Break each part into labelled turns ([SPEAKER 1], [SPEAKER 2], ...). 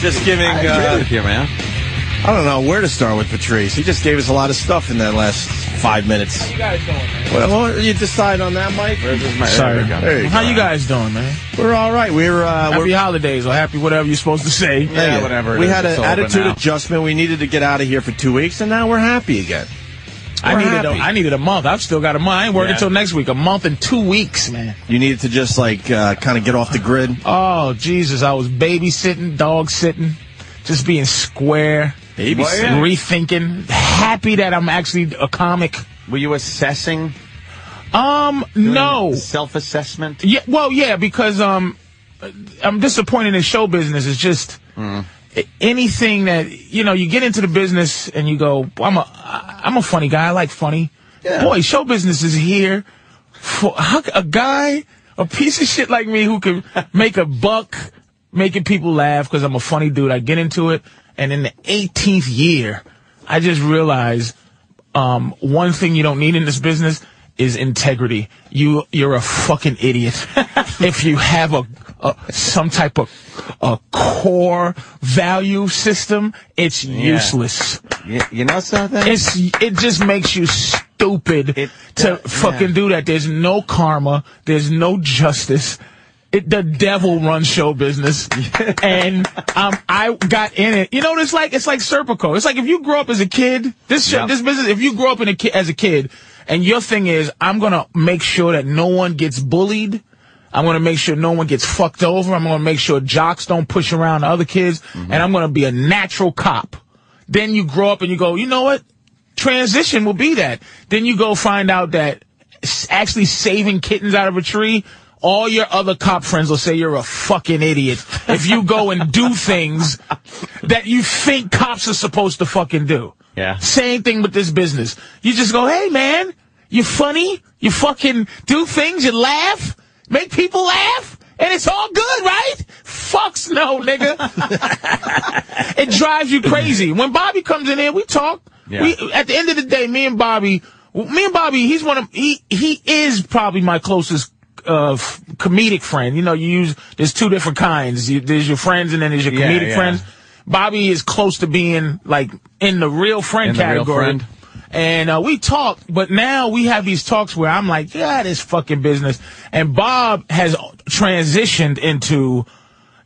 [SPEAKER 1] just giving.
[SPEAKER 2] I agree
[SPEAKER 1] Uh,
[SPEAKER 2] with you, man.
[SPEAKER 3] I don't know where to start with Patrice. He just gave us a lot of stuff in that last five minutes.
[SPEAKER 1] you guys doing, man?
[SPEAKER 3] Well, why don't you decide on that, Mike?
[SPEAKER 2] Where's this my
[SPEAKER 4] Sorry.
[SPEAKER 2] There we go.
[SPEAKER 3] There you
[SPEAKER 1] How
[SPEAKER 3] go.
[SPEAKER 1] you guys doing, man?
[SPEAKER 3] We're all right. We're uh,
[SPEAKER 1] Happy
[SPEAKER 3] we're
[SPEAKER 1] holidays or happy whatever you're supposed to say.
[SPEAKER 2] Yeah, whatever. it
[SPEAKER 3] We
[SPEAKER 2] is,
[SPEAKER 3] had
[SPEAKER 2] it's
[SPEAKER 3] an
[SPEAKER 2] over
[SPEAKER 3] attitude
[SPEAKER 2] now.
[SPEAKER 3] adjustment. We needed to get out of here for two weeks, and now we're happy again.
[SPEAKER 1] I
[SPEAKER 3] We're
[SPEAKER 1] needed a,
[SPEAKER 3] happy.
[SPEAKER 1] I needed a month. I've still got a month. I ain't working
[SPEAKER 2] Yeah.
[SPEAKER 1] till next week. A month and two weeks, man.
[SPEAKER 3] You needed to just like uh, kind of get off the grid.
[SPEAKER 1] Oh Jesus! I was babysitting, dog sitting, just being square,
[SPEAKER 3] Babysitting?
[SPEAKER 1] rethinking. Happy that I'm actually a comic.
[SPEAKER 2] Were you assessing?
[SPEAKER 1] Um,
[SPEAKER 2] Doing
[SPEAKER 1] no.
[SPEAKER 2] Self-assessment?
[SPEAKER 1] Yeah, well, yeah, because um, I'm disappointed in show business. It's just
[SPEAKER 2] Hmm.
[SPEAKER 1] a- anything that you know. You get into the business and you go, I'm a, I- I'm a funny guy. I like funny. Boy, show business is here for how, c- a guy, a piece of shit like me who can make a buck, making people laugh because I'm a funny dude. I get into it, and in the 18th year, I just realized um, one thing you don't need in this business is integrity. You you're a fucking idiot if you have a, a some type of a core value system. It's useless.
[SPEAKER 2] You, you know something?
[SPEAKER 1] It's it just makes you stupid
[SPEAKER 2] It-
[SPEAKER 1] to
[SPEAKER 2] yeah.
[SPEAKER 1] fucking do that. There's no karma. There's no justice. It, the devil runs show business, and um, I got in it. You know, it's like it's like Serpico. It's like if you grow up as a kid, this show,
[SPEAKER 2] Yeah.
[SPEAKER 1] this business. If you grow up in a ki- as a kid, and your thing is, I'm gonna make sure that no one gets bullied. I'm gonna make sure no one gets fucked over. I'm gonna make sure jocks don't push around other kids,
[SPEAKER 2] Mm-hmm.
[SPEAKER 1] and I'm gonna be a natural cop. Then you grow up and you go, you know what? Transition will be that. Then you go find out that s- actually saving kittens out of a tree. All your other cop friends will say you're a fucking idiot if you go and do things that you think cops are supposed to fucking do.
[SPEAKER 2] Yeah.
[SPEAKER 1] Same thing with this business. You just go, hey man, you funny, you fucking do things, you laugh, make people laugh, and it's all good, right? Fucks no, nigga. it drives you crazy. When Bobby comes in here, we talk.
[SPEAKER 2] Yeah.
[SPEAKER 1] We at the end of the day, me and Bobby, me and Bobby, he's one of he he is probably my closest uh f- comedic friend. You know, you use there's two different kinds. You, there's your friends and then there's your
[SPEAKER 2] Yeah,
[SPEAKER 1] comedic
[SPEAKER 2] yeah.
[SPEAKER 1] friends. Bobby is close to being like in the real friend
[SPEAKER 2] In the real
[SPEAKER 1] category.
[SPEAKER 2] friend.
[SPEAKER 1] And uh, we talk, but now we have these talks where I'm like, yeah, this fucking business. And Bob has transitioned into,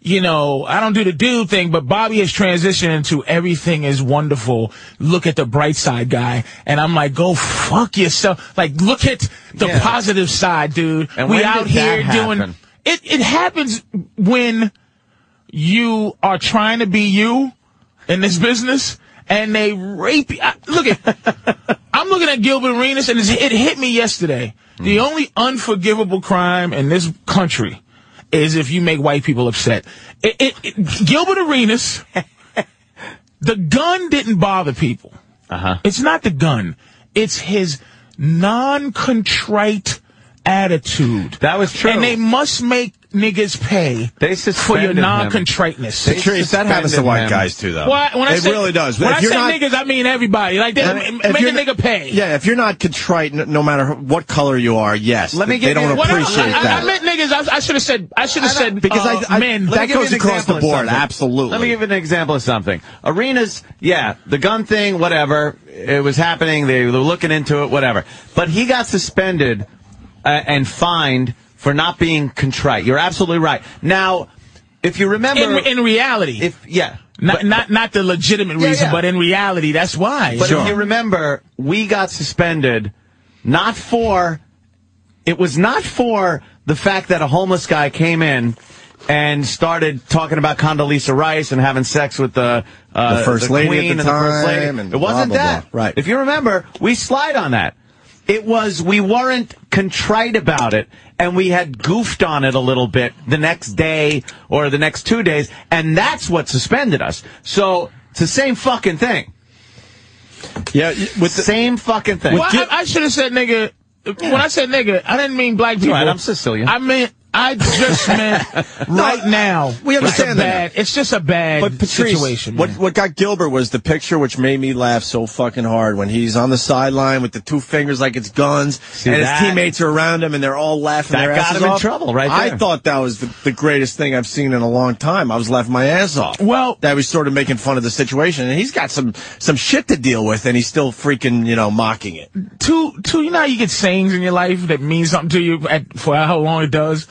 [SPEAKER 1] you know, I don't do the dude thing, but Bobby has transitioned into everything is wonderful. Look at the bright side guy. And I'm like, go fuck yourself. Like, look at the
[SPEAKER 2] Yeah.
[SPEAKER 1] positive side, dude.
[SPEAKER 2] And
[SPEAKER 1] we
[SPEAKER 2] when did
[SPEAKER 1] out
[SPEAKER 2] that
[SPEAKER 1] here doing.
[SPEAKER 2] happen?
[SPEAKER 1] It, it happens when you are trying to be you in this business and they rape you. I- Look at, I'm looking at Gilbert Arenas and it's, it hit me yesterday. The
[SPEAKER 2] Mm.
[SPEAKER 1] only unforgivable crime in this country is if you make white people upset. It, it, it, Gilbert Arenas, the gun didn't bother people. Uh-huh. It's not the gun. It's his non-contrite attitude.
[SPEAKER 2] That was true.
[SPEAKER 1] And they must make niggas pay
[SPEAKER 2] They
[SPEAKER 1] for your
[SPEAKER 2] suspended him.
[SPEAKER 1] non-contriteness.
[SPEAKER 2] They
[SPEAKER 3] Patrice, that happens to
[SPEAKER 2] suspended
[SPEAKER 3] white
[SPEAKER 2] him.
[SPEAKER 3] guys too, though.
[SPEAKER 1] Well, I- when I
[SPEAKER 3] it
[SPEAKER 1] say,
[SPEAKER 3] really does.
[SPEAKER 1] When
[SPEAKER 3] if
[SPEAKER 1] I
[SPEAKER 3] you're
[SPEAKER 1] say
[SPEAKER 3] not,
[SPEAKER 1] niggas, I mean everybody. Like, they,
[SPEAKER 3] if
[SPEAKER 1] make
[SPEAKER 3] you're
[SPEAKER 1] a
[SPEAKER 3] not-
[SPEAKER 1] nigga pay.
[SPEAKER 3] Yeah, if you're not contrite, n- no matter what color you are, yes,
[SPEAKER 2] Let me
[SPEAKER 3] they
[SPEAKER 2] give
[SPEAKER 3] don't
[SPEAKER 2] you-
[SPEAKER 1] What I-
[SPEAKER 3] appreciate
[SPEAKER 1] I, I,
[SPEAKER 3] that.
[SPEAKER 1] I meant niggas. I, I should have said. I should have said
[SPEAKER 3] because
[SPEAKER 1] uh,
[SPEAKER 3] I, I
[SPEAKER 1] men.
[SPEAKER 3] that
[SPEAKER 2] Let me give you
[SPEAKER 3] goes
[SPEAKER 2] an
[SPEAKER 3] across the
[SPEAKER 2] example of
[SPEAKER 3] board.
[SPEAKER 2] something.
[SPEAKER 3] Absolutely.
[SPEAKER 2] Let me give you an example of something. Arenas, yeah, the gun thing, whatever. It was happening. They were looking into it, whatever. But he got suspended uh, and fined for not being contrite. You're absolutely right. Now, if you remember,
[SPEAKER 1] in, in reality,
[SPEAKER 2] if yeah,
[SPEAKER 1] not
[SPEAKER 2] but-
[SPEAKER 1] not not the legitimate
[SPEAKER 2] Yeah,
[SPEAKER 1] reason,
[SPEAKER 2] yeah.
[SPEAKER 1] but in reality, that's why.
[SPEAKER 2] But
[SPEAKER 3] Sure.
[SPEAKER 2] if you remember, we got suspended not for it was not for the fact that a homeless guy came in and started talking about Condoleezza Rice and having sex with the uh,
[SPEAKER 3] The first lady at
[SPEAKER 2] queen
[SPEAKER 3] the
[SPEAKER 2] and the first lady.
[SPEAKER 3] time and
[SPEAKER 2] it
[SPEAKER 3] blah,
[SPEAKER 2] wasn't
[SPEAKER 3] blah,
[SPEAKER 2] that
[SPEAKER 3] blah. Right.
[SPEAKER 2] If you remember, we slide on that. It was we weren't contrite about it, and we had goofed on it a little bit the next day or the next two days, and that's what suspended us. So it's the same fucking thing.
[SPEAKER 3] yeah, y- with the,
[SPEAKER 2] Same fucking thing.
[SPEAKER 1] Well, I, I should have said nigga. When I said nigga, I didn't mean black people.
[SPEAKER 2] right, I'm Sicilian.
[SPEAKER 1] I meant I just meant right now.
[SPEAKER 3] we
[SPEAKER 1] it's a
[SPEAKER 3] understand that.
[SPEAKER 1] bad. It's just a bad
[SPEAKER 3] But Patrice,
[SPEAKER 1] situation.
[SPEAKER 3] what
[SPEAKER 1] man.
[SPEAKER 3] what got Gilbert was the picture which made me laugh so fucking hard when he's on the sideline with the two fingers like it's guns, and
[SPEAKER 2] that-
[SPEAKER 3] his teammates are around him and they're all laughing.
[SPEAKER 2] That
[SPEAKER 3] their
[SPEAKER 2] got
[SPEAKER 3] asses
[SPEAKER 2] him in
[SPEAKER 3] off.
[SPEAKER 2] trouble right
[SPEAKER 3] I
[SPEAKER 2] there.
[SPEAKER 3] thought that was the, the greatest thing I've seen in a long time. I was laughing my ass off.
[SPEAKER 1] Well-
[SPEAKER 3] that was sort of making fun of the situation, and he's got some some shit to deal with, and he's still freaking you know mocking it.
[SPEAKER 1] two two you know how you get sayings in your life that mean something to you at, for how long it does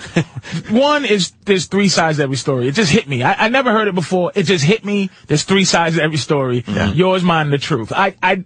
[SPEAKER 1] one is there's three sides to every story it just hit me I, I never heard it before it just hit me there's three sides to every story yours mine and the truth i i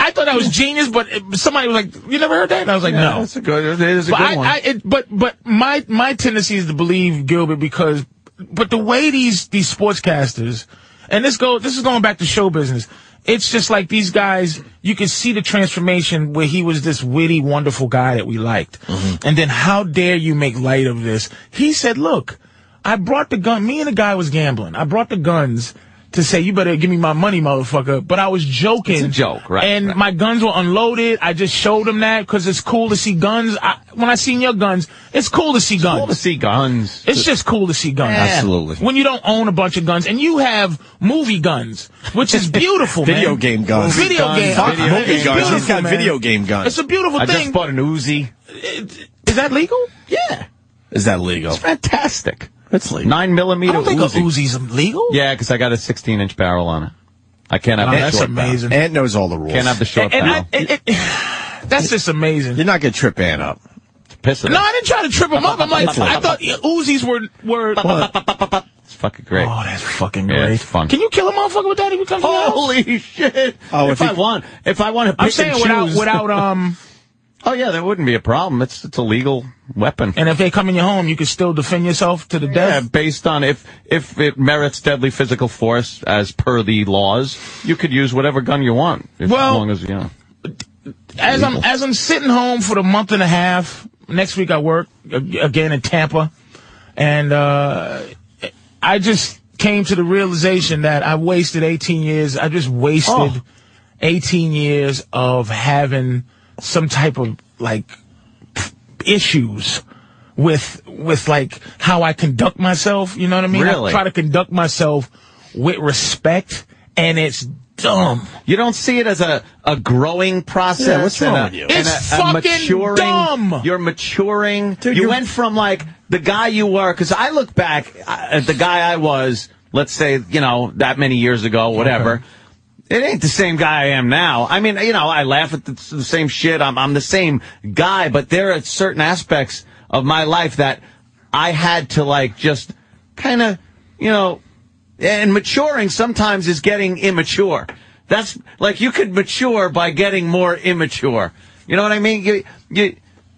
[SPEAKER 1] i thought that was genius but it, somebody was like you never heard that and i was like no
[SPEAKER 2] a good. It is a
[SPEAKER 1] but I, I it, but but my my tendency is to believe Gilbert because but the way these these sportscasters and this go this is going back to show business. It's just like these guys. You can see the transformation where he was this witty, wonderful guy that we liked,
[SPEAKER 2] Mm-hmm.
[SPEAKER 1] and then how dare you make light of this? He said, "Look, I brought the gun. Me and the guy was gambling. I brought the guns." To say you better give me my money, motherfucker. But I was joking.
[SPEAKER 2] It's a joke, right,
[SPEAKER 1] And
[SPEAKER 2] right.
[SPEAKER 1] my guns were unloaded. I just showed them that because it's cool to see guns. I, when I seen your guns, it's cool to see guns.
[SPEAKER 2] Cool to see guns.
[SPEAKER 1] It's just cool to see guns.
[SPEAKER 2] Absolutely.
[SPEAKER 1] When you don't own a bunch of guns and you have movie guns, which is beautiful.
[SPEAKER 3] Video
[SPEAKER 1] man.
[SPEAKER 3] game guns.
[SPEAKER 1] Video
[SPEAKER 2] Guns,
[SPEAKER 1] game
[SPEAKER 2] fuck
[SPEAKER 1] It's
[SPEAKER 2] movie guns.
[SPEAKER 1] beautiful,
[SPEAKER 3] He's got
[SPEAKER 1] man.
[SPEAKER 3] video game guns.
[SPEAKER 1] It's a beautiful
[SPEAKER 2] I
[SPEAKER 1] thing.
[SPEAKER 2] just bought an Uzi.
[SPEAKER 1] It- is that legal?
[SPEAKER 2] Yeah,
[SPEAKER 3] Is that legal?
[SPEAKER 2] fantastic.
[SPEAKER 3] That's legal.
[SPEAKER 2] Nine
[SPEAKER 1] I
[SPEAKER 2] millimeter
[SPEAKER 1] don't think
[SPEAKER 2] Uzi.
[SPEAKER 1] a Uzi's illegal.
[SPEAKER 2] Yeah, because I got a 16 inch barrel on it. I can't have
[SPEAKER 1] Wow,
[SPEAKER 2] the
[SPEAKER 1] Oh, that's
[SPEAKER 2] short barrel.
[SPEAKER 1] amazing.
[SPEAKER 3] Ant knows all the rules.
[SPEAKER 2] Can't have the short
[SPEAKER 1] And, and I,
[SPEAKER 2] barrel.
[SPEAKER 1] it, it- that's just amazing.
[SPEAKER 3] You're not gonna trip Ant up.
[SPEAKER 2] Piss it.
[SPEAKER 1] No,
[SPEAKER 2] up.
[SPEAKER 1] I didn't try to trip him up. I'm like, I thought Uzis were were.
[SPEAKER 2] it's fucking great.
[SPEAKER 1] Oh, that's fucking
[SPEAKER 2] Yeah,
[SPEAKER 1] great.
[SPEAKER 2] it's fun.
[SPEAKER 1] Can you kill a motherfucker with that if you come to your house?
[SPEAKER 2] Holy shit!
[SPEAKER 3] Oh,
[SPEAKER 2] if,
[SPEAKER 3] if he-
[SPEAKER 2] I want, if I want to pick
[SPEAKER 1] I'm saying
[SPEAKER 2] and
[SPEAKER 1] without
[SPEAKER 2] choose-
[SPEAKER 1] without um,
[SPEAKER 2] Oh yeah, that wouldn't be a problem. It's it's a legal weapon.
[SPEAKER 1] and if they come in your home, you can still defend yourself to the
[SPEAKER 2] Yeah,
[SPEAKER 1] death.
[SPEAKER 2] based on if if it merits deadly physical force as per the laws, you could use whatever gun you want if,
[SPEAKER 1] Well-
[SPEAKER 2] as long as you know.
[SPEAKER 1] As I'm as I'm sitting home for the month and a half, next week I work ag- again in Tampa, and uh, I just came to the realization that I wasted 18 years. I just wasted
[SPEAKER 2] Oh.
[SPEAKER 1] 18 years of having some type of like issues with with like how I conduct myself. You know what I mean?
[SPEAKER 2] Really?
[SPEAKER 1] I try to conduct myself with respect, and it's dumb.
[SPEAKER 2] You don't see it as a, a growing process.
[SPEAKER 3] Yeah, what's wrong
[SPEAKER 2] and a-
[SPEAKER 3] with you?
[SPEAKER 2] and
[SPEAKER 1] It's
[SPEAKER 2] a, a
[SPEAKER 1] fucking
[SPEAKER 2] maturing,
[SPEAKER 1] dumb.
[SPEAKER 2] You're maturing.
[SPEAKER 3] Dude,
[SPEAKER 2] you
[SPEAKER 3] you're-
[SPEAKER 2] went from like the guy you were, because I look back at the guy I was, let's say, you know, that many years ago, whatever. It ain't the same guy I am now. I mean, you know, I laugh at the, the same shit. I'm, I'm the same guy, but there are certain aspects of my life that I had to like just kind of, you know, and maturing sometimes is getting immature. That's like you could mature by getting more immature. You know what I mean? You, you,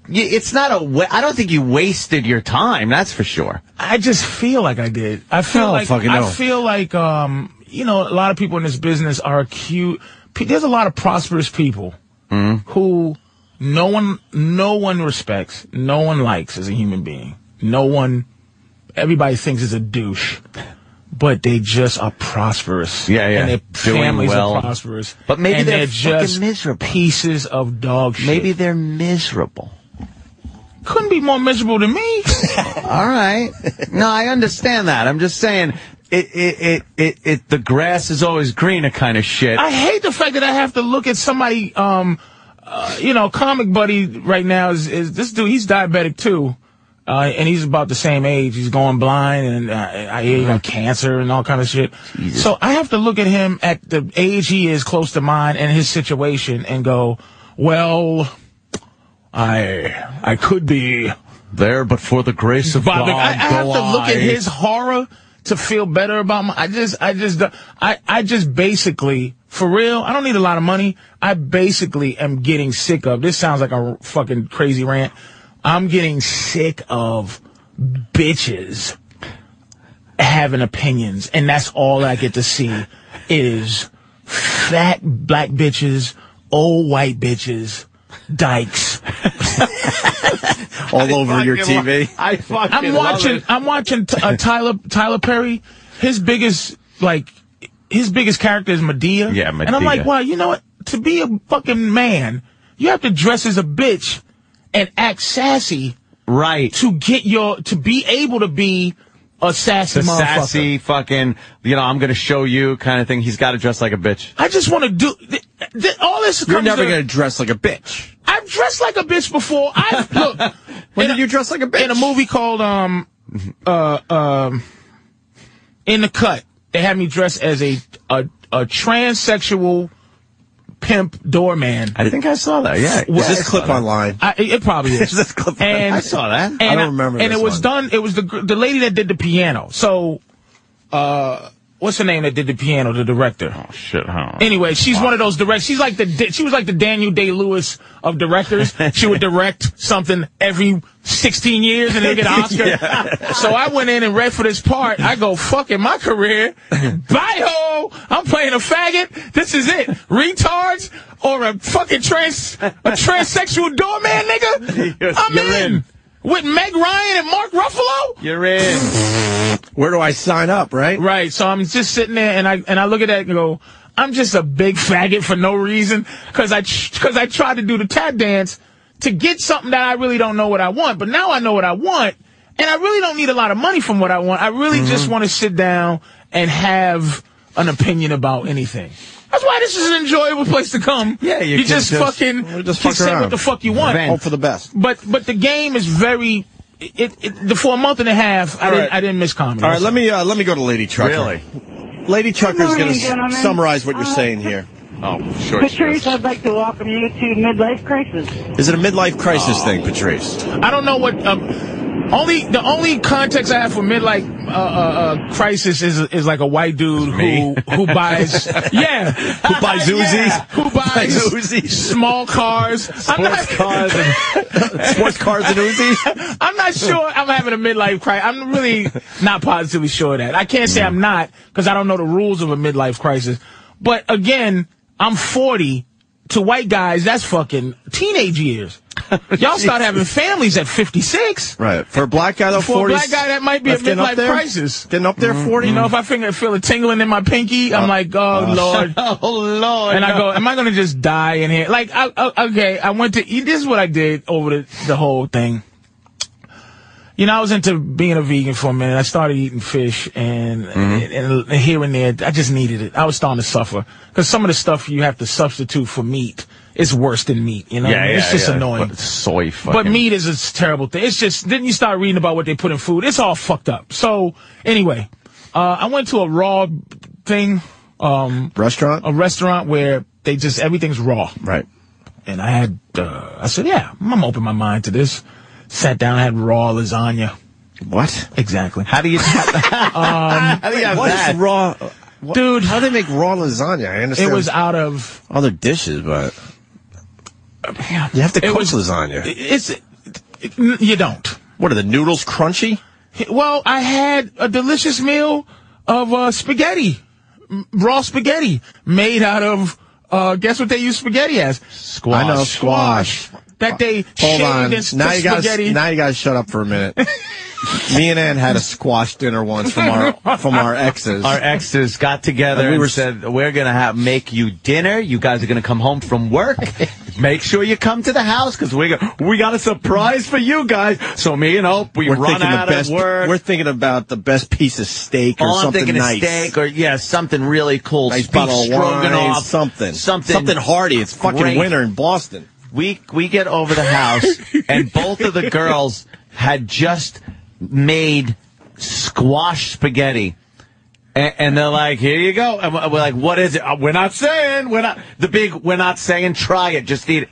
[SPEAKER 2] you it's not a. Wa- I don't think you wasted your time. That's for sure.
[SPEAKER 1] I just feel like I did. I feel
[SPEAKER 3] No,
[SPEAKER 1] like
[SPEAKER 3] fucking
[SPEAKER 1] I
[SPEAKER 3] no.
[SPEAKER 1] feel like um, you know, a lot of people in this business are acute. pe- There's a lot of prosperous people
[SPEAKER 2] Mm-hmm.
[SPEAKER 1] who no one, no one respects, no one likes as a human being. No one, everybody thinks is a douche, but they just are prosperous.
[SPEAKER 2] Yeah, yeah.
[SPEAKER 1] And their
[SPEAKER 2] Doing
[SPEAKER 1] families
[SPEAKER 2] well.
[SPEAKER 1] are prosperous.
[SPEAKER 2] But maybe
[SPEAKER 1] and
[SPEAKER 2] they're fucking
[SPEAKER 1] just
[SPEAKER 2] miserable.
[SPEAKER 1] pieces of dog shit.
[SPEAKER 2] Maybe they're miserable.
[SPEAKER 1] couldn't be more miserable than me.
[SPEAKER 2] All right. No, I understand that. I'm just saying. It, it, it, it, it, the grass is always greener kind of shit.
[SPEAKER 1] I hate the fact that I have to look at somebody. Um, uh, you know, comic buddy right now is, is this dude. He's diabetic too, uh, and he's about the same age. He's going blind, and uh, I hear you know cancer and all kind of shit. So I have to look at him at the age he is, close to mine, and his situation, and go, well, I I could be.
[SPEAKER 2] there, but for the grace of
[SPEAKER 1] Bob,
[SPEAKER 2] God,
[SPEAKER 1] I, I have
[SPEAKER 2] go
[SPEAKER 1] to look at
[SPEAKER 2] I.
[SPEAKER 1] his horror to feel better about my. I just, I just, don't- I, I just basically, for real, I don't need a lot of money. I basically am getting sick of. This sounds like a fucking crazy rant. I'm getting sick of bitches having opinions, and that's all I get to see is fat black bitches, old white bitches, dykes.
[SPEAKER 3] all over your
[SPEAKER 2] Fucking lo-
[SPEAKER 3] TV.
[SPEAKER 2] I fucking
[SPEAKER 1] I'm
[SPEAKER 2] love
[SPEAKER 1] watching.
[SPEAKER 2] it.
[SPEAKER 1] I'm watching t- uh, Tyler Tyler Perry. His biggest like his biggest character is Medea.
[SPEAKER 2] Yeah,
[SPEAKER 1] And I'm like,
[SPEAKER 2] Madea.
[SPEAKER 1] wow, you know what? To be a fucking man, you have to dress as a bitch and act sassy
[SPEAKER 2] Right.
[SPEAKER 1] to get your to be able to be a sassy
[SPEAKER 2] The
[SPEAKER 1] motherfucker.
[SPEAKER 2] sassy fucking, you know, I'm going to show you kind of thing. He's got to dress like a bitch.
[SPEAKER 1] I just want to do th- th- all this.
[SPEAKER 3] You're
[SPEAKER 1] comes
[SPEAKER 3] never
[SPEAKER 1] to-
[SPEAKER 3] gonna dress like a bitch.
[SPEAKER 1] I've dressed like a bitch before. I look
[SPEAKER 3] When
[SPEAKER 1] in
[SPEAKER 3] did
[SPEAKER 1] a-
[SPEAKER 3] you dress like a bitch?
[SPEAKER 1] in a movie called um uh um in the cut. They had me dressed as a a, a transsexual pimp doorman.
[SPEAKER 2] I think I saw that. Yeah.
[SPEAKER 3] Was
[SPEAKER 2] yeah, I
[SPEAKER 3] this
[SPEAKER 2] saw
[SPEAKER 3] clip
[SPEAKER 2] that.
[SPEAKER 3] online?
[SPEAKER 1] I, it probably is.
[SPEAKER 3] Is this clip-
[SPEAKER 1] and
[SPEAKER 2] I saw that.
[SPEAKER 1] And
[SPEAKER 3] I don't remember
[SPEAKER 1] And
[SPEAKER 3] this
[SPEAKER 1] it was
[SPEAKER 3] one.
[SPEAKER 1] done. It was the gr- the lady that did the piano. So, uh, what's her name that did the piano? The director.
[SPEAKER 2] Oh, shit. Huh?
[SPEAKER 1] Anyway, she's one of those direct. She's like the di- she was like the Daniel Day Lewis of directors. she would direct something every sixteen years and then get an Oscar. So I went in and read for this part. I go fucking my career. Bye ho! I'm playing a faggot. This is it. Retards or a fucking trans a transsexual doorman nigga.
[SPEAKER 2] You're-
[SPEAKER 1] I'm
[SPEAKER 2] you're
[SPEAKER 1] in.
[SPEAKER 2] in.
[SPEAKER 1] with Meg Ryan and Mark Ruffalo.
[SPEAKER 2] You're in.
[SPEAKER 3] Where do I sign up? Right?
[SPEAKER 1] Right. So I'm just sitting there and I and I look at that and go, I'm just a big faggot for no reason because I because I tried to do the tap dance to get something that I really don't know what I want, but now I know what I want, and I really don't need a lot of money from what I want. I really
[SPEAKER 3] Mm-hmm.
[SPEAKER 1] just want to sit down and have an opinion about anything. That's why this is an enjoyable place to come.
[SPEAKER 2] Yeah, you
[SPEAKER 1] you
[SPEAKER 2] can
[SPEAKER 1] just,
[SPEAKER 2] just-
[SPEAKER 1] fucking
[SPEAKER 3] just
[SPEAKER 1] can
[SPEAKER 3] fuck
[SPEAKER 1] say what
[SPEAKER 3] around.
[SPEAKER 1] the fuck you want.
[SPEAKER 2] Vent.
[SPEAKER 3] Hope for the best.
[SPEAKER 1] But but the game is very. It, it, the, for a month and a half, I
[SPEAKER 3] All
[SPEAKER 1] didn't
[SPEAKER 3] right.
[SPEAKER 1] I didn't miss comedy.
[SPEAKER 3] All right, let me uh, let me go to Lady Trucker.
[SPEAKER 2] Really?
[SPEAKER 3] Lady Trucker's
[SPEAKER 4] Good morning,
[SPEAKER 3] gonna s-
[SPEAKER 4] gentlemen.
[SPEAKER 3] summarize what you're
[SPEAKER 4] Uh,
[SPEAKER 3] saying here.
[SPEAKER 2] Oh, sure.
[SPEAKER 4] Patrice, I'd like to welcome you to Midlife Crisis.
[SPEAKER 3] Is it a midlife crisis thing, Patrice?
[SPEAKER 1] I don't know what. Um, only the only context I have for midlife uh, uh, uh, crisis is is like a white dude who
[SPEAKER 2] me.
[SPEAKER 1] who buys yeah who
[SPEAKER 3] buys Uzis?
[SPEAKER 1] who buys
[SPEAKER 3] Buys Uzis.
[SPEAKER 1] small cars I'm not,
[SPEAKER 2] cars
[SPEAKER 3] Sports cars and Uzis?
[SPEAKER 1] I'm not sure I'm having a midlife crisis I'm really not positively sure of that I can't say I'm not because I don't know the rules of a midlife crisis but again I'm 40 to white guys that's fucking teenage years y'all start having families at 56
[SPEAKER 3] Right. For a black guy, though,
[SPEAKER 1] For
[SPEAKER 3] 40s,
[SPEAKER 1] a black guy, that might be a
[SPEAKER 3] that's getting up
[SPEAKER 1] midlife
[SPEAKER 3] there.
[SPEAKER 1] crisis.
[SPEAKER 3] Getting up there, 40.
[SPEAKER 1] You know, if I finger, feel a tingling in my pinky,
[SPEAKER 2] Uh,
[SPEAKER 1] I'm like, oh, Lord.
[SPEAKER 2] oh, Lord.
[SPEAKER 1] And I go, am I going to just die in here? Like, I, I, okay, I went to, e, this is what I did over the, the whole thing. You know, I was into being a vegan for a minute. I started eating fish and,
[SPEAKER 2] Mm-hmm.
[SPEAKER 1] and, and here and there, I just needed it. I was starting to suffer. Because some of the stuff you have to substitute for meat is worse than meat, you know?
[SPEAKER 2] Yeah, yeah,
[SPEAKER 1] it's just
[SPEAKER 2] yeah.
[SPEAKER 1] annoying.
[SPEAKER 2] But soy fucking.
[SPEAKER 1] But meat is a terrible thing. It's just then you start reading about what they put in food. It's all fucked up. So anyway, uh, I went to a raw thing, um,
[SPEAKER 3] Restaurant?
[SPEAKER 1] a
[SPEAKER 2] Oh,
[SPEAKER 1] restaurant where they just everything's raw.
[SPEAKER 3] Right.
[SPEAKER 1] And I had, uh, I said, yeah, I'm gonna open my mind to this. Sat down, I had raw lasagna.
[SPEAKER 3] What?
[SPEAKER 1] Exactly,
[SPEAKER 2] How do you? how do you have
[SPEAKER 3] What
[SPEAKER 2] that?
[SPEAKER 3] is raw? What,
[SPEAKER 1] dude.
[SPEAKER 3] How do they make raw lasagna? I
[SPEAKER 1] It
[SPEAKER 3] understand.
[SPEAKER 1] was out of.
[SPEAKER 3] other dishes, but you have to
[SPEAKER 1] It
[SPEAKER 3] cook
[SPEAKER 1] was-
[SPEAKER 3] lasagna.
[SPEAKER 1] It's it- you don't.
[SPEAKER 3] What are the noodles crunchy?
[SPEAKER 1] Well, I had a delicious meal of uh, spaghetti, M- raw spaghetti made out of. Uh, guess what they use spaghetti as?
[SPEAKER 2] Squash.
[SPEAKER 3] I know squash.
[SPEAKER 1] That they
[SPEAKER 3] Hold
[SPEAKER 1] shaved
[SPEAKER 3] on.
[SPEAKER 1] in s-
[SPEAKER 3] Now you guys,
[SPEAKER 1] spaghetti.
[SPEAKER 3] now you guys shut up for a minute. Me and Ann had a squash dinner once from our from our exes.
[SPEAKER 2] Our exes got together
[SPEAKER 3] And
[SPEAKER 2] and,
[SPEAKER 3] we were-
[SPEAKER 2] said, "We're gonna have make you dinner. You guys are gonna come home from work. Make sure you come to the house because we got we got a surprise for you guys." So me and Hope we
[SPEAKER 3] we're
[SPEAKER 2] run
[SPEAKER 3] thinking the
[SPEAKER 2] out
[SPEAKER 3] best.
[SPEAKER 2] of work.
[SPEAKER 3] We're thinking about the best piece of steak or
[SPEAKER 2] All I'm
[SPEAKER 3] something
[SPEAKER 2] thinking
[SPEAKER 3] nice.
[SPEAKER 2] is steak or yeah, something really cool.
[SPEAKER 3] nice
[SPEAKER 2] beef
[SPEAKER 3] bottle of wine,
[SPEAKER 2] stroganoff,
[SPEAKER 3] something,
[SPEAKER 2] something,
[SPEAKER 3] something hearty. It's fucking
[SPEAKER 2] great.
[SPEAKER 3] winter in Boston.
[SPEAKER 2] we we get over the house and both of the girls had just made squash spaghetti and, and they're like here you go and we're like what is it "Uh, we're not saying we're not the big we're not saying try it just eat it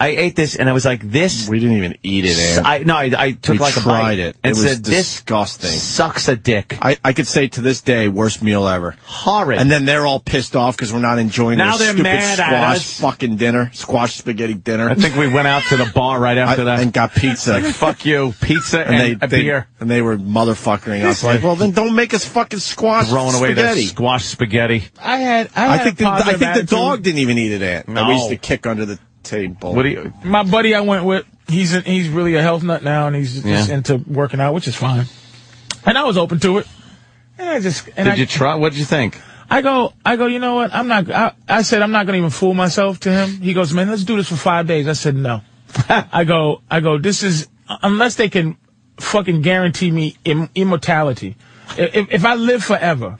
[SPEAKER 2] i ate this and i was like this
[SPEAKER 3] We didn't even eat it. Ann.
[SPEAKER 2] I, no I, I took
[SPEAKER 3] We
[SPEAKER 2] like a
[SPEAKER 3] tried
[SPEAKER 2] bite
[SPEAKER 3] it.
[SPEAKER 2] and
[SPEAKER 3] It was
[SPEAKER 2] said this
[SPEAKER 3] disgusting."
[SPEAKER 2] sucks a dick
[SPEAKER 3] I, I could say to this day, worst meal ever.
[SPEAKER 2] horrid
[SPEAKER 3] And then they're all pissed off because we're not enjoying
[SPEAKER 2] Now
[SPEAKER 3] their
[SPEAKER 2] they're
[SPEAKER 3] stupid
[SPEAKER 2] mad at
[SPEAKER 3] squash
[SPEAKER 2] us.
[SPEAKER 3] fucking dinner, squash spaghetti dinner.
[SPEAKER 2] i think we went out to the bar right after that
[SPEAKER 3] and got pizza.
[SPEAKER 2] like fuck you pizza and,
[SPEAKER 3] they,
[SPEAKER 2] a
[SPEAKER 3] they-
[SPEAKER 2] beer
[SPEAKER 3] And they were motherfuckering us. Like, well, then don't make us fucking squash
[SPEAKER 2] throwing away that
[SPEAKER 3] spaghetti.
[SPEAKER 2] squash spaghetti
[SPEAKER 1] I had. I,
[SPEAKER 3] I
[SPEAKER 1] had
[SPEAKER 3] think
[SPEAKER 1] a
[SPEAKER 3] the, I
[SPEAKER 1] positive
[SPEAKER 3] think the
[SPEAKER 1] attitude.
[SPEAKER 3] dog didn't even eat it. At that we
[SPEAKER 2] No.
[SPEAKER 3] used to kick under the table.
[SPEAKER 2] what do you
[SPEAKER 1] My buddy I went with, he's in, he's really a health nut now, and he's just
[SPEAKER 2] Yeah.
[SPEAKER 1] into working out, which is fine. And I was open to it. And I just and I,
[SPEAKER 2] Did you try? What did you think?
[SPEAKER 1] I go, I go, you know what? I'm not, I, I said, I'm not going to even fool myself to him. He goes, man, let's do this for five days. I said, no. I go, I go, this is, unless they can fucking guarantee me Im- immortality. If, if I live forever,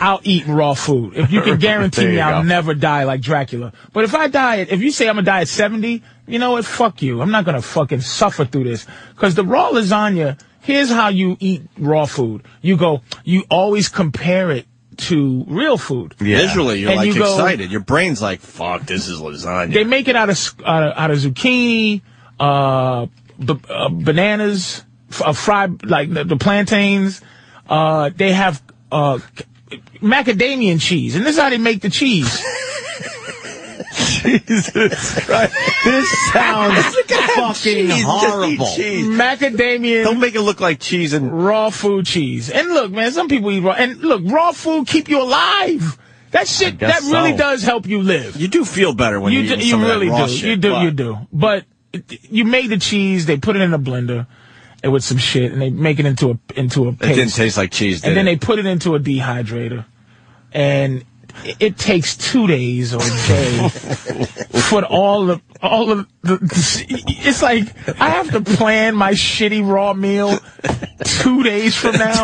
[SPEAKER 1] I'll eat raw food. If you can guarantee
[SPEAKER 2] There
[SPEAKER 1] me
[SPEAKER 2] you
[SPEAKER 1] I'll
[SPEAKER 2] go.
[SPEAKER 1] never die like Dracula. But if I die, at- if you say I'm gonna die at 70, you know what? Fuck you. I'm not gonna fucking suffer through this. Cause the raw lasagna, here's how you eat raw food. You go, you always compare it to real food.
[SPEAKER 2] Yeah.
[SPEAKER 3] Visually, you're
[SPEAKER 1] And
[SPEAKER 3] like
[SPEAKER 1] you go-
[SPEAKER 3] excited. Your brain's like, "Fuck, this is lasagna."
[SPEAKER 1] They make it out of s- out of, out of zucchini, uh, b- uh, bananas, f- uh, fried like the, the plantains. Uh, they have uh, c- macadamian cheese, and this is how they make the cheese.
[SPEAKER 2] This sounds fucking
[SPEAKER 3] Cheese, just eat
[SPEAKER 2] horrible.
[SPEAKER 3] cheese.
[SPEAKER 1] macadamian
[SPEAKER 3] Don't make it look like cheese and
[SPEAKER 1] raw food cheese. And look, man, some people eat raw. And look, raw food keep you alive. That shit that
[SPEAKER 2] guess
[SPEAKER 1] really
[SPEAKER 2] so.
[SPEAKER 1] does help you live.
[SPEAKER 3] you do feel better when you
[SPEAKER 1] you
[SPEAKER 3] eat
[SPEAKER 1] do, you
[SPEAKER 3] some of that
[SPEAKER 1] really
[SPEAKER 3] raw
[SPEAKER 1] do.
[SPEAKER 3] shit,
[SPEAKER 1] you do.
[SPEAKER 3] but-
[SPEAKER 1] You do. But it- you make the cheese. They put it in a blender and with some shit, and they make it into a into a
[SPEAKER 3] It didn't
[SPEAKER 1] paste.
[SPEAKER 3] taste like cheese, did
[SPEAKER 1] and then
[SPEAKER 3] it?
[SPEAKER 1] they put it into a dehydrator, and it, it takes two days or a day for all the all of the. It's like I have to plan my shitty raw meal two days from now.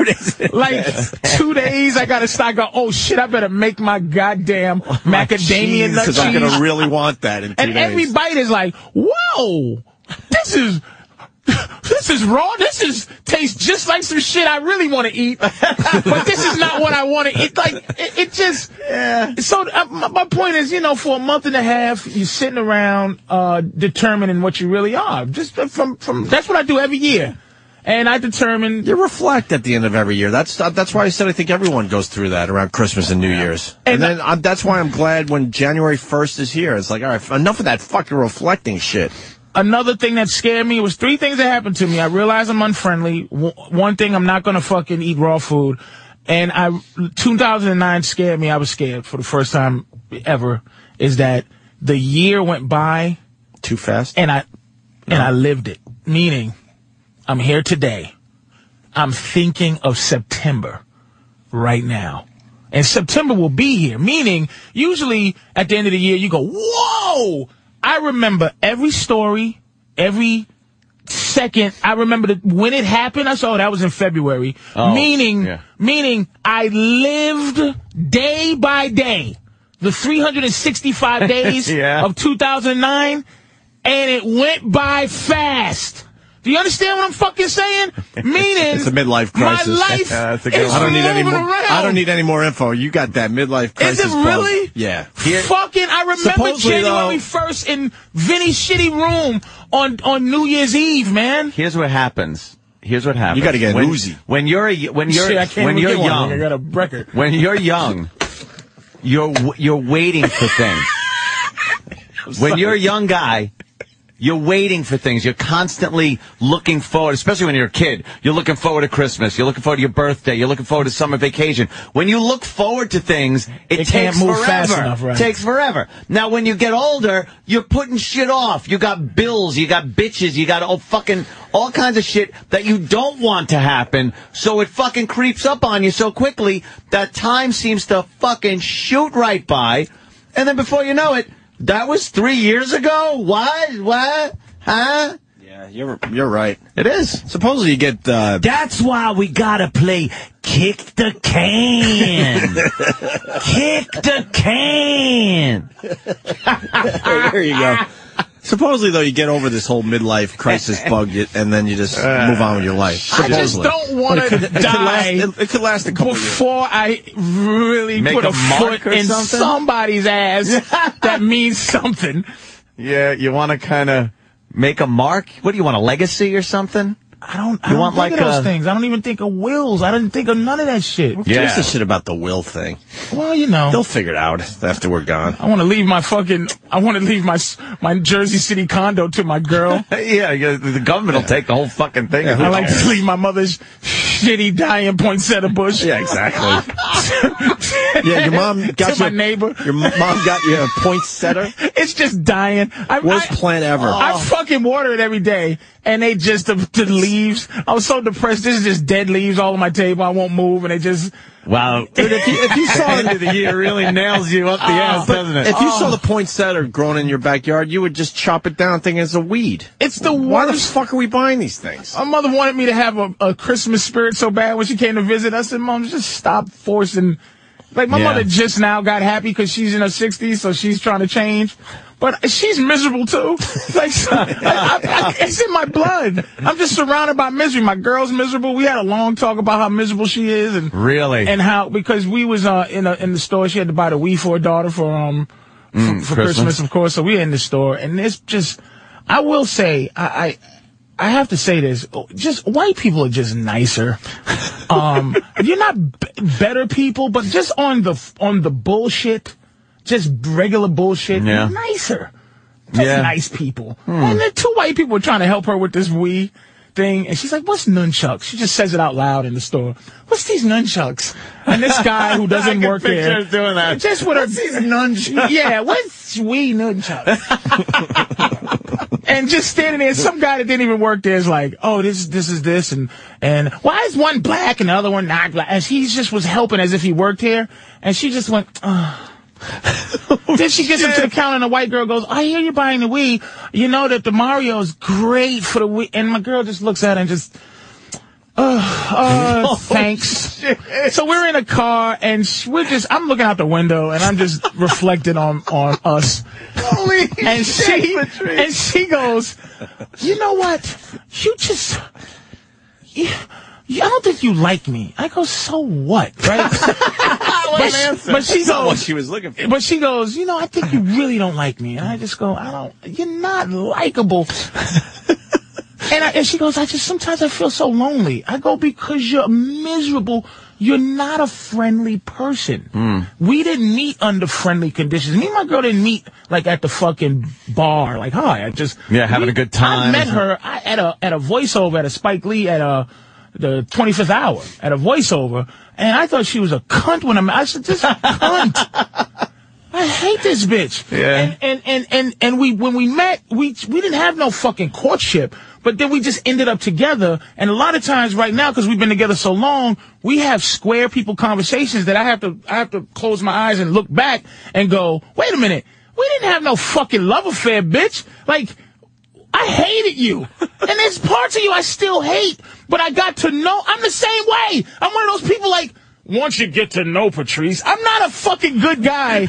[SPEAKER 1] like two days, I gotta start going. Oh shit! I better make my goddamn macadamia nut
[SPEAKER 3] because I'm
[SPEAKER 1] cheese
[SPEAKER 3] gonna really want that in two
[SPEAKER 1] and
[SPEAKER 3] days.
[SPEAKER 1] every bite is like, whoa, this is. This is raw. This is tastes just like some shit I really want to eat, but this is not what I want to eat. Like it, it just. So uh, my, my point is, you know, for a month and a half, you're sitting around uh, determining what you really are. Just uh, from from that's what I do every year, and I determine
[SPEAKER 3] you reflect at the end of every year. That's uh, that's why I said I think everyone goes through that around Christmas and New Year's. And,
[SPEAKER 1] And-
[SPEAKER 3] then I'm, that's why I'm glad when January 1st is here. It's like, all right, enough of that fucking reflecting shit.
[SPEAKER 1] another thing that scared me was three things that happened to me. I realized I'm unfriendly. W- one thing, I'm not gonna fucking eat raw food. And I, 2009 scared me. I was scared for the first time ever. Is that the year went by
[SPEAKER 3] Too fast.
[SPEAKER 1] and I, and I lived it. Meaning, I'm here today. I'm thinking of September right now. And September will be here. Meaning, usually at the end of the year, you go, whoa! I remember every story, every second. I remember the, when it happened. I saw that was in February. meaning,
[SPEAKER 2] Oh, yeah.
[SPEAKER 1] meaning I lived day by day the 365 days
[SPEAKER 2] Yeah.
[SPEAKER 1] of 2009 and it went by fast. Do you understand what I'm fucking saying? Meaning,
[SPEAKER 3] It's a midlife crisis.
[SPEAKER 1] My life
[SPEAKER 2] Yeah, that's a good
[SPEAKER 1] is
[SPEAKER 2] one.
[SPEAKER 3] I don't need any
[SPEAKER 1] moving
[SPEAKER 3] more.
[SPEAKER 1] around.
[SPEAKER 3] I don't need any more info. You got that midlife
[SPEAKER 1] Is
[SPEAKER 3] crisis.
[SPEAKER 1] it
[SPEAKER 3] bug.
[SPEAKER 1] really?
[SPEAKER 3] Yeah.
[SPEAKER 1] Fucking, I remember
[SPEAKER 3] Supposedly, though-
[SPEAKER 1] January 1st in Vinny's shitty room on, on New Year's Eve, man.
[SPEAKER 2] Here's what happens. Here's what happens.
[SPEAKER 3] gotta get an
[SPEAKER 2] when,
[SPEAKER 3] Uzi.
[SPEAKER 2] When you're a, when you're
[SPEAKER 1] Shit, I can't
[SPEAKER 2] when
[SPEAKER 1] even
[SPEAKER 2] you're
[SPEAKER 1] get one.
[SPEAKER 2] young.
[SPEAKER 1] I got a record.
[SPEAKER 2] when you're young, you're w- you're waiting for things. when you're a young guy, you're waiting for things. You're constantly looking forward, especially when you're a kid. You're looking forward to Christmas. You're looking forward to your birthday. You're looking forward to summer vacation. When you look forward to things, it,
[SPEAKER 1] It
[SPEAKER 2] takes
[SPEAKER 1] can't move
[SPEAKER 2] forever.
[SPEAKER 1] fast enough, right.
[SPEAKER 2] Takes forever. Now, when you get older, you're putting shit off. You got bills. You got bitches. You got all fucking all kinds of shit that you don't want to happen. So it fucking creeps up on you so quickly that time seems to fucking shoot right by. And then before you know it, that was three years ago. What? What? Huh?
[SPEAKER 3] Yeah, you're you're right.
[SPEAKER 2] It is.
[SPEAKER 3] Supposedly you get uh,
[SPEAKER 2] That's why we gotta play kick the can. kick the can.
[SPEAKER 3] there you go. Supposedly though you get over this whole midlife crisis bug you- and then you just move on with your life.
[SPEAKER 1] I just
[SPEAKER 3] Supposedly.
[SPEAKER 1] don't want to
[SPEAKER 3] It could last,
[SPEAKER 1] die
[SPEAKER 3] it, it could last a couple of years.
[SPEAKER 1] before I really
[SPEAKER 2] Make
[SPEAKER 1] put
[SPEAKER 2] a
[SPEAKER 1] a,
[SPEAKER 2] mark
[SPEAKER 1] foot
[SPEAKER 2] or
[SPEAKER 1] in
[SPEAKER 2] something?
[SPEAKER 1] somebody's ass that means something.
[SPEAKER 2] Yeah, you wanna kinda make a mark? What do you want, a legacy or something?
[SPEAKER 1] I don't. I
[SPEAKER 2] You
[SPEAKER 1] don't
[SPEAKER 2] want, like,
[SPEAKER 1] think of those
[SPEAKER 2] a-
[SPEAKER 1] things. I don't even think of wills. I didn't think of none of that shit.
[SPEAKER 3] Who gives
[SPEAKER 2] Yeah.
[SPEAKER 3] a shit about the will thing?
[SPEAKER 1] Well, you know,
[SPEAKER 3] They'll figure it out after we're gone.
[SPEAKER 1] I want to leave my fucking. I want to leave my s- my Jersey City condo to my girl.
[SPEAKER 2] Uh, Yeah, yeah, the government will take the whole fucking thing.
[SPEAKER 1] I like to leave my mother's shitty dying poinsettia bush.
[SPEAKER 3] Yeah, exactly. yeah, your mom got
[SPEAKER 1] To my
[SPEAKER 3] you-
[SPEAKER 1] neighbor.
[SPEAKER 3] Your m- mom got you a poinsettia.
[SPEAKER 1] It's just dying. I,
[SPEAKER 3] Worst
[SPEAKER 1] I- Oh.
[SPEAKER 3] plant ever.
[SPEAKER 1] I fucking water it every day, and they just the, the leaves. I was so depressed. This is just dead leaves all on my table. I won't move, and they just.
[SPEAKER 2] Wow.
[SPEAKER 3] Dude, if you, if you saw
[SPEAKER 2] End of the year really nails you up the ass, doesn't it?
[SPEAKER 3] If you saw the poinsettia growing in your backyard, you would just chop it down thinking it's a weed.
[SPEAKER 1] It's the
[SPEAKER 3] Why the
[SPEAKER 1] worst. Oh,
[SPEAKER 3] fuck are we buying these things?
[SPEAKER 1] My mother wanted me to have a, a Christmas spirit so bad when she came to visit. I said, Mom, just stop forcing. Like, my
[SPEAKER 2] Yeah.
[SPEAKER 1] mother just now got happy because she's in her 60s, so she's trying to change. But she's miserable too. Like, so- like, I- I- it's in my blood. I'm just surrounded by misery. My girl's miserable. We had a long talk about how miserable she is, and
[SPEAKER 2] Really?
[SPEAKER 1] and how because we was uh, in a, in the store. She had to buy the Wii for her daughter for um for,
[SPEAKER 2] Christmas.
[SPEAKER 1] for Christmas. of course. So we in the store, and it's just. I will say, I, I I have to say this. Just white people are just nicer. Um, you're not b- better people, but just on the on the bullshit, just regular bullshit,
[SPEAKER 2] Yeah.
[SPEAKER 1] nicer. Just
[SPEAKER 2] Yeah. Hmm.
[SPEAKER 1] nice people. And then two white people were trying to help her with this Wii thing, and she's like, "What's nunchucks?" She just says it out loud in the store. What's these nunchucks? And this guy who doesn't work
[SPEAKER 2] picture
[SPEAKER 1] there,
[SPEAKER 2] us doing that.
[SPEAKER 1] just with her these nunchucks. Yeah, what's Wii nunchucks? and just standing there, some guy that didn't even work there is like, "Oh, this this is this," and and why is one black and the other one not black? And he just was helping as if he worked here, and she just went. Ugh. then she gets up to the counter, and the white girl goes, "I hear you're buying the Wii. You know that the Mario is great for the Wii." And my girl just looks at her and just. Uh, uh, thanks. So we're in a car and sh- we're just, I'm looking out the window and I'm just reflecting on, on us. Holy and she, and she goes, you know what? You just, you, you- I don't think you like me. I go, so what? Right? but, sh- but she
[SPEAKER 3] Not what
[SPEAKER 1] goes,
[SPEAKER 3] she was looking for.
[SPEAKER 1] but she goes, you know, I think you really don't like me. And I just go, I don't, you're not likable. and, I, and she goes, I just, sometimes I feel so lonely. I go, because you're miserable. You're not a friendly person.
[SPEAKER 2] Hmm.
[SPEAKER 1] We didn't meet under friendly conditions. Me and my girl didn't meet like at the fucking bar. Like, hi, I just
[SPEAKER 2] Yeah, having
[SPEAKER 1] we-
[SPEAKER 2] a good time.
[SPEAKER 1] I met her I, at a at a voiceover at a Spike Lee at a the 25th hour at a voiceover, and I thought she was a cunt when I met. I said, "This is a cunt." I hate this bitch.
[SPEAKER 2] Yeah.
[SPEAKER 1] And and and and and we when we met, we we didn't have no fucking courtship, but then we just ended up together. And a lot of times right now, because we've been together so long, we have square people conversations that I have to I have to close my eyes and look back and go, wait a minute, we didn't have no fucking love affair, bitch. Like. I hated you. And there's parts of you I still hate, but I got to know. I'm the same way. I'm one of those people like, once you get to know Patrice, I'm not a fucking good guy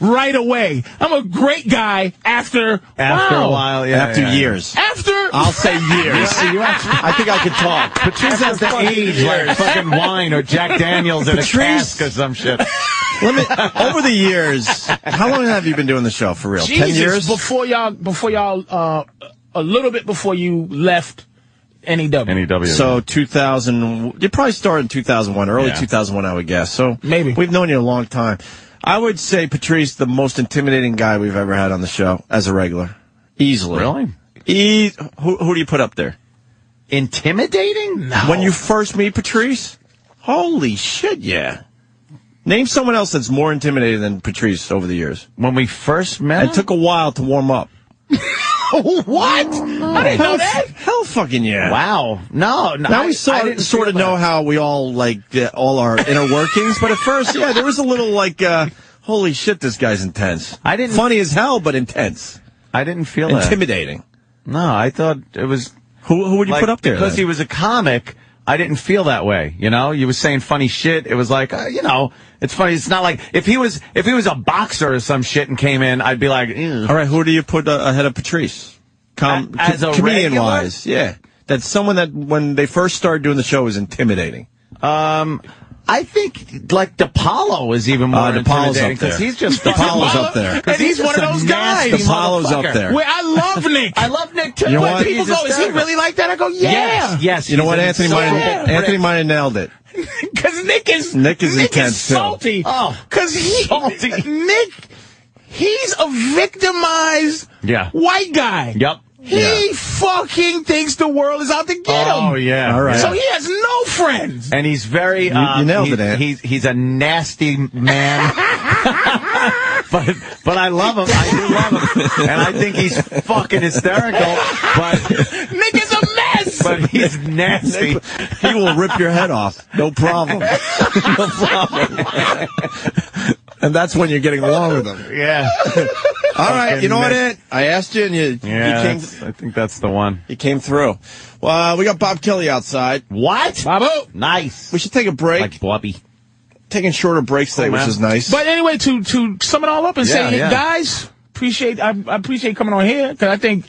[SPEAKER 1] right away. I'm a great guy after,
[SPEAKER 2] After
[SPEAKER 1] wow.
[SPEAKER 2] a while, yeah.
[SPEAKER 3] After
[SPEAKER 2] yeah, yeah.
[SPEAKER 3] years.
[SPEAKER 1] After
[SPEAKER 3] I'll say years. I think I could talk.
[SPEAKER 2] Patrice has the age like fucking wine or Jack Daniels in a cask or some shit.
[SPEAKER 3] Let me, over the years, how long have you been doing the show for real?
[SPEAKER 1] Jesus,
[SPEAKER 3] Ten years.
[SPEAKER 1] before y'all, before y'all, uh, a little bit before you left E NEW.
[SPEAKER 2] NEW.
[SPEAKER 3] So 2000, you probably started in 2001, early
[SPEAKER 2] Yeah.
[SPEAKER 3] 2001, I would guess. So
[SPEAKER 1] Maybe.
[SPEAKER 3] we've known you a long time. I would say Patrice, the most intimidating guy we've ever had on the show as a regular, easily.
[SPEAKER 2] Really?
[SPEAKER 3] E- who, who do you put up there?
[SPEAKER 2] intimidating? No.
[SPEAKER 3] When you first meet Patrice, holy shit, yeah. Name someone else that's more intimidating than Patrice over the years.
[SPEAKER 2] When we first met,
[SPEAKER 3] It took a while to warm up.
[SPEAKER 1] what? I didn't know that.
[SPEAKER 3] Hell fucking yeah.
[SPEAKER 2] Wow. No, no.
[SPEAKER 3] Now
[SPEAKER 2] I-
[SPEAKER 3] we
[SPEAKER 2] I
[SPEAKER 3] sort
[SPEAKER 2] didn't
[SPEAKER 3] sort of
[SPEAKER 2] feel
[SPEAKER 3] know
[SPEAKER 2] that.
[SPEAKER 3] how we all like get all our inner workings, but at first, yeah, there was a little like, uh, holy shit, this guy's intense.
[SPEAKER 2] I didn't-
[SPEAKER 3] funny as hell, but intense,
[SPEAKER 2] I didn't feel that.
[SPEAKER 3] intimidating.
[SPEAKER 2] No, I thought it was.
[SPEAKER 3] Who who would you
[SPEAKER 2] like,
[SPEAKER 3] put up there?
[SPEAKER 2] Because
[SPEAKER 3] then?
[SPEAKER 2] he was a comic. I didn't feel that way, you know. You was saying funny shit. It was like, uh, you know, it's funny. It's not like if he was if he was a boxer or some shit and came in, I'd be like, "Ew."
[SPEAKER 3] all right, who do you put uh, ahead of Patrice? Com-
[SPEAKER 2] A- as a
[SPEAKER 3] comedian
[SPEAKER 2] regular?
[SPEAKER 3] wise, yeah, that's someone that when they first started doing the show was intimidating.
[SPEAKER 2] I think like DePaulo is even more
[SPEAKER 3] Uh, DePaulo's
[SPEAKER 2] intimidating
[SPEAKER 3] up there.
[SPEAKER 2] because he's just
[SPEAKER 3] DePaulo's up there.
[SPEAKER 2] 'Cause
[SPEAKER 1] And he's
[SPEAKER 2] just
[SPEAKER 1] one of
[SPEAKER 2] a
[SPEAKER 1] those
[SPEAKER 2] nasty
[SPEAKER 1] guys.
[SPEAKER 3] DePaulo's up
[SPEAKER 2] motherfucker.
[SPEAKER 3] there.
[SPEAKER 1] Where I love Nick.
[SPEAKER 2] I love Nick too.
[SPEAKER 3] You know
[SPEAKER 2] but
[SPEAKER 3] what?
[SPEAKER 2] people
[SPEAKER 1] People go, is he really like that? I go, yeah.
[SPEAKER 2] Yes, yes.
[SPEAKER 3] You know
[SPEAKER 2] he's
[SPEAKER 3] what,
[SPEAKER 2] an
[SPEAKER 3] Anthony? Might
[SPEAKER 2] insufferable
[SPEAKER 3] have, Anthony
[SPEAKER 2] prick.
[SPEAKER 3] might have nailed it.
[SPEAKER 1] Because Nick is
[SPEAKER 3] Nick is intense, too.
[SPEAKER 1] salty.
[SPEAKER 2] Oh.
[SPEAKER 1] because he
[SPEAKER 2] Salty.
[SPEAKER 1] Nick, he's a victimized
[SPEAKER 2] Yeah.
[SPEAKER 1] white guy.
[SPEAKER 2] Yep.
[SPEAKER 1] He fucking thinks the world is out to get him.
[SPEAKER 2] Oh yeah.
[SPEAKER 3] All right.
[SPEAKER 1] So he has no friends.
[SPEAKER 2] And he's very. Um,
[SPEAKER 3] you nailed
[SPEAKER 2] he-
[SPEAKER 3] it, Ant.
[SPEAKER 2] He's he's a nasty man. but but I love him. I do love him, and I think he's fucking hysterical. But
[SPEAKER 1] Nick is a mess.
[SPEAKER 2] but he's nasty.
[SPEAKER 3] He will rip your head off. No problem. no problem. and that's when you're getting along with him.
[SPEAKER 2] Yeah.
[SPEAKER 3] All right, you know what,
[SPEAKER 2] Nick.
[SPEAKER 3] Ed? I asked you, and you,
[SPEAKER 2] Yeah.
[SPEAKER 3] you,
[SPEAKER 2] that's-
[SPEAKER 3] came,
[SPEAKER 2] I think that's the one.
[SPEAKER 3] you came through. Well, uh, we got Bob Kelly outside. oh!
[SPEAKER 2] What?
[SPEAKER 1] Bobo.
[SPEAKER 2] Nice.
[SPEAKER 3] We should take a break.
[SPEAKER 2] Like Bobby.
[SPEAKER 3] Taking shorter breaks today,
[SPEAKER 2] Cool,
[SPEAKER 3] which
[SPEAKER 2] man.
[SPEAKER 3] is nice.
[SPEAKER 1] But anyway, to to sum it all up and
[SPEAKER 3] Yeah,
[SPEAKER 1] say, hey,
[SPEAKER 3] yeah.
[SPEAKER 1] guys, appreciate I, I appreciate coming on here because I think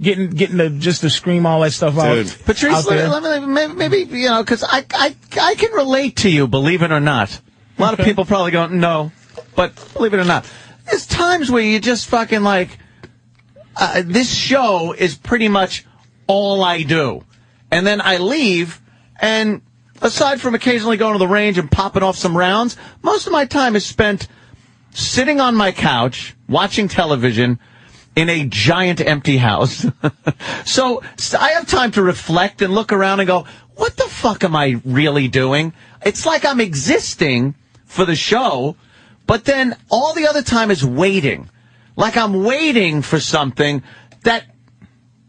[SPEAKER 1] getting getting the just to scream all that stuff out.
[SPEAKER 3] Dude.
[SPEAKER 2] oh, Patrice,
[SPEAKER 1] out
[SPEAKER 2] let,
[SPEAKER 1] there.
[SPEAKER 2] me- let me, maybe, maybe, you know, because I, I, I can relate to you, believe it or not. A lot of people probably don't know, but believe it or not, there's times where you just fucking like, uh, this show is pretty much all I do. And then I leave, and aside from occasionally going to the range and popping off some rounds, most of my time is spent sitting on my couch watching television in a giant empty house. so s- I have time to reflect and look around and go, what the fuck am I really doing? It's like I'm existing for the show, but then all the other time is waiting. Like I'm waiting for something that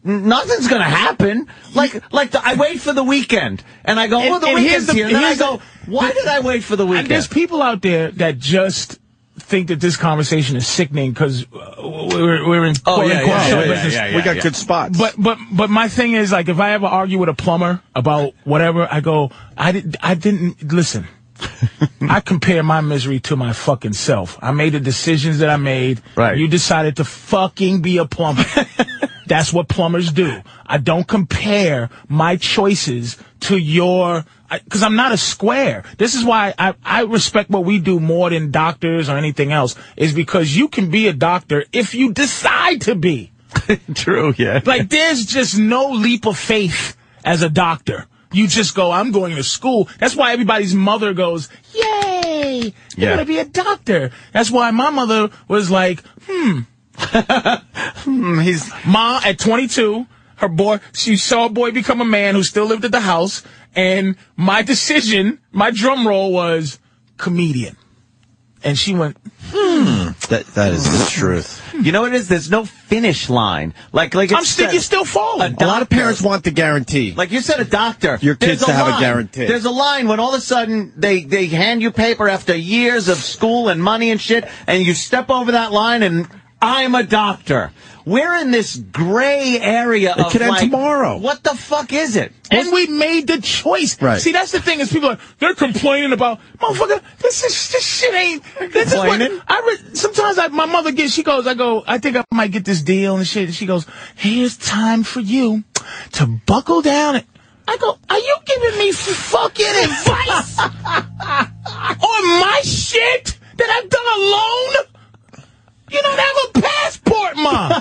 [SPEAKER 2] n- nothing's gonna happen. Like, like the, I wait for the weekend and I go,
[SPEAKER 1] And-
[SPEAKER 2] oh, the
[SPEAKER 1] and
[SPEAKER 2] weekend's
[SPEAKER 1] here's the-
[SPEAKER 2] here. And then I
[SPEAKER 1] here's the-
[SPEAKER 2] go, why did I wait for the
[SPEAKER 1] And there's
[SPEAKER 2] weekend?
[SPEAKER 1] people out there that just think that this conversation is sickening because we're, we're in
[SPEAKER 2] Oh,
[SPEAKER 1] quote
[SPEAKER 2] yeah,
[SPEAKER 1] unquote
[SPEAKER 2] yeah,
[SPEAKER 1] show
[SPEAKER 2] yeah, yeah,
[SPEAKER 1] business.
[SPEAKER 2] yeah, yeah.
[SPEAKER 3] we got good spots.
[SPEAKER 1] But but but my thing is like if I ever argue with a plumber about whatever, I go I did I didn't listen. I compare my misery to my fucking self. I made the decisions that I made.
[SPEAKER 2] Right.
[SPEAKER 1] You decided to fucking be a plumber. That's what plumbers do. I don't compare my choices to your because I'm not a square. This is why I, I respect what we do more than doctors or anything else is because you can be a doctor if you decide to be.
[SPEAKER 2] True, yeah.
[SPEAKER 1] Like there's just no leap of faith as a doctor. You just go, I'm going to school. That's why everybody's mother goes, Yay! You're
[SPEAKER 2] Yeah.
[SPEAKER 1] gonna be a doctor. That's why my mother was like, Mm,
[SPEAKER 2] He's
[SPEAKER 1] Ma at 22, her boy, she saw a boy become a man who still lived at the house, and my decision, my drum roll was comedian. And she went,
[SPEAKER 3] that, that is the truth.
[SPEAKER 2] You know what it is? There's no finish line. Like like it
[SPEAKER 1] I'm still,
[SPEAKER 2] said-
[SPEAKER 1] you're still
[SPEAKER 2] a
[SPEAKER 1] falling.
[SPEAKER 2] doctor.
[SPEAKER 3] A lot of parents want the guarantee.
[SPEAKER 2] Like you said, a doctor.
[SPEAKER 3] Your kids
[SPEAKER 2] There's
[SPEAKER 3] to have a
[SPEAKER 2] line.
[SPEAKER 3] guarantee.
[SPEAKER 2] There's a line when all of a sudden they they hand you paper after years of school and money and shit, and you step over that line and. I'm a doctor. We're in this gray area of
[SPEAKER 3] could end
[SPEAKER 2] like,
[SPEAKER 3] tomorrow.
[SPEAKER 2] What the fuck is it?
[SPEAKER 1] And we made the choice.
[SPEAKER 3] Right.
[SPEAKER 1] See, that's the thing is people are they're complaining about motherfucker. This is this shit ain't. This is what
[SPEAKER 2] Complaining?
[SPEAKER 1] I re- sometimes I, my mother gets. She goes. I go. I think I might get this deal and shit. And she goes. Here's time for you to buckle down. and-" I go. Are you giving me fucking advice on my shit that I've done alone? You don't have a passport, mom.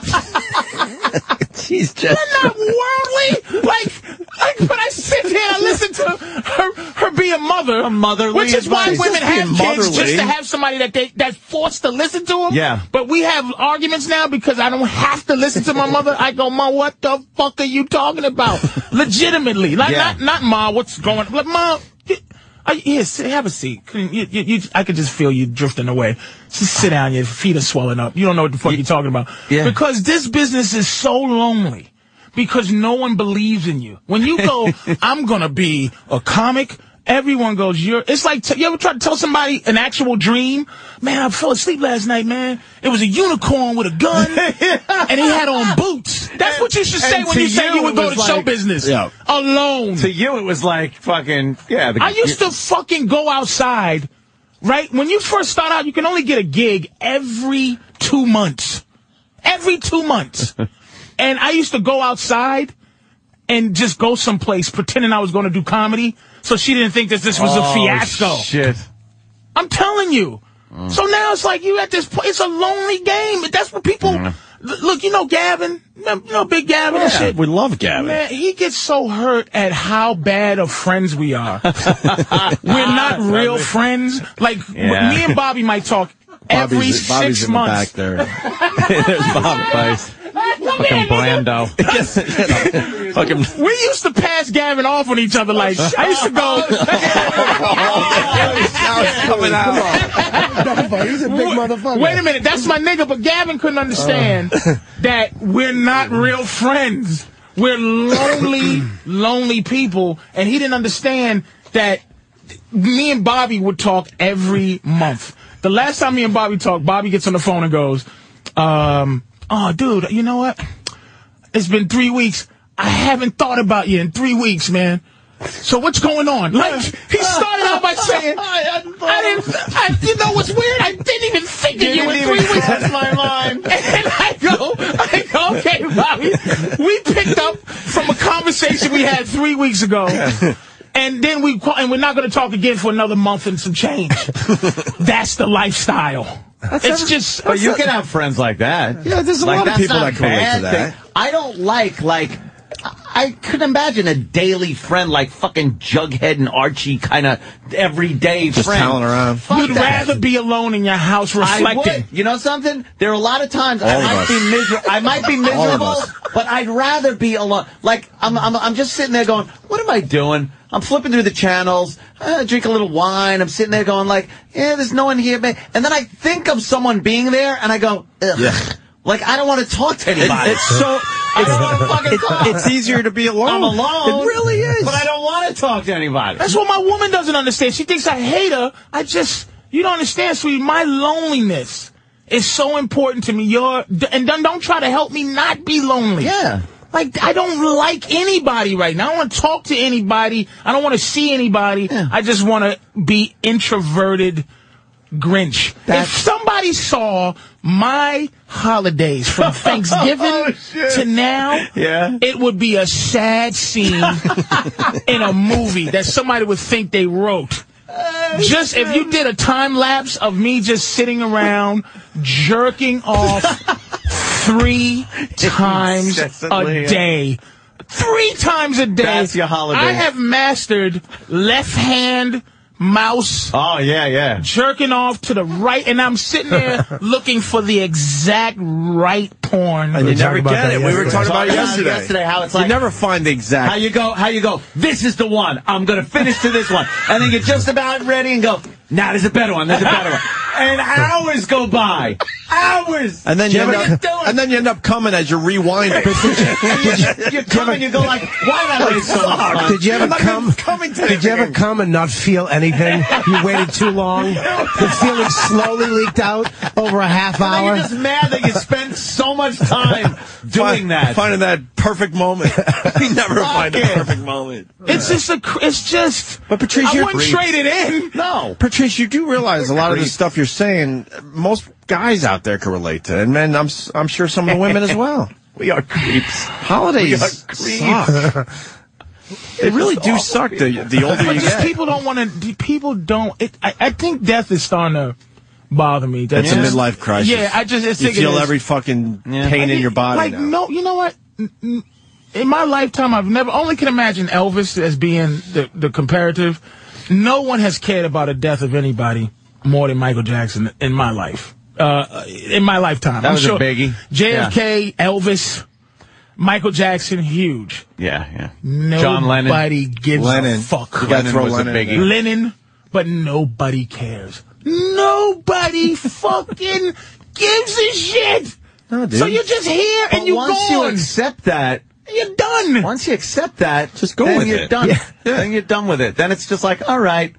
[SPEAKER 3] She's just.
[SPEAKER 1] I'm not worldly. Like, like, but I sit here and I listen to her, her being mother,
[SPEAKER 2] A motherly
[SPEAKER 1] which is why
[SPEAKER 2] advice.
[SPEAKER 1] women
[SPEAKER 2] Just
[SPEAKER 1] have
[SPEAKER 2] being
[SPEAKER 1] kids just
[SPEAKER 2] motherly.
[SPEAKER 1] to have somebody that they that's forced to listen to them.
[SPEAKER 2] Yeah.
[SPEAKER 1] But we have arguments now because I don't have to listen to my mother. I go, Ma, what the fuck are you talking about? Legitimately, like
[SPEAKER 2] Yeah.
[SPEAKER 1] not not Ma, what's going? Like Ma. y- I, yeah, sit, have a seat. Can You, you, you, I could just feel you drifting away. Just sit down. Your feet are swelling up. You don't know what the fuck you're talking about.
[SPEAKER 2] Yeah.
[SPEAKER 1] Because this business is so lonely because no one believes in you. When you go, I'm going to be a comic, everyone goes, you're, it's like, t- you ever try to tell somebody an actual dream? Man, I fell asleep last night, man. It was a unicorn with a gun and he had on boots. That's what you should
[SPEAKER 2] And-
[SPEAKER 1] say
[SPEAKER 2] and
[SPEAKER 1] when
[SPEAKER 2] to
[SPEAKER 1] you say
[SPEAKER 2] you,
[SPEAKER 1] you would
[SPEAKER 2] it
[SPEAKER 1] go
[SPEAKER 2] was
[SPEAKER 1] to show
[SPEAKER 2] like-
[SPEAKER 1] business
[SPEAKER 3] Yeah.
[SPEAKER 1] alone.
[SPEAKER 2] To you, it was like fucking yeah. The,
[SPEAKER 1] I used to fucking go outside, right? When you first start out, you can only get a gig every two months. Every two months. and I used to go outside and just go someplace pretending I was going to do comedy. So she didn't think that this was a fiasco.
[SPEAKER 2] Shit.
[SPEAKER 1] I'm telling you. So now it's like you at this point. It's a lonely game. But that's what people. L- Look, you know Gavin. You know Big Gavin and shit.
[SPEAKER 3] we love Gavin.
[SPEAKER 1] Man, he gets so hurt at how bad of friends we are. We're not real friends. Like w-
[SPEAKER 2] Yeah.
[SPEAKER 1] me and Bobby might talk every
[SPEAKER 3] Bobby's,
[SPEAKER 1] six
[SPEAKER 3] Bobby's in
[SPEAKER 1] months.
[SPEAKER 3] the back there. There's Bob.
[SPEAKER 2] Fucking Blando.
[SPEAKER 3] Fucking
[SPEAKER 1] We used to pass Gavin off on each other. Like I used to go.
[SPEAKER 3] Oh, coming out.
[SPEAKER 5] motherfucker. He's a big motherfucker. Uh.
[SPEAKER 1] Wait a minute, that's my nigga. But Gavin couldn't understand that we're not real friends. We're lonely, lonely people, and he didn't understand that me and Bobby would talk every month. The last time me and Bobby talked, Bobby gets on the phone and goes, um, "Oh, dude, you know what? It's been three weeks. I haven't thought about you in three weeks, man." So what's going on? Like he started out by saying,
[SPEAKER 2] I hadn't thought
[SPEAKER 1] I didn't. I, you know what's weird? I didn't even think of you
[SPEAKER 2] Didn't
[SPEAKER 1] in
[SPEAKER 2] even
[SPEAKER 1] three weeks.
[SPEAKER 2] cross my mind.
[SPEAKER 1] And I go, I go, okay, Bobby, we picked up from a conversation we had three weeks ago. And then we, qua- and we're not going to talk again for another month and some change. That's the lifestyle. it's just,
[SPEAKER 2] But you can have friends like that.
[SPEAKER 3] Yeah, there's a
[SPEAKER 2] Like,
[SPEAKER 3] lot of
[SPEAKER 2] that's
[SPEAKER 3] people
[SPEAKER 2] not
[SPEAKER 3] that can relate
[SPEAKER 2] bad
[SPEAKER 3] to that.
[SPEAKER 2] thing. I don't like like. I I couldn't imagine a daily friend like fucking Jughead and Archie kind of everyday
[SPEAKER 3] Just
[SPEAKER 2] friend.
[SPEAKER 3] toweling around.
[SPEAKER 2] Fuck
[SPEAKER 1] you'd
[SPEAKER 2] that.
[SPEAKER 1] rather be alone in your house
[SPEAKER 2] I would.
[SPEAKER 1] reflecting.
[SPEAKER 2] You know something? There are a lot of times I
[SPEAKER 3] All of
[SPEAKER 2] might
[SPEAKER 3] us.
[SPEAKER 2] be miserable. I might be
[SPEAKER 3] All of
[SPEAKER 2] miserable,
[SPEAKER 3] us.
[SPEAKER 2] but I'd rather be alone. Like I'm, I'm, I'm just sitting there going, "What am I doing?" I'm flipping through the channels. I drink a little wine. I'm sitting there going, "Like, yeah, there's no one here." Man. And then I think of someone being there, and I go, Ugh.
[SPEAKER 3] Yeah.
[SPEAKER 2] "Like, I don't want to talk to anybody."
[SPEAKER 3] it's so-
[SPEAKER 2] I don't want to fucking talk.
[SPEAKER 3] It's easier to be alone.
[SPEAKER 2] I'm alone.
[SPEAKER 3] It really is.
[SPEAKER 2] But I don't want to talk to anybody.
[SPEAKER 1] That's what my woman doesn't understand. She thinks I hate her. I just, you don't understand, sweetie. My loneliness is so important to me. Your and don't, don't try to help me not be lonely.
[SPEAKER 2] Yeah.
[SPEAKER 1] Like I don't like anybody right now. I don't want to talk to anybody. I don't want to see anybody. I just want to be introverted. Grinch.
[SPEAKER 2] That's-
[SPEAKER 1] if somebody saw my holidays from Thanksgiving to now,
[SPEAKER 2] Oh, Yeah.
[SPEAKER 1] it would be a sad scene in a movie that somebody would think they wrote. Just if you did a time lapse of me just sitting around jerking off three times
[SPEAKER 2] Incessantly,
[SPEAKER 1] a
[SPEAKER 2] yeah.
[SPEAKER 1] day. Three times a day.
[SPEAKER 2] That's your holiday.
[SPEAKER 1] I have mastered left hand mouse
[SPEAKER 2] Oh yeah, yeah.
[SPEAKER 1] jerking off to the right, and I'm sitting there looking for the exact right porn.
[SPEAKER 3] And you never
[SPEAKER 5] about
[SPEAKER 3] get
[SPEAKER 5] that
[SPEAKER 3] it. We were
[SPEAKER 5] yesterday.
[SPEAKER 3] talking about
[SPEAKER 2] Talking
[SPEAKER 3] it
[SPEAKER 2] about
[SPEAKER 3] yesterday.
[SPEAKER 2] yesterday, how it's like-
[SPEAKER 3] you never find the exact.
[SPEAKER 2] How you go? How you go? This is the one. I'm gonna finish to this one, and then you're just about ready and go. Now nah, there's a better one. There's a better one. And hours go by. Hours.
[SPEAKER 3] and then you,
[SPEAKER 2] Jim, what
[SPEAKER 3] end
[SPEAKER 2] you
[SPEAKER 3] up,
[SPEAKER 2] doing?
[SPEAKER 3] and then you end up coming as you rewind.
[SPEAKER 2] you, you come and you go like, why did I waste so much time?
[SPEAKER 5] Did you ever
[SPEAKER 3] I'm not
[SPEAKER 5] come?
[SPEAKER 3] even coming to
[SPEAKER 5] Did you ever
[SPEAKER 3] anything.
[SPEAKER 5] come and not feel anything? You waited too long. The feeling slowly leaked out over a
[SPEAKER 2] And
[SPEAKER 5] half
[SPEAKER 2] then
[SPEAKER 5] hour.
[SPEAKER 2] you're just mad that you spent so much time doing
[SPEAKER 3] Find-
[SPEAKER 2] that.
[SPEAKER 3] Finding that perfect moment. you never
[SPEAKER 2] Fuck
[SPEAKER 3] find
[SPEAKER 2] it.
[SPEAKER 3] the perfect moment.
[SPEAKER 1] It's just a. cr- It's just.
[SPEAKER 3] But Patrice,
[SPEAKER 1] I
[SPEAKER 3] you're
[SPEAKER 1] wouldn't
[SPEAKER 3] brief.
[SPEAKER 1] trade it in.
[SPEAKER 2] No.
[SPEAKER 3] Patrice, you do realize a lot of the stuff you're saying, most guys out there can relate to, and men, I'm s- I'm sure some of the women as well.
[SPEAKER 2] We are creeps.
[SPEAKER 3] Holidays suck. they really do suck. The the older
[SPEAKER 1] But
[SPEAKER 3] you
[SPEAKER 1] just
[SPEAKER 3] get.
[SPEAKER 1] people don't want to. People don't. It, I, I think death is starting to bother me. That's
[SPEAKER 3] It's a midlife crisis.
[SPEAKER 1] Yeah, I just. It's
[SPEAKER 3] you feel every fucking pain in your body.
[SPEAKER 1] Like
[SPEAKER 3] now.
[SPEAKER 1] no, you know what? N- n- In my lifetime, I've never only can imagine Elvis as being the the comparative. No one has cared about the death of anybody more than Michael Jackson in my life. Uh, in my lifetime,
[SPEAKER 2] That
[SPEAKER 1] I'm
[SPEAKER 2] was a
[SPEAKER 1] sure
[SPEAKER 2] biggie.
[SPEAKER 1] JFK, Elvis, Michael Jackson, huge.
[SPEAKER 2] Yeah, yeah. John Lennon.
[SPEAKER 1] Nobody gives a
[SPEAKER 3] Lennon.
[SPEAKER 1] fuck.
[SPEAKER 3] You gotta
[SPEAKER 2] Lennon
[SPEAKER 3] throw
[SPEAKER 2] was a
[SPEAKER 3] Lennon in
[SPEAKER 2] biggie.
[SPEAKER 3] there.
[SPEAKER 1] Lennon, but nobody cares. Nobody fucking gives a shit.
[SPEAKER 3] No, dude.
[SPEAKER 1] So you're just here
[SPEAKER 2] But
[SPEAKER 1] and you
[SPEAKER 2] once you
[SPEAKER 1] gone.
[SPEAKER 2] accept that,
[SPEAKER 1] you're done.
[SPEAKER 2] once you accept that,
[SPEAKER 3] Just go
[SPEAKER 2] then
[SPEAKER 3] with
[SPEAKER 2] you're
[SPEAKER 3] it.
[SPEAKER 2] done.
[SPEAKER 3] Yeah.
[SPEAKER 2] Then you're done with it. Then it's just like, all right.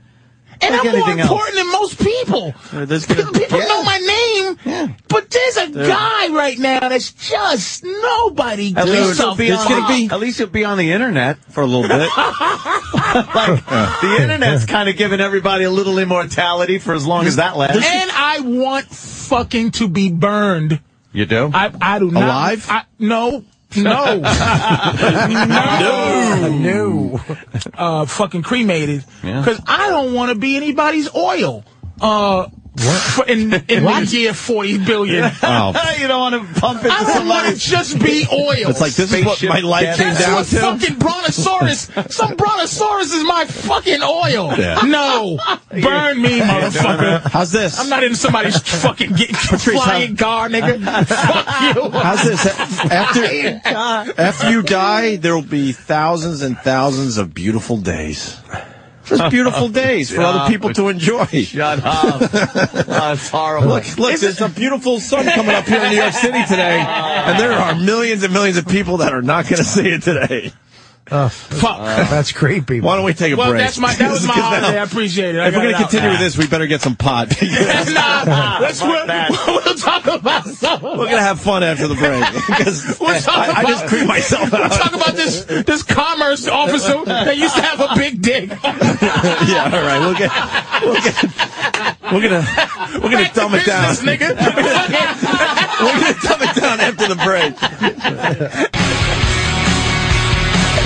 [SPEAKER 1] and
[SPEAKER 2] like
[SPEAKER 1] I'm more
[SPEAKER 2] anything else.
[SPEAKER 1] important than most people.
[SPEAKER 3] Yeah, there's
[SPEAKER 1] Pe-
[SPEAKER 3] gonna-
[SPEAKER 1] people
[SPEAKER 2] Yeah.
[SPEAKER 1] know my name, but there's a guy right now that's just nobody
[SPEAKER 2] At
[SPEAKER 1] gives
[SPEAKER 2] least,
[SPEAKER 1] a
[SPEAKER 2] you'll be
[SPEAKER 1] fuck.
[SPEAKER 2] on, at least you'll be on the internet.
[SPEAKER 3] for a little bit.
[SPEAKER 2] Like the internet's kind of giving everybody a little immortality for as long as that lasts.
[SPEAKER 1] And I want fucking to be burned.
[SPEAKER 2] You do?
[SPEAKER 1] I I do not
[SPEAKER 3] Alive?
[SPEAKER 1] I, no. No. no. No. Uh, fucking cremated.
[SPEAKER 2] Yeah.
[SPEAKER 1] Because I don't want to be anybody's oil. Uh, f- in in the year 40 billion.
[SPEAKER 3] Oh.
[SPEAKER 2] you don't want to pump into
[SPEAKER 1] I don't want to
[SPEAKER 2] somebody's
[SPEAKER 1] just be oil.
[SPEAKER 3] It's like this is what
[SPEAKER 2] Spaceship
[SPEAKER 3] my life came
[SPEAKER 1] That's
[SPEAKER 3] down
[SPEAKER 1] what
[SPEAKER 3] to.
[SPEAKER 1] fucking brontosaurus. Some brontosaurus is my fucking oil.
[SPEAKER 3] Yeah.
[SPEAKER 1] No, burn me, motherfucker.
[SPEAKER 3] How's this?
[SPEAKER 1] I'm not in somebody's fucking get, flying car, nigga. Fuck you.
[SPEAKER 3] How's this? After after you die, there will be thousands and thousands of beautiful days. Just beautiful days for other people to enjoy.
[SPEAKER 2] Shut up. oh, it's horrible.
[SPEAKER 3] Look, look, there's a beautiful sun coming up here in New York City today, and there are millions and millions of people that are not going to see it today.
[SPEAKER 1] Fuck.
[SPEAKER 5] That's creepy.
[SPEAKER 3] Why don't we take a
[SPEAKER 1] well,
[SPEAKER 3] break?
[SPEAKER 1] that's my that was my uh,
[SPEAKER 3] Because
[SPEAKER 1] holiday. I appreciate it. I
[SPEAKER 3] If we're
[SPEAKER 1] got
[SPEAKER 3] going
[SPEAKER 1] it
[SPEAKER 3] to
[SPEAKER 1] out.
[SPEAKER 3] continue with this, we better get some pot. We're
[SPEAKER 1] nah, let's
[SPEAKER 2] Fuck
[SPEAKER 1] we'll,
[SPEAKER 2] that.
[SPEAKER 1] we'll talk about something.
[SPEAKER 3] going to have fun after the break. 'Cause
[SPEAKER 1] We'll talk
[SPEAKER 3] I, I
[SPEAKER 1] about-
[SPEAKER 3] just creep myself
[SPEAKER 1] We'll
[SPEAKER 3] out.
[SPEAKER 1] talk about this this commerce officer that used to have a big dick.
[SPEAKER 3] yeah, all right. We'll get, we'll get, we're going to, we're going to
[SPEAKER 1] Back to
[SPEAKER 3] dumb it down.
[SPEAKER 1] business, nigga.
[SPEAKER 3] We're going to dumb it down after the break.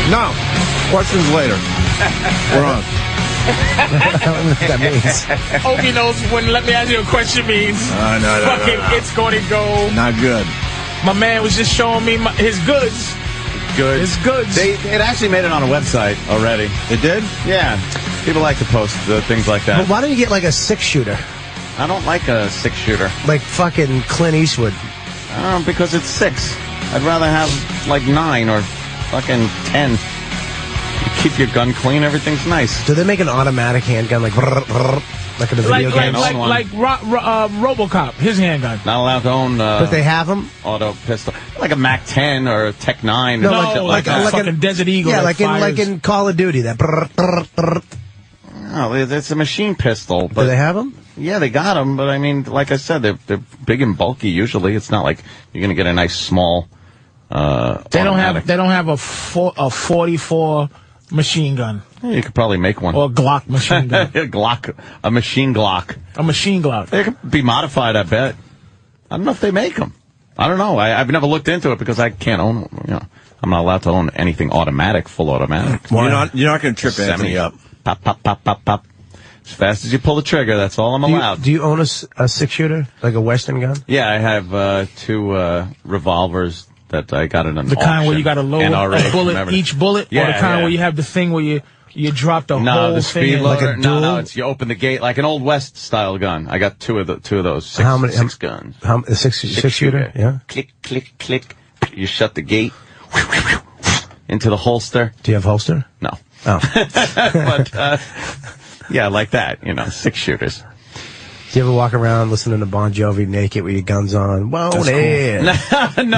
[SPEAKER 3] no. Questions later. We're on.
[SPEAKER 5] that means.
[SPEAKER 1] Obi knows when let me ask you a question means.
[SPEAKER 3] Uh, no, no, no,
[SPEAKER 1] Fucking,
[SPEAKER 3] no.
[SPEAKER 1] it's gonna go.
[SPEAKER 3] Not good.
[SPEAKER 1] My man was just showing me my, his goods.
[SPEAKER 2] good.
[SPEAKER 1] His goods.
[SPEAKER 2] They, it actually made it on a website already.
[SPEAKER 3] It did?
[SPEAKER 2] Yeah. People like to post uh, things like
[SPEAKER 5] But
[SPEAKER 2] that.
[SPEAKER 5] why don't you get like a six shooter,
[SPEAKER 2] I don't like a six shooter.
[SPEAKER 5] like fucking Clint Eastwood?
[SPEAKER 2] Uh, because it's six. I'd rather have like nine or fucking ten. You keep your gun clean, everything's nice.
[SPEAKER 5] Do they make an automatic handgun like brrr, brrr, like in the
[SPEAKER 1] like
[SPEAKER 5] video
[SPEAKER 1] like
[SPEAKER 5] games?
[SPEAKER 1] like,
[SPEAKER 2] Own one.
[SPEAKER 1] like Ro- Ro- uh, RoboCop, his handgun.
[SPEAKER 2] Not allowed to own uh,
[SPEAKER 5] but they have them.
[SPEAKER 2] auto pistol. Like a MAC 10 or a Tech 9.
[SPEAKER 5] No,
[SPEAKER 2] or
[SPEAKER 1] No,
[SPEAKER 5] like
[SPEAKER 1] like,
[SPEAKER 5] the-
[SPEAKER 2] something
[SPEAKER 1] like,
[SPEAKER 5] like
[SPEAKER 1] a
[SPEAKER 5] a- like
[SPEAKER 1] fucking
[SPEAKER 5] an-
[SPEAKER 1] Desert Eagle.
[SPEAKER 5] Yeah,
[SPEAKER 1] that
[SPEAKER 5] like in
[SPEAKER 1] fires.
[SPEAKER 5] like in Call of Duty. That brrr, brrr, brrr.
[SPEAKER 2] No, it's a machine pistol. But
[SPEAKER 5] do they have them?
[SPEAKER 2] Yeah, they got them, but I mean, like I said, they're they're big and bulky. Usually, it's not like you're gonna get a nice small. Uh,
[SPEAKER 1] They don't have
[SPEAKER 2] automatic.
[SPEAKER 1] they don't have a four, a 44 machine gun
[SPEAKER 2] Yeah, you could probably make one.
[SPEAKER 1] or a Glock machine
[SPEAKER 2] a
[SPEAKER 1] gun.
[SPEAKER 2] Glock, a machine Glock.
[SPEAKER 1] a machine Glock.
[SPEAKER 2] They could be modified. I bet. I don't know if they make them. I don't know. I, I've never looked into it because I can't own. You know, I'm not allowed to own anything automatic, full automatic.
[SPEAKER 3] You're not, you're not going to trip Anthony up.
[SPEAKER 2] Pop, pop, pop, pop, pop. As fast as you pull the trigger, that's all I'm
[SPEAKER 5] Do you,
[SPEAKER 2] allowed.
[SPEAKER 5] do you own a, s- a six shooter, like a Western gun?
[SPEAKER 2] Yeah, I have uh, two uh, revolvers that I got at an
[SPEAKER 1] The kind where you got to load a bullet,
[SPEAKER 2] remember.
[SPEAKER 1] each bullet,
[SPEAKER 2] Yeah,
[SPEAKER 1] or the kind
[SPEAKER 2] yeah.
[SPEAKER 1] where you have the thing where you you drop the
[SPEAKER 2] No,
[SPEAKER 1] whole
[SPEAKER 2] the
[SPEAKER 1] thing.
[SPEAKER 2] speed
[SPEAKER 1] in.
[SPEAKER 2] loader. no, no,
[SPEAKER 5] dual?
[SPEAKER 2] it's you open the gate like an old west style gun. I got two of the two of those six,
[SPEAKER 5] How many-
[SPEAKER 2] six
[SPEAKER 5] how-
[SPEAKER 2] guns.
[SPEAKER 5] How, a six, six, shooter? Yeah.
[SPEAKER 2] Click, click, click. You shut the gate into the holster.
[SPEAKER 5] Do you have holster?
[SPEAKER 2] No,
[SPEAKER 5] Oh.
[SPEAKER 2] but uh, yeah, like that. You know, six shooters.
[SPEAKER 5] do you ever walk around listening to Bon Jovi naked with your guns on? Won't it?
[SPEAKER 2] no,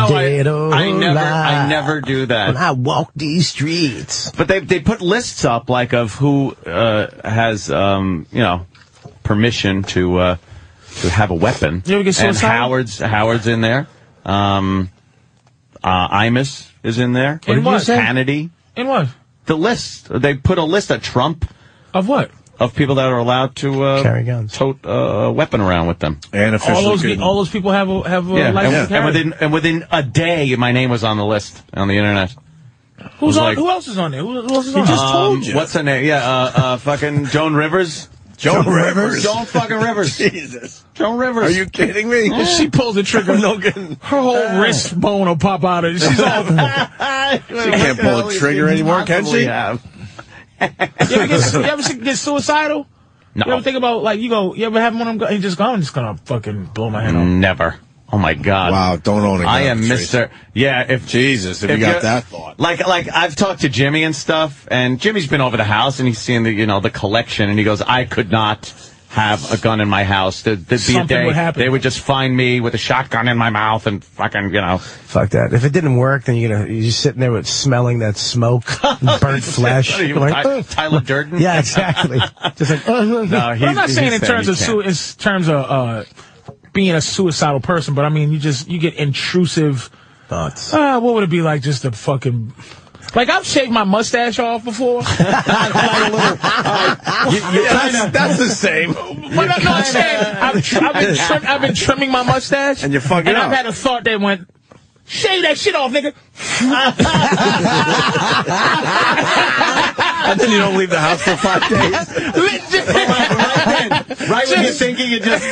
[SPEAKER 2] I,
[SPEAKER 5] Dead or
[SPEAKER 2] I never, I
[SPEAKER 5] alive.
[SPEAKER 2] never do
[SPEAKER 5] When
[SPEAKER 2] that.
[SPEAKER 5] I walk these streets.
[SPEAKER 2] But they they put lists up like of who uh, has um, you know permission to uh, to have a weapon.
[SPEAKER 1] You ever get
[SPEAKER 2] and
[SPEAKER 1] suicidal?
[SPEAKER 2] Howard's Howard's in there. Um, uh, Imus is in there.
[SPEAKER 1] And
[SPEAKER 2] What did you
[SPEAKER 1] what?
[SPEAKER 2] say? Hannity.
[SPEAKER 1] In what?
[SPEAKER 2] The list they put a list of Trump
[SPEAKER 1] Of what?
[SPEAKER 2] of people that are allowed to uh,
[SPEAKER 5] Carry guns.
[SPEAKER 2] tote uh, a weapon around with them.
[SPEAKER 3] And officially
[SPEAKER 1] All those
[SPEAKER 3] good.
[SPEAKER 1] all those people have a, have a
[SPEAKER 2] Yeah,
[SPEAKER 1] license to
[SPEAKER 2] and,
[SPEAKER 1] carry.
[SPEAKER 2] and within and within a day, my name was on the list on the internet.
[SPEAKER 1] Who's
[SPEAKER 2] was
[SPEAKER 1] on?
[SPEAKER 2] like-
[SPEAKER 1] who else is on there? Who, who else is on?
[SPEAKER 3] just
[SPEAKER 1] there?
[SPEAKER 3] told you.
[SPEAKER 2] Um, What's her name? Yeah, uh, uh, fucking Joan Rivers.
[SPEAKER 3] Joan Rivers.
[SPEAKER 2] Joan fucking Rivers.
[SPEAKER 3] Jesus.
[SPEAKER 2] Joan Rivers.
[SPEAKER 3] Are you kidding me?
[SPEAKER 1] if she pulls the trigger,
[SPEAKER 3] no good.
[SPEAKER 1] her whole wrist bone will pop out of it. She's all.
[SPEAKER 2] she
[SPEAKER 3] can't pull a trigger anymore, can she?
[SPEAKER 1] you ever get, you ever get suicidal?
[SPEAKER 2] No.
[SPEAKER 1] You ever think about like you go? You ever have one of them? Go, and you just go. I'm just gonna fucking blow my head off.
[SPEAKER 2] Never. Oh my god.
[SPEAKER 3] Wow, don't own it.
[SPEAKER 2] I am Mister. Yeah, if
[SPEAKER 3] Jesus, if, you
[SPEAKER 2] you're-
[SPEAKER 3] got that thought.
[SPEAKER 2] Like, like I've talked to Jimmy and stuff, and Jimmy's been over the house and he's seen the, you know, the collection, and he goes, "I could not have a gun in my house. There'd, there'd be a
[SPEAKER 1] Something
[SPEAKER 2] day
[SPEAKER 1] would happen.
[SPEAKER 2] they would just find me with a shotgun in my mouth and fucking, you know,
[SPEAKER 5] Fuck that. If it didn't work, then you're, gonna, you're just sitting there with smelling that smoke, and burnt flesh.
[SPEAKER 2] Ty-
[SPEAKER 5] You're like, "Ugh."
[SPEAKER 2] Tyler Durden.
[SPEAKER 5] Yeah, exactly. Just like,
[SPEAKER 2] No, he's,
[SPEAKER 1] But I'm not
[SPEAKER 2] he's
[SPEAKER 1] saying in terms
[SPEAKER 2] he
[SPEAKER 1] of
[SPEAKER 2] can't.
[SPEAKER 1] su- in terms of uh, being a suicidal person, but I mean you just you get intrusive.
[SPEAKER 5] thoughts.
[SPEAKER 1] Uh, what would it be like just to fucking? Like I've shaved my mustache off before.
[SPEAKER 3] that's, that's the same.
[SPEAKER 1] But no, no, I'm saying I've, tr- I've, been trim- I've been trimming my mustache,
[SPEAKER 3] And you fuck it
[SPEAKER 1] And I've
[SPEAKER 3] up.
[SPEAKER 1] had a thought that went, shave that shit off, nigga.
[SPEAKER 3] And then you don't leave the house for five days.
[SPEAKER 2] Right when you're
[SPEAKER 1] Just-
[SPEAKER 2] thinking, you just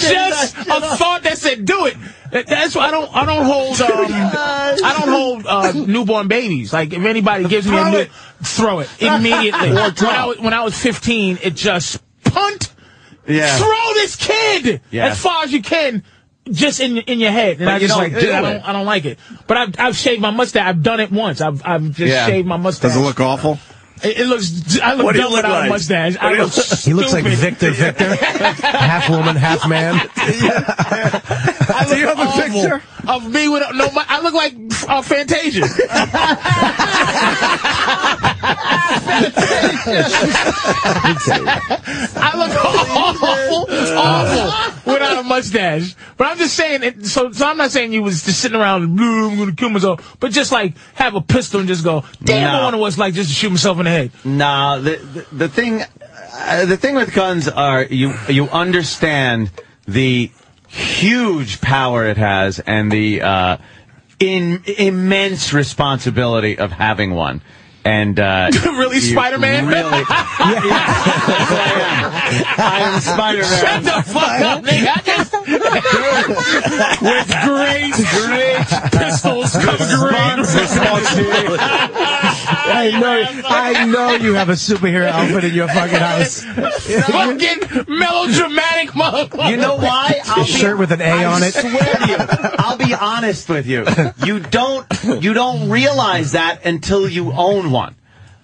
[SPEAKER 1] just a thought that said, "Do it." That- That's why I don't. I don't hold. Um, I don't hold uh, newborn babies. Like if anybody gives me a
[SPEAKER 2] Throw
[SPEAKER 1] new,
[SPEAKER 2] it.
[SPEAKER 1] throw it immediately.
[SPEAKER 2] Or
[SPEAKER 1] when, I
[SPEAKER 2] drop.
[SPEAKER 1] was, when I was 15, it just punt.
[SPEAKER 2] yeah.
[SPEAKER 1] Throw this kid
[SPEAKER 2] Yeah.
[SPEAKER 1] as far as you can. Just in in your head, and I
[SPEAKER 2] you
[SPEAKER 1] just
[SPEAKER 2] don't
[SPEAKER 1] like, dude,
[SPEAKER 2] do
[SPEAKER 1] I
[SPEAKER 2] it.
[SPEAKER 1] don't, I don't like it. But I've I've shaved my mustache. I've done it once. I've I've just
[SPEAKER 2] Yeah.
[SPEAKER 1] shaved my mustache.
[SPEAKER 3] Does it look awful?
[SPEAKER 1] It, it looks. I look
[SPEAKER 3] What do you
[SPEAKER 1] dumb
[SPEAKER 3] look
[SPEAKER 1] without
[SPEAKER 3] like?
[SPEAKER 1] a mustache. I
[SPEAKER 3] What do you
[SPEAKER 1] look
[SPEAKER 3] look-
[SPEAKER 5] He looks like
[SPEAKER 1] stupid.
[SPEAKER 5] Victor Victor, half woman, half man.
[SPEAKER 1] I look
[SPEAKER 2] you have a
[SPEAKER 1] awful
[SPEAKER 2] picture?
[SPEAKER 1] of me with no? mu- I look like uh, Fantasia. I look awful, awful without a mustache. But I'm just saying, it, so, so I'm not saying you was just sitting around, "Blue, I'm going to kill myself, but just like have a pistol and just go, damn,
[SPEAKER 2] No.
[SPEAKER 1] I wonder what it's like just to shoot myself in the head.
[SPEAKER 2] Nah, the the, the thing, uh, the thing with guns are you you understand the huge power it has and the uh, in, immense responsibility of having one. And uh,
[SPEAKER 1] Really,
[SPEAKER 2] you
[SPEAKER 1] Spider-Man?
[SPEAKER 2] Really, Yes, I am. I am Spider-Man.
[SPEAKER 1] Shut the fuck up, nigga. I can't stop- With great, great pistols come great.
[SPEAKER 2] Responsibility.
[SPEAKER 5] I know, I know you have a superhero outfit in your fucking house.
[SPEAKER 1] Fucking melodramatic motherfucker.
[SPEAKER 2] You know why? I'll
[SPEAKER 5] Shirt with an A
[SPEAKER 2] I
[SPEAKER 5] on it.
[SPEAKER 2] swear to you, I'll be honest with you. You don't you don't realize that until you own one.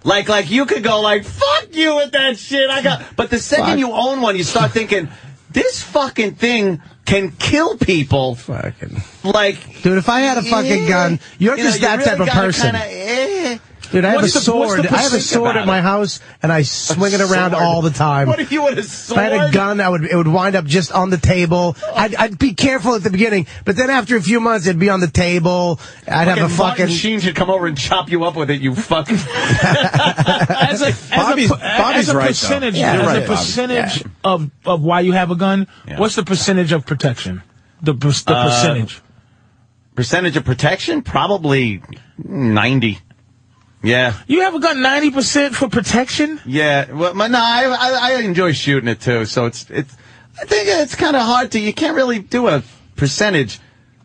[SPEAKER 2] Like like you could go like fuck you with that shit. I got but the second you own one, you start thinking this fucking thing can kill people.
[SPEAKER 5] Fucking.
[SPEAKER 2] Like
[SPEAKER 5] Dude, if I had a fucking
[SPEAKER 2] eh,
[SPEAKER 5] gun, you're
[SPEAKER 2] you know,
[SPEAKER 5] just
[SPEAKER 2] you
[SPEAKER 5] that
[SPEAKER 2] really
[SPEAKER 5] type of
[SPEAKER 2] gotta
[SPEAKER 5] person.
[SPEAKER 2] Kinda, eh.
[SPEAKER 5] Dude, I have a
[SPEAKER 2] What's the- what's
[SPEAKER 5] sword.
[SPEAKER 2] the
[SPEAKER 5] I have a
[SPEAKER 2] perceive
[SPEAKER 5] sword
[SPEAKER 2] about
[SPEAKER 5] at my
[SPEAKER 2] it?
[SPEAKER 5] house, and I swing it around
[SPEAKER 2] Sword.
[SPEAKER 5] all the time.
[SPEAKER 2] What if you had a sword?
[SPEAKER 5] If I had a gun, I would it would wind up just on the table. I'd, I'd be careful at the beginning, but then after a few months, it'd be on the table. I'd have a
[SPEAKER 2] Martin
[SPEAKER 5] fucking.
[SPEAKER 2] Sheen should come over and chop you up with it. You fucking.
[SPEAKER 1] as a, as
[SPEAKER 3] Bobby's-
[SPEAKER 1] a, per-
[SPEAKER 3] Bobby's
[SPEAKER 1] as a
[SPEAKER 3] right, though.
[SPEAKER 1] percentage,
[SPEAKER 3] Yeah,
[SPEAKER 1] as
[SPEAKER 3] you're
[SPEAKER 1] a
[SPEAKER 3] right, Bobby.
[SPEAKER 1] percentage of, of why you have a gun,
[SPEAKER 2] Yeah.
[SPEAKER 1] what's the percentage of protection? The, per- the percentage.
[SPEAKER 2] percentage of protection probably 90 yeah
[SPEAKER 1] You have a gun 90% for protection?
[SPEAKER 2] yeah well my, no I, I i enjoy shooting it too so it's it's i think it's kind of hard to you can't really do a percentage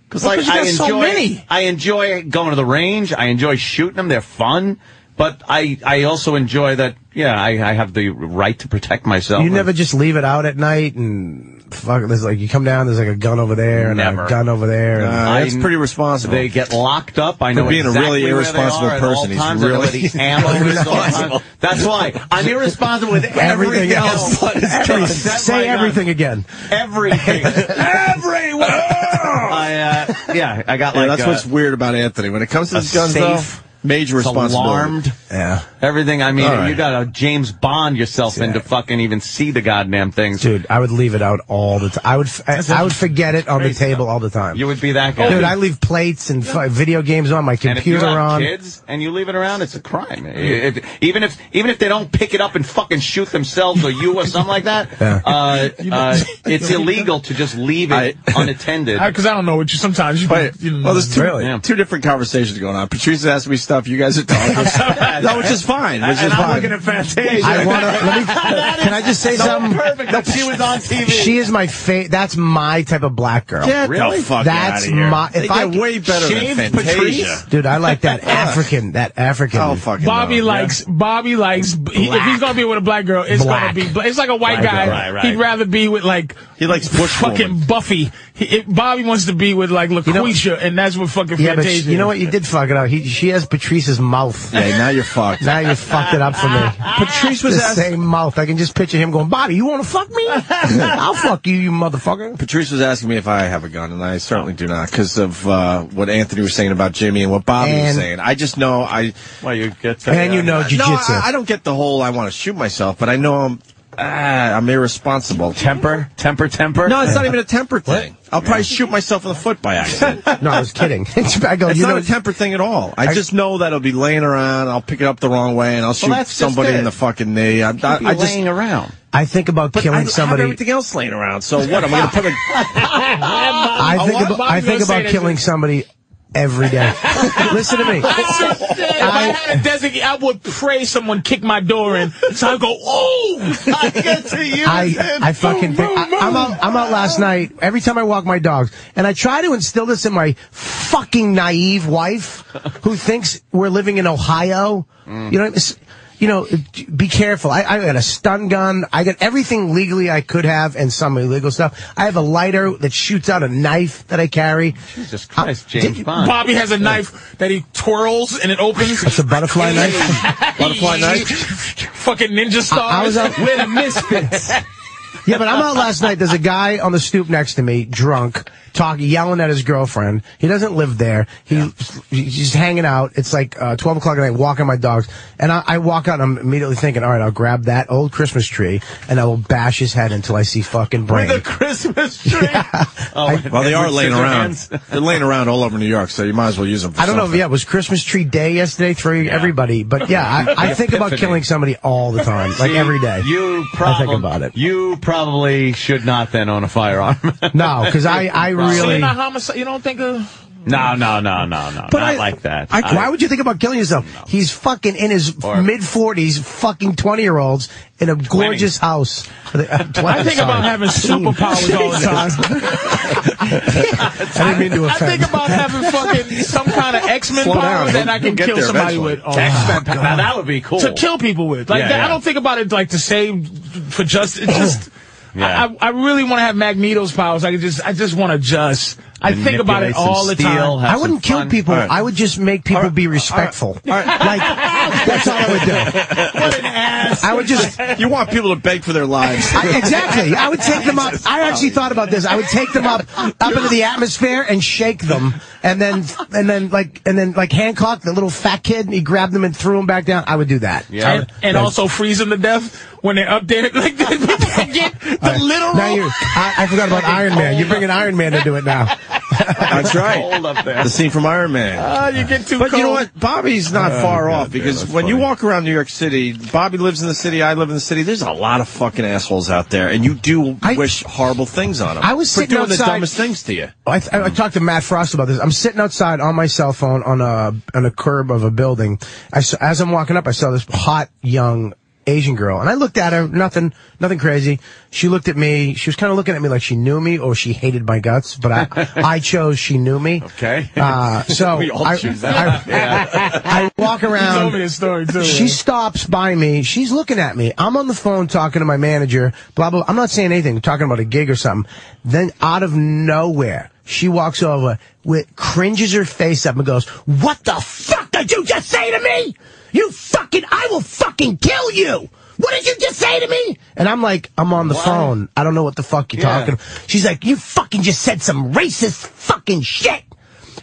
[SPEAKER 2] because
[SPEAKER 1] Well,
[SPEAKER 2] like
[SPEAKER 1] 'cause you
[SPEAKER 2] i
[SPEAKER 1] got so
[SPEAKER 2] enjoy
[SPEAKER 1] many.
[SPEAKER 2] i enjoy going to the range i enjoy shooting them they're fun but i i also enjoy that yeah i i have the right to protect myself
[SPEAKER 5] You never just leave it out at night and fuck. There's like you come down. There's like a gun over there and
[SPEAKER 2] Never.
[SPEAKER 5] a gun over there. And,
[SPEAKER 3] Uh, that's
[SPEAKER 2] I-
[SPEAKER 3] pretty responsible.
[SPEAKER 2] They get locked up. I know
[SPEAKER 3] being a
[SPEAKER 2] exactly
[SPEAKER 3] really
[SPEAKER 2] where they
[SPEAKER 3] irresponsible
[SPEAKER 2] are at all
[SPEAKER 3] person, he's
[SPEAKER 2] times. I know
[SPEAKER 3] really
[SPEAKER 2] where the ammo is at all times. That's why I'm irresponsible with everything
[SPEAKER 5] Everything
[SPEAKER 2] else.
[SPEAKER 5] else.
[SPEAKER 2] Every- except my
[SPEAKER 5] say
[SPEAKER 2] gun.
[SPEAKER 5] everything again.
[SPEAKER 2] Everything.
[SPEAKER 3] everywhere.
[SPEAKER 2] I uh, yeah. I got like
[SPEAKER 3] yeah, that's
[SPEAKER 2] uh,
[SPEAKER 3] what's weird about Anthony when it comes to
[SPEAKER 2] a
[SPEAKER 3] his guns.
[SPEAKER 2] safe,
[SPEAKER 3] though, major
[SPEAKER 2] it's
[SPEAKER 3] responsibility.
[SPEAKER 2] alarmed.
[SPEAKER 5] Yeah,
[SPEAKER 2] Everything. I mean,
[SPEAKER 3] All right.
[SPEAKER 2] you got to James Bond yourself into fucking even see the goddamn things.
[SPEAKER 5] dude. I would leave it out all the time. I would. f- I, I would forget it on the table all the time.
[SPEAKER 2] You would be that guy.
[SPEAKER 5] Dude, I leave plates and fu- video games on my
[SPEAKER 2] and if you
[SPEAKER 5] computer
[SPEAKER 2] have
[SPEAKER 5] on.
[SPEAKER 2] kids and you leave it around, it's a crime. If- even if even if they don't pick it up and fucking shoot themselves or you or something like that, uh, uh, it's illegal to just leave it
[SPEAKER 3] I-
[SPEAKER 2] unattended.
[SPEAKER 1] Because I, don't know what you sometimes you,
[SPEAKER 3] Wait,
[SPEAKER 1] you
[SPEAKER 3] well, there's two,
[SPEAKER 5] Really?
[SPEAKER 2] Yeah.
[SPEAKER 3] two different conversations going on. Patrice asked me stuff. You guys are talking. no, which is fine. Which is
[SPEAKER 2] and I'm
[SPEAKER 3] fine.
[SPEAKER 2] looking at Fantasia.
[SPEAKER 5] I want to. Let me. Can I just say
[SPEAKER 2] so
[SPEAKER 5] something?
[SPEAKER 2] perfect that she was on TV.
[SPEAKER 5] She is my favorite. That's my type of black girl.
[SPEAKER 3] Get
[SPEAKER 2] Really?
[SPEAKER 3] the fuck
[SPEAKER 5] That's
[SPEAKER 3] outta here.
[SPEAKER 5] my- if
[SPEAKER 3] they
[SPEAKER 5] I
[SPEAKER 3] get
[SPEAKER 5] c-
[SPEAKER 3] way better
[SPEAKER 2] Shaved
[SPEAKER 3] than
[SPEAKER 2] Patrice?
[SPEAKER 3] Fantasia.
[SPEAKER 5] Dude, I like that African. That African.
[SPEAKER 3] Oh fucking
[SPEAKER 1] Bobby
[SPEAKER 3] no.
[SPEAKER 1] likes. Bobby likes. He, if he's gonna be with a black girl, it's
[SPEAKER 5] Black.
[SPEAKER 1] gonna be. Black. It's like a white
[SPEAKER 5] Black
[SPEAKER 1] guy.
[SPEAKER 5] girl.
[SPEAKER 3] Right, right.
[SPEAKER 1] He'd rather be with like.
[SPEAKER 3] He likes Bush
[SPEAKER 1] fucking
[SPEAKER 3] woman.
[SPEAKER 1] Buffy. He, it, Bobby wants to be with like LaQuisha, and that's what fucking
[SPEAKER 5] Yeah, but
[SPEAKER 1] Fantasia.
[SPEAKER 5] sh- you know what? You did fuck it up. He, she has Patrice's mouth.
[SPEAKER 3] Yeah, now you're fucked.
[SPEAKER 5] Now you fucked it up for me.
[SPEAKER 3] Patrice
[SPEAKER 5] The
[SPEAKER 3] was asked.
[SPEAKER 5] same mouth. I can just picture him going, Bobby, you want to fuck me? I'll fuck you, you motherfucker.
[SPEAKER 3] Patrice was asking me if I have a gun, and I certainly do not because of uh, what Anthony was saying about Jimmy and what Bobby was
[SPEAKER 5] And-
[SPEAKER 3] saying. I just know I.
[SPEAKER 2] Well, you get to- uh,
[SPEAKER 5] And you know jujitsu.
[SPEAKER 3] No, I, I don't get the whole I want to shoot myself, but I know I'm. Uh, I'm irresponsible.
[SPEAKER 2] temper, temper, temper.
[SPEAKER 3] No, it's not even a temper thing. I'll probably shoot myself in the foot by accident.
[SPEAKER 5] No, I was kidding. I go,
[SPEAKER 3] It's
[SPEAKER 5] you
[SPEAKER 3] not
[SPEAKER 5] know,
[SPEAKER 3] a temper thing at all. I, just know that I'll be laying around. I'll pick it up the wrong way, and I'll shoot
[SPEAKER 2] that's just
[SPEAKER 3] somebody
[SPEAKER 2] it.
[SPEAKER 3] in the fucking knee. I'm not,
[SPEAKER 2] Be
[SPEAKER 3] I just
[SPEAKER 2] laying around.
[SPEAKER 5] I think about
[SPEAKER 3] but I
[SPEAKER 5] killing
[SPEAKER 3] have
[SPEAKER 5] somebody.
[SPEAKER 3] everything else laying around. So what? I'm going to put a.
[SPEAKER 1] Ah,
[SPEAKER 5] I think
[SPEAKER 3] Oh,
[SPEAKER 1] lot of
[SPEAKER 5] about,
[SPEAKER 1] Bobby
[SPEAKER 5] I think
[SPEAKER 1] was saying
[SPEAKER 5] about
[SPEAKER 1] that
[SPEAKER 5] killing somebody every day. Listen to me.
[SPEAKER 1] if I had a designate, I would pray someone kick my door in. So I go, oh, I get to you.
[SPEAKER 5] I, I fucking think I, I'm out. I'm out last night. Every time I walk my dogs, and I try to instill this in my fucking naive wife, who thinks we're living in Ohio. You know, what I mean? S- you you know, be careful. I, I got a stun gun. I got everything legally I could have and some illegal stuff. I have a lighter that shoots out a knife that I carry.
[SPEAKER 2] Jesus Christ, James
[SPEAKER 5] did-
[SPEAKER 2] Bond.
[SPEAKER 1] Bobby has a knife that he twirls and it opens.
[SPEAKER 5] It's a butterfly knife.
[SPEAKER 3] Butterfly knife?
[SPEAKER 1] Fucking ninja stars.
[SPEAKER 5] I was out-
[SPEAKER 1] We're the misfits.
[SPEAKER 5] Yeah, but I'm out last night. There's a guy on the stoop next to me, drunk, talking, yelling at his girlfriend. He doesn't live there. He, He's just hanging out. It's like uh, 12 o'clock at night, walking my dogs. And I, I walk out and I'm immediately thinking, all right, I'll grab that old Christmas tree and I will bash his head until I see fucking brain.
[SPEAKER 2] the Christmas tree. Oh,
[SPEAKER 5] I-
[SPEAKER 3] Well, they are laying
[SPEAKER 2] Scissor
[SPEAKER 3] around.
[SPEAKER 2] hands.
[SPEAKER 3] They're laying around all over New York, so you might as well use them. For
[SPEAKER 5] I don't know. if
[SPEAKER 3] something.
[SPEAKER 5] Yeah, it was Christmas tree day yesterday for everybody. But yeah, I, I think about
[SPEAKER 2] Epiphany.
[SPEAKER 5] killing somebody all the time, like every day.
[SPEAKER 2] You
[SPEAKER 5] I
[SPEAKER 2] probably
[SPEAKER 5] think about it.
[SPEAKER 2] You probably should not then own a firearm.
[SPEAKER 5] No, because I, I
[SPEAKER 1] So you're
[SPEAKER 5] really.
[SPEAKER 1] not homicide. You don't think of.
[SPEAKER 2] no, no, no, no, no. not
[SPEAKER 5] I
[SPEAKER 2] like that.
[SPEAKER 5] I, why would you think about killing yourself? He's fucking in his
[SPEAKER 2] Or-
[SPEAKER 5] mid forties, fucking twenty year olds in a gorgeous house.
[SPEAKER 1] I think about having superpowers all the time.
[SPEAKER 5] I didn't mean to
[SPEAKER 1] I
[SPEAKER 5] offend.
[SPEAKER 1] think about having fucking some kind of X Men
[SPEAKER 3] Slow
[SPEAKER 1] powers
[SPEAKER 3] down.
[SPEAKER 1] that I
[SPEAKER 3] You'll
[SPEAKER 1] can
[SPEAKER 3] get
[SPEAKER 1] kill
[SPEAKER 3] there
[SPEAKER 1] somebody
[SPEAKER 3] eventually.
[SPEAKER 1] with. Oh,
[SPEAKER 2] X-Men- now that would be cool.
[SPEAKER 1] to kill people with. Like
[SPEAKER 2] Yeah,
[SPEAKER 1] that,
[SPEAKER 2] yeah.
[SPEAKER 1] I don't think about it like to save for just it just.
[SPEAKER 2] Yeah.
[SPEAKER 1] I, I really want to have Magneto's powers. I could just I just want to just. I think about
[SPEAKER 2] Manipulate
[SPEAKER 1] it
[SPEAKER 2] some
[SPEAKER 1] all the
[SPEAKER 2] steel,
[SPEAKER 1] time.
[SPEAKER 2] have
[SPEAKER 5] I wouldn't
[SPEAKER 2] some
[SPEAKER 5] kill
[SPEAKER 2] fun.
[SPEAKER 5] people.
[SPEAKER 2] All right.
[SPEAKER 5] I would just make people be respectful. Like that's all I would do.
[SPEAKER 1] What an ass!
[SPEAKER 5] I would just
[SPEAKER 3] You want people to beg for their lives.
[SPEAKER 5] I- exactly. I would take them up. I actually thought about this. I would take them up up into the atmosphere and shake them, and then and then like and then like Hancock, the little fat kid, he grabbed them and threw them back down. I would do that.
[SPEAKER 2] Yeah.
[SPEAKER 1] and and also freeze them to death when they're up there. Like that. people forget the literal.
[SPEAKER 5] Now you, I, I forgot about Iron Man. You're bringing Iron Man into it now.
[SPEAKER 3] That's right.
[SPEAKER 2] Cold up there.
[SPEAKER 3] The scene from Iron Man. Oh,
[SPEAKER 1] Ah, you get too
[SPEAKER 3] But
[SPEAKER 1] cold.
[SPEAKER 3] you know what? Bobby's not far off because when you walk around New York City, Bobby lives in the city, I live in the city. There's a lot of fucking assholes out there, and you do
[SPEAKER 5] I-
[SPEAKER 3] wish horrible things on them.
[SPEAKER 5] I was
[SPEAKER 3] for
[SPEAKER 5] sitting
[SPEAKER 3] doing the
[SPEAKER 5] outside-
[SPEAKER 3] dumbest things to you.
[SPEAKER 5] Oh, I, th- I talked to Matt Frost about this. I'm sitting outside on my cell phone on a on a curb of a building. I saw, as I'm walking up, I saw this hot young Asian girl, and I looked at her. Nothing, nothing crazy. She looked at me. She was kind of looking at me like she knew me or she hated my guts. But I I chose she knew me.
[SPEAKER 2] Okay.
[SPEAKER 5] Uh, so
[SPEAKER 2] We all
[SPEAKER 5] I,
[SPEAKER 2] choose
[SPEAKER 5] I, I walk
[SPEAKER 1] You told
[SPEAKER 5] around.
[SPEAKER 1] me this story too.
[SPEAKER 5] She stops by me. She's looking at me. I'm on the phone talking to my manager. Blah blah. I'm not saying anything. talking about a gig or something. Then out of nowhere, she walks over, with cringes her face up and goes, "What the fuck did you just say to me? You fucking! I will fucking kill you." What did you just say to me? And I'm like, I'm on the phone. I don't know what the fuck you're
[SPEAKER 2] Yeah.
[SPEAKER 5] talking about. She's like, you fucking just said some racist fucking shit.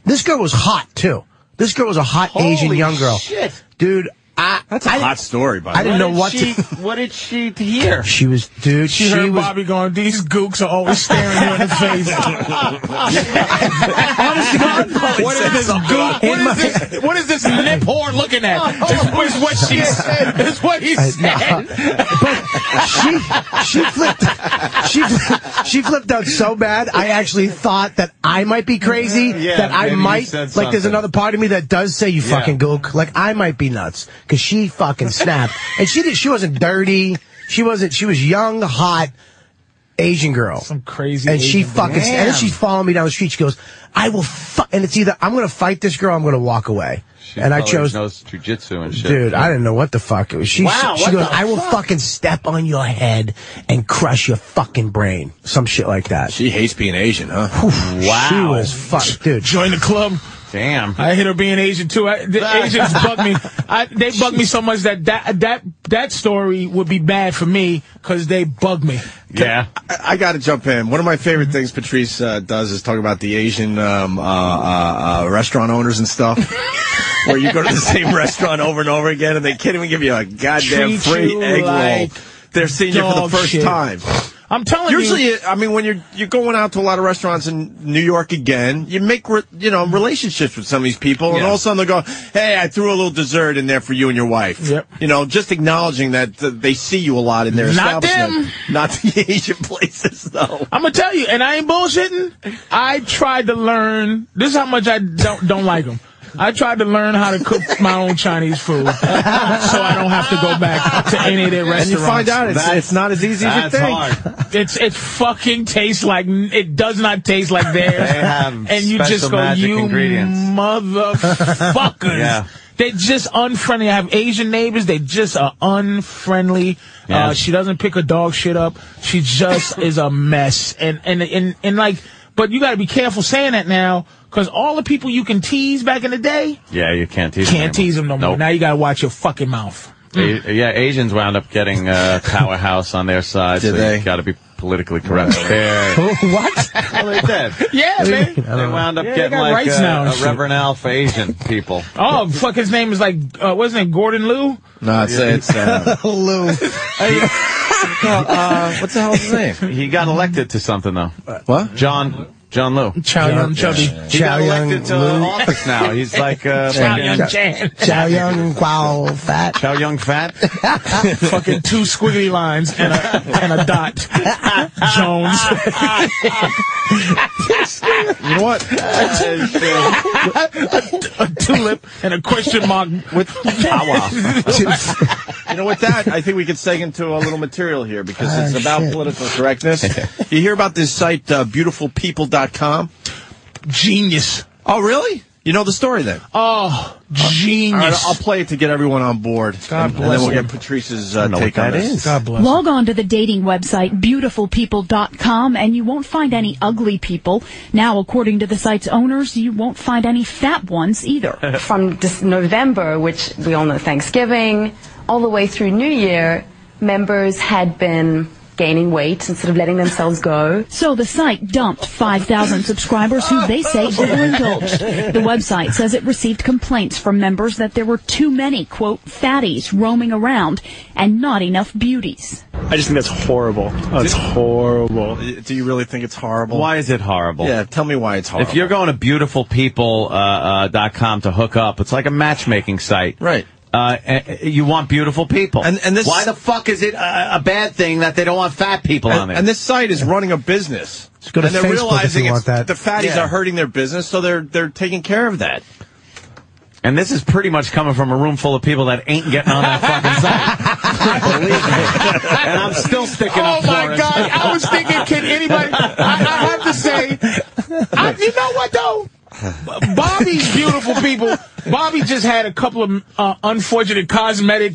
[SPEAKER 5] This girl was hot, too. This girl was a hot Asian
[SPEAKER 2] Holy
[SPEAKER 5] young girl.
[SPEAKER 2] shit.
[SPEAKER 5] Dude, I.
[SPEAKER 3] That's a
[SPEAKER 5] I-
[SPEAKER 3] hot story, by
[SPEAKER 5] I
[SPEAKER 3] the way.
[SPEAKER 5] didn't know what
[SPEAKER 2] she,
[SPEAKER 5] to.
[SPEAKER 2] What did she hear?
[SPEAKER 5] She was, dude,
[SPEAKER 1] She,
[SPEAKER 5] she,
[SPEAKER 1] heard
[SPEAKER 5] was.
[SPEAKER 1] Bobby going. These gooks are always staring you in the face.
[SPEAKER 5] Honest to God,
[SPEAKER 1] What is this gook? What is this? What is this nip horn looking at? Is what she said. Is what
[SPEAKER 5] Uh,
[SPEAKER 1] he said.
[SPEAKER 5] but she, she flipped, she, flipped- she flipped out so bad. I actually thought that I might be crazy.
[SPEAKER 2] Yeah,
[SPEAKER 5] that I
[SPEAKER 2] maybe you
[SPEAKER 5] might,
[SPEAKER 2] said
[SPEAKER 5] like, there's
[SPEAKER 2] something.
[SPEAKER 5] another part of me that does say you
[SPEAKER 2] Yeah.
[SPEAKER 5] fucking gook. Like, I might be nuts because she fucking snapped, and she did. She wasn't dirty. She wasn't. She was young, hot Asian girl.
[SPEAKER 1] Some crazy.
[SPEAKER 5] and she
[SPEAKER 1] Asian dude.
[SPEAKER 5] fucking and then she's following me down the street. She goes, "I will fuck," and it's either I'm gonna fight this girl, or I'm gonna walk away.
[SPEAKER 2] She
[SPEAKER 5] and I
[SPEAKER 2] probably
[SPEAKER 5] chose,
[SPEAKER 2] knows jujitsu and shit.
[SPEAKER 5] dude, I didn't know what the fuck it was. She,
[SPEAKER 2] Wow,
[SPEAKER 5] she
[SPEAKER 2] what
[SPEAKER 5] goes,
[SPEAKER 2] the
[SPEAKER 5] "I will fucking step on your head and crush your fucking brain," some shit like that.
[SPEAKER 3] She hates being Asian, huh?
[SPEAKER 2] Wow.
[SPEAKER 5] she was fucked, dude.
[SPEAKER 1] join the club.
[SPEAKER 2] Damn.
[SPEAKER 1] I hit her being Asian too. I, the Asians bug me. I, they bug me so much that that that that story would be bad for me because they bug me.
[SPEAKER 2] yeah.
[SPEAKER 3] I, I got to jump in. One of my favorite things Patrice uh, does is talk about the Asian um, uh, uh, uh, restaurant owners and stuff. Where you go to the same restaurant over and over again, and they can't even give you a goddamn
[SPEAKER 1] Treat
[SPEAKER 3] free
[SPEAKER 1] you
[SPEAKER 3] egg
[SPEAKER 1] like
[SPEAKER 3] roll. They're seeing you for the
[SPEAKER 1] dog
[SPEAKER 3] first
[SPEAKER 1] shit.
[SPEAKER 3] time.
[SPEAKER 1] I'm telling you.
[SPEAKER 3] Usually, I mean, when you're you're going out to a lot of restaurants in New York again, you make re, you know relationships with some of these people, and
[SPEAKER 2] Yeah.
[SPEAKER 3] all of a sudden they go, "Hey, I threw a little dessert in there for you and your wife."
[SPEAKER 1] Yep.
[SPEAKER 3] You know, just acknowledging that uh, they see you a lot in their
[SPEAKER 1] Not
[SPEAKER 3] establishment, not the Asian places though.
[SPEAKER 1] I'm gonna tell you, and I ain't bullshitting. I tried to learn. This is how much I don't don't like them. I tried to learn how to cook my own Chinese food, so I don't have to go back to any of their restaurants.
[SPEAKER 3] And you find out it's,
[SPEAKER 2] That's-
[SPEAKER 3] it's not as easy as you
[SPEAKER 2] That's
[SPEAKER 3] think.
[SPEAKER 2] hard.
[SPEAKER 1] It's it fucking tastes like it does not taste like theirs.
[SPEAKER 2] They have
[SPEAKER 1] and you
[SPEAKER 2] special
[SPEAKER 1] just go,
[SPEAKER 2] magic
[SPEAKER 1] you
[SPEAKER 2] ingredients."
[SPEAKER 1] motherfuckers.
[SPEAKER 2] Yeah.
[SPEAKER 1] They're just unfriendly. I have Asian neighbors. They just are unfriendly.
[SPEAKER 2] Yeah.
[SPEAKER 1] Uh, she doesn't pick her dog shit up. She just is a mess. And, and, and, and like, but you gotta be careful saying that now, cause all the people you can tease back in the day,
[SPEAKER 2] Yeah, you can't tease.
[SPEAKER 1] can't tease them no more.
[SPEAKER 2] Nope.
[SPEAKER 1] Now you gotta watch your fucking mouth.
[SPEAKER 2] A- yeah, Asians wound up getting uh, powerhouse on their side,
[SPEAKER 3] Did
[SPEAKER 2] so
[SPEAKER 3] they?
[SPEAKER 2] you got to be politically correct. there.
[SPEAKER 5] what?
[SPEAKER 2] well, they did.
[SPEAKER 1] Yeah, man.
[SPEAKER 2] They wound up
[SPEAKER 1] Yeah, they
[SPEAKER 2] getting
[SPEAKER 1] got
[SPEAKER 2] like
[SPEAKER 1] rights
[SPEAKER 2] uh,
[SPEAKER 1] now and
[SPEAKER 2] a
[SPEAKER 1] shit.
[SPEAKER 2] Reverend Alf Asian people.
[SPEAKER 1] Oh, fuck, his name is like, uh, wasn't it Gordon Liu?
[SPEAKER 3] No, it's, it's uh,
[SPEAKER 5] Lou.
[SPEAKER 3] uh, what's the hell's his name?
[SPEAKER 2] He got elected to something though.
[SPEAKER 3] What?
[SPEAKER 2] John John Liu.
[SPEAKER 1] Chow Yun Chubby.
[SPEAKER 2] He
[SPEAKER 5] Chow
[SPEAKER 2] got
[SPEAKER 5] Yun
[SPEAKER 2] elected to
[SPEAKER 5] Liu.
[SPEAKER 2] office now. He's like uh,
[SPEAKER 1] Chow
[SPEAKER 2] fucking
[SPEAKER 1] Yun Chan.
[SPEAKER 5] Chow Young Wow Fat.
[SPEAKER 2] Chow Young Fat.
[SPEAKER 1] fucking two squiggly lines and a, and a dot. Jones.
[SPEAKER 3] You know what?
[SPEAKER 1] a tulip and a question mark.
[SPEAKER 3] With you know, with that, I think we could seg into a little material here because it's
[SPEAKER 5] Ah,
[SPEAKER 3] about
[SPEAKER 5] shit.
[SPEAKER 3] political correctness. you hear about this site, uh, beautifulpeople.com?
[SPEAKER 1] Genius.
[SPEAKER 3] Oh, really? You know the story then?
[SPEAKER 1] Oh,
[SPEAKER 3] All right,
[SPEAKER 5] Uh,
[SPEAKER 1] genius.
[SPEAKER 3] I'll play it to get everyone on board.
[SPEAKER 1] God
[SPEAKER 3] and,
[SPEAKER 1] bless
[SPEAKER 3] And then we'll
[SPEAKER 1] you.
[SPEAKER 3] get Patrice's uh,
[SPEAKER 2] know
[SPEAKER 3] take
[SPEAKER 2] what
[SPEAKER 3] on
[SPEAKER 2] that
[SPEAKER 3] this.
[SPEAKER 2] is.
[SPEAKER 1] God bless.
[SPEAKER 6] Log on to the dating website beautifulpeople.com and you won't find any ugly people. Now, according to the site's owners, you won't find any fat ones either.
[SPEAKER 7] from just November, which we all know Thanksgiving, all the way through New Year, members had been gaining weight and sort of letting themselves go.
[SPEAKER 6] So the site dumped 5,000 subscribers who they say overindulged. The website says it received complaints from members that there were too many, quote, fatties roaming around and not enough beauties.
[SPEAKER 8] I just think that's horrible. That's horrible.
[SPEAKER 3] Do you really think it's horrible?
[SPEAKER 2] Why is it horrible?
[SPEAKER 3] Yeah, tell me why it's horrible.
[SPEAKER 2] If you're going to beautifulpeople.com uh, uh, dot com to hook up, it's like a matchmaking site.
[SPEAKER 3] Right.
[SPEAKER 2] Uh, a- a- you want beautiful people.
[SPEAKER 3] And- and this-
[SPEAKER 2] Why the fuck is it a, a bad thing that they don't want fat people on
[SPEAKER 3] and,
[SPEAKER 2] there?
[SPEAKER 3] and this site is running a business.
[SPEAKER 5] go to
[SPEAKER 3] and they're
[SPEAKER 5] Facebook if you
[SPEAKER 3] realizing
[SPEAKER 5] want
[SPEAKER 3] it's,
[SPEAKER 5] that.
[SPEAKER 3] the fatties
[SPEAKER 2] Yeah.
[SPEAKER 3] are hurting their business, so they're they're taking care of that.
[SPEAKER 2] And this is pretty much coming from a room full of people that ain't getting on that fucking site. and I'm still sticking
[SPEAKER 1] Oh
[SPEAKER 2] up for
[SPEAKER 1] my
[SPEAKER 2] it.
[SPEAKER 1] God! I was thinking, can anybody? I, I have to say, I, you know what though? Bobby's beautiful people. Bobby just had a couple of uh, unfortunate cosmetic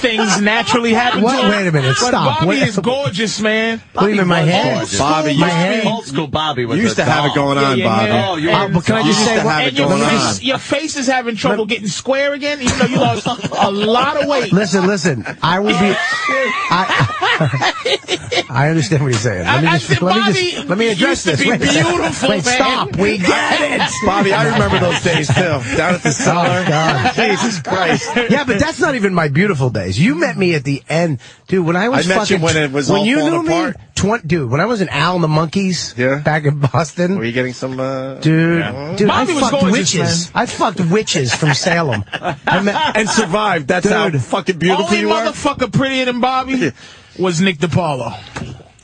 [SPEAKER 1] things naturally happen
[SPEAKER 5] What?
[SPEAKER 1] to him.
[SPEAKER 5] Wait a minute,
[SPEAKER 1] But
[SPEAKER 5] stop.
[SPEAKER 1] Bobby
[SPEAKER 5] What-
[SPEAKER 1] is gorgeous, man.
[SPEAKER 5] What do you mean my hair?
[SPEAKER 3] Bobby,
[SPEAKER 1] My
[SPEAKER 3] you
[SPEAKER 1] hair.
[SPEAKER 2] Old school Bobby was
[SPEAKER 3] You used
[SPEAKER 2] a
[SPEAKER 3] to have it
[SPEAKER 2] doll.
[SPEAKER 3] going on,
[SPEAKER 1] Yeah, yeah,
[SPEAKER 3] Bobby.
[SPEAKER 1] yeah.
[SPEAKER 2] Oh, you
[SPEAKER 1] Oh, but can I just
[SPEAKER 3] You
[SPEAKER 1] say
[SPEAKER 3] used to
[SPEAKER 5] what-
[SPEAKER 3] have it
[SPEAKER 1] And your
[SPEAKER 3] going on.
[SPEAKER 1] face, your face is having trouble getting square again, even though you lost a lot of weight.
[SPEAKER 5] Listen, listen. I will be. I, I understand what you're saying. Let me,
[SPEAKER 1] I- I
[SPEAKER 5] just,
[SPEAKER 1] said
[SPEAKER 5] let me,
[SPEAKER 1] Bobby
[SPEAKER 5] just, let me
[SPEAKER 1] used
[SPEAKER 5] address
[SPEAKER 1] to
[SPEAKER 5] this.
[SPEAKER 1] be
[SPEAKER 5] Wait a second.
[SPEAKER 1] beautiful,
[SPEAKER 5] Wait,
[SPEAKER 1] man.
[SPEAKER 5] stop. We get it.
[SPEAKER 3] Bobby, I remember those days too. Down at the
[SPEAKER 5] Oh,
[SPEAKER 3] cellar.
[SPEAKER 5] God.
[SPEAKER 3] Jesus Christ.
[SPEAKER 5] Yeah, but that's not even my beautiful days. You met me at the end, dude. When I was
[SPEAKER 3] I met you
[SPEAKER 5] fucking
[SPEAKER 3] when it was
[SPEAKER 5] when
[SPEAKER 3] all
[SPEAKER 5] you
[SPEAKER 3] falling
[SPEAKER 5] knew
[SPEAKER 3] apart.
[SPEAKER 5] me, twen- dude. When I was an Al and the Monkeys,
[SPEAKER 3] Yeah.
[SPEAKER 5] back in Boston,
[SPEAKER 3] Were you getting some? Uh,
[SPEAKER 5] dude, dude,
[SPEAKER 1] Bobby
[SPEAKER 5] I
[SPEAKER 1] was
[SPEAKER 5] fucked
[SPEAKER 1] gorgeous,
[SPEAKER 5] witches. I fucked witches from Salem. I met,
[SPEAKER 3] And survived. That's how
[SPEAKER 5] Dude.
[SPEAKER 3] fucking beautiful
[SPEAKER 1] Only
[SPEAKER 3] you are.
[SPEAKER 1] motherfucker prettier than Bobby was Nick DiPaolo.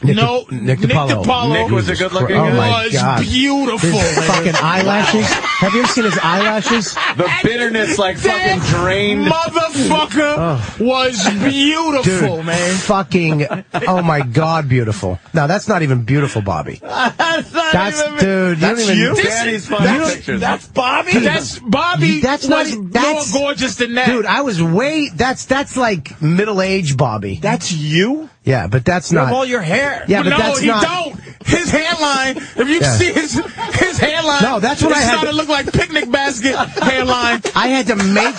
[SPEAKER 1] no,
[SPEAKER 5] Nick DiPaolo.
[SPEAKER 2] Nick was a good-looking
[SPEAKER 5] Oh my
[SPEAKER 1] was
[SPEAKER 5] God.
[SPEAKER 1] beautiful.
[SPEAKER 5] His
[SPEAKER 1] man.
[SPEAKER 5] fucking eyelashes. Have you ever seen his eyelashes?
[SPEAKER 2] The bitterness like fucking
[SPEAKER 1] That
[SPEAKER 2] drained.
[SPEAKER 1] Motherfucker was
[SPEAKER 5] Dude,
[SPEAKER 1] beautiful, man.
[SPEAKER 5] fucking, oh my god, beautiful. Now that's not even beautiful, Bobby.
[SPEAKER 2] that's not
[SPEAKER 5] That's
[SPEAKER 2] even-
[SPEAKER 5] dude.
[SPEAKER 3] That's
[SPEAKER 5] you. Don't even,
[SPEAKER 3] you?
[SPEAKER 2] Daddy's funny pictures.
[SPEAKER 3] That's Bobby.
[SPEAKER 1] That's Bobby.
[SPEAKER 5] That's not-
[SPEAKER 1] was
[SPEAKER 5] that's-
[SPEAKER 1] more gorgeous than that.
[SPEAKER 5] Dude, I was way. That's that's like middle age Bobby.
[SPEAKER 3] That's you.
[SPEAKER 5] Yeah, but that's
[SPEAKER 3] You have all
[SPEAKER 5] not.
[SPEAKER 3] your hair.
[SPEAKER 5] Yeah, but
[SPEAKER 1] no,
[SPEAKER 5] that's
[SPEAKER 1] he
[SPEAKER 5] not.
[SPEAKER 1] don't. His hairline. If you
[SPEAKER 5] Yeah.
[SPEAKER 1] see his his hairline,
[SPEAKER 5] No, that's what
[SPEAKER 1] it
[SPEAKER 5] I had
[SPEAKER 1] started
[SPEAKER 5] to-
[SPEAKER 1] to look like picnic basket hairline.
[SPEAKER 5] I had to make.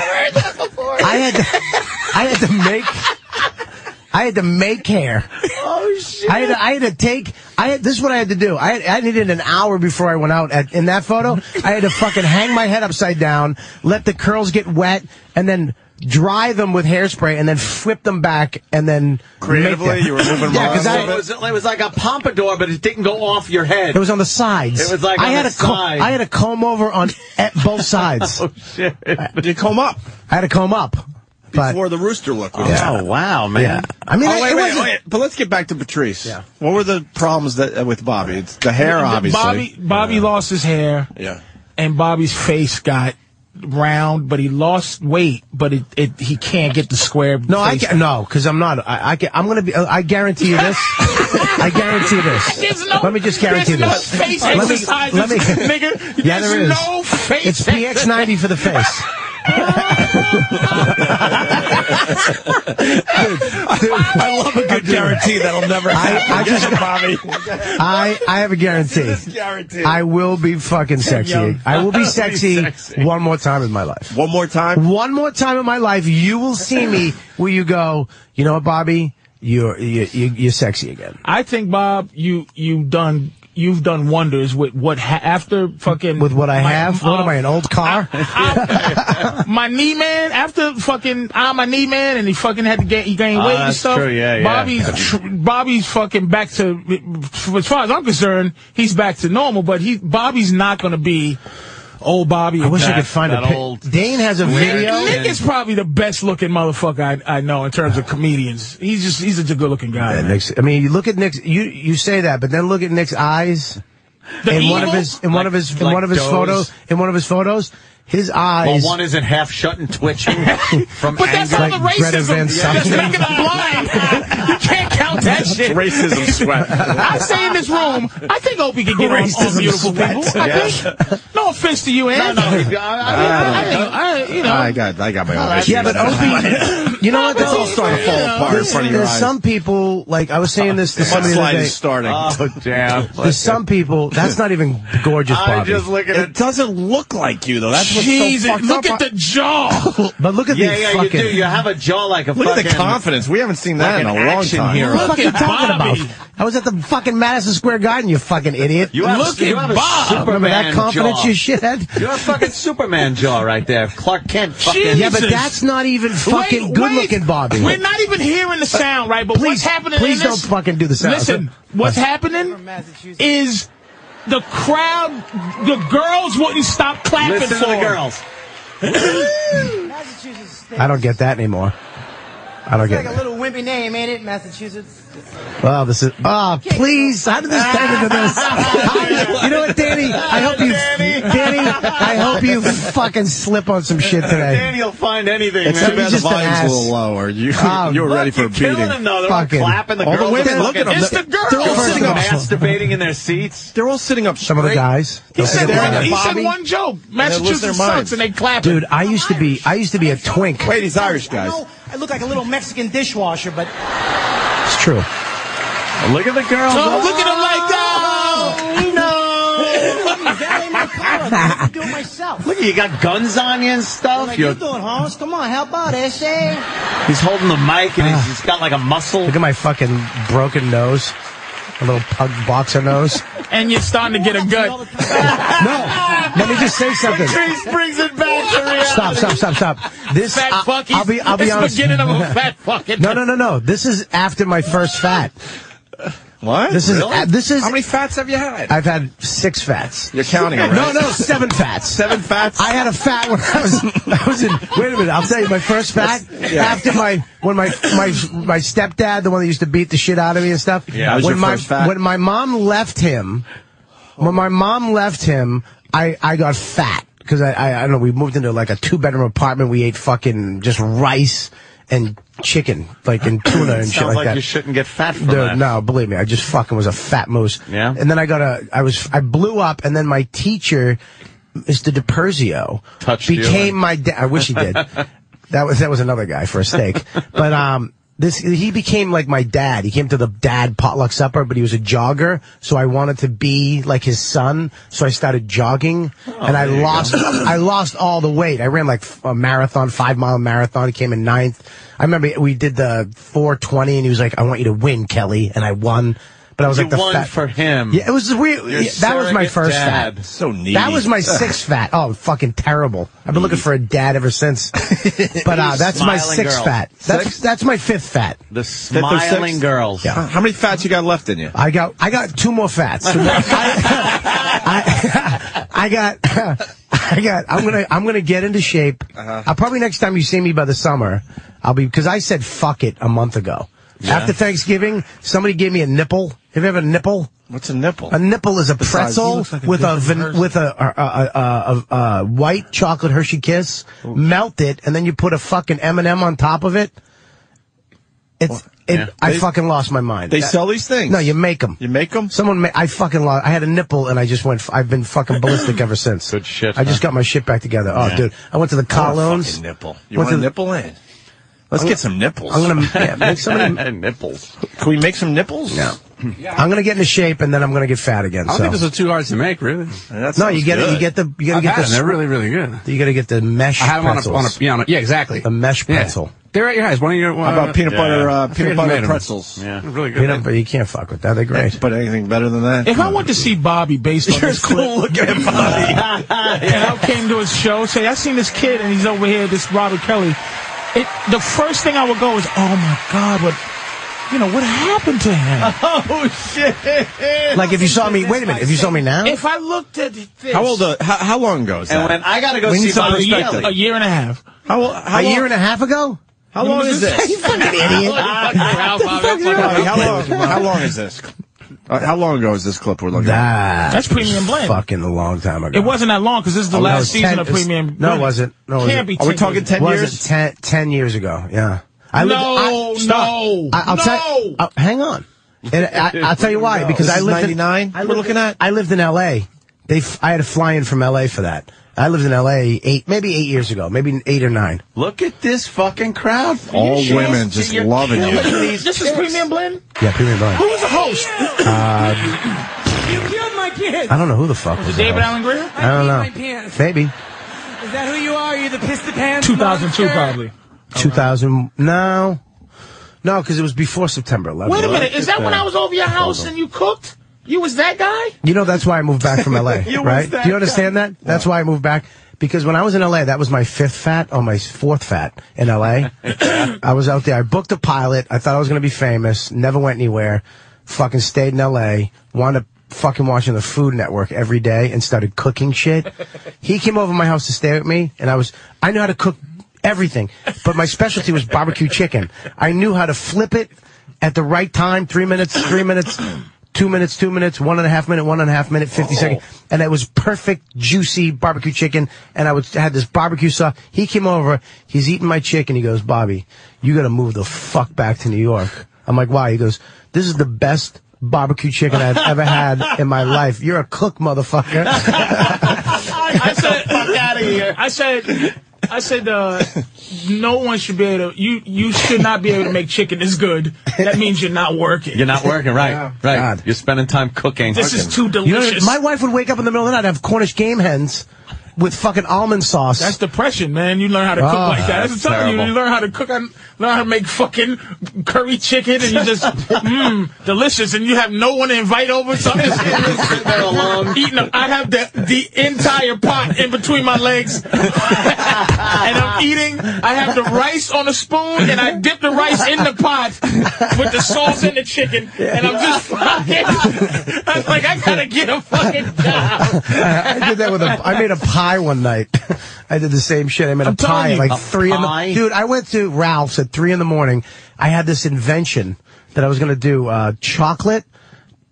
[SPEAKER 5] I had to. I had to make. I had to make hair.
[SPEAKER 3] Oh shit.
[SPEAKER 5] I had to, I had to take. I had, this is what I had to do. I, I needed an hour before I went out. At, in that photo, I had to fucking hang my head upside down, let the curls get wet, and then dry them with hairspray, and then flip them back, and then
[SPEAKER 3] Creatively,
[SPEAKER 5] Make them.
[SPEAKER 3] you were moving
[SPEAKER 5] Yeah,
[SPEAKER 3] around
[SPEAKER 5] because
[SPEAKER 3] a
[SPEAKER 5] I
[SPEAKER 2] it, was, it was like a pompadour, but it didn't go off your head.
[SPEAKER 5] it was on the sides.
[SPEAKER 2] It was like
[SPEAKER 5] I
[SPEAKER 2] on
[SPEAKER 5] had
[SPEAKER 2] the
[SPEAKER 5] a co-
[SPEAKER 2] side.
[SPEAKER 5] I had a comb over on at both sides.
[SPEAKER 2] shit.
[SPEAKER 3] You comb up
[SPEAKER 5] I had a comb up, but
[SPEAKER 3] Oh, before the rooster look. Was out.
[SPEAKER 2] Oh wow, man.
[SPEAKER 5] yeah. I mean,
[SPEAKER 3] Oh, wait,
[SPEAKER 5] I, it
[SPEAKER 3] wait,
[SPEAKER 5] wasn't.
[SPEAKER 3] wait, But let's get back to Patrice. What were the problems that uh, with Bobby? It's the hair, obviously.
[SPEAKER 1] Bobby Bobby lost his hair.
[SPEAKER 3] Yeah.
[SPEAKER 1] and Bobby's face got round, but he lost weight, but it, it he can't get the square.
[SPEAKER 5] No, I
[SPEAKER 1] face.
[SPEAKER 5] can, no, because I'm not. I, I can, I'm gonna be. I guarantee you this. I guarantee you
[SPEAKER 1] There's
[SPEAKER 5] this.
[SPEAKER 1] no,
[SPEAKER 5] Let me just guarantee
[SPEAKER 1] there's
[SPEAKER 5] this.
[SPEAKER 1] No face
[SPEAKER 5] Let me-
[SPEAKER 1] exercises,
[SPEAKER 5] let me-
[SPEAKER 1] nigga.
[SPEAKER 5] Yeah,
[SPEAKER 1] there's
[SPEAKER 5] there is.
[SPEAKER 1] no face.
[SPEAKER 5] It's
[SPEAKER 1] exercise.
[SPEAKER 5] PX90 for the face.
[SPEAKER 3] I love a good guarantee that'll never happen.
[SPEAKER 5] I just-
[SPEAKER 3] Bobby.
[SPEAKER 5] I, I have a guarantee.
[SPEAKER 3] This is guaranteed.
[SPEAKER 5] I will be fucking sexy. I will be sexy
[SPEAKER 3] sexy.
[SPEAKER 5] one more time in my life.
[SPEAKER 3] One more time.
[SPEAKER 5] One more time in my life, you will see me where you go, you know what, Bobby? You're, you, you, you're sexy again.
[SPEAKER 1] I think Bob, you you done you've done wonders with what ha- after fucking
[SPEAKER 5] With what I
[SPEAKER 1] my-
[SPEAKER 5] have? What
[SPEAKER 1] um,
[SPEAKER 5] am I, an old car?
[SPEAKER 1] I- my knee man after fucking I'm a knee man and he fucking had to gain he gained
[SPEAKER 2] Ah,
[SPEAKER 1] weight and
[SPEAKER 2] that's
[SPEAKER 1] stuff.
[SPEAKER 2] true, yeah, yeah.
[SPEAKER 1] Bobby's tr- Bobby's fucking back to as far as I'm concerned, he's back to normal. But he Bobby's not gonna be old Bobby.
[SPEAKER 5] I wish I
[SPEAKER 2] That-
[SPEAKER 5] could find a
[SPEAKER 2] that
[SPEAKER 5] pic.
[SPEAKER 2] old-
[SPEAKER 5] Dane has a video.
[SPEAKER 1] Nick is probably the best looking motherfucker I, I know in terms of comedians. He's just he's a good looking guy.
[SPEAKER 5] Yeah,
[SPEAKER 1] man.
[SPEAKER 5] Uh, Nick's, I mean, you look at Nick's. You you say that, but then look at Nick's eyes.
[SPEAKER 1] The
[SPEAKER 5] in one of
[SPEAKER 1] evil-
[SPEAKER 5] his in one of his in
[SPEAKER 2] like
[SPEAKER 5] one of his
[SPEAKER 2] does.
[SPEAKER 5] photos in one of his photos, his eyes.
[SPEAKER 2] Well, one isn't half shut and twitching from
[SPEAKER 1] But that's
[SPEAKER 2] anger.
[SPEAKER 1] all
[SPEAKER 5] Like
[SPEAKER 1] the
[SPEAKER 5] Greta
[SPEAKER 1] racism.
[SPEAKER 5] Van
[SPEAKER 1] that's
[SPEAKER 5] Santee.
[SPEAKER 1] making them blind. you can't count that shit.
[SPEAKER 3] Racism sweat.
[SPEAKER 1] I say in this room, I think Opie can get on, on
[SPEAKER 3] Racism
[SPEAKER 1] beautiful people. I think. No offense to you,
[SPEAKER 2] No,
[SPEAKER 1] Ann.
[SPEAKER 2] no, I- I-
[SPEAKER 1] I, think- I- you know.
[SPEAKER 3] I got, I got my own.
[SPEAKER 5] yeah, but Opie, you know what
[SPEAKER 3] It's
[SPEAKER 5] though?
[SPEAKER 3] all starting to fall apart in
[SPEAKER 5] There's,
[SPEAKER 3] front of your
[SPEAKER 5] there's
[SPEAKER 3] eyes.
[SPEAKER 5] some people like I was saying this to somebody the other
[SPEAKER 3] Mudslide
[SPEAKER 5] day.
[SPEAKER 3] is starting.
[SPEAKER 2] Oh, damn.
[SPEAKER 5] There's some people that's not even gorgeous,
[SPEAKER 2] I'm
[SPEAKER 5] Bobby.
[SPEAKER 2] just looking at
[SPEAKER 3] it doesn't look like you though. That's what's
[SPEAKER 1] Jesus,
[SPEAKER 3] so fucked
[SPEAKER 1] look
[SPEAKER 3] up.
[SPEAKER 1] at the jaw.
[SPEAKER 5] But look at
[SPEAKER 2] Yeah,
[SPEAKER 5] the
[SPEAKER 2] yeah,
[SPEAKER 5] fucking.
[SPEAKER 2] you do. You have a jaw like a
[SPEAKER 3] Look at
[SPEAKER 2] fucking.
[SPEAKER 3] the confidence. We haven't seen that
[SPEAKER 2] like
[SPEAKER 3] in
[SPEAKER 2] an
[SPEAKER 3] a long
[SPEAKER 2] action
[SPEAKER 3] time.
[SPEAKER 2] hero.
[SPEAKER 5] What the fuck are you
[SPEAKER 1] Look at
[SPEAKER 5] talking
[SPEAKER 1] Bobby.
[SPEAKER 5] about? I was at the fucking Madison Square Garden, you fucking idiot.
[SPEAKER 2] You have,
[SPEAKER 1] Look
[SPEAKER 2] you
[SPEAKER 1] at
[SPEAKER 2] have a
[SPEAKER 1] Bob.
[SPEAKER 5] Remember
[SPEAKER 2] Superman
[SPEAKER 5] that confidence
[SPEAKER 2] jaw.
[SPEAKER 5] you shithead?
[SPEAKER 2] You have fucking Superman jaw right there, Clark Kent. Fucking.
[SPEAKER 1] Jesus.
[SPEAKER 5] Yeah, but that's not even fucking
[SPEAKER 1] Wait,
[SPEAKER 5] good
[SPEAKER 1] wait.
[SPEAKER 5] looking Bobby.
[SPEAKER 1] We're not even hearing the sound, right? But what's
[SPEAKER 5] Please-
[SPEAKER 1] happening
[SPEAKER 5] please
[SPEAKER 1] in
[SPEAKER 5] don't
[SPEAKER 1] this,
[SPEAKER 5] fucking do the sound.
[SPEAKER 1] Listen, what's happening is the crowd, the girls wouldn't stop clapping
[SPEAKER 2] Listen
[SPEAKER 1] for
[SPEAKER 2] to the
[SPEAKER 1] him.
[SPEAKER 2] girls.
[SPEAKER 9] Massachusetts.
[SPEAKER 5] I don't get that anymore. I don't get
[SPEAKER 9] It's like a
[SPEAKER 5] that.
[SPEAKER 9] little wimpy name, ain't it? Massachusetts.
[SPEAKER 5] Well, this is. Ah, please. How did this turn into this? you know what, Danny? I hope you. Danny, I hope you fucking slip on some shit today.
[SPEAKER 2] Danny'll find anything.
[SPEAKER 5] It's
[SPEAKER 2] man.
[SPEAKER 5] too bad
[SPEAKER 3] the
[SPEAKER 5] just an
[SPEAKER 3] volume's
[SPEAKER 5] ass.
[SPEAKER 3] a little lower. You,
[SPEAKER 5] Um,
[SPEAKER 3] you were
[SPEAKER 2] Look,
[SPEAKER 3] ready for
[SPEAKER 2] you're
[SPEAKER 3] a beating.
[SPEAKER 2] killing them, though. They're all
[SPEAKER 5] Fucking-
[SPEAKER 2] clapping. The
[SPEAKER 3] all the
[SPEAKER 2] girls
[SPEAKER 3] women,
[SPEAKER 2] are
[SPEAKER 3] look at
[SPEAKER 2] fucking-
[SPEAKER 3] them.
[SPEAKER 1] It's the girls.
[SPEAKER 2] They're all
[SPEAKER 5] First
[SPEAKER 2] sitting
[SPEAKER 5] of all-
[SPEAKER 2] masturbating in their seats.
[SPEAKER 3] They're all sitting up.
[SPEAKER 5] Some of the
[SPEAKER 3] straight.
[SPEAKER 5] guys.
[SPEAKER 1] He
[SPEAKER 5] Don't
[SPEAKER 1] said,
[SPEAKER 5] forget
[SPEAKER 1] one,
[SPEAKER 5] that.
[SPEAKER 1] he said
[SPEAKER 3] Bobby.
[SPEAKER 1] one joke.
[SPEAKER 3] lose their
[SPEAKER 1] Massachusetts
[SPEAKER 3] minds.
[SPEAKER 1] sucks, and they clap.
[SPEAKER 5] Dude, I used to be. I used to be a twink.
[SPEAKER 3] Wait, he's Irish, guys.
[SPEAKER 9] I know I look like a little Mexican dishwasher, but
[SPEAKER 5] It's true.
[SPEAKER 2] Look at the girls.
[SPEAKER 1] So look at him like that.
[SPEAKER 9] that ain't my color. I can do it myself.
[SPEAKER 2] Look, you got guns on you and stuff.
[SPEAKER 9] Like you
[SPEAKER 2] You're,
[SPEAKER 9] doing, Holmes? Come on, help out, essay.
[SPEAKER 2] he's holding the mic and he's, he's got like a muscle.
[SPEAKER 5] Ah. Look at my fucking broken nose. A little pug boxer nose.
[SPEAKER 1] And you're starting to get a gut.
[SPEAKER 5] No, let me just say something.
[SPEAKER 2] Patrice brings it back to reality.
[SPEAKER 5] Stop, stop, stop, stop. This
[SPEAKER 1] Fat
[SPEAKER 5] I,
[SPEAKER 1] fuck. He's,
[SPEAKER 5] I'll be, I'll be
[SPEAKER 1] it's
[SPEAKER 5] honest.
[SPEAKER 1] the beginning of a fat fucking.
[SPEAKER 5] No, no, no, no. This is after my first fat.
[SPEAKER 3] What?
[SPEAKER 5] This is uh, this is.
[SPEAKER 3] How many fats have you had?
[SPEAKER 5] I've had six fats.
[SPEAKER 3] You're counting them,
[SPEAKER 5] No,
[SPEAKER 3] right?
[SPEAKER 5] no, seven fats.
[SPEAKER 3] Seven fats.
[SPEAKER 5] I had a fat when I was I was in. Wait a minute, I'll tell you my first fat after my when my my my stepdad, the one that used to beat the shit out of me and stuff.
[SPEAKER 3] Yeah, that was
[SPEAKER 5] when
[SPEAKER 3] your
[SPEAKER 5] my
[SPEAKER 3] first fat.
[SPEAKER 5] when my mom left him, when my mom left him, I I got fat because I, I I don't know. We moved into like a two bedroom apartment. We ate fucking just rice and chicken, like and tuna and shit
[SPEAKER 2] Sounds
[SPEAKER 5] like,
[SPEAKER 2] like
[SPEAKER 5] that.
[SPEAKER 2] you shouldn't get fat from
[SPEAKER 5] Dude,
[SPEAKER 2] that.
[SPEAKER 5] no, believe me, I just fucking was a fat moose.
[SPEAKER 2] Yeah?
[SPEAKER 5] And then I got a, I was, I blew up, and then my teacher, Mr. DiPerzio,
[SPEAKER 2] Touched you
[SPEAKER 5] became
[SPEAKER 2] and-
[SPEAKER 5] my dad. I wish he did. that was that was another guy for a steak, but um. This, he became like my dad. He came to the dad potluck supper, but he was a jogger, so I wanted to be like his son. So I started jogging,
[SPEAKER 2] Oh,
[SPEAKER 5] and I lost, I lost all the weight. I ran like a marathon, five mile marathon. He came in ninth. I remember we did the 420, and he was like, "I want you to win, Kelly," and I won. But I was
[SPEAKER 2] You
[SPEAKER 5] like the
[SPEAKER 2] won
[SPEAKER 5] fat-
[SPEAKER 2] for him.
[SPEAKER 5] Yeah, it was weird.
[SPEAKER 2] Your
[SPEAKER 5] yeah, that was my
[SPEAKER 2] surrogate
[SPEAKER 5] first
[SPEAKER 2] dad.
[SPEAKER 5] fat.
[SPEAKER 3] so needy.
[SPEAKER 5] That was my sixth fat. Oh, fucking terrible. I've been looking for a dad ever since. But uh, that's my
[SPEAKER 2] Smiling
[SPEAKER 5] sixth
[SPEAKER 2] girl.
[SPEAKER 5] fat. That's that's my fifth fat.
[SPEAKER 2] The smiling girls.
[SPEAKER 5] Yeah.
[SPEAKER 3] How many fats you got left in you?
[SPEAKER 5] I got I got two more fats. I, I, I got I got I'm gonna I'm gonna get into shape.
[SPEAKER 3] Uh-huh.
[SPEAKER 5] I'll probably next time you see me by the summer, I'll be because I said fuck it a month ago. After Thanksgiving, somebody gave me a nipple. Have you ever had a nipple?
[SPEAKER 3] What's a nipple?
[SPEAKER 5] A nipple is a
[SPEAKER 3] Besides, he
[SPEAKER 5] pretzel
[SPEAKER 3] looks like a
[SPEAKER 5] with a
[SPEAKER 3] different
[SPEAKER 5] van-
[SPEAKER 3] person.
[SPEAKER 5] with a a, a, a, a a white chocolate Hershey Kiss. Melt it, and then you put a fucking M and m on top of it. It's it, I fucking lost my mind.
[SPEAKER 3] They sell these things?
[SPEAKER 5] No, you make them.
[SPEAKER 3] You make them?
[SPEAKER 5] Someone, ma- I fucking lost. I had a nipple and I just went. f- I've been fucking ballistic ever since. Good
[SPEAKER 2] shit,
[SPEAKER 5] I just
[SPEAKER 2] huh?
[SPEAKER 5] got my shit back together. Oh,
[SPEAKER 3] Yeah.
[SPEAKER 5] dude, I went to the
[SPEAKER 3] I want a
[SPEAKER 5] Colognes.
[SPEAKER 3] fucking nipple. You
[SPEAKER 5] Went
[SPEAKER 3] want a
[SPEAKER 5] to the-
[SPEAKER 3] nipple in? Let's
[SPEAKER 5] I'm
[SPEAKER 3] get
[SPEAKER 5] gonna-
[SPEAKER 3] some nipples.
[SPEAKER 5] I'm gonna yeah, make somebody.
[SPEAKER 2] nipples.
[SPEAKER 3] Can we make some nipples? No.
[SPEAKER 5] I'm gonna get into shape and then I'm gonna get fat again.
[SPEAKER 10] I don't
[SPEAKER 5] so.
[SPEAKER 10] think this is too hard to make, really.
[SPEAKER 5] no, you get it. You get the. You gotta
[SPEAKER 10] I've
[SPEAKER 5] get
[SPEAKER 10] had
[SPEAKER 5] the.
[SPEAKER 10] them. They're
[SPEAKER 5] squ-
[SPEAKER 10] really, really good.
[SPEAKER 5] You gotta get the mesh.
[SPEAKER 10] I had them on a,
[SPEAKER 5] pretzels.
[SPEAKER 10] on a, yeah, on a- yeah, exactly.
[SPEAKER 5] The mesh
[SPEAKER 10] Yeah.
[SPEAKER 5] pretzel.
[SPEAKER 10] They're at your house. One of your
[SPEAKER 3] How about peanut
[SPEAKER 10] yeah.
[SPEAKER 3] butter, uh,
[SPEAKER 10] I forget
[SPEAKER 3] peanut
[SPEAKER 10] who
[SPEAKER 3] butter
[SPEAKER 10] made 'em.
[SPEAKER 3] pretzels?
[SPEAKER 10] Yeah, really good.
[SPEAKER 5] You know, but you can't fuck with that. They're great.
[SPEAKER 3] But anything better than that?
[SPEAKER 1] If I want to see Bobby based on this clip, and I came to his show, say I seen this kid and he's over here, this Robert Kelly. It, the first thing I would go is, oh my god, what, you know, what happened to him?
[SPEAKER 2] Oh shit!
[SPEAKER 5] Like if you saw me, wait a minute. If you saw me now,
[SPEAKER 1] if I looked at this,
[SPEAKER 3] How old? Uh, how, how long ago is
[SPEAKER 2] And
[SPEAKER 3] that?
[SPEAKER 2] when I gotta go
[SPEAKER 3] We need
[SPEAKER 2] see
[SPEAKER 3] some
[SPEAKER 2] Bobby
[SPEAKER 3] perspective.
[SPEAKER 1] a
[SPEAKER 2] Kelly.
[SPEAKER 1] year and a half.
[SPEAKER 3] how, ol- how
[SPEAKER 5] a
[SPEAKER 3] long,
[SPEAKER 5] year and a half ago.
[SPEAKER 3] How long is
[SPEAKER 5] you
[SPEAKER 3] this?
[SPEAKER 5] fucking idiot.
[SPEAKER 3] Bobby, how long? How long is this? Uh, how long ago is this clip we're looking at?
[SPEAKER 5] That
[SPEAKER 1] That's Premium
[SPEAKER 5] was
[SPEAKER 1] Blend.
[SPEAKER 5] Fucking a long time ago.
[SPEAKER 1] It wasn't that long because this is the
[SPEAKER 5] Oh, no,
[SPEAKER 1] last
[SPEAKER 5] it was
[SPEAKER 1] season
[SPEAKER 5] 10
[SPEAKER 1] of Premium.
[SPEAKER 5] No, it wasn't. No, it
[SPEAKER 1] Can't
[SPEAKER 5] wasn't.
[SPEAKER 1] be
[SPEAKER 3] Are we
[SPEAKER 1] 10
[SPEAKER 3] talking
[SPEAKER 1] years.
[SPEAKER 3] ten
[SPEAKER 5] was
[SPEAKER 3] years?
[SPEAKER 5] It ten, 10 years ago. Yeah. I lived,
[SPEAKER 1] No,
[SPEAKER 5] I, stop.
[SPEAKER 1] no,
[SPEAKER 5] I, I'll tell
[SPEAKER 1] no.
[SPEAKER 5] uh, hang on. And I, I'll tell you why. Because
[SPEAKER 3] This
[SPEAKER 5] I
[SPEAKER 3] is
[SPEAKER 5] lived in
[SPEAKER 3] 99
[SPEAKER 5] I
[SPEAKER 3] we're
[SPEAKER 5] lived-
[SPEAKER 3] looking at?
[SPEAKER 5] I lived in L.A. They, f- I had to fly in from L.A. for that. I lived in L.A. eight, maybe eight years ago, maybe eight or nine.
[SPEAKER 2] Look at this fucking crowd.
[SPEAKER 3] All
[SPEAKER 2] You
[SPEAKER 3] women just
[SPEAKER 2] you're
[SPEAKER 3] loving you.
[SPEAKER 2] killing These
[SPEAKER 1] This is
[SPEAKER 2] chicks.
[SPEAKER 1] Premium Blend.
[SPEAKER 5] Yeah, Premium Blend.
[SPEAKER 1] Who was the host?
[SPEAKER 9] You killed my kid.
[SPEAKER 5] I don't know who the fuck was, the
[SPEAKER 1] David
[SPEAKER 5] host.
[SPEAKER 1] Allen Greer.
[SPEAKER 5] I don't
[SPEAKER 9] peed
[SPEAKER 5] know.
[SPEAKER 9] my pants.
[SPEAKER 5] Maybe
[SPEAKER 9] Is that who you are? You the piss the pants?
[SPEAKER 1] 2002
[SPEAKER 9] monster?
[SPEAKER 1] probably.
[SPEAKER 5] 2000. No, no, because it was before September 11th.
[SPEAKER 1] Wait a minute. Is that when I was over your house and you cooked? You was that guy?
[SPEAKER 5] You know that's why I moved back from LA,
[SPEAKER 2] You was
[SPEAKER 5] right?
[SPEAKER 2] that
[SPEAKER 5] Do you understand that? That's why I moved back because when I was in LA, that was my fifth fat or my fourth fat in LA. I was out there. I booked a pilot. I thought I was going to be famous. Never went anywhere. Fucking stayed in LA. Wound up fucking watching the Food Network every day and started cooking shit. he came over to my house to stay with me, and I was I knew how to cook everything, but my specialty was barbecue chicken. I knew how to flip it at the right time three minutes, three minutes, two minutes, two minutes, one and a half minute, one and a half minute, fifty second, And it was perfect, juicy barbecue chicken. And I would had this barbecue sauce. He came over, he's eating my chicken. He goes, Bobby, you got to move the fuck back to New York. I'm like, why? He goes, this is the best barbecue chicken I've ever had in my life. You're a cook, motherfucker.
[SPEAKER 1] I said, "Fuck out of here." I said, "I said, uh, no one should be able to. You you should not be able to make chicken this good. That means you're not working.
[SPEAKER 2] You're not working, right? Right.
[SPEAKER 5] God.
[SPEAKER 2] You're spending time cooking.
[SPEAKER 1] this is too
[SPEAKER 5] You know,
[SPEAKER 1] delicious.
[SPEAKER 5] my wife would wake up in the middle of the night and have Cornish game hens with fucking almond sauce.
[SPEAKER 1] that's depression, man. You learn how to cook
[SPEAKER 5] Oh,
[SPEAKER 1] like that. Ah, That's
[SPEAKER 2] that's
[SPEAKER 1] the telling you.
[SPEAKER 2] terrible.
[SPEAKER 1] You learn how to cook and learn how to make fucking curry chicken, and you just mmm delicious. And you have no one to invite over. So I'm just sitting there alone, eating. A, I have the the entire pot in between my legs, and I'm eating. I have the rice on a spoon, and I dip the rice in the pot with the sauce and the chicken, and I'm just fucking. I'm like, I gotta get a fucking job.
[SPEAKER 5] I I did that with a. I made a pie one night. I did the same shit. I made a
[SPEAKER 1] I'm telling
[SPEAKER 5] pie at
[SPEAKER 1] you.
[SPEAKER 5] like
[SPEAKER 1] A
[SPEAKER 5] three in
[SPEAKER 2] pie?
[SPEAKER 5] the. Dude, I went to Ralph's at three in the morning. I had this invention that I was gonna do uh, chocolate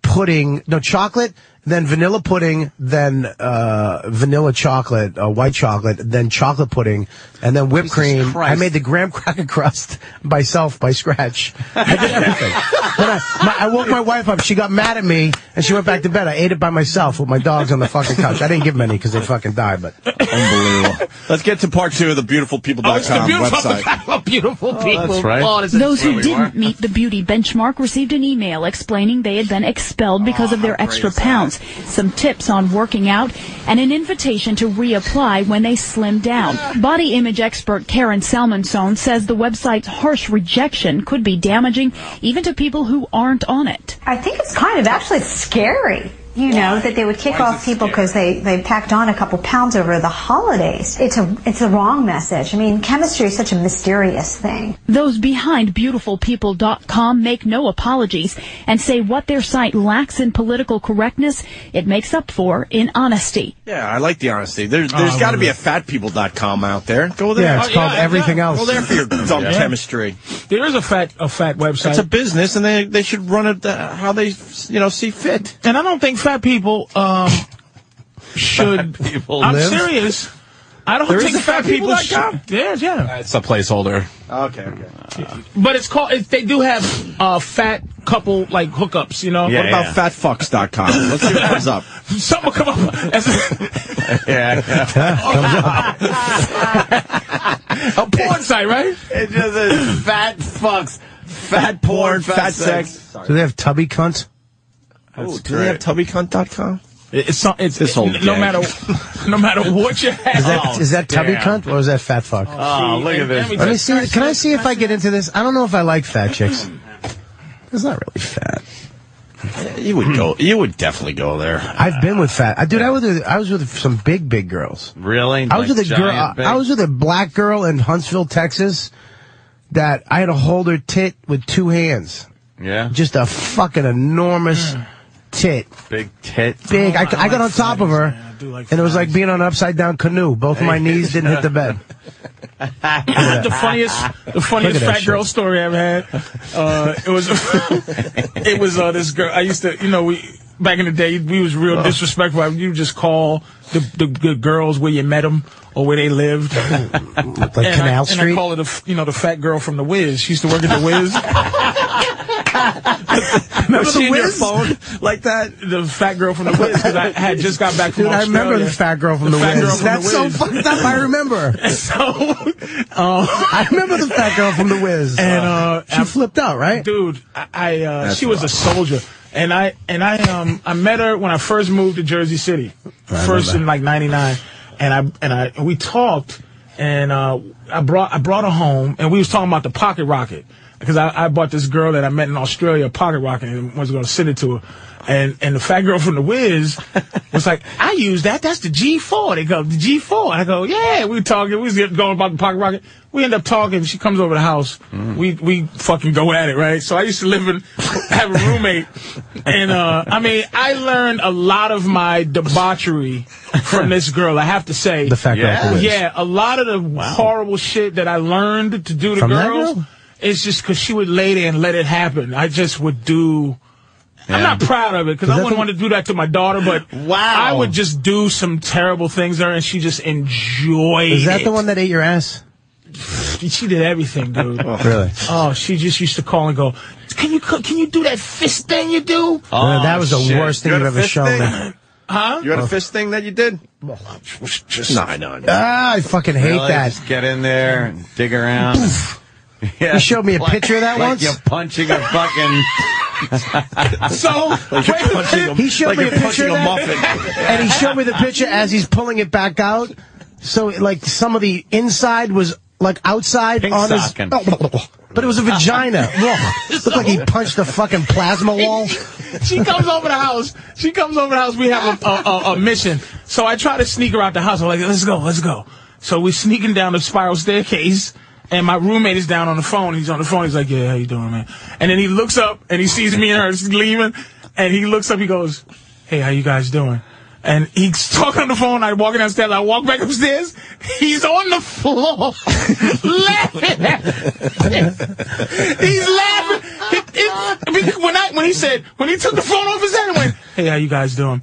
[SPEAKER 5] pudding. No chocolate, then vanilla pudding, then uh, vanilla chocolate, uh, white chocolate, then chocolate pudding, and then whipped cream.
[SPEAKER 2] Christ.
[SPEAKER 5] I made the graham cracker crust myself by scratch. I did everything. But I, my, I woke my wife up. She got mad at me, and she went back to bed. I ate it by myself with my dogs on the fucking couch. I didn't give them any because they fucking died. But
[SPEAKER 3] Unbelievable. Let's get to part two of the beautifulbeautiful.com
[SPEAKER 1] Oh, it's the beautiful,
[SPEAKER 3] website.
[SPEAKER 1] beautiful people.
[SPEAKER 2] That's right.
[SPEAKER 1] Oh, this is
[SPEAKER 6] Those
[SPEAKER 1] where
[SPEAKER 6] who
[SPEAKER 1] we
[SPEAKER 6] didn't meet the beauty benchmark received an email explaining they had been
[SPEAKER 1] Ah,
[SPEAKER 6] expelled because of their extra pounds, some tips on working out, and an invitation to reapply when they slim
[SPEAKER 1] Ah.
[SPEAKER 6] down. Body image expert Karen Salmonson says the website's harsh rejection could be damaging even to people who aren't on it.
[SPEAKER 11] I think it's kind of actually scary, you know, that they would kick off people because they, they packed on a couple pounds over the holidays. It's a it's the wrong message. I mean, chemistry is such a mysterious thing.
[SPEAKER 6] Those behind beautifulpeople.com make no apologies and say what their site lacks in political correctness, it makes up for in honesty.
[SPEAKER 3] Yeah, I like the honesty. There, there's got to be a fatpeople.com out there. Go there.
[SPEAKER 5] yeah, it's
[SPEAKER 1] Oh,
[SPEAKER 5] called
[SPEAKER 1] yeah,
[SPEAKER 5] everything
[SPEAKER 1] yeah.
[SPEAKER 5] else.
[SPEAKER 3] Go there for your dumb chemistry.
[SPEAKER 1] There is a fat a fat website,
[SPEAKER 3] It's a business, and they they should run it uh, how they you know see fit.
[SPEAKER 1] and I don't think fat people um should.
[SPEAKER 2] people
[SPEAKER 1] I'm
[SPEAKER 2] live?
[SPEAKER 1] serious. I don't
[SPEAKER 3] There is
[SPEAKER 1] think
[SPEAKER 3] a
[SPEAKER 1] fat people.
[SPEAKER 3] fatpeople.com?
[SPEAKER 1] should. Yeah, yeah.
[SPEAKER 10] It's a placeholder.
[SPEAKER 3] Okay, okay.
[SPEAKER 1] But it's called. It, they do have uh, fat couple like hookups. You know.
[SPEAKER 3] what about fatfucks.com? Let's see what comes up.
[SPEAKER 1] Something will come up. As,
[SPEAKER 2] yeah.
[SPEAKER 1] a porn site, right?
[SPEAKER 2] It just is fat fucks, fat porn, fat, sex.
[SPEAKER 5] Do they have tubby cunts?
[SPEAKER 3] Oh, do they have tubbycunt.com?
[SPEAKER 1] It's, some- it's
[SPEAKER 3] This whole
[SPEAKER 1] no
[SPEAKER 3] gag.
[SPEAKER 1] matter no matter what you have.
[SPEAKER 5] Is that is that tubby
[SPEAKER 2] damn.
[SPEAKER 5] cunt or is that fat fuck?
[SPEAKER 2] Oh, look at this.
[SPEAKER 5] Let me see. Can I see if I get into this? I don't know if I like fat chicks. It's not really fat.
[SPEAKER 3] You would go. You would definitely go there.
[SPEAKER 5] I've been with fat. I, dude, I was with, I was with some big big girls.
[SPEAKER 2] Really?
[SPEAKER 5] I was
[SPEAKER 2] Like
[SPEAKER 5] with a girl. I,
[SPEAKER 2] giant
[SPEAKER 5] I was with a black girl in Huntsville, Texas. That I had to hold her tit with two hands.
[SPEAKER 2] big- Yeah.
[SPEAKER 5] Just a fucking enormous tit.
[SPEAKER 2] Big tit.
[SPEAKER 1] Oh,
[SPEAKER 5] Big. I, I got on top of her.
[SPEAKER 1] man. I do like
[SPEAKER 5] and it was like being on an upside down canoe. Both of my knees didn't hit the bed.
[SPEAKER 1] the funniest, the
[SPEAKER 5] Look
[SPEAKER 1] funniest
[SPEAKER 5] at that
[SPEAKER 1] fat girl
[SPEAKER 5] shit.
[SPEAKER 1] story I've had. Uh, it was, it was uh, this girl. I used to, you know, we back in the day we was
[SPEAKER 5] Oh.
[SPEAKER 1] real disrespectful. You just call the, the the girls where you met them or where they lived.
[SPEAKER 5] Like
[SPEAKER 1] And I-
[SPEAKER 5] Canal
[SPEAKER 1] and I,
[SPEAKER 5] Street.
[SPEAKER 1] call her the, f- you know, the fat girl from the Wiz. She used to work at the Wiz. Remember
[SPEAKER 3] she in your phone like that?
[SPEAKER 1] The fat girl from the Wiz because I had just got back from
[SPEAKER 5] Dude, I
[SPEAKER 1] Australia.
[SPEAKER 5] remember the fat girl from the,
[SPEAKER 1] fat
[SPEAKER 5] Wiz.
[SPEAKER 1] girl from the
[SPEAKER 5] That's so
[SPEAKER 1] Wiz.
[SPEAKER 5] fucked up. I remember.
[SPEAKER 1] So, uh,
[SPEAKER 5] I remember the fat girl from the Wiz.
[SPEAKER 1] And, uh,
[SPEAKER 5] she
[SPEAKER 1] I'm-
[SPEAKER 5] flipped out, right?
[SPEAKER 1] dude i, I uh,
[SPEAKER 3] That's
[SPEAKER 1] she was a
[SPEAKER 3] rough.
[SPEAKER 1] soldier and i and i um i met her when i first moved to jersey city first in like 99 and i and i and we talked and uh i brought i brought her home and we was talking about the pocket rocket because I, I bought this girl that I met in Australia a pocket rocket and was going to send it to her, and and the fat girl from the Wiz was like, I use that. That's the G4. They go the G4. And I go, yeah. We were talking. We was going about the pocket rocket. We end up talking. She comes over to the house.
[SPEAKER 5] Mm.
[SPEAKER 1] We we fucking go at it, right? So I used to live in have a roommate, and uh, I mean, I learned a lot of my debauchery from this girl. I have to say,
[SPEAKER 5] The fat girl from the Wiz.
[SPEAKER 1] yeah, a lot of the horrible shit that I learned to do to
[SPEAKER 5] From that
[SPEAKER 1] girls,
[SPEAKER 5] girl?
[SPEAKER 1] it's just because she would lay there and let it happen. I just would do. I'm not proud of it because I
[SPEAKER 5] that's
[SPEAKER 1] wouldn't
[SPEAKER 5] what-
[SPEAKER 1] want to do that to my daughter, but
[SPEAKER 2] Wow.
[SPEAKER 1] I would just do some terrible things there, and she just enjoyed.
[SPEAKER 5] Is that the
[SPEAKER 1] it.
[SPEAKER 5] one that ate your ass?
[SPEAKER 1] She did everything, dude.
[SPEAKER 5] Really?
[SPEAKER 1] oh, she just used to call and go, "Can you cook- can you do that fist thing you do?"
[SPEAKER 2] Oh,
[SPEAKER 5] that was the
[SPEAKER 2] shit.
[SPEAKER 5] worst thing
[SPEAKER 3] You
[SPEAKER 5] you've
[SPEAKER 3] had a
[SPEAKER 5] ever
[SPEAKER 3] fist
[SPEAKER 5] shown me.
[SPEAKER 3] thing? You had a fist thing that you did?
[SPEAKER 1] Just
[SPEAKER 3] No, no, no.
[SPEAKER 5] Ah, I fucking hate
[SPEAKER 2] Really?
[SPEAKER 5] that.
[SPEAKER 2] Just get in there and dig around. Yeah.
[SPEAKER 5] You showed me a
[SPEAKER 2] Like-
[SPEAKER 5] picture of that
[SPEAKER 2] like
[SPEAKER 5] once?
[SPEAKER 2] You're punching a fucking.
[SPEAKER 1] so wait a minute.
[SPEAKER 5] He showed
[SPEAKER 3] like
[SPEAKER 5] me
[SPEAKER 3] you're
[SPEAKER 5] a
[SPEAKER 3] punching
[SPEAKER 5] picture of
[SPEAKER 3] a
[SPEAKER 5] that,
[SPEAKER 3] muffin.
[SPEAKER 5] and he showed me the picture as he's pulling it back out. So, like, some of the inside was like outside
[SPEAKER 2] Pink
[SPEAKER 5] on
[SPEAKER 2] socking.
[SPEAKER 5] his. But it was a vagina. Look, looked like he punched a fucking plasma wall.
[SPEAKER 1] she comes over the house. She comes over the house. We have a, a, a, a mission. So I try to sneak her out the house. I'm like, let's go, let's go. So we're sneaking down the spiral staircase. And my roommate is down on the phone. He's on the phone. He's like, yeah, how you doing, man? And then he looks up and he sees me and her leaving. And he looks up. He goes, hey, how you guys doing? And he's talking on the phone. I walk downstairs. I walk back upstairs. He's on the floor, laughing. at this. he's laughing. It- it- I mean, when I when he said when he took the phone off his head and went, "Hey, how you guys doing?"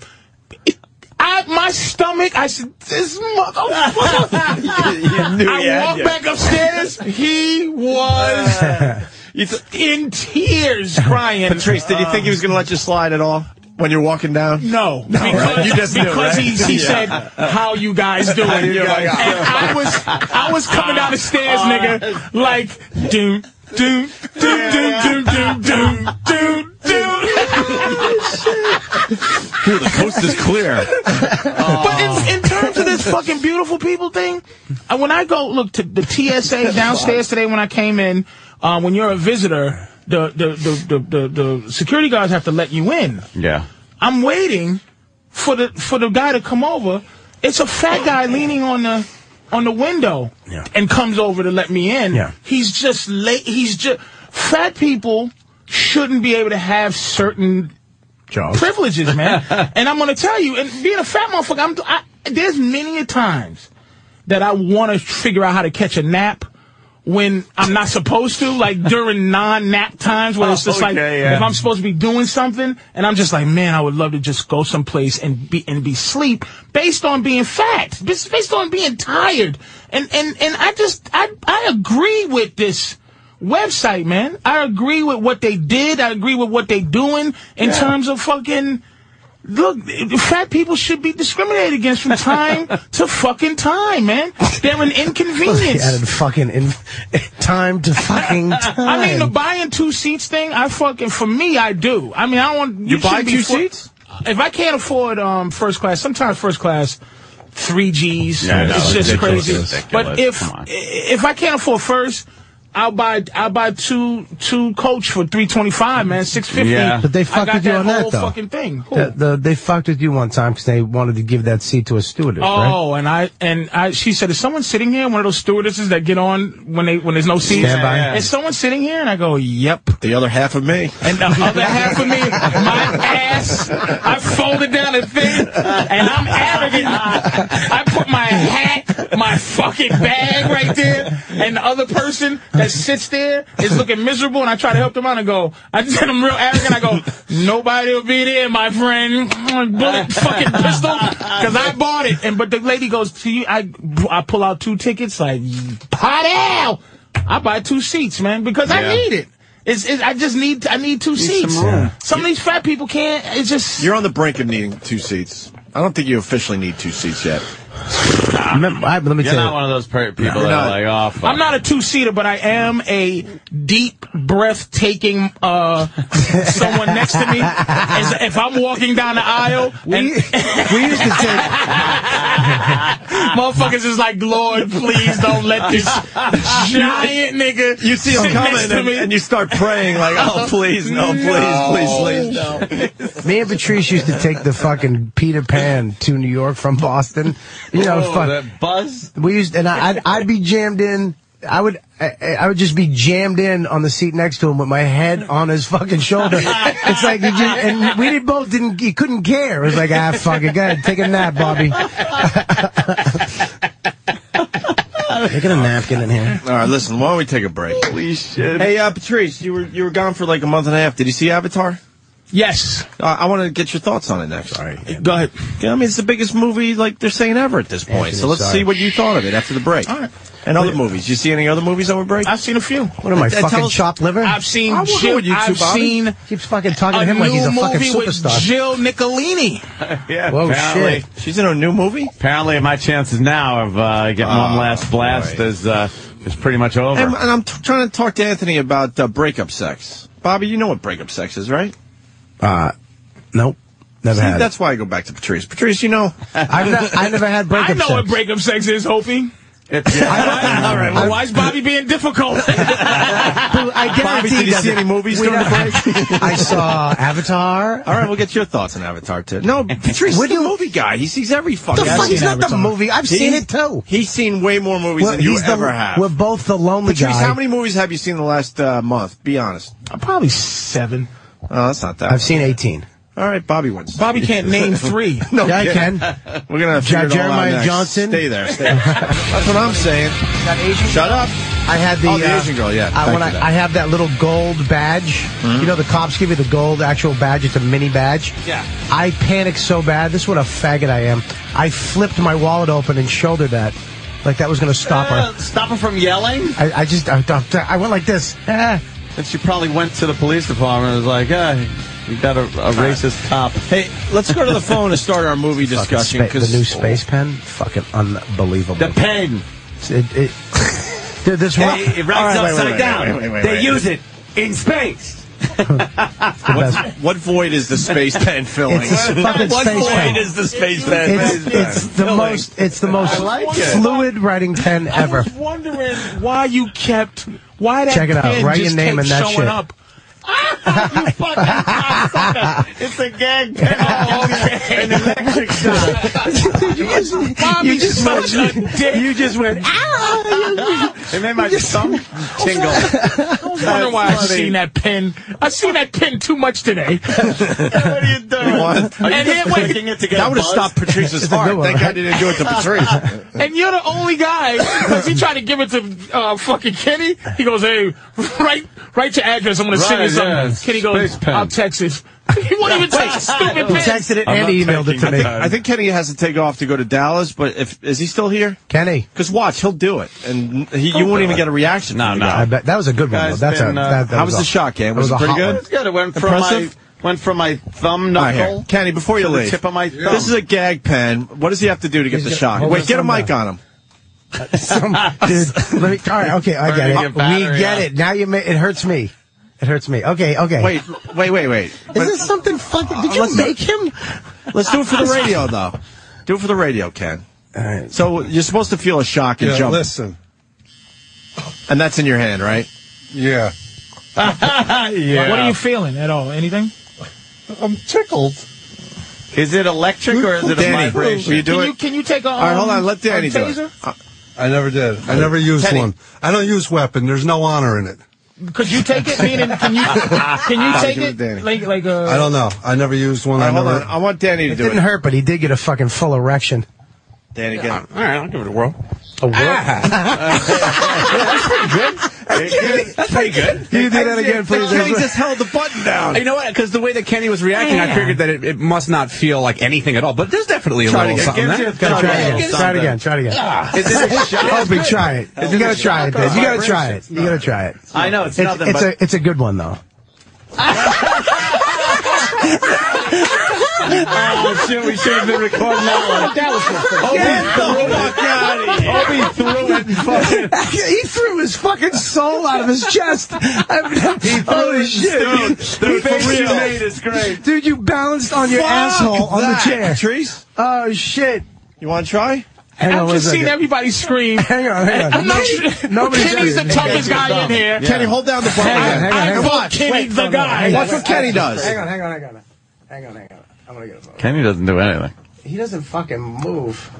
[SPEAKER 1] It- I, my stomach, I said, this motherfucker.
[SPEAKER 3] you knew you
[SPEAKER 1] I
[SPEAKER 3] had
[SPEAKER 1] walked
[SPEAKER 3] you.
[SPEAKER 1] back upstairs. He was
[SPEAKER 3] You th-
[SPEAKER 1] in tears crying.
[SPEAKER 3] Patrice, did you think he was going to let you slide at all when you're walking down?
[SPEAKER 1] No, because,
[SPEAKER 3] right? You just knew,
[SPEAKER 1] because
[SPEAKER 3] right?
[SPEAKER 1] he, he
[SPEAKER 3] Yeah.
[SPEAKER 1] said, "How you guys doing?"
[SPEAKER 3] you
[SPEAKER 1] You're
[SPEAKER 3] guys Uh,
[SPEAKER 1] like, and I was I was coming down the stairs, nigga, like doom doom doom doom doom doom doom doom doom.
[SPEAKER 3] Dude, the coast is clear.
[SPEAKER 1] But in, in terms of this fucking beautiful people thing, uh, when I go look to the TSA downstairs today when I came in, uh, when you're a visitor, the the, the the the the security guards have to let you in.
[SPEAKER 2] Yeah.
[SPEAKER 1] I'm waiting for the for the guy to come over. It's a fat guy leaning on the on the window
[SPEAKER 5] Yeah.
[SPEAKER 1] and comes over to let me in.
[SPEAKER 5] Yeah.
[SPEAKER 1] He's just late. He's just fat people shouldn't be able to have certain
[SPEAKER 5] Jaws.
[SPEAKER 1] privileges, man. and I'm gonna tell you, and being a fat motherfucker, I'm, I, there's many a times that I want to figure out how to catch a nap when I'm not supposed to, like during non-nap times where it's just like
[SPEAKER 3] Oh, Okay, yeah.
[SPEAKER 1] if I'm supposed to be doing something and I'm just like, man, I would love to just go someplace and be and be sleep based on being fat, just based on being tired. And and and I just I I agree with this website, man. I agree with what they did. I agree with what they doing in
[SPEAKER 9] Yeah.
[SPEAKER 1] terms of fucking Look, fat people should be discriminated against from time to fucking time, man. They're an
[SPEAKER 5] He
[SPEAKER 1] inconvenience.
[SPEAKER 5] added fucking in- time to fucking time.
[SPEAKER 1] I mean, the buying two seats thing, I fucking, for me, I do. I mean, I don't want.
[SPEAKER 5] You buy
[SPEAKER 1] shouldn't be
[SPEAKER 5] two
[SPEAKER 1] fo-
[SPEAKER 5] seats?
[SPEAKER 1] If I can't afford um, first class, sometimes first class, three G's.
[SPEAKER 9] Yeah, no,
[SPEAKER 1] it's just
[SPEAKER 9] ridiculous,
[SPEAKER 1] crazy.
[SPEAKER 9] ridiculous.
[SPEAKER 1] But if
[SPEAKER 9] Come on.
[SPEAKER 1] if I can't afford first, I'll buy I'll buy two two coach for three twenty five, man, six fifty.
[SPEAKER 5] But they fucked
[SPEAKER 1] I got
[SPEAKER 5] with you
[SPEAKER 1] that
[SPEAKER 5] on
[SPEAKER 1] whole
[SPEAKER 5] that though.
[SPEAKER 1] fucking thing. Who?
[SPEAKER 5] The- the- they fucked with you one time because they wanted to give that seat to a stewardess. right?
[SPEAKER 1] Oh, and I and I she said, is someone sitting here? One of those stewardesses that get on when they when there's no seats.
[SPEAKER 3] Standby. Yeah, yeah.
[SPEAKER 1] Is someone sitting here? And I go, yep.
[SPEAKER 3] The other half of me.
[SPEAKER 1] And the other half of me, my ass, I folded down a thing, and I'm arrogant. I put my hat, my fucking bag right there, and the other person that sits there is looking miserable, and I try to help them out and go, I just I'm real arrogant, I go, nobody will be there, my friend. Bullet fucking pistol, because I bought it. And But the lady goes, to you, I, I pull out two tickets, like, pot out! I buy two seats, man, because I
[SPEAKER 3] Yeah.
[SPEAKER 1] need it. It's, it's, I just need I need two seats.
[SPEAKER 3] some room.
[SPEAKER 1] Some of these fat people can't. It's just
[SPEAKER 3] You're on the brink of needing two seats. I don't think you officially need two seats yet.
[SPEAKER 5] Remember, I, let me
[SPEAKER 2] You're
[SPEAKER 3] tell
[SPEAKER 2] not
[SPEAKER 3] you.
[SPEAKER 2] one of those per- people
[SPEAKER 3] You're
[SPEAKER 2] that
[SPEAKER 3] not.
[SPEAKER 2] are like, oh, fuck.
[SPEAKER 1] I'm not a two seater, but I am a deep breathtaking uh, someone next to me. As if I'm walking down the aisle, and
[SPEAKER 5] we used to take
[SPEAKER 1] motherfuckers is like, Lord, please don't let this giant nigga
[SPEAKER 3] You see
[SPEAKER 1] sit
[SPEAKER 3] them
[SPEAKER 1] next
[SPEAKER 3] coming
[SPEAKER 1] to
[SPEAKER 3] and,
[SPEAKER 1] me.
[SPEAKER 3] and you start praying like, oh, please, no,
[SPEAKER 5] No.
[SPEAKER 3] please, please, please, no.
[SPEAKER 5] Me and Patrice used to take the fucking Peter Pan to New York from Boston. You know, it was
[SPEAKER 2] Oh,
[SPEAKER 5] fun.
[SPEAKER 2] that buzz.
[SPEAKER 5] We used, and I, I'd, I'd be jammed in. I would, I, I would just be jammed in on the seat next to him with my head on his fucking shoulder. It's like, you just, and we did both didn't, he couldn't care. It was like, ah, fuck it, go ahead, take a nap, Bobby. Taking a napkin in here.
[SPEAKER 3] All right, listen, why don't we take a break? Holy shit. Hey, uh, Patrice, you were you were gone for like a month and a half. Did you see Avatar?
[SPEAKER 1] Yes.
[SPEAKER 3] Uh, I want to get your thoughts on it next. All right.
[SPEAKER 1] Go ahead.
[SPEAKER 3] Yeah, I mean, it's the biggest movie like they're saying ever at this point.
[SPEAKER 5] Anthony,
[SPEAKER 3] so let's
[SPEAKER 5] sorry.
[SPEAKER 3] see what you thought of it after the break. All right. And other movies. You see any other movies over break?
[SPEAKER 1] I've seen a few.
[SPEAKER 5] What am I,
[SPEAKER 3] Uh, tell
[SPEAKER 5] fucking
[SPEAKER 3] us-
[SPEAKER 5] chopped liver?
[SPEAKER 1] I've seen.
[SPEAKER 3] I won't go
[SPEAKER 1] Jill,
[SPEAKER 3] with you two,
[SPEAKER 1] I've
[SPEAKER 3] Bobby.
[SPEAKER 1] seen
[SPEAKER 5] Keeps fucking talking
[SPEAKER 1] a
[SPEAKER 5] to him
[SPEAKER 1] new
[SPEAKER 5] like he's a fucking
[SPEAKER 1] movie with
[SPEAKER 5] superstar.
[SPEAKER 1] Jill Nicolini.
[SPEAKER 2] yeah,
[SPEAKER 5] Whoa,
[SPEAKER 2] apparently,
[SPEAKER 5] shit.
[SPEAKER 3] She's in a new movie?
[SPEAKER 2] apparently my chances now of uh, getting one last blast is uh, is pretty much over.
[SPEAKER 3] And, and I'm t- trying to talk to Anthony about uh, breakup sex. Bobby, you know what breakup sex is, right?
[SPEAKER 5] Uh, nope. Never
[SPEAKER 3] See,
[SPEAKER 5] had it.
[SPEAKER 3] that's why I go back to Patrice. Patrice, you know.
[SPEAKER 5] I've not, I never had breakup
[SPEAKER 1] I know
[SPEAKER 5] sex.
[SPEAKER 1] what breakup sex is, Hopi.
[SPEAKER 2] It's-
[SPEAKER 1] All right. Well, why is Bobby being difficult?
[SPEAKER 5] But I guarantee
[SPEAKER 3] Bobby, did you
[SPEAKER 5] doesn't-
[SPEAKER 3] see any movies
[SPEAKER 5] We
[SPEAKER 3] during
[SPEAKER 5] don't-
[SPEAKER 3] the break?
[SPEAKER 5] I saw Avatar.
[SPEAKER 3] All right, we'll get your thoughts on Avatar too. No, Patrice,
[SPEAKER 5] Would
[SPEAKER 3] the
[SPEAKER 5] you-
[SPEAKER 3] movie guy. He sees every
[SPEAKER 5] The
[SPEAKER 3] fucking.
[SPEAKER 5] fuck? He's
[SPEAKER 1] seen
[SPEAKER 5] not the
[SPEAKER 1] Avatar.
[SPEAKER 5] movie. I've
[SPEAKER 3] He-
[SPEAKER 5] seen it too.
[SPEAKER 3] He's seen way more movies
[SPEAKER 5] Well,
[SPEAKER 3] than you
[SPEAKER 5] he's the-
[SPEAKER 3] ever have.
[SPEAKER 5] We're both the lonely
[SPEAKER 3] Patrice,
[SPEAKER 5] guy.
[SPEAKER 3] how many movies have you seen in the last uh, month? Be honest.
[SPEAKER 1] Probably seven.
[SPEAKER 3] Oh, that's not that.
[SPEAKER 5] I've seen 18.
[SPEAKER 3] All right, Bobby wins.
[SPEAKER 1] Bobby can't name three.
[SPEAKER 3] No,
[SPEAKER 5] yeah, I
[SPEAKER 3] kidding.
[SPEAKER 5] can.
[SPEAKER 3] We're gonna figure it all
[SPEAKER 5] Jeremiah
[SPEAKER 3] out next.
[SPEAKER 5] Johnson.
[SPEAKER 3] Stay there. Stay there. that's what I'm saying.
[SPEAKER 5] That Asian
[SPEAKER 3] Shut up.
[SPEAKER 5] I had the,
[SPEAKER 3] Oh, the
[SPEAKER 5] uh,
[SPEAKER 3] Asian girl, yeah.
[SPEAKER 5] I,
[SPEAKER 3] Thank
[SPEAKER 5] when
[SPEAKER 3] you,
[SPEAKER 5] I,
[SPEAKER 3] though.
[SPEAKER 5] I have that little gold badge. You know, the cops give you the gold actual badge. It's a mini badge.
[SPEAKER 2] Yeah.
[SPEAKER 5] I panicked so bad. This is what a faggot I am. I flipped my wallet open and shouldered that, like that was going to stop
[SPEAKER 2] Uh,
[SPEAKER 5] her.
[SPEAKER 2] stop him from yelling?
[SPEAKER 5] I, I just, I, I went like this. Ah.
[SPEAKER 2] And she probably went to the police department and was like, hey, we got a, a racist cop.
[SPEAKER 3] Hey, let's go to the phone and start our movie
[SPEAKER 5] Fucking
[SPEAKER 3] discussion
[SPEAKER 5] spa- the new space pen, fucking unbelievable.
[SPEAKER 2] The pen.
[SPEAKER 5] It- it- dude, this rock,
[SPEAKER 2] It, it
[SPEAKER 3] All right,
[SPEAKER 2] writes
[SPEAKER 3] wait,
[SPEAKER 2] upside
[SPEAKER 3] wait, wait,
[SPEAKER 2] down.
[SPEAKER 3] wait, wait, wait,
[SPEAKER 2] they
[SPEAKER 3] wait.
[SPEAKER 2] use it in space.
[SPEAKER 3] What, what void is the space pen filling?
[SPEAKER 5] It's a fucking
[SPEAKER 3] what
[SPEAKER 5] space
[SPEAKER 3] void
[SPEAKER 5] pen.
[SPEAKER 3] is the space pen?
[SPEAKER 5] it's, it's the
[SPEAKER 3] filling?
[SPEAKER 5] most it's the most
[SPEAKER 3] like it.
[SPEAKER 5] fluid writing pen
[SPEAKER 1] I
[SPEAKER 5] ever.
[SPEAKER 1] was wondering why you kept why that
[SPEAKER 5] Check it out.
[SPEAKER 1] pen
[SPEAKER 5] Write your
[SPEAKER 1] just
[SPEAKER 5] name
[SPEAKER 1] kept
[SPEAKER 5] and that
[SPEAKER 1] showing
[SPEAKER 5] shit.
[SPEAKER 1] up. you fucking cocksucker. It's a gag pen. Oh, okay.
[SPEAKER 9] an electric shock. you just,
[SPEAKER 2] You just
[SPEAKER 9] such
[SPEAKER 2] went-
[SPEAKER 9] a dick.
[SPEAKER 2] You just went,
[SPEAKER 9] ah!
[SPEAKER 2] It made my thumb tingle. I
[SPEAKER 1] was wondering why I've seen that pin. I've seen that pin too much today.
[SPEAKER 2] what are you doing?
[SPEAKER 1] Are you And just then wait- clicking it to get
[SPEAKER 3] that
[SPEAKER 1] a
[SPEAKER 3] would have
[SPEAKER 1] buzz?
[SPEAKER 3] stopped Patrice's
[SPEAKER 1] It's a
[SPEAKER 3] heart.
[SPEAKER 1] good one,
[SPEAKER 3] Thank
[SPEAKER 1] right?
[SPEAKER 3] God you didn't do it to Patrice.
[SPEAKER 1] and you're the only guy because he tried to give it to uh, fucking Kenny. He goes, "Hey, write write your address. I'm gonna send you
[SPEAKER 2] Right,
[SPEAKER 1] something."
[SPEAKER 2] yeah,
[SPEAKER 1] Kenny goes,
[SPEAKER 2] space pen.
[SPEAKER 1] "I'll text it." He won't even text the stupid pin.
[SPEAKER 3] I think, I think Kenny has to take off to go to Dallas, but if is he still here?
[SPEAKER 5] Kenny,
[SPEAKER 3] because watch, he'll do it, and he,
[SPEAKER 2] He'll
[SPEAKER 3] you won't
[SPEAKER 2] do
[SPEAKER 3] even
[SPEAKER 2] it.
[SPEAKER 3] get a reaction.
[SPEAKER 2] No,
[SPEAKER 3] from the
[SPEAKER 2] no.
[SPEAKER 3] guy.
[SPEAKER 5] I bet that was a good one. Though.
[SPEAKER 2] Guy's
[SPEAKER 5] That's
[SPEAKER 2] been,
[SPEAKER 5] a
[SPEAKER 2] uh,
[SPEAKER 5] that, that
[SPEAKER 3] How was the shot game? Was it
[SPEAKER 5] a
[SPEAKER 3] pretty
[SPEAKER 5] hot
[SPEAKER 3] good?
[SPEAKER 5] one.
[SPEAKER 2] It's good. It went from
[SPEAKER 3] Impressive?
[SPEAKER 2] my went from my thumb
[SPEAKER 3] All right, here.
[SPEAKER 2] knuckle.
[SPEAKER 3] Kenny, before you
[SPEAKER 2] to the
[SPEAKER 3] leave,
[SPEAKER 2] tip of my thumb.
[SPEAKER 3] this is a gag pen. What does he have to do to get
[SPEAKER 2] He's
[SPEAKER 3] the
[SPEAKER 2] got-
[SPEAKER 3] shot?
[SPEAKER 2] hold
[SPEAKER 3] Wait,
[SPEAKER 2] the
[SPEAKER 3] get a
[SPEAKER 2] thumb
[SPEAKER 3] mic on him.
[SPEAKER 5] Some, dude, let me, all right, okay, I get
[SPEAKER 3] Burning a
[SPEAKER 5] it. We
[SPEAKER 3] battery
[SPEAKER 5] get
[SPEAKER 3] up.
[SPEAKER 5] it. Now you, ma- it hurts me. It hurts me. Okay, okay.
[SPEAKER 3] Wait, wait, wait, wait.
[SPEAKER 5] is this something fucking? Did you
[SPEAKER 3] let's-
[SPEAKER 5] make him?
[SPEAKER 3] Let's do it for the radio, though. Do it for the radio, Ken. So you're supposed to feel a shock and
[SPEAKER 12] Yeah,
[SPEAKER 3] jump,
[SPEAKER 12] listen.
[SPEAKER 3] and that's in your hand, right?
[SPEAKER 12] Yeah.
[SPEAKER 3] Yeah.
[SPEAKER 1] What are you feeling at all? Anything?
[SPEAKER 12] I'm tickled.
[SPEAKER 2] Is it electric or is it
[SPEAKER 12] Danny,
[SPEAKER 2] a vibration?
[SPEAKER 12] will you do
[SPEAKER 1] can
[SPEAKER 12] it?
[SPEAKER 1] you can you take a?
[SPEAKER 12] All right, hold on, let
[SPEAKER 1] um, a
[SPEAKER 12] Danny do it.
[SPEAKER 1] taser?
[SPEAKER 12] I never did. I never used
[SPEAKER 1] Teddy.
[SPEAKER 12] one. I don't use weapon. There's no
[SPEAKER 3] uh,
[SPEAKER 12] honor in it.
[SPEAKER 1] Could you take it? Meaning, can you can you
[SPEAKER 12] I'll
[SPEAKER 1] take
[SPEAKER 12] give it
[SPEAKER 1] it?
[SPEAKER 12] to Danny.
[SPEAKER 1] Like like uh,
[SPEAKER 12] I don't know. I never used one. I never,
[SPEAKER 3] I want Danny
[SPEAKER 5] It didn't hurt, but he did get a fucking full erection.
[SPEAKER 3] Danny, get it.
[SPEAKER 10] All right, I'll give it a whirl.
[SPEAKER 5] A whirl?
[SPEAKER 10] that's pretty good. That's pretty good.
[SPEAKER 5] Can you do that again, please?
[SPEAKER 10] Kenny
[SPEAKER 3] just held the button down.
[SPEAKER 10] You know what? Because the way that Kenny was reacting, I figured that it, it must not feel like anything at all. But there's definitely a
[SPEAKER 5] Try it
[SPEAKER 10] little something
[SPEAKER 5] again. Give
[SPEAKER 10] there.
[SPEAKER 5] it to your Gotta try it again. thumb. Try it again. Try it again.
[SPEAKER 10] Ah.
[SPEAKER 5] Is it a shock? Opie, Oh, try it.
[SPEAKER 10] Is
[SPEAKER 5] You
[SPEAKER 10] it a
[SPEAKER 5] gotta
[SPEAKER 10] shock or
[SPEAKER 5] try it,
[SPEAKER 10] a
[SPEAKER 5] Dave. You gotta try it.
[SPEAKER 10] vibration?
[SPEAKER 5] You gotta try it.
[SPEAKER 2] I know, it's nothing
[SPEAKER 5] It's
[SPEAKER 2] but-
[SPEAKER 5] a it's a good one though.
[SPEAKER 2] oh shit! We should have been recording that one.
[SPEAKER 9] That was
[SPEAKER 3] Oh,
[SPEAKER 2] Obi threw it. and fucking-
[SPEAKER 5] he threw his fucking soul out of his chest. I mean, he holy shit.
[SPEAKER 2] The face you
[SPEAKER 5] basically-
[SPEAKER 2] made is great.
[SPEAKER 5] Dude, you bounced on your
[SPEAKER 3] Fuck
[SPEAKER 5] asshole on the
[SPEAKER 3] that,
[SPEAKER 5] chair.
[SPEAKER 3] Patrice.
[SPEAKER 5] Oh shit.
[SPEAKER 3] You want to try?
[SPEAKER 5] Hang on
[SPEAKER 1] I've
[SPEAKER 5] one
[SPEAKER 1] just seen
[SPEAKER 5] second.
[SPEAKER 1] everybody scream.
[SPEAKER 5] Hang on, hang on.
[SPEAKER 1] I'm not sure.
[SPEAKER 5] Nobody
[SPEAKER 1] Kenny's
[SPEAKER 5] said
[SPEAKER 1] the
[SPEAKER 5] it.
[SPEAKER 1] toughest guy in here.
[SPEAKER 3] Kenny, hold down the button.
[SPEAKER 5] Hang on, hang on,
[SPEAKER 1] I
[SPEAKER 5] hang on.
[SPEAKER 1] vote Kenny the guy.
[SPEAKER 5] Hang on,
[SPEAKER 3] Watch what
[SPEAKER 5] hang on,
[SPEAKER 3] Kenny does.
[SPEAKER 5] Hang on, hang on, hang on. Hang on, hang on. I'm gonna get a phone.
[SPEAKER 2] Kenny doesn't do anything.
[SPEAKER 5] He doesn't fucking move.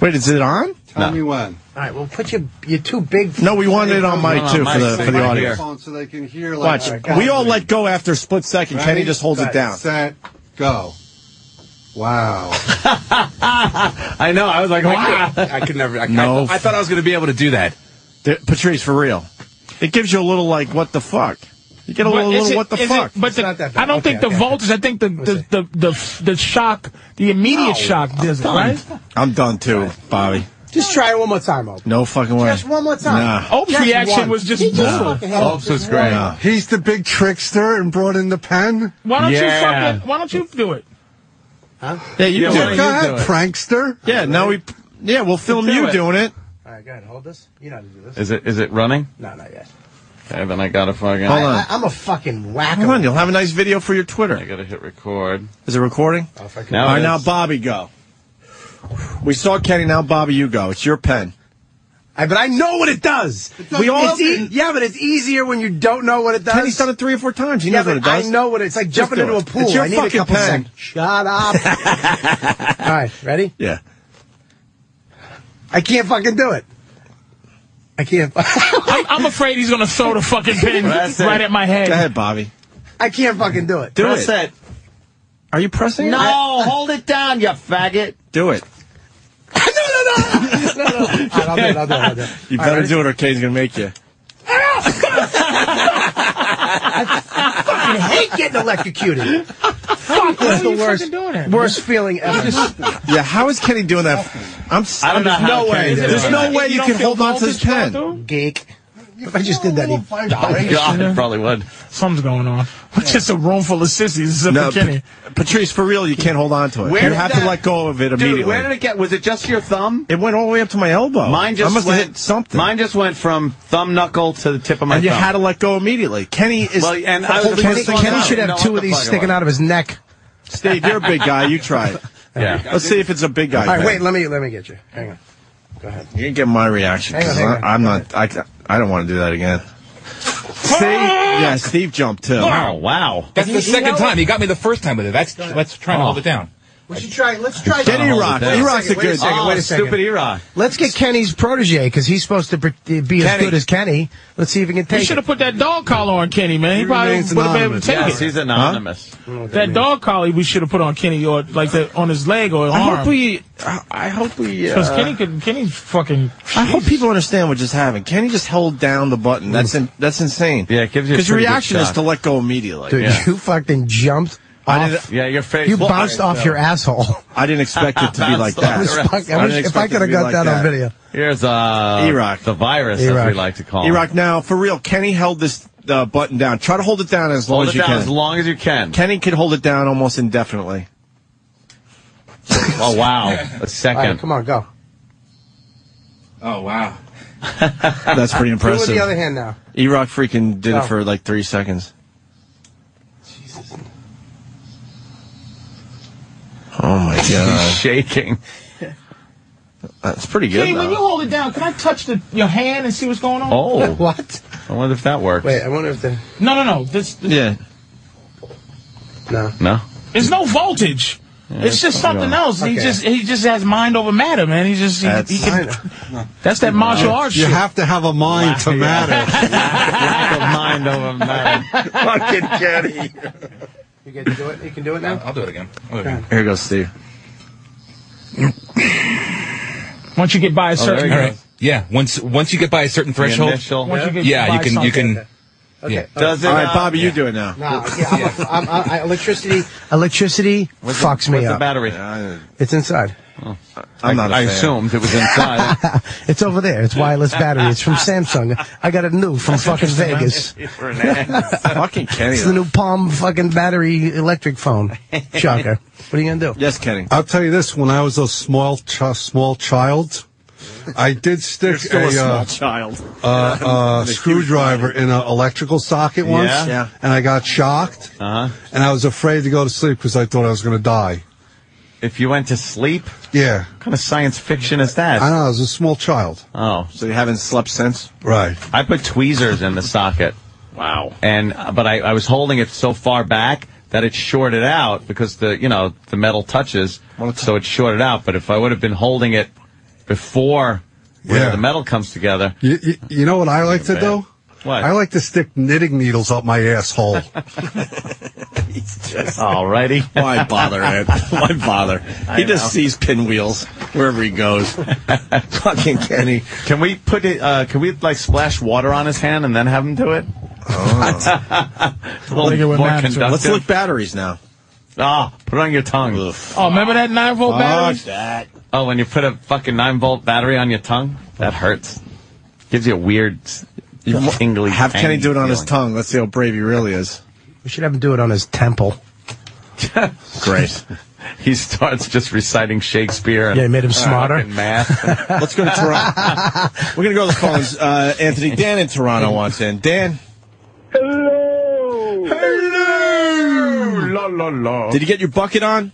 [SPEAKER 3] Wait, is it on?
[SPEAKER 12] Tell me when.
[SPEAKER 5] All right, well, put your your two big.
[SPEAKER 3] No, we wanted it on mic
[SPEAKER 2] on
[SPEAKER 3] too
[SPEAKER 2] mic.
[SPEAKER 3] for the for
[SPEAKER 2] Mic
[SPEAKER 3] the
[SPEAKER 2] here.
[SPEAKER 3] audience.
[SPEAKER 12] Phone so they can hear. Like,
[SPEAKER 3] Watch,
[SPEAKER 12] all right, got
[SPEAKER 3] we
[SPEAKER 12] it.
[SPEAKER 3] all let go after a split second. Kenny
[SPEAKER 12] Ready?
[SPEAKER 3] just holds
[SPEAKER 12] Set,
[SPEAKER 3] it down.
[SPEAKER 12] Set, go. Wow.
[SPEAKER 2] I know. I was like, wow.
[SPEAKER 10] I could never. I,
[SPEAKER 3] No.
[SPEAKER 10] I, thought- I thought I was going to be able to do that.
[SPEAKER 3] There- Patrice, for real, it gives you a little like what the fuck. You get a
[SPEAKER 1] But
[SPEAKER 3] little,
[SPEAKER 1] is
[SPEAKER 3] little
[SPEAKER 1] it-
[SPEAKER 3] what the
[SPEAKER 1] is it-
[SPEAKER 3] fuck.
[SPEAKER 1] but the- I don't think the voltage. I think the the, the the the shock, the immediate shock, does it right?
[SPEAKER 3] I'm done too, Bobby.
[SPEAKER 5] Just try it one more time, Opie.
[SPEAKER 3] No fucking way.
[SPEAKER 5] Just one more time. Oh,
[SPEAKER 3] Nah.
[SPEAKER 1] Ope's
[SPEAKER 5] Just
[SPEAKER 1] reaction
[SPEAKER 5] one.
[SPEAKER 1] was just,
[SPEAKER 5] He just
[SPEAKER 1] "Nah."
[SPEAKER 5] fucking had
[SPEAKER 2] Ope's was
[SPEAKER 5] just
[SPEAKER 2] great.
[SPEAKER 5] one.
[SPEAKER 2] Nah.
[SPEAKER 12] He's the big trickster and brought in the pen.
[SPEAKER 1] Why don't
[SPEAKER 2] Yeah.
[SPEAKER 1] you fucking? Why don't you do it?
[SPEAKER 3] Yeah, you do
[SPEAKER 2] Yeah, why
[SPEAKER 3] it.
[SPEAKER 2] don't
[SPEAKER 12] Go
[SPEAKER 2] you
[SPEAKER 12] ahead,
[SPEAKER 2] do it?
[SPEAKER 12] prankster.
[SPEAKER 3] Yeah, now we. Yeah, we'll film
[SPEAKER 2] Do
[SPEAKER 3] you
[SPEAKER 2] it.
[SPEAKER 3] doing it.
[SPEAKER 5] All right, go ahead. Hold this. You know how to do this.
[SPEAKER 2] Is it is it running?
[SPEAKER 5] No, not yet.
[SPEAKER 2] Okay, then I gotta fucking.
[SPEAKER 3] Hold on.
[SPEAKER 5] I, I'm a fucking whack.
[SPEAKER 3] Come on, you'll have a nice video for your
[SPEAKER 2] I
[SPEAKER 3] Twitter.
[SPEAKER 2] gotta hit record.
[SPEAKER 3] Is it recording?
[SPEAKER 2] Now
[SPEAKER 3] All
[SPEAKER 2] it
[SPEAKER 3] right, now
[SPEAKER 2] is.
[SPEAKER 3] Bobby, go. We saw Kenny. Now Bobby, you go. It's your pen.
[SPEAKER 5] I, but I know what it does.
[SPEAKER 3] We all-
[SPEAKER 5] it's e- yeah, but it's easier when you don't know what it does.
[SPEAKER 3] Kenny's done it three or four times. He
[SPEAKER 5] yeah,
[SPEAKER 3] knows what
[SPEAKER 5] but
[SPEAKER 3] it does.
[SPEAKER 5] I know what it- it's like
[SPEAKER 3] Just
[SPEAKER 5] jumping
[SPEAKER 3] do
[SPEAKER 5] into
[SPEAKER 3] it.
[SPEAKER 5] a pool.
[SPEAKER 3] It's your
[SPEAKER 5] I need a
[SPEAKER 3] fucking
[SPEAKER 5] couple
[SPEAKER 3] pen.
[SPEAKER 5] seconds. Shut up. all right, ready?
[SPEAKER 3] Yeah.
[SPEAKER 5] I can't fucking do it. I can't.
[SPEAKER 1] I'm, I'm afraid he's gonna throw the fucking pin
[SPEAKER 2] That's it.
[SPEAKER 1] right at my head.
[SPEAKER 3] Go ahead, Bobby.
[SPEAKER 5] I can't fucking do it.
[SPEAKER 3] Do
[SPEAKER 2] Press
[SPEAKER 3] it.
[SPEAKER 2] it.
[SPEAKER 3] Are you pressing?
[SPEAKER 2] No,
[SPEAKER 3] it?
[SPEAKER 2] hold it down, you faggot.
[SPEAKER 3] Do it.
[SPEAKER 5] All right, I'll do it. I'll do it. I'll do it.
[SPEAKER 3] You
[SPEAKER 5] All
[SPEAKER 3] better
[SPEAKER 5] right,
[SPEAKER 3] do it, or Kane's gonna make you.
[SPEAKER 5] I hate getting electrocuted.
[SPEAKER 1] Fuck,
[SPEAKER 5] That's the
[SPEAKER 1] you
[SPEAKER 5] worst,
[SPEAKER 1] fucking doing it?
[SPEAKER 5] worst feeling ever.
[SPEAKER 3] Yeah, how is Kenny doing that? I'm. s-
[SPEAKER 2] I don't know
[SPEAKER 3] there's
[SPEAKER 2] how
[SPEAKER 3] no way.
[SPEAKER 2] Kenny's doing
[SPEAKER 3] There's
[SPEAKER 2] it.
[SPEAKER 3] no
[SPEAKER 1] You
[SPEAKER 3] way you
[SPEAKER 1] don't
[SPEAKER 3] can
[SPEAKER 1] feel
[SPEAKER 3] hold on to this pen.
[SPEAKER 1] voltage going through?
[SPEAKER 5] Geek. If I just did that, Oh, he'd die.
[SPEAKER 2] God, it probably would.
[SPEAKER 1] Something's going on. Just a room full of sissies except
[SPEAKER 3] No,
[SPEAKER 1] for Kenny.
[SPEAKER 3] Pat- Patrice, for real, you can't hold on to it.
[SPEAKER 2] Where
[SPEAKER 3] you
[SPEAKER 2] did
[SPEAKER 3] have to
[SPEAKER 2] that-
[SPEAKER 3] let go of it immediately.
[SPEAKER 2] Dude, where did it get? Was it just your thumb?
[SPEAKER 3] it went all the way up to my elbow.
[SPEAKER 2] Mine
[SPEAKER 3] Oh, I
[SPEAKER 2] just
[SPEAKER 3] must
[SPEAKER 2] went
[SPEAKER 3] have hit something.
[SPEAKER 2] Mine just went from thumb knuckle to the tip of my
[SPEAKER 3] and you
[SPEAKER 2] thumb.
[SPEAKER 3] had to let go immediately. Kenny is.
[SPEAKER 2] Well, and I was
[SPEAKER 3] holding
[SPEAKER 2] the
[SPEAKER 5] Kenny,
[SPEAKER 3] this thing
[SPEAKER 5] Kenny
[SPEAKER 3] out.
[SPEAKER 5] should
[SPEAKER 2] No,
[SPEAKER 5] have two
[SPEAKER 2] what
[SPEAKER 5] of
[SPEAKER 2] the
[SPEAKER 5] these
[SPEAKER 2] fuck it
[SPEAKER 5] sticking
[SPEAKER 2] was.
[SPEAKER 5] out of his neck.
[SPEAKER 3] Steve, you're a big guy. You try it.
[SPEAKER 2] yeah.
[SPEAKER 3] Let's see if it's a big guy.
[SPEAKER 5] All right,
[SPEAKER 3] thing.
[SPEAKER 5] wait. Let me let me get you. Hang on. Go ahead.
[SPEAKER 3] You can get my reaction.
[SPEAKER 5] Hang on,
[SPEAKER 3] 'cause
[SPEAKER 5] hang
[SPEAKER 3] I-
[SPEAKER 5] on.
[SPEAKER 3] I'm not. I, I don't want to do that again. Steve, yeah, Steve jumped too.
[SPEAKER 2] Oh wow. Oh,
[SPEAKER 13] That's the second time. He got me the first time with it. That's let's try and hold it down.
[SPEAKER 5] We should try. Let's try.
[SPEAKER 2] Get
[SPEAKER 5] something.
[SPEAKER 2] E-Rock.
[SPEAKER 5] Wait
[SPEAKER 2] E-Rock's
[SPEAKER 5] second,
[SPEAKER 2] a
[SPEAKER 5] wait
[SPEAKER 2] good-
[SPEAKER 5] second,
[SPEAKER 2] Oh,
[SPEAKER 5] wait a second.
[SPEAKER 2] stupid E-Rock.
[SPEAKER 5] Let's get Kenny's protege because he's supposed to pre- be as
[SPEAKER 1] Kenny.
[SPEAKER 5] good as Kenny. Let's see if he can
[SPEAKER 1] You
[SPEAKER 5] take.
[SPEAKER 1] should have put that dog collar on Kenny, man. He, probably would have been able to take
[SPEAKER 2] Yes,
[SPEAKER 1] it.
[SPEAKER 2] he's anonymous.
[SPEAKER 1] That dog collar we should have put on Kenny or like that on his leg or
[SPEAKER 3] I
[SPEAKER 1] arm.
[SPEAKER 3] hope we. I hope we.
[SPEAKER 1] Because
[SPEAKER 3] Uh,
[SPEAKER 1] Kenny could, Kenny's fucking.
[SPEAKER 3] I hope people understand what just happened. Kenny just held down the button. That's in, that's insane. Yeah, it
[SPEAKER 2] gives
[SPEAKER 5] you a
[SPEAKER 3] His
[SPEAKER 5] pretty good
[SPEAKER 3] reaction is
[SPEAKER 5] shot.
[SPEAKER 3] to let go immediately.
[SPEAKER 5] Dude, you fucking jumped.
[SPEAKER 3] I
[SPEAKER 5] off-
[SPEAKER 3] did- yeah, your face-
[SPEAKER 5] You
[SPEAKER 3] Well,
[SPEAKER 5] bounced
[SPEAKER 3] I-
[SPEAKER 5] off your asshole.
[SPEAKER 3] I didn't expect it to be like that.
[SPEAKER 5] I was fuck- I
[SPEAKER 3] didn't
[SPEAKER 5] wish- if
[SPEAKER 3] expect
[SPEAKER 5] I
[SPEAKER 3] it to
[SPEAKER 5] could have
[SPEAKER 3] be
[SPEAKER 5] got
[SPEAKER 3] like
[SPEAKER 5] that on video.
[SPEAKER 2] Here's uh,
[SPEAKER 3] E-Rock.
[SPEAKER 2] the virus, as
[SPEAKER 3] E-Rock.
[SPEAKER 2] we like to call him.
[SPEAKER 3] Iraq, now for real, Kenny held this uh, button down. Try to hold it down as long
[SPEAKER 2] Hold
[SPEAKER 3] as
[SPEAKER 2] it
[SPEAKER 3] you
[SPEAKER 2] down
[SPEAKER 3] can.
[SPEAKER 2] as long as you can.
[SPEAKER 3] Kenny could hold it down almost indefinitely.
[SPEAKER 2] Oh, wow. A second.
[SPEAKER 5] All right, come on, go.
[SPEAKER 3] Oh wow, that's pretty impressive.
[SPEAKER 5] Do it with the other hand now.
[SPEAKER 3] E-Rock freaking did
[SPEAKER 5] Oh.
[SPEAKER 3] it for like three seconds. Oh my god,
[SPEAKER 2] He's shaking.
[SPEAKER 3] That's pretty
[SPEAKER 1] Kenny, when you hold it down, can I touch the, your hand and see what's going on?
[SPEAKER 2] Oh.
[SPEAKER 5] What?
[SPEAKER 2] I wonder if that works.
[SPEAKER 5] Wait, I wonder if the
[SPEAKER 1] No, no, no. This, this
[SPEAKER 2] Yeah.
[SPEAKER 5] No.
[SPEAKER 2] No?
[SPEAKER 1] There's no voltage. it's just something else. He
[SPEAKER 12] Okay.
[SPEAKER 1] just he just has mind over matter, man. He just he, he can. That's that martial
[SPEAKER 12] No.
[SPEAKER 1] arts.
[SPEAKER 12] You
[SPEAKER 1] shit.
[SPEAKER 12] have to have a mind to matter.
[SPEAKER 2] mind over matter.
[SPEAKER 5] fucking Kenny. You can do it. You can do it now.
[SPEAKER 13] I'll do it again.
[SPEAKER 3] Here goes Steve.
[SPEAKER 1] Once you get by a certain,
[SPEAKER 13] All right. Yeah. Once once you get by a certain threshold.
[SPEAKER 2] initial.
[SPEAKER 1] Once you get
[SPEAKER 13] yeah,
[SPEAKER 1] by
[SPEAKER 13] you can you can.
[SPEAKER 5] Okay.
[SPEAKER 13] Yeah.
[SPEAKER 5] Does it, All right, uh, Bobby, you
[SPEAKER 3] do it now.
[SPEAKER 5] Nah, yeah, I'm a, I'm, I, I- electricity. Electricity
[SPEAKER 2] What's the-
[SPEAKER 5] fucks me
[SPEAKER 2] what's
[SPEAKER 5] up.
[SPEAKER 2] the battery?
[SPEAKER 5] It's inside.
[SPEAKER 2] I-
[SPEAKER 3] not a
[SPEAKER 2] I
[SPEAKER 3] fan.
[SPEAKER 2] assumed it was inside.
[SPEAKER 5] It's over there. It's wireless battery. It's from Samsung. I got it new from fucking Vegas.
[SPEAKER 3] fucking Kenny.
[SPEAKER 5] It's the new Palm fucking battery electric phone. Shocker. What are you gonna do?
[SPEAKER 3] Yes, Kenny.
[SPEAKER 12] I'll tell you this: when I was a small ch- small child, I did stick
[SPEAKER 3] still a small
[SPEAKER 12] uh,
[SPEAKER 3] child.
[SPEAKER 12] uh, uh, screwdriver in an electrical socket once,
[SPEAKER 2] Yeah? Yeah.
[SPEAKER 12] and I got shocked,
[SPEAKER 1] Uh-huh.
[SPEAKER 2] Uh huh.
[SPEAKER 12] and I was afraid to go to sleep because I thought I was going to die.
[SPEAKER 2] If you went to sleep,
[SPEAKER 12] Yeah,
[SPEAKER 2] what kind of science fiction is that?
[SPEAKER 12] I know. I was a small child,
[SPEAKER 2] Oh,
[SPEAKER 3] so you haven't slept since?
[SPEAKER 12] right?
[SPEAKER 2] I put tweezers in the socket. Wow. And uh, but I, I was holding it so far back that it shorted out because the you know the metal touches, so it shorted out. But if I would have been holding it before where
[SPEAKER 12] Yeah.
[SPEAKER 2] the metal comes together,
[SPEAKER 12] You, you, you know what I like to
[SPEAKER 2] bad.
[SPEAKER 12] do?
[SPEAKER 2] What?
[SPEAKER 12] I like to stick knitting needles up my asshole.
[SPEAKER 2] alrighty.
[SPEAKER 3] Why bother, Ed? Why bother?
[SPEAKER 2] I
[SPEAKER 3] He just
[SPEAKER 2] know.
[SPEAKER 3] sees pinwheels wherever he goes. Fucking Kenny.
[SPEAKER 2] Can we put it? Uh, can we like splash water on his hand and then have him do it?
[SPEAKER 3] Oh.
[SPEAKER 2] It's a little
[SPEAKER 1] Like it would
[SPEAKER 2] more
[SPEAKER 1] matter to him.
[SPEAKER 2] conductive.
[SPEAKER 3] Let's look batteries now.
[SPEAKER 2] Ah, put it on your tongue.
[SPEAKER 1] Oh, remember that nine volt battery?
[SPEAKER 3] that.
[SPEAKER 2] Oh, when you put a fucking nine volt battery on your tongue, that hurts. Gives you a weird, tingly.
[SPEAKER 3] Have Kenny
[SPEAKER 2] tangy
[SPEAKER 3] do it on his
[SPEAKER 2] feeling.
[SPEAKER 3] tongue. Let's see how brave he really is.
[SPEAKER 5] We should have him do it on his temple.
[SPEAKER 3] Great.
[SPEAKER 2] He starts just reciting Shakespeare. And
[SPEAKER 5] Yeah, it made him smarter.
[SPEAKER 2] fucking Math.
[SPEAKER 3] Let's go to Toronto. We're going to go to the phones. Uh, Anthony, Dan in Toronto wants in. Dan,
[SPEAKER 14] Hello.
[SPEAKER 2] la la la.
[SPEAKER 3] did you get your bucket on?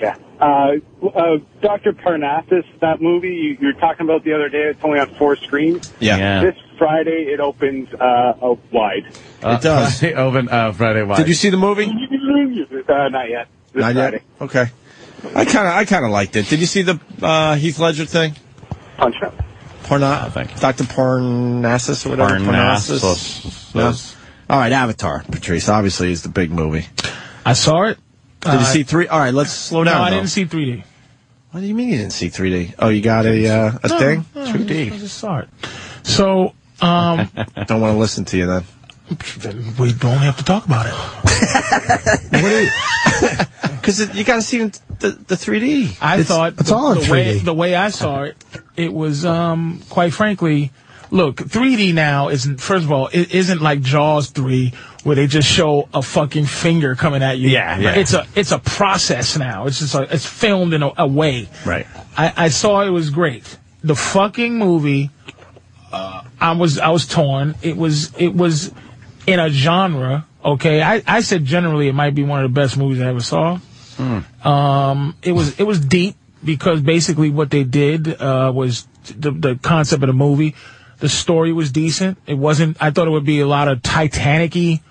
[SPEAKER 14] Yeah. Uh, uh, Dr. Parnassus, that movie you, you were talking about the other day, it's only on four screens.
[SPEAKER 2] Yeah.
[SPEAKER 14] This Friday, it opens uh, out wide.
[SPEAKER 2] it does. Open uh, Friday. Wise.
[SPEAKER 3] Did you see the movie?
[SPEAKER 14] Uh, not yet. This
[SPEAKER 3] Not
[SPEAKER 14] Friday.
[SPEAKER 3] yet. Okay. I kind of, I kind of liked it. Did you see the uh, Heath Ledger thing?
[SPEAKER 14] Punch up.
[SPEAKER 3] Parna-
[SPEAKER 2] Oh, thank you.
[SPEAKER 3] Dr. Parnassus or whatever.
[SPEAKER 2] Parnassus.
[SPEAKER 3] No? All right, Avatar. Patrice obviously is the big movie.
[SPEAKER 1] I saw it.
[SPEAKER 3] Did
[SPEAKER 2] Uh,
[SPEAKER 3] you see three? All right, let's slow
[SPEAKER 1] No,
[SPEAKER 3] down.
[SPEAKER 1] I
[SPEAKER 3] though.
[SPEAKER 1] didn't see 3D.
[SPEAKER 3] What do you mean you didn't see 3D? Oh, you got a uh, a
[SPEAKER 1] No,
[SPEAKER 3] thing?
[SPEAKER 1] no, I just- I just saw it. So um,
[SPEAKER 3] Don't want to listen to you then.
[SPEAKER 1] we only have to talk about it.
[SPEAKER 3] Because you got to see it in the, the 3D.
[SPEAKER 1] I
[SPEAKER 5] It's-
[SPEAKER 1] thought
[SPEAKER 5] it's
[SPEAKER 1] the,
[SPEAKER 5] all in
[SPEAKER 1] the way
[SPEAKER 5] 3D.
[SPEAKER 1] the way I saw it, it was um quite frankly, look, 3D now isn't first of all, it isn't like Jaws 3 where they just show a fucking finger coming at you.
[SPEAKER 2] Yeah, yeah.
[SPEAKER 1] It's a it's a process now. It's just a, it's filmed in a, a way.
[SPEAKER 3] Right.
[SPEAKER 1] I, I saw it was great. The fucking movie, uh, I was I was torn. It was it was in a genre. Okay, I, I said generally it might be one of the best movies I ever saw. Um, it was it was deep because basically what they did uh, was the the concept of the movie. The story was decent. It wasn't. I thought it would be a lot of Titanic-y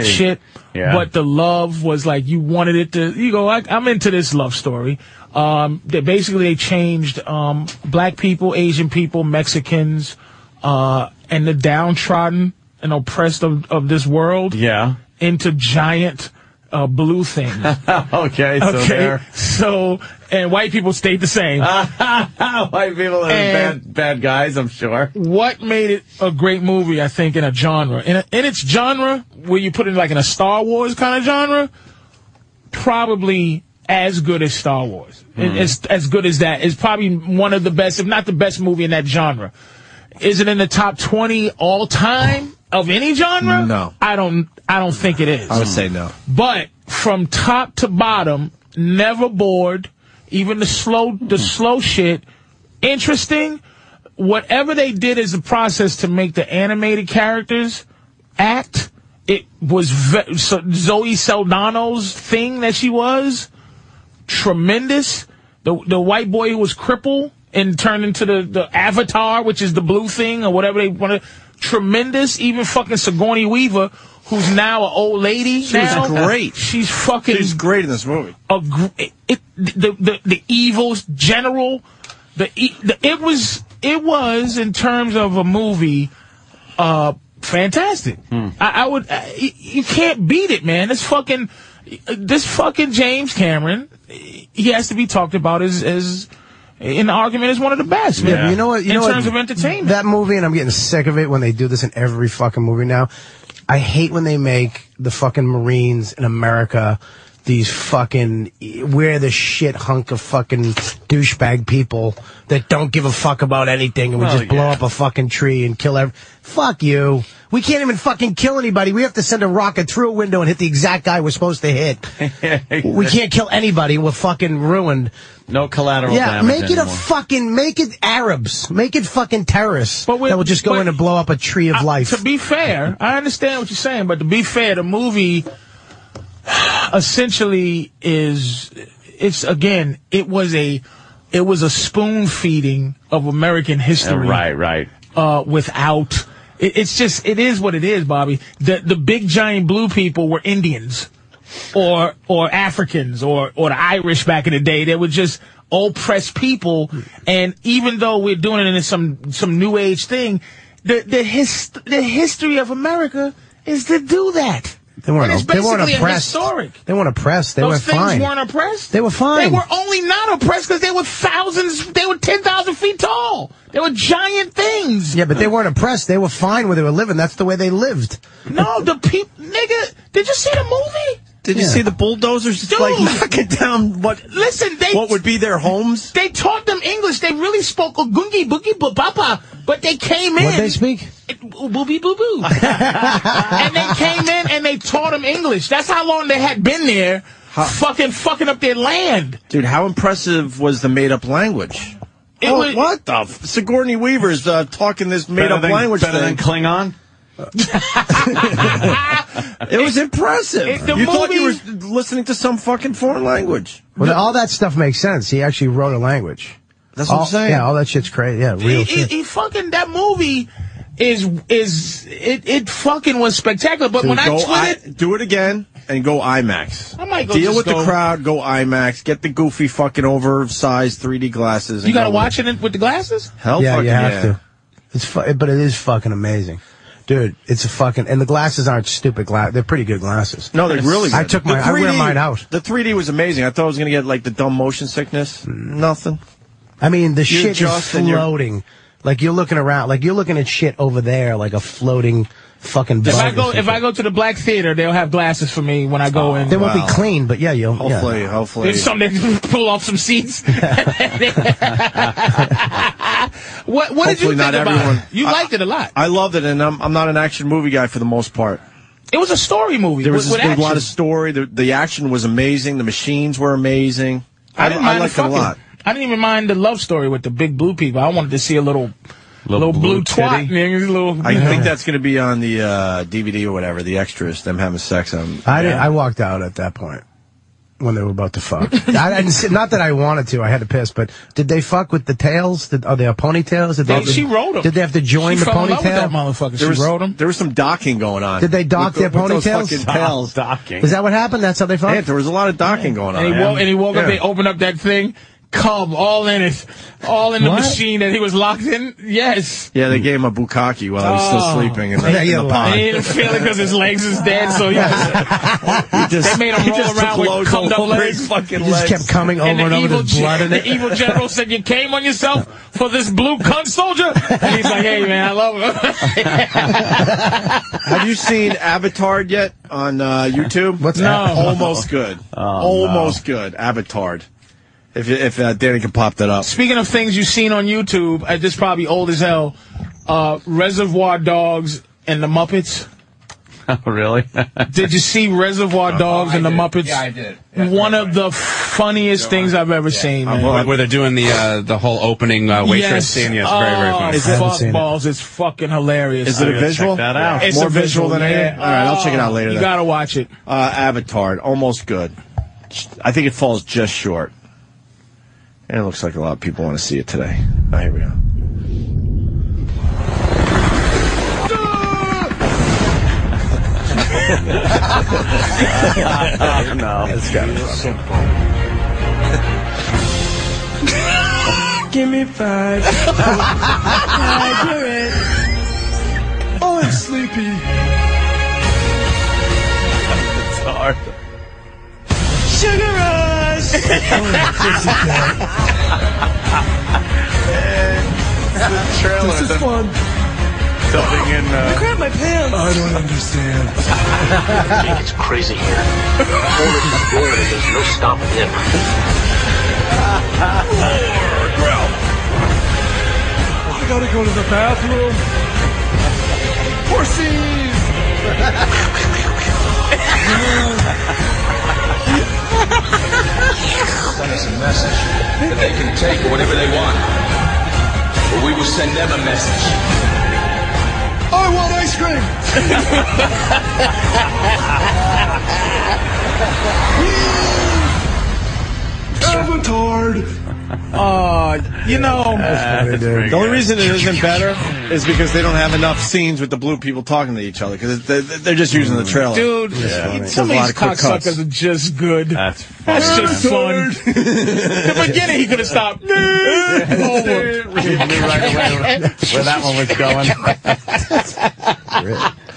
[SPEAKER 1] shit.
[SPEAKER 2] Yeah.
[SPEAKER 1] But the love was like you wanted it to. You go, I, I'm into this love story. Um, they basically they changed um, black people, Asian people, Mexicans, uh, and the downtrodden and oppressed of, of this world
[SPEAKER 2] Yeah.
[SPEAKER 1] into giant uh, blue things.
[SPEAKER 2] okay, so there.
[SPEAKER 1] so and white people stayed the same.
[SPEAKER 2] White people are
[SPEAKER 5] Eh.
[SPEAKER 1] And-
[SPEAKER 2] bad, bad guys, I'm sure.
[SPEAKER 1] what made it a great movie, I think, in a genre, in, a, in its genre, where you put it like in a Star Wars kind of genre, probably as good as Star Wars. It-
[SPEAKER 3] Mm-hmm.
[SPEAKER 1] It's as good as that. It's probably one of the best, if not the best movie in that genre. Is it in the top twenty all time of any genre?
[SPEAKER 3] No.
[SPEAKER 1] I don't. I don't think it is.
[SPEAKER 3] I would say no.
[SPEAKER 1] But from top to bottom, never bored. Even the slow,
[SPEAKER 3] Mm-hmm.
[SPEAKER 1] the slow shit, interesting. Whatever they did as a process to make the animated characters act, it was ve- so Zoe Saldana's thing that she was tremendous. The the white boy who was crippled and turned into the, the avatar, which is the blue thing or whatever they want to. Tremendous. Even fucking Sigourney Weaver, who's now an old lady.
[SPEAKER 3] She was
[SPEAKER 1] now.
[SPEAKER 3] great.
[SPEAKER 1] She's fucking.
[SPEAKER 3] She's great in this movie.
[SPEAKER 1] A gr- it, it- the, the the evil general. The, e- the it was it was in terms of a movie, uh, fantastic. I, I would I, you- you can't beat it, man. This fucking this fucking James Cameron, he has to be talked about as as in the argument as one of the best, man.
[SPEAKER 5] Yeah, but you know what? You
[SPEAKER 1] in
[SPEAKER 5] know
[SPEAKER 1] terms
[SPEAKER 5] what,
[SPEAKER 1] of entertainment.
[SPEAKER 5] that movie, and I'm getting sick of it when they do this in every fucking movie now. I hate when they make the fucking Marines in America these fucking we're the shit hunk of fucking douchebag people that don't give a fuck about anything and we
[SPEAKER 9] Well,
[SPEAKER 5] just blow up a fucking tree and kill every. Fuck you. We can't even fucking kill anybody. We have to send a rocket through a window and hit the exact guy we're supposed to hit. we can't kill anybody. We're fucking ruined.
[SPEAKER 2] No collateral
[SPEAKER 5] Yeah,
[SPEAKER 2] damage
[SPEAKER 5] make it
[SPEAKER 2] anymore.
[SPEAKER 5] a fucking make it Arabs, make it fucking terrorists
[SPEAKER 1] with-
[SPEAKER 5] that will just go
[SPEAKER 1] but-
[SPEAKER 5] in and blow up a tree of life.
[SPEAKER 1] To be fair, I understand what you're saying, but to be fair, the movie essentially is it's again, it was a it was a spoon feeding of American history.
[SPEAKER 2] right, right.
[SPEAKER 1] Uh, without it, it's just it is what it is, Bobby. The the big giant blue people were Indians or or Africans or or the Irish back in the day. They were just oppressed people, and even though we're doing it in some some new age thing, the the his, the history of America is to do that.
[SPEAKER 5] They weren't.
[SPEAKER 1] It is
[SPEAKER 5] they weren't
[SPEAKER 1] basically a
[SPEAKER 5] oppressed.
[SPEAKER 1] historic.
[SPEAKER 5] They weren't oppressed. They
[SPEAKER 1] Those
[SPEAKER 5] were
[SPEAKER 1] things
[SPEAKER 5] fine.
[SPEAKER 1] weren't oppressed.
[SPEAKER 5] They were fine.
[SPEAKER 1] They were only not oppressed because they were thousands. They were ten thousand feet tall. They were giant things.
[SPEAKER 5] yeah, but they weren't oppressed. They were fine where they were living. That's the way they lived.
[SPEAKER 1] No, the people, nigga. Did you see the movie?
[SPEAKER 3] Did you
[SPEAKER 5] Yeah.
[SPEAKER 3] see the bulldozers just
[SPEAKER 1] Dude.
[SPEAKER 3] like knocking down what
[SPEAKER 1] Listen, they
[SPEAKER 3] what would be their homes?
[SPEAKER 1] They taught them English. They really spoke Ogungi Boogie Bubapa, but they came in.
[SPEAKER 5] What they speak?
[SPEAKER 1] It- Booby boo boo. and they came in and they taught them English. That's how long they had been there, fucking fucking up their land.
[SPEAKER 3] Dude, how impressive was the made up language?
[SPEAKER 1] It
[SPEAKER 3] oh,
[SPEAKER 1] was-
[SPEAKER 3] what the f- Sigourney Weaver's uh, talking this made
[SPEAKER 2] Better
[SPEAKER 3] up
[SPEAKER 2] than-
[SPEAKER 3] language
[SPEAKER 2] better
[SPEAKER 3] thing.
[SPEAKER 2] than Klingon.
[SPEAKER 3] it was impressive.
[SPEAKER 1] it- the
[SPEAKER 3] you thought you
[SPEAKER 1] movie-
[SPEAKER 3] were listening to some fucking foreign language.
[SPEAKER 5] Well, all that stuff makes sense. He actually wrote a language.
[SPEAKER 3] That's what I'm
[SPEAKER 5] All-
[SPEAKER 3] saying.
[SPEAKER 5] Oh, Yeah, all that shit's crazy. Yeah, real
[SPEAKER 1] He, he,
[SPEAKER 5] shit.
[SPEAKER 1] he fucking that movie is is it it fucking was spectacular. But
[SPEAKER 3] Dude,
[SPEAKER 1] when I
[SPEAKER 3] go
[SPEAKER 1] tweeted,
[SPEAKER 3] I- do it again and go IMAX.
[SPEAKER 1] I might go
[SPEAKER 3] Deal
[SPEAKER 1] just
[SPEAKER 3] with
[SPEAKER 1] go-
[SPEAKER 3] the crowd. Go IMAX. Get the goofy fucking oversized 3D glasses. And
[SPEAKER 1] you gotta
[SPEAKER 3] go-
[SPEAKER 1] watch it in, with the glasses.
[SPEAKER 3] Hell,
[SPEAKER 5] yeah,
[SPEAKER 3] fucking
[SPEAKER 5] you have
[SPEAKER 3] yeah.
[SPEAKER 5] to. It's fu- but it is fucking amazing, dude. It's a fucking and the glasses aren't stupid glass. They're pretty good glasses.
[SPEAKER 3] No, they're really.
[SPEAKER 5] I
[SPEAKER 3] good.
[SPEAKER 5] took
[SPEAKER 3] The
[SPEAKER 5] my. I wear
[SPEAKER 3] 3D
[SPEAKER 5] mine out.
[SPEAKER 3] The 3D was amazing. I thought I was gonna get like the dumb motion sickness. Nothing.
[SPEAKER 5] I mean, the
[SPEAKER 3] You're
[SPEAKER 5] shit
[SPEAKER 3] just-
[SPEAKER 5] is
[SPEAKER 3] and you're-
[SPEAKER 5] floating. Like you're looking around, like you're looking at shit over there, like a floating fucking.
[SPEAKER 1] If
[SPEAKER 5] bug
[SPEAKER 1] I
[SPEAKER 5] or
[SPEAKER 1] go if
[SPEAKER 5] something.
[SPEAKER 1] I go to the black theater, they'll have glasses for me when I go in.
[SPEAKER 5] they won't
[SPEAKER 3] Wow.
[SPEAKER 5] be clean, but yeah, you'll. yeah.
[SPEAKER 3] Hopefully, hopefully.
[SPEAKER 1] There's some that pull off some seats. what What did you
[SPEAKER 3] Hopefully
[SPEAKER 1] think
[SPEAKER 3] not
[SPEAKER 1] about
[SPEAKER 3] everyone-
[SPEAKER 1] it? You
[SPEAKER 3] I-
[SPEAKER 1] liked it a lot.
[SPEAKER 3] I loved it, and I'm I'm not an action movie guy for the most part.
[SPEAKER 1] It was a story movie.
[SPEAKER 3] There was,
[SPEAKER 1] with,
[SPEAKER 3] this, there
[SPEAKER 1] with
[SPEAKER 3] was a lot of
[SPEAKER 1] action.
[SPEAKER 3] story. The, the action was amazing. The machines were amazing. I,
[SPEAKER 1] I didn't mind
[SPEAKER 3] liked
[SPEAKER 1] the
[SPEAKER 3] it a
[SPEAKER 1] fucking,
[SPEAKER 3] lot.
[SPEAKER 1] I didn't even mind the love story with the big blue people. I wanted to see a little little,
[SPEAKER 2] blue
[SPEAKER 1] blue, twat,
[SPEAKER 2] titty.
[SPEAKER 1] nigga, little.
[SPEAKER 3] I think that's going to be on the uh, DVD or whatever. The extras, them having sex. On
[SPEAKER 5] I didn't, I walked out at that point. when they were about to fuck? I didn't see, not that I wanted to. I had to piss, but did they fuck with the tails? Did, are they ponytails? Did they?
[SPEAKER 1] They-
[SPEAKER 5] have to-
[SPEAKER 1] she rode 'em.
[SPEAKER 5] Did they have to join
[SPEAKER 1] She
[SPEAKER 5] the
[SPEAKER 1] fell in love with
[SPEAKER 5] ponytail?
[SPEAKER 1] that motherfucker. She There was- rode 'em.
[SPEAKER 3] There was some docking going on.
[SPEAKER 5] Did they dock
[SPEAKER 3] With
[SPEAKER 5] their
[SPEAKER 3] the- with those
[SPEAKER 5] ponytails?
[SPEAKER 3] fucking tails. Docking.
[SPEAKER 5] Is that what happened? That's how they fucked.
[SPEAKER 3] Yeah, there was a lot of docking going on.
[SPEAKER 1] And he,
[SPEAKER 3] yeah.
[SPEAKER 1] wo- and he woke
[SPEAKER 3] Yeah.
[SPEAKER 1] up. They opened up that thing. Come all in it, all in the
[SPEAKER 3] What?
[SPEAKER 1] machine that he was locked in. Yes.
[SPEAKER 3] Yeah, they gave him a bukkake while he was still
[SPEAKER 1] Oh.
[SPEAKER 3] sleeping in the, in the
[SPEAKER 1] And
[SPEAKER 3] pond.
[SPEAKER 1] He didn't feel it because his legs is dead. So yeah,
[SPEAKER 3] just-
[SPEAKER 1] they made him
[SPEAKER 3] he
[SPEAKER 1] roll
[SPEAKER 3] just took
[SPEAKER 1] around with
[SPEAKER 3] loads
[SPEAKER 1] cummed up
[SPEAKER 3] over his
[SPEAKER 1] legs.
[SPEAKER 3] fucking He just legs. kept coming
[SPEAKER 1] And
[SPEAKER 3] over
[SPEAKER 1] the
[SPEAKER 3] and over
[SPEAKER 1] evil
[SPEAKER 3] with his
[SPEAKER 1] gen-
[SPEAKER 3] blood in it.
[SPEAKER 1] The evil general said, "You came on yourself for this blue cunt soldier." And he's like, "Hey man, I love him."
[SPEAKER 3] Have you seen Avatar yet on uh, YouTube? What's
[SPEAKER 1] No. Oh,
[SPEAKER 3] Almost good. Almost good. Avatar. If if uh, Danny can pop that up.
[SPEAKER 1] Speaking of things you've seen on YouTube, uh, this probably old as hell. Uh, Reservoir Dogs and the Muppets.
[SPEAKER 2] Oh, really?
[SPEAKER 1] Did you see Reservoir Dogs and the Muppets?
[SPEAKER 10] Yeah, I did.
[SPEAKER 1] One of the funniest things I've ever seen. man.
[SPEAKER 10] Where, where they're doing the uh, the whole opening uh, waitress
[SPEAKER 1] Yes.
[SPEAKER 10] scene. Yes, very very
[SPEAKER 1] Oh,
[SPEAKER 10] funny.
[SPEAKER 1] fuck balls. It's fucking hilarious.
[SPEAKER 3] Is it a
[SPEAKER 1] I gotta
[SPEAKER 3] visual?
[SPEAKER 1] check that out. It's
[SPEAKER 3] More
[SPEAKER 1] a
[SPEAKER 3] visual, than
[SPEAKER 1] yeah.
[SPEAKER 3] anything. All right, I'll check it out
[SPEAKER 1] Oh,
[SPEAKER 3] later.
[SPEAKER 1] You
[SPEAKER 3] then.
[SPEAKER 1] gotta watch it.
[SPEAKER 3] Uh, Avatar, almost good. I think it falls just short. And it looks like a lot of people want to see it today. Oh, here we go.
[SPEAKER 9] no, it's got simple. Give me five.
[SPEAKER 1] Uh,
[SPEAKER 9] I do it. Oh, I'm sleepy.
[SPEAKER 2] It's hard.
[SPEAKER 9] Sugar rush. This is fun.
[SPEAKER 2] Something in
[SPEAKER 9] I grabbed my pants. I don't understand.
[SPEAKER 15] It's crazy here. There's no stopping him.
[SPEAKER 9] I gotta go to the bathroom. Horses!
[SPEAKER 15] Send us a message that they can take whatever they want. But we will send them a message.
[SPEAKER 9] I want ice cream! Avatar!
[SPEAKER 1] Uh, you know,
[SPEAKER 3] the only reason it isn't better is because they don't have enough scenes with the blue people talking to each other because they're, they're just using the trailer.
[SPEAKER 1] dude, some of these cocksuckers are just good. That's, just fun. the beginning, he could have stopped.
[SPEAKER 2] knew right away where that one was going.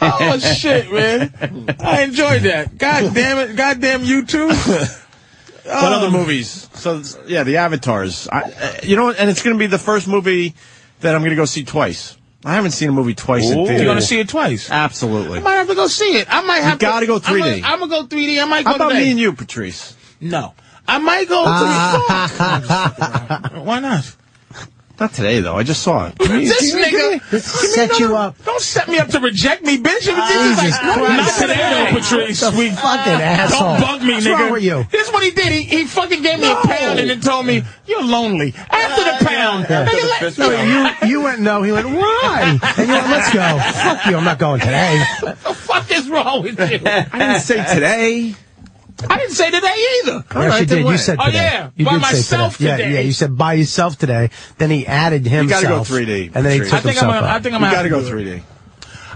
[SPEAKER 1] Oh shit, man! I enjoyed that. God damn it! God damn you too.
[SPEAKER 3] But
[SPEAKER 1] oh.
[SPEAKER 3] other movies. So yeah, the Avatars. I, uh, you know, what? and it's going to be the first movie that I'm going to go see twice. I haven't seen a movie twice. In
[SPEAKER 1] Ooh.
[SPEAKER 3] theater.
[SPEAKER 1] You're gonna see it twice?
[SPEAKER 3] Absolutely.
[SPEAKER 1] I might have to go see it. I might
[SPEAKER 3] You
[SPEAKER 1] have. to-
[SPEAKER 3] gotta go
[SPEAKER 1] I'm
[SPEAKER 3] 3D.
[SPEAKER 1] gonna- I'm gonna go 3D. I might go
[SPEAKER 3] How about
[SPEAKER 1] today.
[SPEAKER 3] me and you, Patrice?
[SPEAKER 1] No, I might go. to the fuck. Why not?
[SPEAKER 3] Not today though. I just saw it.
[SPEAKER 1] This nigga
[SPEAKER 5] set you up.
[SPEAKER 1] Don't set me up to reject me, bitch. This is
[SPEAKER 5] Jesus
[SPEAKER 1] like, not
[SPEAKER 5] Christ.
[SPEAKER 1] today, though, Patrice.
[SPEAKER 5] What the
[SPEAKER 1] We-
[SPEAKER 5] fucking
[SPEAKER 1] don't
[SPEAKER 5] asshole.
[SPEAKER 1] bug me,
[SPEAKER 5] What's
[SPEAKER 1] nigga.
[SPEAKER 5] wrong with you?
[SPEAKER 1] Here's what he did. He, he fucking gave me a pound and then told me, you're lonely. After the pound. Nigga, let-
[SPEAKER 5] No, you you went no. He went why? And you went let's go. Fuck you. I'm not going today.
[SPEAKER 1] the fuck is wrong with you? I
[SPEAKER 3] didn't say today.
[SPEAKER 1] I didn't say today either.
[SPEAKER 5] yes, you did. You said
[SPEAKER 1] Oh,
[SPEAKER 5] today.
[SPEAKER 1] yeah.
[SPEAKER 5] You
[SPEAKER 1] By
[SPEAKER 5] did say
[SPEAKER 1] myself
[SPEAKER 5] today.
[SPEAKER 1] today.
[SPEAKER 5] Yeah, yeah. You said by yourself today. Then he added himself.
[SPEAKER 3] gotta go 3D,
[SPEAKER 5] And then he
[SPEAKER 3] Patrice.
[SPEAKER 5] took
[SPEAKER 3] I think I'm
[SPEAKER 1] gonna-
[SPEAKER 5] himself out.
[SPEAKER 1] I think I'm
[SPEAKER 3] You
[SPEAKER 1] gonna
[SPEAKER 3] got to
[SPEAKER 1] have
[SPEAKER 3] go
[SPEAKER 1] to do
[SPEAKER 3] 3D.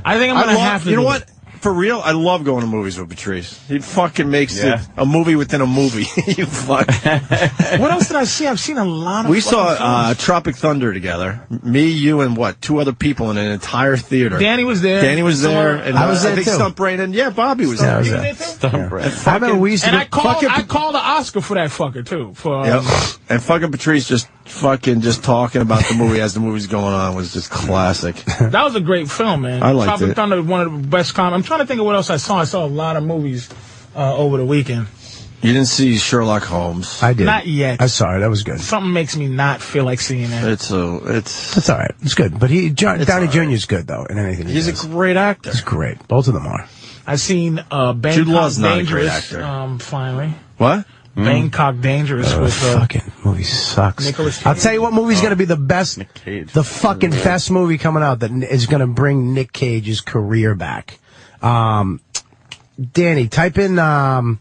[SPEAKER 1] I think I'm
[SPEAKER 3] I
[SPEAKER 1] going to
[SPEAKER 3] love-
[SPEAKER 1] have to.
[SPEAKER 3] You know
[SPEAKER 1] do
[SPEAKER 3] what? For real, I love going to movies with Patrice. He fucking makes
[SPEAKER 1] Yeah.
[SPEAKER 3] it a movie within a movie. you fuck.
[SPEAKER 1] it. What else did I see? I've seen a lot of
[SPEAKER 3] we
[SPEAKER 1] fucking
[SPEAKER 3] saw uh,
[SPEAKER 1] films.
[SPEAKER 3] Tropic Thunder together. Me, you, and what? Two other people in an entire theater.
[SPEAKER 1] Danny was there.
[SPEAKER 3] Danny was there.
[SPEAKER 1] Someone-
[SPEAKER 3] and
[SPEAKER 1] I was there,
[SPEAKER 3] I think
[SPEAKER 1] too.
[SPEAKER 3] Stump Brain and yeah, Bobby was
[SPEAKER 1] Stump-
[SPEAKER 3] there.
[SPEAKER 1] you were there, too?
[SPEAKER 3] Stump Brain. And
[SPEAKER 5] I remember we used to
[SPEAKER 1] And
[SPEAKER 5] do
[SPEAKER 1] I called,
[SPEAKER 5] fucking-
[SPEAKER 1] I called the Oscar for that fucker, too. For, um,
[SPEAKER 3] Yep. And fucking Patrice just fucking just talking about the movie as the movie's going on was just classic.
[SPEAKER 1] That was a great film, man.
[SPEAKER 3] I liked
[SPEAKER 1] Tropic
[SPEAKER 3] it.
[SPEAKER 1] Thunder, was one of the best. Com- I'm trying to think of what else I saw. I saw a lot of movies uh, over the weekend.
[SPEAKER 3] You didn't see Sherlock Holmes.
[SPEAKER 5] I did.
[SPEAKER 1] Not yet.
[SPEAKER 5] I saw it. That was good.
[SPEAKER 1] Something makes me not feel like seeing that.
[SPEAKER 3] It's a it's
[SPEAKER 5] That's all right. It's good. But he John, Downey Jr. is good though in anything. he
[SPEAKER 3] he's a
[SPEAKER 5] does.
[SPEAKER 3] great actor.
[SPEAKER 5] He's great. Both of them are.
[SPEAKER 1] I've seen uh, Bangkok
[SPEAKER 3] Jude Law's not a great
[SPEAKER 1] Dangerous.
[SPEAKER 3] actor. Mm.
[SPEAKER 1] Um, finally,
[SPEAKER 3] What?
[SPEAKER 1] Bangkok Dangerous
[SPEAKER 5] Oh,
[SPEAKER 1] with uh,
[SPEAKER 5] fucking movie sucks.
[SPEAKER 1] Nicolas Cage.
[SPEAKER 5] I'll tell you what movie's going to be the best,
[SPEAKER 2] Oh, Cage.
[SPEAKER 5] the fucking best movie coming out that n- is going to bring Nick Cage's career back. Um, Danny, type in um,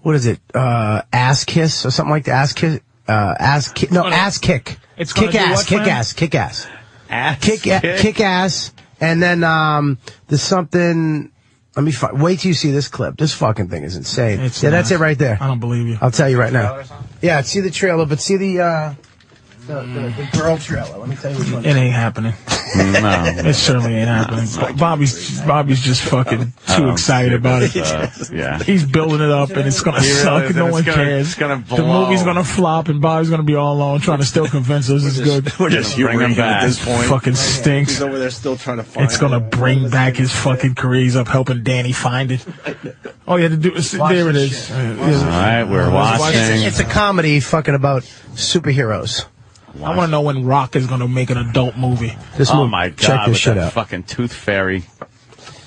[SPEAKER 5] what is it? Uh, ass kiss or something like that. Ass kiss. Uh, ass ki- no, ass kick.
[SPEAKER 1] It's gonna
[SPEAKER 5] kick
[SPEAKER 1] do
[SPEAKER 5] ass,
[SPEAKER 1] what,
[SPEAKER 5] kick
[SPEAKER 1] Fran?
[SPEAKER 5] ass, kick ass,
[SPEAKER 2] ass,
[SPEAKER 5] kick, a-
[SPEAKER 1] kick?
[SPEAKER 5] kick ass, and then um, there's something. Let me fi- wait till you see this clip. This fucking thing is insane. yeah, that's it right there.
[SPEAKER 1] I don't believe you.
[SPEAKER 5] I'll tell you right now. Yeah, see the trailer, but see the uh, the, the, the girl trailer. Let me tell you which one.
[SPEAKER 1] It ain't happening.
[SPEAKER 2] No.
[SPEAKER 1] It certainly ain't happening. Bobby's Bobby's just fucking too
[SPEAKER 2] Um,
[SPEAKER 1] excited about it.
[SPEAKER 2] uh, yeah.
[SPEAKER 1] He's building it up and it's gonna
[SPEAKER 2] He really
[SPEAKER 1] suck.
[SPEAKER 2] is,
[SPEAKER 1] no
[SPEAKER 2] and it's
[SPEAKER 1] one
[SPEAKER 2] gonna-
[SPEAKER 1] cares.
[SPEAKER 2] it's gonna
[SPEAKER 1] The
[SPEAKER 2] blow.
[SPEAKER 1] movie's gonna flop and Bobby's gonna be all alone trying to still convince us it's good.
[SPEAKER 3] We're just
[SPEAKER 2] Bring him
[SPEAKER 3] bringing
[SPEAKER 2] back.
[SPEAKER 3] at this point.
[SPEAKER 1] Fucking stinks.
[SPEAKER 3] He's over there still trying to find.
[SPEAKER 1] It's gonna bring back his fucking career. He's up helping Danny find it. All you had to do is there uh, it is.
[SPEAKER 2] All right, we're
[SPEAKER 5] It's,
[SPEAKER 2] watching.
[SPEAKER 5] it's a comedy fucking about superheroes.
[SPEAKER 1] I want to know when Rock is gonna make an adult movie.
[SPEAKER 5] This
[SPEAKER 2] oh
[SPEAKER 5] movie-
[SPEAKER 2] my god!
[SPEAKER 5] check this
[SPEAKER 2] with
[SPEAKER 5] shit
[SPEAKER 2] that
[SPEAKER 5] out.
[SPEAKER 2] Fucking Tooth Fairy.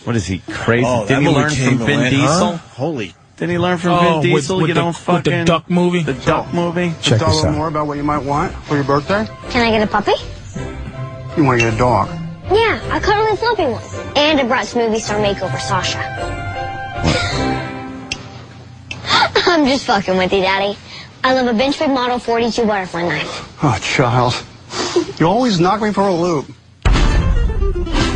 [SPEAKER 2] What is he crazy?
[SPEAKER 3] Oh, that
[SPEAKER 2] Didn't he
[SPEAKER 3] movie
[SPEAKER 2] learn
[SPEAKER 3] came
[SPEAKER 2] from
[SPEAKER 3] and
[SPEAKER 2] Vin
[SPEAKER 3] went, huh?
[SPEAKER 2] Diesel?
[SPEAKER 3] Holy.
[SPEAKER 2] Didn't he learn from
[SPEAKER 1] Oh,
[SPEAKER 2] Vin
[SPEAKER 1] with-
[SPEAKER 2] Diesel?
[SPEAKER 1] with
[SPEAKER 2] you
[SPEAKER 1] the-
[SPEAKER 2] don't
[SPEAKER 1] with the
[SPEAKER 2] fucking
[SPEAKER 1] duck movie?
[SPEAKER 2] The duck movie.
[SPEAKER 5] Check
[SPEAKER 16] Tell
[SPEAKER 5] this
[SPEAKER 16] them
[SPEAKER 5] out.
[SPEAKER 16] more about what you might want for your birthday.
[SPEAKER 17] Can I get a puppy?
[SPEAKER 16] You want to get a dog.
[SPEAKER 17] Yeah, a cuddly and fluffy one. And I brought Smoothie Star Makeover Sasha. I'm just fucking with you, Daddy. I love a Benchmade Model 42 butterfly knife.
[SPEAKER 16] Oh, child. You always knock me for a loop.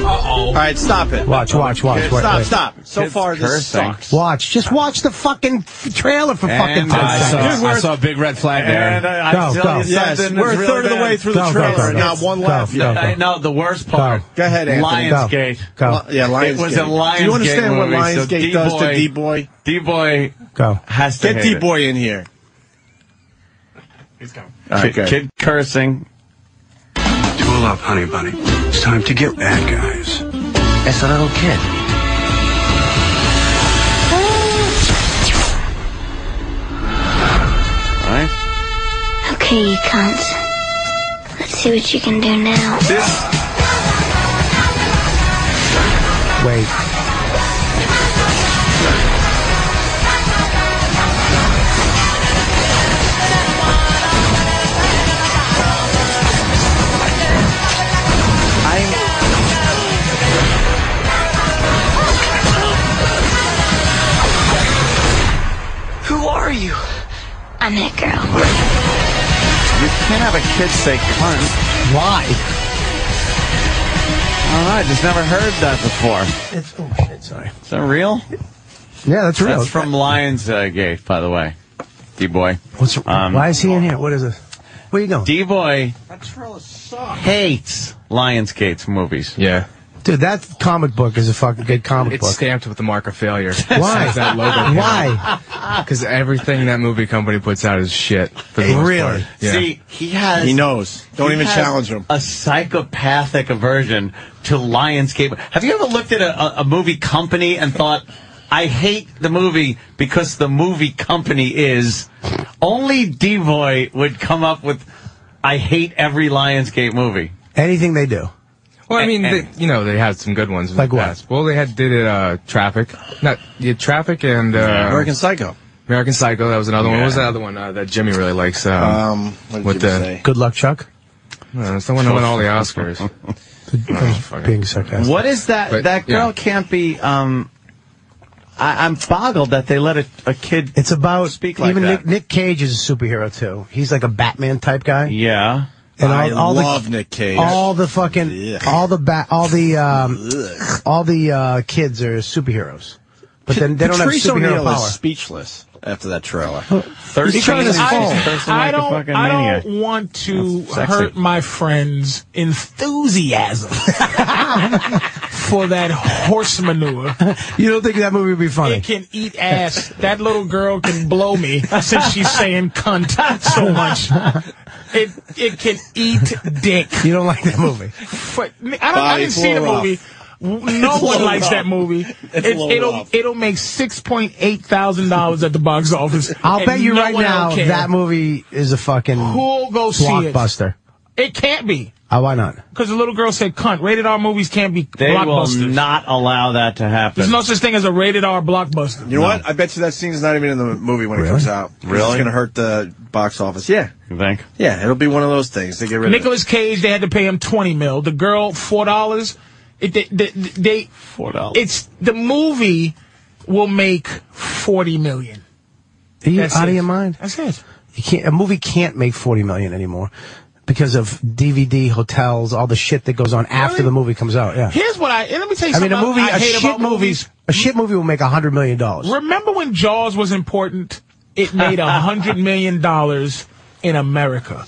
[SPEAKER 3] All right, stop it.
[SPEAKER 5] Watch, watch, watch.
[SPEAKER 3] Kids,
[SPEAKER 5] wait,
[SPEAKER 3] stop,
[SPEAKER 5] wait.
[SPEAKER 3] stop. So
[SPEAKER 2] Kids
[SPEAKER 3] far, this
[SPEAKER 2] cursing.
[SPEAKER 3] sucks.
[SPEAKER 5] Watch. Just watch the fucking f- trailer for fucking
[SPEAKER 2] And
[SPEAKER 5] 10
[SPEAKER 2] I
[SPEAKER 5] seconds.
[SPEAKER 2] saw-
[SPEAKER 10] I
[SPEAKER 2] we're-
[SPEAKER 10] saw a big red flag
[SPEAKER 3] uh,
[SPEAKER 2] And
[SPEAKER 10] there.
[SPEAKER 2] I, I
[SPEAKER 5] Go,
[SPEAKER 2] tell
[SPEAKER 5] go.
[SPEAKER 2] you something.
[SPEAKER 5] Yes,
[SPEAKER 2] that's
[SPEAKER 3] we're a
[SPEAKER 2] really
[SPEAKER 3] third of the
[SPEAKER 2] bad.
[SPEAKER 3] way through the
[SPEAKER 5] Go, go,
[SPEAKER 3] trailer.
[SPEAKER 5] go,
[SPEAKER 3] and
[SPEAKER 5] go.
[SPEAKER 3] Not one
[SPEAKER 5] Go,
[SPEAKER 3] left.
[SPEAKER 5] go, go.
[SPEAKER 2] I know the worst part.
[SPEAKER 5] Go. Go
[SPEAKER 3] ahead, Anthony.
[SPEAKER 2] Lionsgate.
[SPEAKER 5] Go.
[SPEAKER 3] Li- Uh, Yeah, Lionsgate.
[SPEAKER 2] It was a Lionsgate
[SPEAKER 3] Do you understand what
[SPEAKER 2] movie, so
[SPEAKER 3] Lionsgate does to
[SPEAKER 2] D-Boy-
[SPEAKER 3] D-Boy?
[SPEAKER 2] D boy
[SPEAKER 5] Go.
[SPEAKER 2] has to
[SPEAKER 3] Get
[SPEAKER 2] hate it.
[SPEAKER 3] D-Boy in here.
[SPEAKER 1] He's coming.
[SPEAKER 2] Kid,
[SPEAKER 3] Okay.
[SPEAKER 2] kid cursing.
[SPEAKER 16] Duel up, honey bunny. It's time to get bad guys. It's a little kid.
[SPEAKER 2] All right.
[SPEAKER 17] Okay, you cunts. Let's see what you can do now.
[SPEAKER 5] Wait.
[SPEAKER 17] Who are you? I'm that girl.
[SPEAKER 2] You can't have a kid say cunt.
[SPEAKER 5] Why?
[SPEAKER 2] All right, just never heard that before.
[SPEAKER 5] It's, oh, shit, sorry.
[SPEAKER 2] Is that real?
[SPEAKER 5] Yeah, that's real.
[SPEAKER 2] That's from Lionsgate, by the way. D boy.
[SPEAKER 5] What's,
[SPEAKER 2] um,
[SPEAKER 5] why is he in here? What is this? Where you going?
[SPEAKER 2] D boy
[SPEAKER 3] That trailer sucks.
[SPEAKER 2] hates Lionsgate's movies.
[SPEAKER 13] Yeah.
[SPEAKER 5] Dude, that comic book is a fucking good comic
[SPEAKER 13] It's
[SPEAKER 5] book.
[SPEAKER 13] stamped with the mark of failure.
[SPEAKER 5] Why?
[SPEAKER 13] that logo.
[SPEAKER 5] Why?
[SPEAKER 13] Because everything that movie company puts out is shit. For the most
[SPEAKER 5] Really?
[SPEAKER 13] Part. Yeah.
[SPEAKER 2] See, he has.
[SPEAKER 3] He knows. Don't
[SPEAKER 2] he
[SPEAKER 3] even
[SPEAKER 2] has
[SPEAKER 3] challenge him.
[SPEAKER 2] A psychopathic aversion to Lionsgate. Have you ever looked at a, a, a movie company and thought, I hate the movie because the movie company is. Only D-Boy would come up with, I hate every Lionsgate movie.
[SPEAKER 5] Anything they do.
[SPEAKER 13] Well, I mean,
[SPEAKER 2] And-
[SPEAKER 13] they, you know, they had some good ones. In
[SPEAKER 5] Like
[SPEAKER 13] the
[SPEAKER 5] what?
[SPEAKER 13] past. Well, they had did it. Uh, Traffic. Not yeah, Traffic and uh,
[SPEAKER 3] American Psycho.
[SPEAKER 13] American Psycho. That was another one. What was
[SPEAKER 2] Yeah.
[SPEAKER 13] that other one uh, that Jimmy really likes? Um,
[SPEAKER 3] Um, what did
[SPEAKER 13] with
[SPEAKER 3] Jimmy
[SPEAKER 13] the
[SPEAKER 3] say?
[SPEAKER 5] Good luck, Chuck.
[SPEAKER 13] Uh, it's the one that won all the Oscars. Oh, fuck it.
[SPEAKER 5] Being sarcastic.
[SPEAKER 2] What is that?
[SPEAKER 13] But,
[SPEAKER 2] that girl
[SPEAKER 13] yeah.
[SPEAKER 2] can't be. Um, I, I'm boggled that they let a, a kid.
[SPEAKER 5] It's about
[SPEAKER 2] Speak like
[SPEAKER 5] even
[SPEAKER 2] that.
[SPEAKER 5] Nick, Nick Cage is a superhero too. He's like a Batman type guy.
[SPEAKER 2] yeah.
[SPEAKER 5] And
[SPEAKER 3] I
[SPEAKER 5] the-
[SPEAKER 3] love Nick Cage.
[SPEAKER 5] All the fucking,
[SPEAKER 3] Ugh.
[SPEAKER 5] all the ba- all the um, all the uh, kids are superheroes, but then they don't have
[SPEAKER 3] Patrice
[SPEAKER 5] superhero
[SPEAKER 3] O'Neal
[SPEAKER 5] power.
[SPEAKER 3] is speechless after that trailer.
[SPEAKER 2] Thirteen.
[SPEAKER 5] trying to
[SPEAKER 2] She's
[SPEAKER 5] fall.
[SPEAKER 2] cursing
[SPEAKER 1] I
[SPEAKER 2] like a
[SPEAKER 1] don't.
[SPEAKER 2] fucking
[SPEAKER 1] I
[SPEAKER 2] maniac.
[SPEAKER 1] don't want to
[SPEAKER 2] That's sexy.
[SPEAKER 1] hurt my friend's enthusiasm for that horse manure.
[SPEAKER 5] You don't think that movie would be funny?
[SPEAKER 1] It can eat ass. That little girl can blow me since she's saying cunt so much. It it can eat dick.
[SPEAKER 5] You don't like that movie?
[SPEAKER 1] But I, don't, I
[SPEAKER 3] Body
[SPEAKER 1] didn't see the
[SPEAKER 3] blow up.
[SPEAKER 1] movie. No
[SPEAKER 3] It's
[SPEAKER 1] one
[SPEAKER 3] blow
[SPEAKER 1] likes
[SPEAKER 3] up.
[SPEAKER 1] that movie.
[SPEAKER 3] It's
[SPEAKER 1] It,
[SPEAKER 3] blow
[SPEAKER 1] it'll
[SPEAKER 3] up.
[SPEAKER 1] it'll make six point eight thousand dollars at the box office.
[SPEAKER 5] I'll
[SPEAKER 1] and
[SPEAKER 5] bet you
[SPEAKER 1] no
[SPEAKER 5] right
[SPEAKER 1] one will
[SPEAKER 5] now
[SPEAKER 1] care.
[SPEAKER 5] that movie is a fucking
[SPEAKER 1] Who'll go see it?
[SPEAKER 5] blockbuster.
[SPEAKER 1] It can't be
[SPEAKER 5] Oh, why not?
[SPEAKER 1] because the little girl said cunt. Rated R movies can't be
[SPEAKER 2] They will
[SPEAKER 1] blockbusters.
[SPEAKER 2] not allow that to happen.
[SPEAKER 1] There's no such thing as a rated R blockbuster.
[SPEAKER 3] You know what? I bet you that scene's not even in the movie when it comes out. Really? It's going to hurt the box office. Yeah.
[SPEAKER 2] you think?
[SPEAKER 3] Yeah, it'll be one of those things. They get rid of
[SPEAKER 1] Nicholas Cage, they had to pay him twenty mil. The girl, four dollars. It they, they, they
[SPEAKER 2] Four dollars.
[SPEAKER 1] it's the movie will make forty million.
[SPEAKER 5] Are you
[SPEAKER 1] That's
[SPEAKER 5] out
[SPEAKER 1] it.
[SPEAKER 5] of your mind?
[SPEAKER 1] That's it.
[SPEAKER 5] You can't, a movie can't make 40 million anymore because of DVD, hotels, all the shit that goes on after the movie comes out. Yeah.
[SPEAKER 1] Here's what I and let me tell you
[SPEAKER 5] I mean,
[SPEAKER 1] something.
[SPEAKER 5] a movie,
[SPEAKER 1] I
[SPEAKER 5] a
[SPEAKER 1] hate
[SPEAKER 5] shit
[SPEAKER 1] about
[SPEAKER 5] movie,
[SPEAKER 1] movies.
[SPEAKER 5] a shit movie will make a hundred million dollars.
[SPEAKER 1] Remember when Jaws was important? It made a hundred million dollars in America.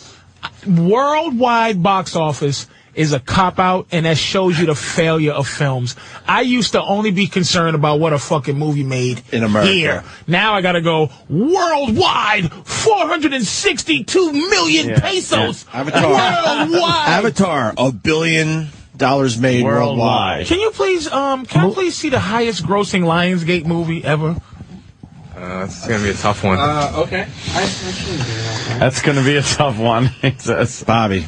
[SPEAKER 1] Worldwide box office is a cop out, and that shows you the failure of films. I used to only be concerned about what a fucking movie made
[SPEAKER 3] In America.
[SPEAKER 1] Here, now I got to go worldwide, four hundred and sixty-two million
[SPEAKER 3] Yeah.
[SPEAKER 1] pesos.
[SPEAKER 3] Yeah. Avatar.
[SPEAKER 1] Worldwide.
[SPEAKER 3] Avatar, a billion dollars made worldwide.
[SPEAKER 1] Can you please, um, can I please see the highest grossing Lionsgate movie ever?
[SPEAKER 13] Uh, it's gonna be a tough one.
[SPEAKER 2] Uh,
[SPEAKER 1] okay.
[SPEAKER 2] That's going to be a tough one. He says,
[SPEAKER 3] Bobby.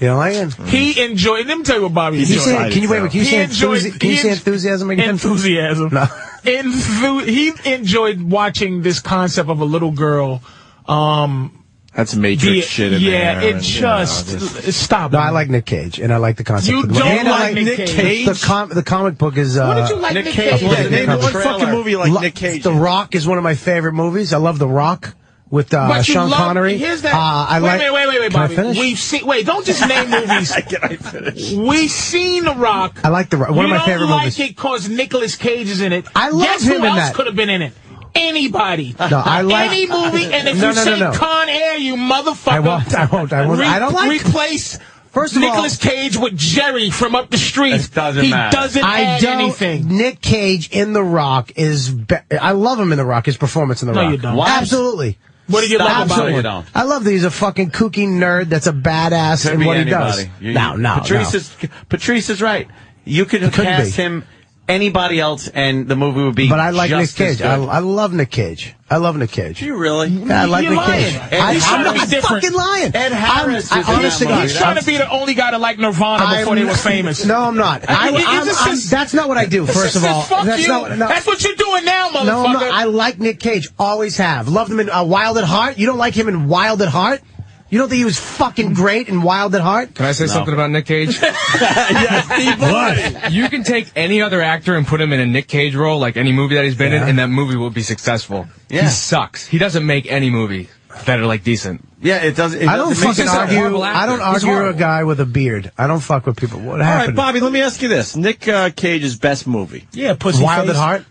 [SPEAKER 5] You know, I am.
[SPEAKER 1] He enjoyed. Let me tell you what Bobby
[SPEAKER 5] Can you
[SPEAKER 1] enjoyed.
[SPEAKER 5] say- can you- wait a minute, can you
[SPEAKER 1] He
[SPEAKER 5] say
[SPEAKER 1] enjoyed-
[SPEAKER 5] enthusi- can
[SPEAKER 1] he
[SPEAKER 5] you say
[SPEAKER 1] en-
[SPEAKER 5] enthusiasm again?
[SPEAKER 1] Enthusiasm.
[SPEAKER 5] No.
[SPEAKER 1] Enthu- he enjoyed watching this concept of a little girl. Um,
[SPEAKER 3] That's Matrix
[SPEAKER 1] be-
[SPEAKER 3] shit in
[SPEAKER 1] yeah,
[SPEAKER 3] there. uh,
[SPEAKER 1] it just, stop.
[SPEAKER 5] No, I like Nick Cage, and I like the concept.
[SPEAKER 1] You
[SPEAKER 5] of the movie.
[SPEAKER 1] don't
[SPEAKER 5] And I
[SPEAKER 1] like Nick Cage?
[SPEAKER 5] The, com- the comic book is. Uh,
[SPEAKER 1] What did you like Nick Nick Cage Cage? for?
[SPEAKER 5] Yeah,
[SPEAKER 1] Name the one fucking movie you like
[SPEAKER 5] Lo-
[SPEAKER 1] Nick Cage
[SPEAKER 5] The Rock is one of my favorite movies. I love The Rock with uh,
[SPEAKER 1] but you
[SPEAKER 5] Sean
[SPEAKER 1] love,
[SPEAKER 5] Connery.
[SPEAKER 1] Here's that.
[SPEAKER 5] Uh, I
[SPEAKER 1] wait,
[SPEAKER 5] like.
[SPEAKER 1] wait, wait, wait, wait,
[SPEAKER 5] Can I
[SPEAKER 1] Bobby.
[SPEAKER 5] finish?
[SPEAKER 1] We've seen. Wait, don't just name movies. Can I finish? We've seen The Rock.
[SPEAKER 5] I like The Rock. One of
[SPEAKER 1] You
[SPEAKER 5] my
[SPEAKER 1] don't
[SPEAKER 5] favorite
[SPEAKER 1] like
[SPEAKER 5] movies.
[SPEAKER 1] it because Nicolas Cage is in it.
[SPEAKER 5] I love
[SPEAKER 1] Guess
[SPEAKER 5] him
[SPEAKER 1] who
[SPEAKER 5] in
[SPEAKER 1] else
[SPEAKER 5] that.
[SPEAKER 1] could have been in it? Anybody.
[SPEAKER 5] No, I like-
[SPEAKER 1] any movie. And if
[SPEAKER 5] No,
[SPEAKER 1] you
[SPEAKER 5] no, no,
[SPEAKER 1] say
[SPEAKER 5] no.
[SPEAKER 1] Con Air, you motherfucker.
[SPEAKER 5] I won't. I won't. I won't.
[SPEAKER 1] Re-
[SPEAKER 5] I don't like.
[SPEAKER 1] Replace.
[SPEAKER 5] First of all-
[SPEAKER 1] Nicolas Cage with Jerry from up the street.
[SPEAKER 2] It doesn't
[SPEAKER 1] he
[SPEAKER 2] matter.
[SPEAKER 1] doesn't
[SPEAKER 5] I
[SPEAKER 1] add
[SPEAKER 5] don't.
[SPEAKER 1] anything.
[SPEAKER 5] Nick Cage in The Rock is. Be- I love him in The Rock. His performance in The
[SPEAKER 1] No,
[SPEAKER 5] Rock.
[SPEAKER 1] you don't.
[SPEAKER 2] What?
[SPEAKER 5] Absolutely.
[SPEAKER 1] What do you
[SPEAKER 2] Stop.
[SPEAKER 1] like about
[SPEAKER 2] No,
[SPEAKER 1] it?
[SPEAKER 2] you don't.
[SPEAKER 5] I love that he's a fucking kooky nerd that's a badass
[SPEAKER 2] Could
[SPEAKER 5] in
[SPEAKER 2] be
[SPEAKER 5] what he
[SPEAKER 2] anybody.
[SPEAKER 5] does.
[SPEAKER 2] You-
[SPEAKER 5] no, no,
[SPEAKER 2] Patrice
[SPEAKER 5] no.
[SPEAKER 2] is Patrice is right. You could
[SPEAKER 5] It could
[SPEAKER 2] cast
[SPEAKER 5] be.
[SPEAKER 2] him anybody else, and the movie would be.
[SPEAKER 5] But I like Nick
[SPEAKER 2] just as
[SPEAKER 5] Cage. I,
[SPEAKER 2] good.
[SPEAKER 5] I love Nick Cage. I love Nick Cage.
[SPEAKER 2] you really?
[SPEAKER 5] Yeah, I like
[SPEAKER 1] You're
[SPEAKER 5] Nick
[SPEAKER 1] lying.
[SPEAKER 5] Cage.
[SPEAKER 1] Ed,
[SPEAKER 5] I,
[SPEAKER 1] he's
[SPEAKER 5] am
[SPEAKER 1] trying to
[SPEAKER 5] not
[SPEAKER 1] be different.
[SPEAKER 5] fucking lying.
[SPEAKER 2] Ed Harris is
[SPEAKER 5] I'm, I,
[SPEAKER 2] in that
[SPEAKER 5] honest to God,
[SPEAKER 2] movie.
[SPEAKER 1] He's trying to be the only guy to like Nirvana
[SPEAKER 5] I'm-
[SPEAKER 1] before they were famous.
[SPEAKER 5] No, I'm not. I,
[SPEAKER 1] It- it- it's
[SPEAKER 5] I'm-
[SPEAKER 1] just-
[SPEAKER 5] I'm- that's not what I do.
[SPEAKER 1] It's
[SPEAKER 5] First
[SPEAKER 1] just
[SPEAKER 5] of all,
[SPEAKER 1] fuck
[SPEAKER 5] that's
[SPEAKER 1] you.
[SPEAKER 5] not. what- No,
[SPEAKER 1] That's what you're doing now, motherfucker.
[SPEAKER 5] no, I'm not. I like Nick Cage. Always have loved him in uh, Wild at Heart. You don't like him in Wild at Heart. You don't think he was fucking great in Wild at Heart?
[SPEAKER 13] Can I say something about Nick Cage? what? You can take any other actor and put him in a Nick Cage role, like any movie that he's been in, and that movie will be successful. He sucks. He doesn't make any movie that are like decent.
[SPEAKER 2] Yeah, it doesn't. It
[SPEAKER 5] I don't
[SPEAKER 2] doesn't make
[SPEAKER 5] fucking
[SPEAKER 2] sense.
[SPEAKER 5] argue.
[SPEAKER 13] horrible actor.
[SPEAKER 5] I don't
[SPEAKER 13] He's
[SPEAKER 5] argue a
[SPEAKER 13] horrible.
[SPEAKER 5] guy with a beard. I don't fuck with people. What
[SPEAKER 3] All right,
[SPEAKER 5] happened?
[SPEAKER 3] Bobby, let me ask you this. Nick uh, Cage's best movie.
[SPEAKER 1] yeah, pussy
[SPEAKER 5] Wild
[SPEAKER 1] face.
[SPEAKER 5] at Heart.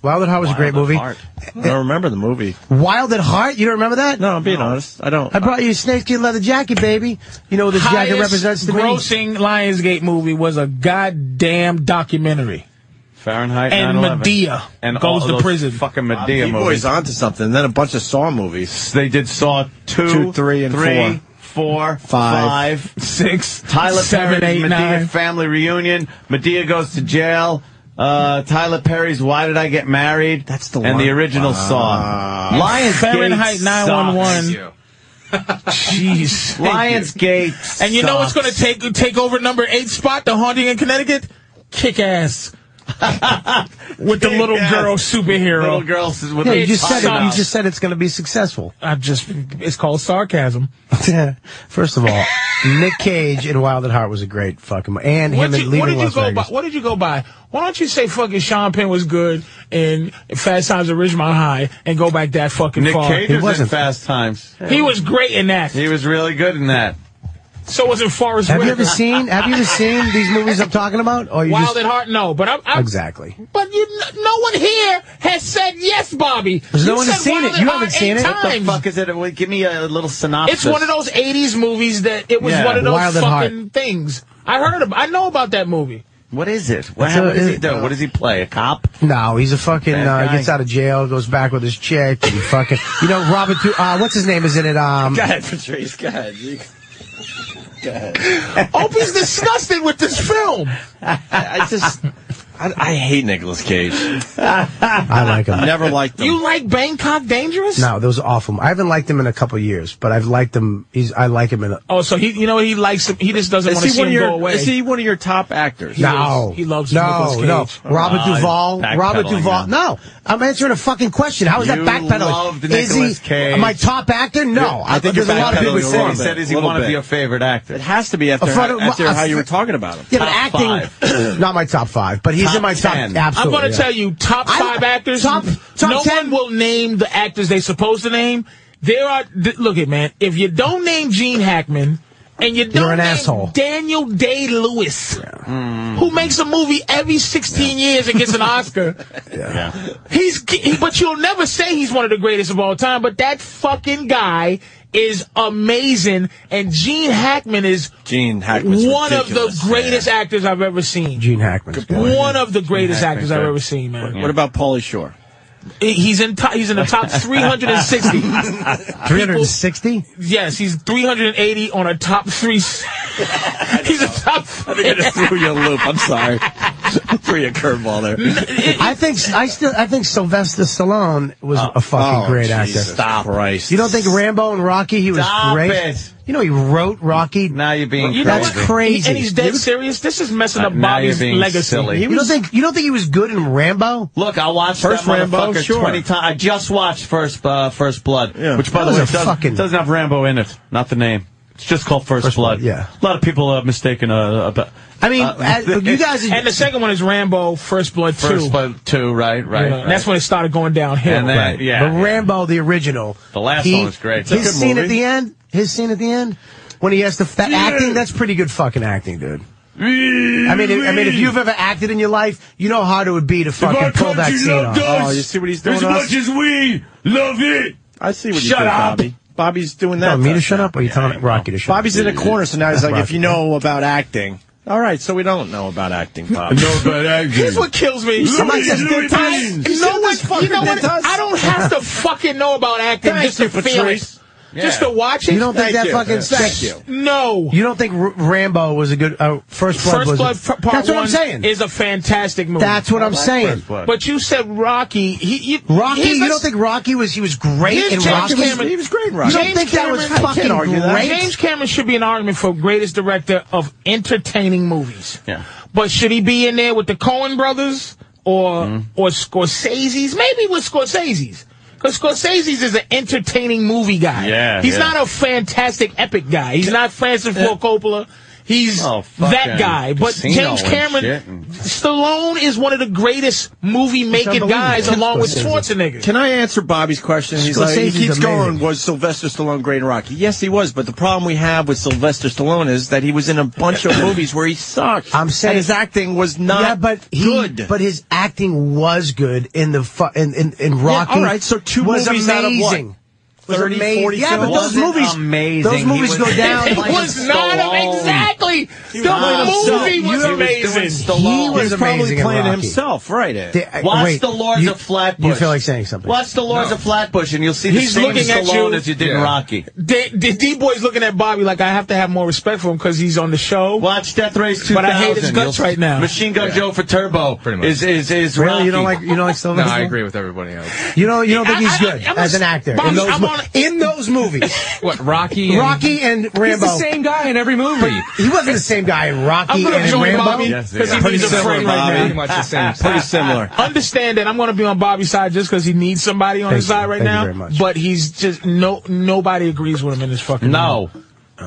[SPEAKER 5] Wild at Heart was a great movie.
[SPEAKER 3] I don't remember the movie.
[SPEAKER 5] Wild at Heart. You don't remember that?
[SPEAKER 3] No, I'm being honest. I don't.
[SPEAKER 5] I brought you a snakeskin leather jacket, baby. You know what this jacket
[SPEAKER 1] Highest
[SPEAKER 5] represents to me?
[SPEAKER 1] grossing Lionsgate movie was a goddamn documentary.
[SPEAKER 2] Fahrenheit
[SPEAKER 1] And
[SPEAKER 2] 9/11.
[SPEAKER 1] Medea
[SPEAKER 2] and
[SPEAKER 1] goes
[SPEAKER 2] all
[SPEAKER 1] to
[SPEAKER 2] those
[SPEAKER 1] prison.
[SPEAKER 2] Fucking Medea
[SPEAKER 3] He
[SPEAKER 2] movies.
[SPEAKER 3] boys onto something. Then a bunch of Saw movies.
[SPEAKER 2] They did Saw two,
[SPEAKER 3] Two, three, and
[SPEAKER 2] three, four,
[SPEAKER 3] Five.
[SPEAKER 2] five,
[SPEAKER 1] Six,
[SPEAKER 2] Tyler
[SPEAKER 1] seven,
[SPEAKER 2] Perry's
[SPEAKER 1] eight,
[SPEAKER 2] Medea
[SPEAKER 1] nine.
[SPEAKER 2] family reunion. Medea goes to jail. Uh, Tyler Perry's Why Did I Get Married?
[SPEAKER 3] That's the
[SPEAKER 2] and
[SPEAKER 3] one.
[SPEAKER 2] the original
[SPEAKER 3] Wow.
[SPEAKER 2] Saw. Lions
[SPEAKER 1] Fahrenheit 911. Jeez. Thank you.
[SPEAKER 2] Lionsgate.
[SPEAKER 1] And you know what's
[SPEAKER 2] sucks.
[SPEAKER 1] going to take take over number eight spot, the haunting in Connecticut? Kick ass. With the little
[SPEAKER 2] Kick-Ass.
[SPEAKER 1] girl superhero.
[SPEAKER 2] Little girls with
[SPEAKER 5] Yeah,
[SPEAKER 2] the
[SPEAKER 5] you just said it. You
[SPEAKER 2] top.
[SPEAKER 5] just said it's going to be successful.
[SPEAKER 1] I just it's called sarcasm.
[SPEAKER 5] First of all, Nick Cage in Wild at Heart was a great fucking mo- and him
[SPEAKER 1] What
[SPEAKER 5] in
[SPEAKER 1] you-
[SPEAKER 5] Leaving
[SPEAKER 1] what did you
[SPEAKER 5] Las
[SPEAKER 1] go by?
[SPEAKER 5] Vegas.
[SPEAKER 1] What did you go by? Why don't you say fucking Sean Penn was good in Fast Times at Ridgemont High and go back that fucking
[SPEAKER 2] Nick
[SPEAKER 1] far?
[SPEAKER 2] Cage
[SPEAKER 5] He
[SPEAKER 2] was in
[SPEAKER 5] wasn't.
[SPEAKER 2] Fast Times.
[SPEAKER 1] He was great in that.
[SPEAKER 2] He was really good in that.
[SPEAKER 1] So was in Forrest
[SPEAKER 5] Have you
[SPEAKER 1] Whitaker.
[SPEAKER 5] ever seen? Have you ever seen these movies I'm talking about? Or you
[SPEAKER 1] Wild
[SPEAKER 5] just
[SPEAKER 1] at Heart? No, but I'm, I'm
[SPEAKER 5] exactly?
[SPEAKER 1] But you, n- no one here has said yes, Bobby.
[SPEAKER 5] There's no
[SPEAKER 1] You
[SPEAKER 5] one who's
[SPEAKER 1] said
[SPEAKER 5] seen
[SPEAKER 1] Wild
[SPEAKER 5] it.
[SPEAKER 1] at
[SPEAKER 5] You
[SPEAKER 1] Heart
[SPEAKER 5] haven't seen
[SPEAKER 1] eight
[SPEAKER 5] it.
[SPEAKER 2] What the
[SPEAKER 1] times.
[SPEAKER 2] fuck is it? Well, Give me a little synopsis.
[SPEAKER 1] It's one of those '80s movies that it was
[SPEAKER 2] Yeah.
[SPEAKER 1] one of those
[SPEAKER 5] Wild at Heart.
[SPEAKER 1] fucking things. I heard. About, I know about that movie.
[SPEAKER 2] What is it? What,
[SPEAKER 5] It's a-
[SPEAKER 2] what does he
[SPEAKER 5] it-
[SPEAKER 2] do? what does he play? A cop?
[SPEAKER 5] No, he's a fucking.
[SPEAKER 2] Bad
[SPEAKER 5] Uh,
[SPEAKER 2] guy.
[SPEAKER 5] gets out of jail, goes back with his chick, and fucking. You know, Robert. Du- Uh, what's his name? Is in it? Um,
[SPEAKER 3] Go ahead, Patrice. Go ahead. You- Go ahead.
[SPEAKER 1] Opie's disgusted with this film.
[SPEAKER 3] I, I just. I, I hate Nicolas Cage.
[SPEAKER 5] I like him.
[SPEAKER 3] Never liked him.
[SPEAKER 1] You like Bangkok Dangerous?
[SPEAKER 5] No, those are awful. I haven't liked him in a couple years, but I've liked him. He's I like him in. A,
[SPEAKER 1] Oh, so he, you know, he likes him. He just doesn't
[SPEAKER 3] is
[SPEAKER 1] want to
[SPEAKER 3] he
[SPEAKER 1] see
[SPEAKER 3] one
[SPEAKER 1] him
[SPEAKER 3] of your?
[SPEAKER 1] go away.
[SPEAKER 3] Is he one of your top actors?
[SPEAKER 5] no,
[SPEAKER 1] is. He loves
[SPEAKER 5] no,
[SPEAKER 1] Nicolas Cage.
[SPEAKER 5] no. Robert
[SPEAKER 2] Ah,
[SPEAKER 5] Duvall.
[SPEAKER 2] he's
[SPEAKER 5] Robert
[SPEAKER 2] backpedaling
[SPEAKER 5] Duvall.
[SPEAKER 2] now.
[SPEAKER 5] No, I'm answering a fucking question. How is
[SPEAKER 2] You
[SPEAKER 5] that
[SPEAKER 2] loved
[SPEAKER 5] backpedaling? Is
[SPEAKER 2] Nicolas
[SPEAKER 5] he
[SPEAKER 2] Cage.
[SPEAKER 5] my top actor? No,
[SPEAKER 3] I think
[SPEAKER 5] there's
[SPEAKER 3] you're
[SPEAKER 5] a lot of
[SPEAKER 3] backpedaling
[SPEAKER 5] people
[SPEAKER 2] He
[SPEAKER 5] who
[SPEAKER 3] a
[SPEAKER 5] say
[SPEAKER 2] said,
[SPEAKER 3] little
[SPEAKER 2] he
[SPEAKER 5] that.
[SPEAKER 2] said is he
[SPEAKER 3] A little
[SPEAKER 2] one of
[SPEAKER 3] bit.
[SPEAKER 2] your favorite
[SPEAKER 3] It
[SPEAKER 2] actors?
[SPEAKER 3] has to be after
[SPEAKER 5] A front-
[SPEAKER 3] after
[SPEAKER 5] a
[SPEAKER 3] how you
[SPEAKER 5] fr-
[SPEAKER 3] were talking about him.
[SPEAKER 5] Yeah, but
[SPEAKER 2] Top
[SPEAKER 5] acting.
[SPEAKER 2] five.
[SPEAKER 5] not my top five, but he's He's in my top. Absolutely.
[SPEAKER 1] I'm going to tell you top
[SPEAKER 5] I-
[SPEAKER 1] five actors.
[SPEAKER 5] Top, top
[SPEAKER 1] no one
[SPEAKER 5] 10.
[SPEAKER 1] will name the actors they supposed to name. There are th- look at man. If you don't name Gene Hackman and you don't
[SPEAKER 5] an
[SPEAKER 1] name
[SPEAKER 5] asshole. Mm.
[SPEAKER 1] Daniel Day Lewis, who makes a movie every 16 years and gets an Oscar,
[SPEAKER 2] Yeah.
[SPEAKER 1] he's he, but you'll never say he's one of the greatest of all time. But that fucking guy is amazing, and Gene Hackman is
[SPEAKER 3] Gene Hackman's
[SPEAKER 1] one of the
[SPEAKER 3] ridiculous.
[SPEAKER 1] greatest actors I've ever seen.
[SPEAKER 5] Gene Hackman.
[SPEAKER 1] One of the greatest actors I've ever seen, man.
[SPEAKER 3] What about Paulie Shore?
[SPEAKER 1] He's in top, he's in the top 360.
[SPEAKER 5] 360?
[SPEAKER 1] Yes, he's 380 on a top three. he's a top.
[SPEAKER 3] I think I just threw you a loop. I'm sorry. threw you a curveball there.
[SPEAKER 5] I think I still I think Sylvester Stallone was a fucking
[SPEAKER 3] Oh,
[SPEAKER 5] great
[SPEAKER 3] Jesus
[SPEAKER 5] actor.
[SPEAKER 3] Stop. Christ.
[SPEAKER 5] You don't think Rambo and Rocky? He was
[SPEAKER 2] Stop
[SPEAKER 5] great.
[SPEAKER 2] it.
[SPEAKER 5] You know he wrote Rocky.
[SPEAKER 2] Now you're being
[SPEAKER 1] You know
[SPEAKER 5] That's
[SPEAKER 1] what? He-
[SPEAKER 5] crazy.
[SPEAKER 1] and he's dead serious. This is messing
[SPEAKER 2] Uh,
[SPEAKER 1] up
[SPEAKER 2] now you're
[SPEAKER 1] Bobby's
[SPEAKER 2] being
[SPEAKER 1] legacy.
[SPEAKER 2] silly.
[SPEAKER 1] He
[SPEAKER 5] You don't
[SPEAKER 1] was-
[SPEAKER 5] think you don't think he was good in Rambo?
[SPEAKER 2] Look, I watched
[SPEAKER 3] First
[SPEAKER 2] that
[SPEAKER 3] Rambo,
[SPEAKER 2] motherfucker
[SPEAKER 3] sure.
[SPEAKER 2] twenty times. I just watched First uh, First Blood, which by
[SPEAKER 5] That
[SPEAKER 2] the way
[SPEAKER 5] was a
[SPEAKER 2] doesn't,
[SPEAKER 5] fucking-
[SPEAKER 2] doesn't have Rambo in it. Not the name. It's just called First, Blood.
[SPEAKER 5] yeah.
[SPEAKER 2] a lot of people are mistaken. Uh, about,
[SPEAKER 5] I mean,
[SPEAKER 2] uh,
[SPEAKER 5] as- but you guys,
[SPEAKER 1] and the second one is Rambo First Blood
[SPEAKER 2] First
[SPEAKER 1] 2.
[SPEAKER 2] Blood two, right?
[SPEAKER 1] You know,
[SPEAKER 2] Right.
[SPEAKER 1] That's when it started going downhill.
[SPEAKER 2] And then-
[SPEAKER 1] Right.
[SPEAKER 2] yeah.
[SPEAKER 5] But Rambo, the original.
[SPEAKER 2] The last
[SPEAKER 5] he-
[SPEAKER 2] one was great. It's a
[SPEAKER 5] His
[SPEAKER 2] good
[SPEAKER 5] scene at
[SPEAKER 2] movie.
[SPEAKER 5] the end. His scene at the end. When he has to that acting, that's pretty good fucking acting, dude. I mean, if, I mean, if you've ever acted in your life, you know how hard it would be to fucking pull that scene off.
[SPEAKER 3] Oh, you see what he's doing? As much as we love it. I see what you
[SPEAKER 5] Shut
[SPEAKER 3] did,
[SPEAKER 5] up.
[SPEAKER 3] Bobby. Bobby's doing that.
[SPEAKER 5] No, me
[SPEAKER 3] to
[SPEAKER 5] to shut up, or you telling Rocky to shut up?
[SPEAKER 3] Bobby's in a corner, so now he's like, if you know about acting. All right, so we don't know about acting, Bobby. know about acting.
[SPEAKER 1] Here's what kills me.
[SPEAKER 3] Somebody says good
[SPEAKER 1] I,
[SPEAKER 3] times.
[SPEAKER 1] you know what? You know what? I don't have to fucking know about acting
[SPEAKER 3] Thank
[SPEAKER 1] just
[SPEAKER 3] you,
[SPEAKER 1] to feel it.
[SPEAKER 3] Patrice.
[SPEAKER 1] Just to watch it.
[SPEAKER 5] You don't think that
[SPEAKER 3] you.
[SPEAKER 5] fucking
[SPEAKER 3] Thank you.
[SPEAKER 1] No.
[SPEAKER 5] You don't think R- Rambo was a good uh, first blood?
[SPEAKER 1] First
[SPEAKER 5] was
[SPEAKER 1] Blood Part
[SPEAKER 5] that's what
[SPEAKER 1] One
[SPEAKER 5] I'm saying.
[SPEAKER 1] is a fantastic movie.
[SPEAKER 5] That's what I'm saying.
[SPEAKER 1] But you said Rocky. He, you,
[SPEAKER 5] Rocky,
[SPEAKER 1] he's
[SPEAKER 5] you
[SPEAKER 1] a-
[SPEAKER 5] don't think Rocky was? He was great
[SPEAKER 1] Here's
[SPEAKER 5] in
[SPEAKER 1] James
[SPEAKER 5] Rocky.
[SPEAKER 1] Cameron.
[SPEAKER 3] He was great in
[SPEAKER 5] You
[SPEAKER 3] Rocky.
[SPEAKER 5] don't
[SPEAKER 1] James
[SPEAKER 5] think that was
[SPEAKER 1] Cameron- I
[SPEAKER 5] fucking
[SPEAKER 3] can't argue that.
[SPEAKER 5] great?
[SPEAKER 1] James Cameron should be an argument for greatest director of entertaining movies.
[SPEAKER 2] Yeah.
[SPEAKER 1] But should he be in there with the Coen brothers or
[SPEAKER 2] Mm-hmm.
[SPEAKER 1] or Scorsese's? Maybe with Scorsese's. Because Scorsese's is an entertaining movie guy.
[SPEAKER 2] Yeah,
[SPEAKER 1] He's
[SPEAKER 2] yeah.
[SPEAKER 1] not a fantastic epic guy. He's not Francis Ford Coppola. He's
[SPEAKER 2] Oh, fucking
[SPEAKER 1] that guy. But
[SPEAKER 2] Casino
[SPEAKER 1] James
[SPEAKER 2] and
[SPEAKER 1] Cameron,
[SPEAKER 2] shit and-
[SPEAKER 1] Stallone is one of the greatest movie making
[SPEAKER 5] unbelievable.
[SPEAKER 1] guys along with
[SPEAKER 5] Scorsese.
[SPEAKER 1] Schwarzenegger.
[SPEAKER 3] Can I answer Bobby's question? He's like, he
[SPEAKER 5] Scorsese's
[SPEAKER 3] keeps
[SPEAKER 5] amazing.
[SPEAKER 3] going, was Sylvester Stallone great in Rocky? Yes, he was, but the problem we have with Sylvester Stallone is that he was in a bunch of movies where he sucked.
[SPEAKER 5] I'm saying-
[SPEAKER 3] And his acting was not
[SPEAKER 5] yeah, but he,
[SPEAKER 3] good.
[SPEAKER 5] But his acting was good in the fu- in, in in Rocky.
[SPEAKER 3] all right, so two
[SPEAKER 5] was
[SPEAKER 3] movies out of what?
[SPEAKER 5] amazing. Was
[SPEAKER 3] 30,
[SPEAKER 5] amazing.
[SPEAKER 3] 40
[SPEAKER 5] yeah, but
[SPEAKER 3] films?
[SPEAKER 5] those
[SPEAKER 2] Wasn't
[SPEAKER 5] movies,
[SPEAKER 2] amazing.
[SPEAKER 5] those
[SPEAKER 2] He
[SPEAKER 5] movies
[SPEAKER 2] was-
[SPEAKER 5] go down.
[SPEAKER 1] It
[SPEAKER 2] Like
[SPEAKER 1] was not
[SPEAKER 2] Stallone.
[SPEAKER 1] exactly. The movie was amazing.
[SPEAKER 5] He was
[SPEAKER 3] was probably
[SPEAKER 5] amazing in
[SPEAKER 3] playing
[SPEAKER 5] Rocky.
[SPEAKER 3] himself, right? Ed?
[SPEAKER 5] They- I-
[SPEAKER 2] Watch
[SPEAKER 5] wait,
[SPEAKER 2] the Lords
[SPEAKER 5] you-
[SPEAKER 2] of Flatbush.
[SPEAKER 5] You feel like saying something?
[SPEAKER 2] Watch the Lords of Flatbush, and you'll see
[SPEAKER 1] He's
[SPEAKER 2] the same
[SPEAKER 1] looking at
[SPEAKER 2] Stallone
[SPEAKER 1] you.
[SPEAKER 2] as you did in
[SPEAKER 13] Yeah.
[SPEAKER 2] Rocky.
[SPEAKER 1] D, D, D boy's looking at Bobby like I have to have more respect for him because he's on the show.
[SPEAKER 2] Watch Death Race 2000.
[SPEAKER 1] But I hate his guts
[SPEAKER 2] You'll-
[SPEAKER 1] right now.
[SPEAKER 2] Machine Gun Joe for Turbo.
[SPEAKER 13] Pretty much.
[SPEAKER 2] Is is is
[SPEAKER 5] Really, you don't
[SPEAKER 2] Rocky.
[SPEAKER 5] like you don't like
[SPEAKER 13] No,
[SPEAKER 5] Sylvester?
[SPEAKER 13] I agree with everybody else.
[SPEAKER 5] You don't you don't think
[SPEAKER 1] I-
[SPEAKER 5] he's
[SPEAKER 1] I-
[SPEAKER 5] good
[SPEAKER 1] I'm a-
[SPEAKER 5] as an actor
[SPEAKER 1] Bob,
[SPEAKER 5] in those,
[SPEAKER 1] I'm
[SPEAKER 5] mo-
[SPEAKER 1] on-
[SPEAKER 5] in those movies?
[SPEAKER 13] What Rocky? And,
[SPEAKER 5] Rocky and
[SPEAKER 13] He's
[SPEAKER 5] Rambo.
[SPEAKER 13] the same guy in every movie.
[SPEAKER 5] He wasn't the same guy in Rocky
[SPEAKER 1] I'm going to
[SPEAKER 5] and in
[SPEAKER 1] join
[SPEAKER 5] Rambo.
[SPEAKER 1] Bobby
[SPEAKER 2] Yes,
[SPEAKER 1] because
[SPEAKER 2] they are.
[SPEAKER 1] he
[SPEAKER 3] Pretty
[SPEAKER 1] needs a
[SPEAKER 3] similar,
[SPEAKER 1] friend right
[SPEAKER 3] Bobby.
[SPEAKER 1] now.
[SPEAKER 13] Pretty much the same.
[SPEAKER 3] Pretty similar.
[SPEAKER 1] Understand that I'm going to be on Bobby's side just because he needs somebody on
[SPEAKER 5] Thank
[SPEAKER 1] his
[SPEAKER 5] you.
[SPEAKER 1] side right
[SPEAKER 5] Thank you
[SPEAKER 1] now.
[SPEAKER 5] very much.
[SPEAKER 1] But he's just no nobody agrees with him in this fucking. movie.
[SPEAKER 2] No.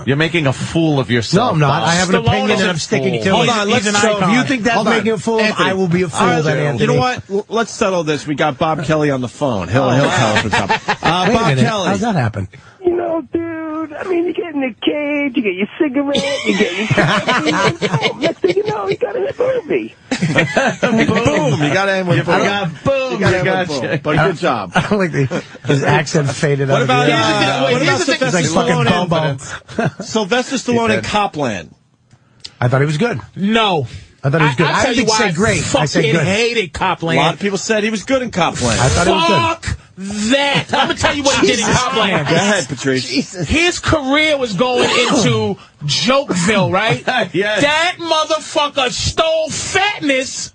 [SPEAKER 2] You're making a fool of
[SPEAKER 5] No,
[SPEAKER 2] yourself.
[SPEAKER 5] I'm not.
[SPEAKER 2] Bob.
[SPEAKER 5] I have an
[SPEAKER 1] Stallone
[SPEAKER 5] opinion
[SPEAKER 1] is
[SPEAKER 5] and
[SPEAKER 1] a
[SPEAKER 5] I'm sticking
[SPEAKER 1] fool.
[SPEAKER 5] to it.
[SPEAKER 1] Hold on, let's-
[SPEAKER 5] He's an
[SPEAKER 1] so if
[SPEAKER 5] icon.
[SPEAKER 1] you
[SPEAKER 3] think that's
[SPEAKER 5] I'll
[SPEAKER 3] not-
[SPEAKER 5] make you a fool.
[SPEAKER 3] Anthony.
[SPEAKER 5] I will be a fool.
[SPEAKER 3] All right,
[SPEAKER 5] then, Anthony. Oh.
[SPEAKER 3] You know what? L- let's settle this. We got Bob Kelly on the phone. He'll he'll tell us what's up. Uh,
[SPEAKER 5] Wait a
[SPEAKER 3] Bob
[SPEAKER 5] minute.
[SPEAKER 3] Kelly.
[SPEAKER 5] How's that happen?
[SPEAKER 9] You know, dude, I mean, you get in the cage, you get your cigarette, you get your coffee, and next thing you know, you got a movie.
[SPEAKER 3] boom! You got to end with
[SPEAKER 2] You
[SPEAKER 3] boom.
[SPEAKER 2] forgot. Boom.
[SPEAKER 3] You got to end with
[SPEAKER 2] You got
[SPEAKER 3] boom.
[SPEAKER 2] you.
[SPEAKER 3] But good job.
[SPEAKER 5] I don't like the, his accent faded out.
[SPEAKER 3] What
[SPEAKER 5] of the
[SPEAKER 3] about
[SPEAKER 5] air.
[SPEAKER 3] uh,
[SPEAKER 1] wait,
[SPEAKER 3] what
[SPEAKER 1] here's
[SPEAKER 3] about
[SPEAKER 1] the thing-
[SPEAKER 3] Sylvester
[SPEAKER 5] He's like fucking
[SPEAKER 3] Stallone?
[SPEAKER 5] Bumbo.
[SPEAKER 3] and- Sylvester Stallone in Copland.
[SPEAKER 5] I thought he was good.
[SPEAKER 1] no.
[SPEAKER 5] I thought he was good.
[SPEAKER 1] I,
[SPEAKER 5] I
[SPEAKER 1] will tell
[SPEAKER 5] didn't
[SPEAKER 1] you why
[SPEAKER 5] say great. I
[SPEAKER 1] Fucking
[SPEAKER 5] said good.
[SPEAKER 1] hated
[SPEAKER 3] A
[SPEAKER 1] Copland.
[SPEAKER 3] lot of people said he was good in Copland.
[SPEAKER 5] I thought he was good.
[SPEAKER 1] Fuck that. I'm going to tell you what he did in Copland.
[SPEAKER 3] Go ahead, Patrice.
[SPEAKER 1] His career was going into Jokeville, right?
[SPEAKER 2] Yes.
[SPEAKER 1] That motherfucker stole fatness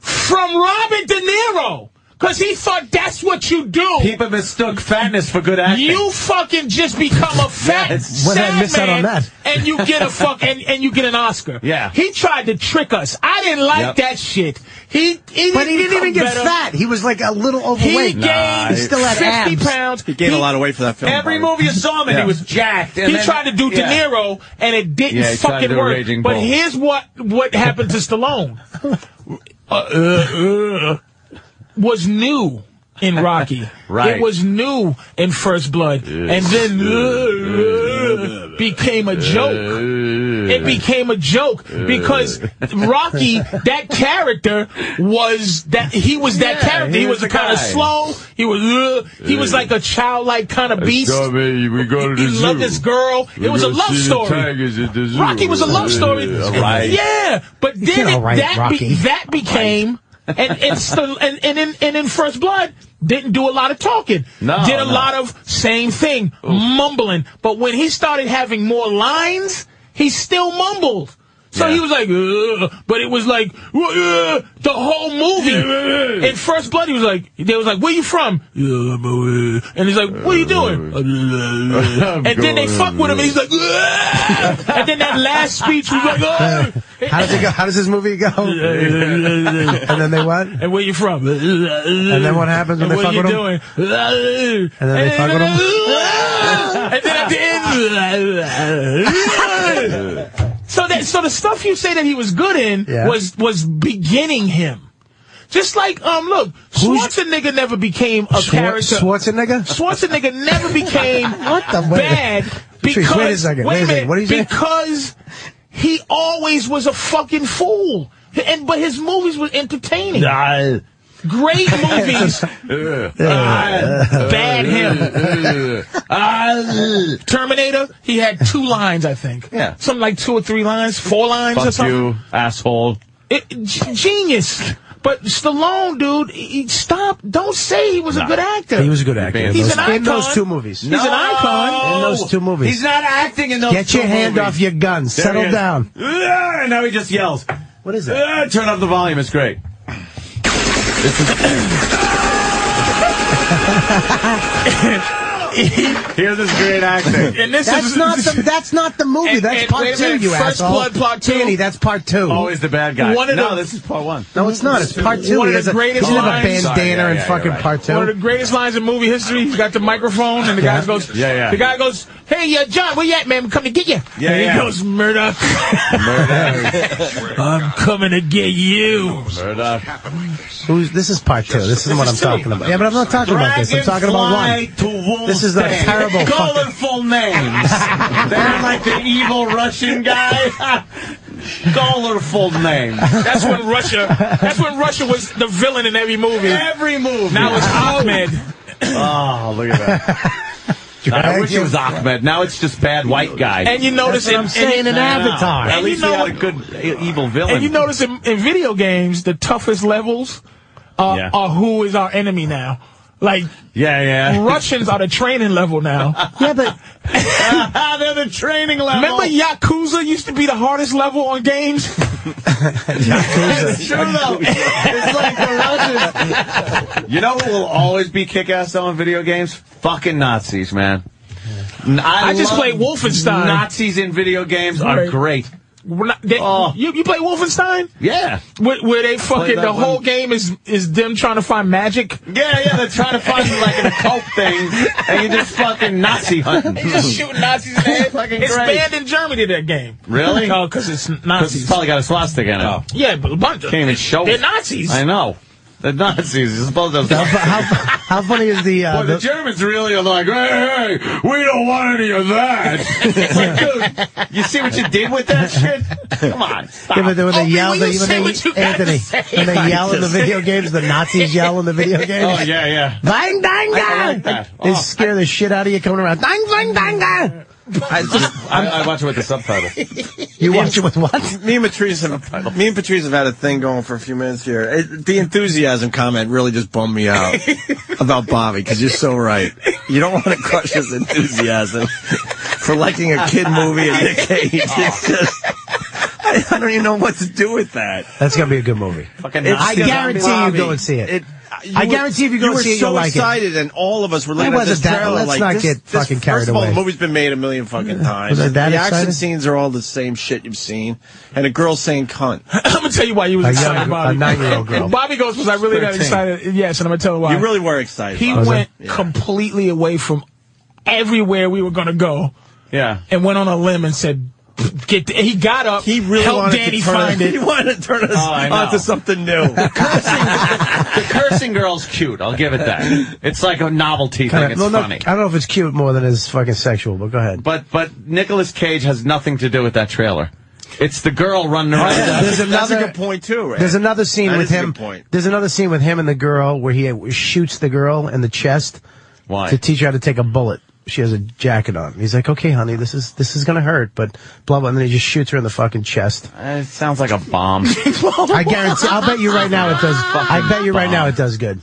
[SPEAKER 1] from Robin De Niro because he thought that's what you do.
[SPEAKER 2] People mistook fatness for good acting.
[SPEAKER 1] you fucking just become a fat
[SPEAKER 2] Yes.
[SPEAKER 5] What did I
[SPEAKER 1] sad
[SPEAKER 5] miss out
[SPEAKER 1] man,
[SPEAKER 5] on that?
[SPEAKER 1] and you get a fuck and, and you get an Oscar.
[SPEAKER 2] Yeah.
[SPEAKER 1] he tried to trick us. I didn't like
[SPEAKER 2] Yep.
[SPEAKER 1] that shit. He, he
[SPEAKER 5] But he didn't
[SPEAKER 1] become
[SPEAKER 5] even get
[SPEAKER 1] better.
[SPEAKER 5] fat. He was like a little
[SPEAKER 1] He
[SPEAKER 5] overweight.
[SPEAKER 1] gained
[SPEAKER 5] he still had
[SPEAKER 1] 50
[SPEAKER 5] abs.
[SPEAKER 1] pounds.
[SPEAKER 3] He gained a lot of weight for that film.
[SPEAKER 2] Every
[SPEAKER 3] Bobby.
[SPEAKER 2] movie you saw him in,
[SPEAKER 3] Yeah.
[SPEAKER 2] he was jacked. and
[SPEAKER 1] he
[SPEAKER 2] then-
[SPEAKER 1] tried to do
[SPEAKER 2] yeah.
[SPEAKER 1] De Niro, and it didn't
[SPEAKER 2] Yeah, he tried to
[SPEAKER 1] fucking
[SPEAKER 2] do a
[SPEAKER 1] work.
[SPEAKER 2] Raging
[SPEAKER 1] But
[SPEAKER 2] Bull.
[SPEAKER 1] here's what what happened to Stallone. uh, uh, uh, was new in Rocky.
[SPEAKER 2] Right.
[SPEAKER 1] It was new in First Blood, and then uh, uh, became a joke. It became a joke because Rocky, that character was that he was that
[SPEAKER 2] Yeah,
[SPEAKER 1] character. He,
[SPEAKER 2] he was
[SPEAKER 1] was,
[SPEAKER 2] the
[SPEAKER 1] kind
[SPEAKER 2] guy.
[SPEAKER 1] of slow. He was uh, he was like a childlike kind of beast.
[SPEAKER 2] we go to
[SPEAKER 1] He loved this girl. It was a love story. Rocky was a love story. Yeah, but then
[SPEAKER 2] did all
[SPEAKER 1] it,
[SPEAKER 2] right,
[SPEAKER 1] that,
[SPEAKER 2] Rocky.
[SPEAKER 1] be, that became and and, still, and and in and in First Blood didn't do a lot of talking.
[SPEAKER 2] No,
[SPEAKER 1] did a
[SPEAKER 2] no.
[SPEAKER 1] lot of same thing, mumbling. But when he started having more lines, he still mumbled. So he was like, "Ugh," but it was like "Ugh," the whole movie. In First Blood, he was like, they was like, "Where you from?" "Yeah, I'm, uh," And he's like, "What are you doing?"
[SPEAKER 2] I'm
[SPEAKER 1] And then they
[SPEAKER 2] going,
[SPEAKER 1] fuck with him, and he's like, "Ugh." and then that last speech was like, "Ugh."
[SPEAKER 5] How does it go? How does this movie go? and then they what?
[SPEAKER 1] And where you from? And
[SPEAKER 5] then what happens when
[SPEAKER 1] and
[SPEAKER 5] they
[SPEAKER 1] what
[SPEAKER 5] fuck
[SPEAKER 1] you
[SPEAKER 5] with them?
[SPEAKER 1] doing? And
[SPEAKER 5] And then they fuck with
[SPEAKER 1] them. And then at the end, so that so the stuff you say that he was good in
[SPEAKER 9] Yeah.
[SPEAKER 1] was was beginning him. Just like um, look, Schwarzenegger never became a
[SPEAKER 5] Schwar-
[SPEAKER 1] character.
[SPEAKER 5] Schwarzenegger?
[SPEAKER 1] Schwarzenegger never became
[SPEAKER 5] What the- wait a-
[SPEAKER 1] bad
[SPEAKER 5] Patrice,
[SPEAKER 1] because
[SPEAKER 5] wait a second, wait a second,
[SPEAKER 1] minute,
[SPEAKER 5] what did you say?
[SPEAKER 1] because he always was a fucking fool. And but his movies were entertaining. Great movies. Ah, bad him. Ah, Terminator. He had two lines, I think. Yeah. Something like two or three lines, four lines or
[SPEAKER 2] Fuck
[SPEAKER 1] something.
[SPEAKER 2] you, asshole.
[SPEAKER 1] It, g- genius. But Stallone, dude, he- he- stop. Don't say he was a
[SPEAKER 5] No.
[SPEAKER 1] good actor.
[SPEAKER 5] He was a good actor.
[SPEAKER 1] He's
[SPEAKER 5] Those-
[SPEAKER 1] an icon.
[SPEAKER 5] in those two movies.
[SPEAKER 1] He's an icon.
[SPEAKER 5] In those two movies.
[SPEAKER 2] He's not acting in those
[SPEAKER 5] Get your
[SPEAKER 2] two
[SPEAKER 5] hand
[SPEAKER 2] movies.
[SPEAKER 5] off your gun.
[SPEAKER 2] There
[SPEAKER 5] Settle
[SPEAKER 2] he is.
[SPEAKER 5] down.
[SPEAKER 2] Ah, now he just yells.
[SPEAKER 5] What is
[SPEAKER 2] it? Uh, turn up the volume. It's great. This is- Here's this great acting.
[SPEAKER 1] And this
[SPEAKER 5] that's
[SPEAKER 1] is-
[SPEAKER 5] not the that's not the movie.
[SPEAKER 1] And-
[SPEAKER 5] that's
[SPEAKER 1] and
[SPEAKER 5] part
[SPEAKER 1] wait a
[SPEAKER 5] two.
[SPEAKER 1] minute,
[SPEAKER 5] you
[SPEAKER 1] First
[SPEAKER 5] asshole.
[SPEAKER 1] Blood Part Two?
[SPEAKER 5] Danny, that's part two.
[SPEAKER 2] Always the bad guy.
[SPEAKER 1] One of
[SPEAKER 2] no,
[SPEAKER 1] the-
[SPEAKER 2] this is part one.
[SPEAKER 5] No, it's not. It's part two.
[SPEAKER 1] One of
[SPEAKER 5] He
[SPEAKER 1] the
[SPEAKER 5] has a-
[SPEAKER 1] greatest
[SPEAKER 5] he doesn't have
[SPEAKER 1] lines.
[SPEAKER 5] a bandana
[SPEAKER 1] Sorry, yeah,
[SPEAKER 5] and
[SPEAKER 1] yeah,
[SPEAKER 5] fucking
[SPEAKER 1] you're right.
[SPEAKER 5] part two.
[SPEAKER 1] One of the greatest lines in movie history. He's got the microphone, and the
[SPEAKER 5] Yeah.
[SPEAKER 1] guy goes,
[SPEAKER 5] Yeah, yeah.
[SPEAKER 1] The guy goes, "Hey, uh, John, where you at, man? I'm coming to get you."
[SPEAKER 2] Yeah,
[SPEAKER 1] and
[SPEAKER 2] yeah.
[SPEAKER 1] He goes, "Murdoch, I'm coming to get you."
[SPEAKER 2] Murdoch.
[SPEAKER 5] Who's this is part two. This is what I'm
[SPEAKER 2] is two.
[SPEAKER 5] talking about. Yeah, but I'm not talking about this. I'm talking about one.
[SPEAKER 2] one.
[SPEAKER 5] This is a terrible fucking-
[SPEAKER 2] Colorful names. They're like the evil Russian guy. Colorful names.
[SPEAKER 1] That's when Russia. That's when Russia was the villain in every movie.
[SPEAKER 2] Every movie.
[SPEAKER 1] Now it's Ahmed.
[SPEAKER 2] Oh, look at that. I wish it was Ahmed. Now it's just bad white guy.
[SPEAKER 1] And you notice
[SPEAKER 2] That's what
[SPEAKER 1] in-
[SPEAKER 2] I'm
[SPEAKER 1] in-
[SPEAKER 2] saying in
[SPEAKER 1] Nah.
[SPEAKER 2] Avatar.
[SPEAKER 1] And
[SPEAKER 2] At
[SPEAKER 1] you
[SPEAKER 2] least we
[SPEAKER 1] know
[SPEAKER 2] had
[SPEAKER 1] what-
[SPEAKER 2] a good e- evil villain.
[SPEAKER 1] And you notice in, in video games, the toughest levels are,
[SPEAKER 2] Yeah.
[SPEAKER 1] are who is our enemy now. Like
[SPEAKER 2] yeah, yeah.
[SPEAKER 1] Russians are the training level now.
[SPEAKER 5] yeah, but
[SPEAKER 2] They're the training level.
[SPEAKER 1] Remember Yakuza used to be the hardest level on games?
[SPEAKER 2] It's true though. It's like the Russians. You know what will always be kick-ass though in video games? Fucking Nazis, man. N- I,
[SPEAKER 1] I just
[SPEAKER 2] love
[SPEAKER 1] played Wolfenstein.
[SPEAKER 2] Nazis in video games are
[SPEAKER 1] Right.
[SPEAKER 2] great.
[SPEAKER 1] We're not- they- you, you play Wolfenstein?
[SPEAKER 2] Yeah.
[SPEAKER 1] Where, where they fucking,
[SPEAKER 2] Oh. that
[SPEAKER 1] the
[SPEAKER 2] one.
[SPEAKER 1] whole game is, is them trying to find magic?
[SPEAKER 2] Yeah, yeah, they're trying to find like an occult thing, and you're just fucking Nazi hunting.
[SPEAKER 1] They just shooting Nazis in the head. it's
[SPEAKER 2] great.
[SPEAKER 1] banned in Germany, that game.
[SPEAKER 2] Really?
[SPEAKER 1] Oh, because it's
[SPEAKER 2] Because
[SPEAKER 1] Nazis.
[SPEAKER 2] it's probably got a swastika in it.
[SPEAKER 1] Yeah, but a bunch of
[SPEAKER 2] Can't even show
[SPEAKER 1] They're
[SPEAKER 2] it.
[SPEAKER 1] Nazis.
[SPEAKER 2] I know. They're Nazis. You're supposed to.
[SPEAKER 5] How funny is the uh,
[SPEAKER 2] Boy, the
[SPEAKER 5] the,
[SPEAKER 2] Germans really are like, hey, hey, we don't want any of that. it's like, dude, you see what you did with that shit? Come on, stop.
[SPEAKER 5] Yeah, but when
[SPEAKER 1] Oh,
[SPEAKER 5] they
[SPEAKER 2] Opie,
[SPEAKER 5] yell,
[SPEAKER 2] will
[SPEAKER 5] they,
[SPEAKER 2] you
[SPEAKER 5] when
[SPEAKER 2] say
[SPEAKER 5] they,
[SPEAKER 2] what you got to
[SPEAKER 5] Anthony,
[SPEAKER 2] say?
[SPEAKER 5] when they yell in the video games, the Nazis yell in the video games.
[SPEAKER 2] Oh yeah, yeah.
[SPEAKER 5] Bang, bang,
[SPEAKER 2] I like
[SPEAKER 5] bang!
[SPEAKER 2] that.
[SPEAKER 5] They
[SPEAKER 2] Oh,
[SPEAKER 5] scare the shit out of you coming around. Bang, bang, bang, bang!
[SPEAKER 2] I, just, I, I watch it with the subtitle.
[SPEAKER 5] You watch it with what?
[SPEAKER 3] me and Patrice have me and Patrice have had a thing going for a few minutes here. It, the enthusiasm comment really just bummed me out about Bobby because you're so right. You don't want to crush his enthusiasm for liking a kid movie in the cage. It's just I, I don't even know what to do with that.
[SPEAKER 5] That's gonna be a good movie.
[SPEAKER 2] Fucking
[SPEAKER 3] It's
[SPEAKER 5] I
[SPEAKER 3] the
[SPEAKER 5] guarantee
[SPEAKER 3] zombie
[SPEAKER 5] you go
[SPEAKER 3] lobby.
[SPEAKER 5] and see it.
[SPEAKER 3] you
[SPEAKER 5] I
[SPEAKER 3] were-
[SPEAKER 5] guarantee if you go
[SPEAKER 3] you
[SPEAKER 5] and
[SPEAKER 3] were
[SPEAKER 5] see it,
[SPEAKER 3] so
[SPEAKER 5] you'll like it.
[SPEAKER 3] excited, and all of us were looking
[SPEAKER 5] I
[SPEAKER 3] at this
[SPEAKER 5] wasn't that-
[SPEAKER 3] trailer
[SPEAKER 5] let's
[SPEAKER 3] like,
[SPEAKER 5] not
[SPEAKER 3] this,
[SPEAKER 5] get
[SPEAKER 3] this-
[SPEAKER 5] fucking
[SPEAKER 3] First
[SPEAKER 5] carried
[SPEAKER 3] of all,
[SPEAKER 5] away.
[SPEAKER 3] the movie's been made a million fucking times.
[SPEAKER 5] Was it that
[SPEAKER 3] the action
[SPEAKER 5] excited?
[SPEAKER 3] scenes are all the same shit you've seen, and a girl saying "cunt."
[SPEAKER 1] I'm gonna tell you why he was
[SPEAKER 5] A
[SPEAKER 1] excited
[SPEAKER 5] young-
[SPEAKER 1] about
[SPEAKER 5] a
[SPEAKER 1] it.
[SPEAKER 5] nine-year-old girl.
[SPEAKER 1] And Bobby goes, "Was I really that
[SPEAKER 3] 13.
[SPEAKER 1] excited?" Yes, and I'm gonna tell him why.
[SPEAKER 3] You really were excited.
[SPEAKER 1] He
[SPEAKER 3] about it.
[SPEAKER 1] went completely away from everywhere we were gonna go
[SPEAKER 2] Yeah.
[SPEAKER 1] and went on a limb and said Get he got up. He really helped
[SPEAKER 3] wanted to
[SPEAKER 1] Danny
[SPEAKER 3] turn-
[SPEAKER 1] find it.
[SPEAKER 3] he wanted to turn us
[SPEAKER 2] Oh, I know.
[SPEAKER 3] onto something new.
[SPEAKER 2] The cursing girl's cute. I'll give it that. It's like a novelty thing.
[SPEAKER 5] Kinda-
[SPEAKER 2] It's
[SPEAKER 5] well, no,
[SPEAKER 2] funny.
[SPEAKER 5] I don't know if it's cute more than it's fucking sexual, but go ahead.
[SPEAKER 2] But but Nicolas Cage has nothing to do with that trailer. It's the girl running around.
[SPEAKER 5] There's another
[SPEAKER 3] point too.
[SPEAKER 5] There's another scene
[SPEAKER 2] That
[SPEAKER 5] with
[SPEAKER 2] is a
[SPEAKER 5] him.
[SPEAKER 2] good point.
[SPEAKER 5] There's another scene with him and the girl where he shoots the girl in the chest
[SPEAKER 2] Why?
[SPEAKER 5] to teach her how to take a bullet. She has a jacket on. He's like, "Okay, honey, this is this is gonna hurt," but blah blah. And then he just shoots her in the fucking chest.
[SPEAKER 2] It sounds like a bomb.
[SPEAKER 5] I guarantee. I'll bet you right now it does. I bet you right now it does good.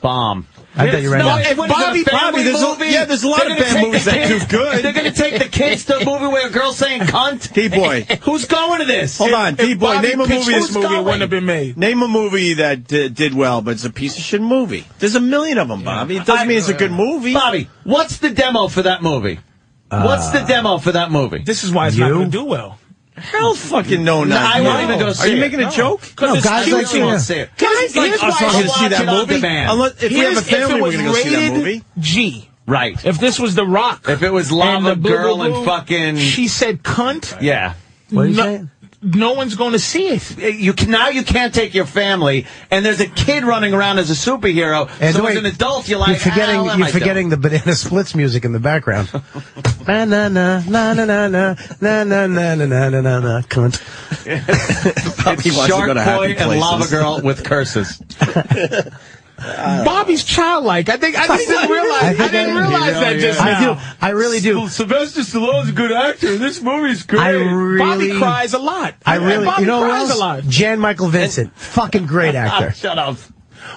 [SPEAKER 2] bomb.
[SPEAKER 5] I bet you right now.
[SPEAKER 2] It's
[SPEAKER 5] If
[SPEAKER 2] when it's
[SPEAKER 5] Bobby-
[SPEAKER 2] a family
[SPEAKER 5] Bobby, there's a-
[SPEAKER 2] movie,
[SPEAKER 5] yeah, there's a lot
[SPEAKER 2] they're
[SPEAKER 5] of
[SPEAKER 2] gonna
[SPEAKER 5] bad
[SPEAKER 2] take
[SPEAKER 5] movies
[SPEAKER 2] the
[SPEAKER 5] that
[SPEAKER 2] kids-
[SPEAKER 5] do good.
[SPEAKER 2] They're going to take the kids to a movie where a girl's saying cunt.
[SPEAKER 3] D boy,
[SPEAKER 2] who's going to this?
[SPEAKER 3] Hold on,
[SPEAKER 2] If
[SPEAKER 3] D boy.
[SPEAKER 2] Bobby
[SPEAKER 3] Name a
[SPEAKER 2] Pitch-
[SPEAKER 3] movie. This
[SPEAKER 2] who's
[SPEAKER 3] movie
[SPEAKER 2] going?
[SPEAKER 3] wouldn't have
[SPEAKER 1] been made.
[SPEAKER 3] Name a movie that did, did well, but it's a piece of shit movie. There's a million of them, Bobby. It doesn't mean it's a good movie.
[SPEAKER 2] Bobby, what's the demo for that movie? What's the demo for that movie?
[SPEAKER 1] This is why it's not going to do well.
[SPEAKER 3] Hell fucking no,
[SPEAKER 2] No,
[SPEAKER 3] not
[SPEAKER 2] I won't
[SPEAKER 3] you.
[SPEAKER 2] even go
[SPEAKER 3] Are
[SPEAKER 2] see
[SPEAKER 3] you
[SPEAKER 2] it.
[SPEAKER 3] making a
[SPEAKER 2] No.
[SPEAKER 3] joke?
[SPEAKER 2] 'Cause No, it's guys cute. like You won't see it.
[SPEAKER 3] Guys,
[SPEAKER 2] Guys like
[SPEAKER 3] here's
[SPEAKER 2] us
[SPEAKER 3] why
[SPEAKER 2] aren't
[SPEAKER 3] I
[SPEAKER 2] gonna
[SPEAKER 3] see
[SPEAKER 2] watch
[SPEAKER 3] that
[SPEAKER 2] it on
[SPEAKER 3] movie.
[SPEAKER 2] demand.
[SPEAKER 3] Unless, if we have a
[SPEAKER 1] Here's- if
[SPEAKER 3] family,
[SPEAKER 1] it
[SPEAKER 3] we're
[SPEAKER 1] was
[SPEAKER 3] gonna go see that
[SPEAKER 1] rated
[SPEAKER 3] movie.
[SPEAKER 1] G.
[SPEAKER 2] Right.
[SPEAKER 1] If this was The Rock.
[SPEAKER 2] If it was
[SPEAKER 1] and
[SPEAKER 2] Lava
[SPEAKER 1] the boo,
[SPEAKER 2] Girl
[SPEAKER 1] boo,
[SPEAKER 2] and
[SPEAKER 1] boo,
[SPEAKER 2] fucking-
[SPEAKER 1] She said cunt.
[SPEAKER 2] Yeah.
[SPEAKER 1] no, no one's going to see it.
[SPEAKER 2] You can, now you can't take your family, and there's a kid running around as a superhero.
[SPEAKER 5] And
[SPEAKER 2] so
[SPEAKER 5] wait,
[SPEAKER 2] as an adult, you're like,
[SPEAKER 5] forgetting
[SPEAKER 2] "Ah, what am
[SPEAKER 5] you're
[SPEAKER 2] I
[SPEAKER 5] forgetting the banana splits music in the background. na na na na na na na na na na na na na na na cunt.
[SPEAKER 2] doing?"
[SPEAKER 3] He
[SPEAKER 2] It's
[SPEAKER 3] wants to
[SPEAKER 2] Shark
[SPEAKER 3] go to happy
[SPEAKER 2] Boy and
[SPEAKER 3] places.
[SPEAKER 2] Lava Girl with curses.
[SPEAKER 1] Bobby's childlike. I think I didn't realize. I, didn't realize that just
[SPEAKER 5] I
[SPEAKER 1] now.
[SPEAKER 5] do. I really do.
[SPEAKER 2] Sylvester Stallone's a good actor. This movie's great.
[SPEAKER 5] I really,
[SPEAKER 1] Bobby cries a lot.
[SPEAKER 5] I really,
[SPEAKER 1] Bobby
[SPEAKER 5] you know
[SPEAKER 1] cries
[SPEAKER 5] what
[SPEAKER 1] a lot.
[SPEAKER 5] else? Jan Michael Vincent, fucking great actor.
[SPEAKER 2] Shut up.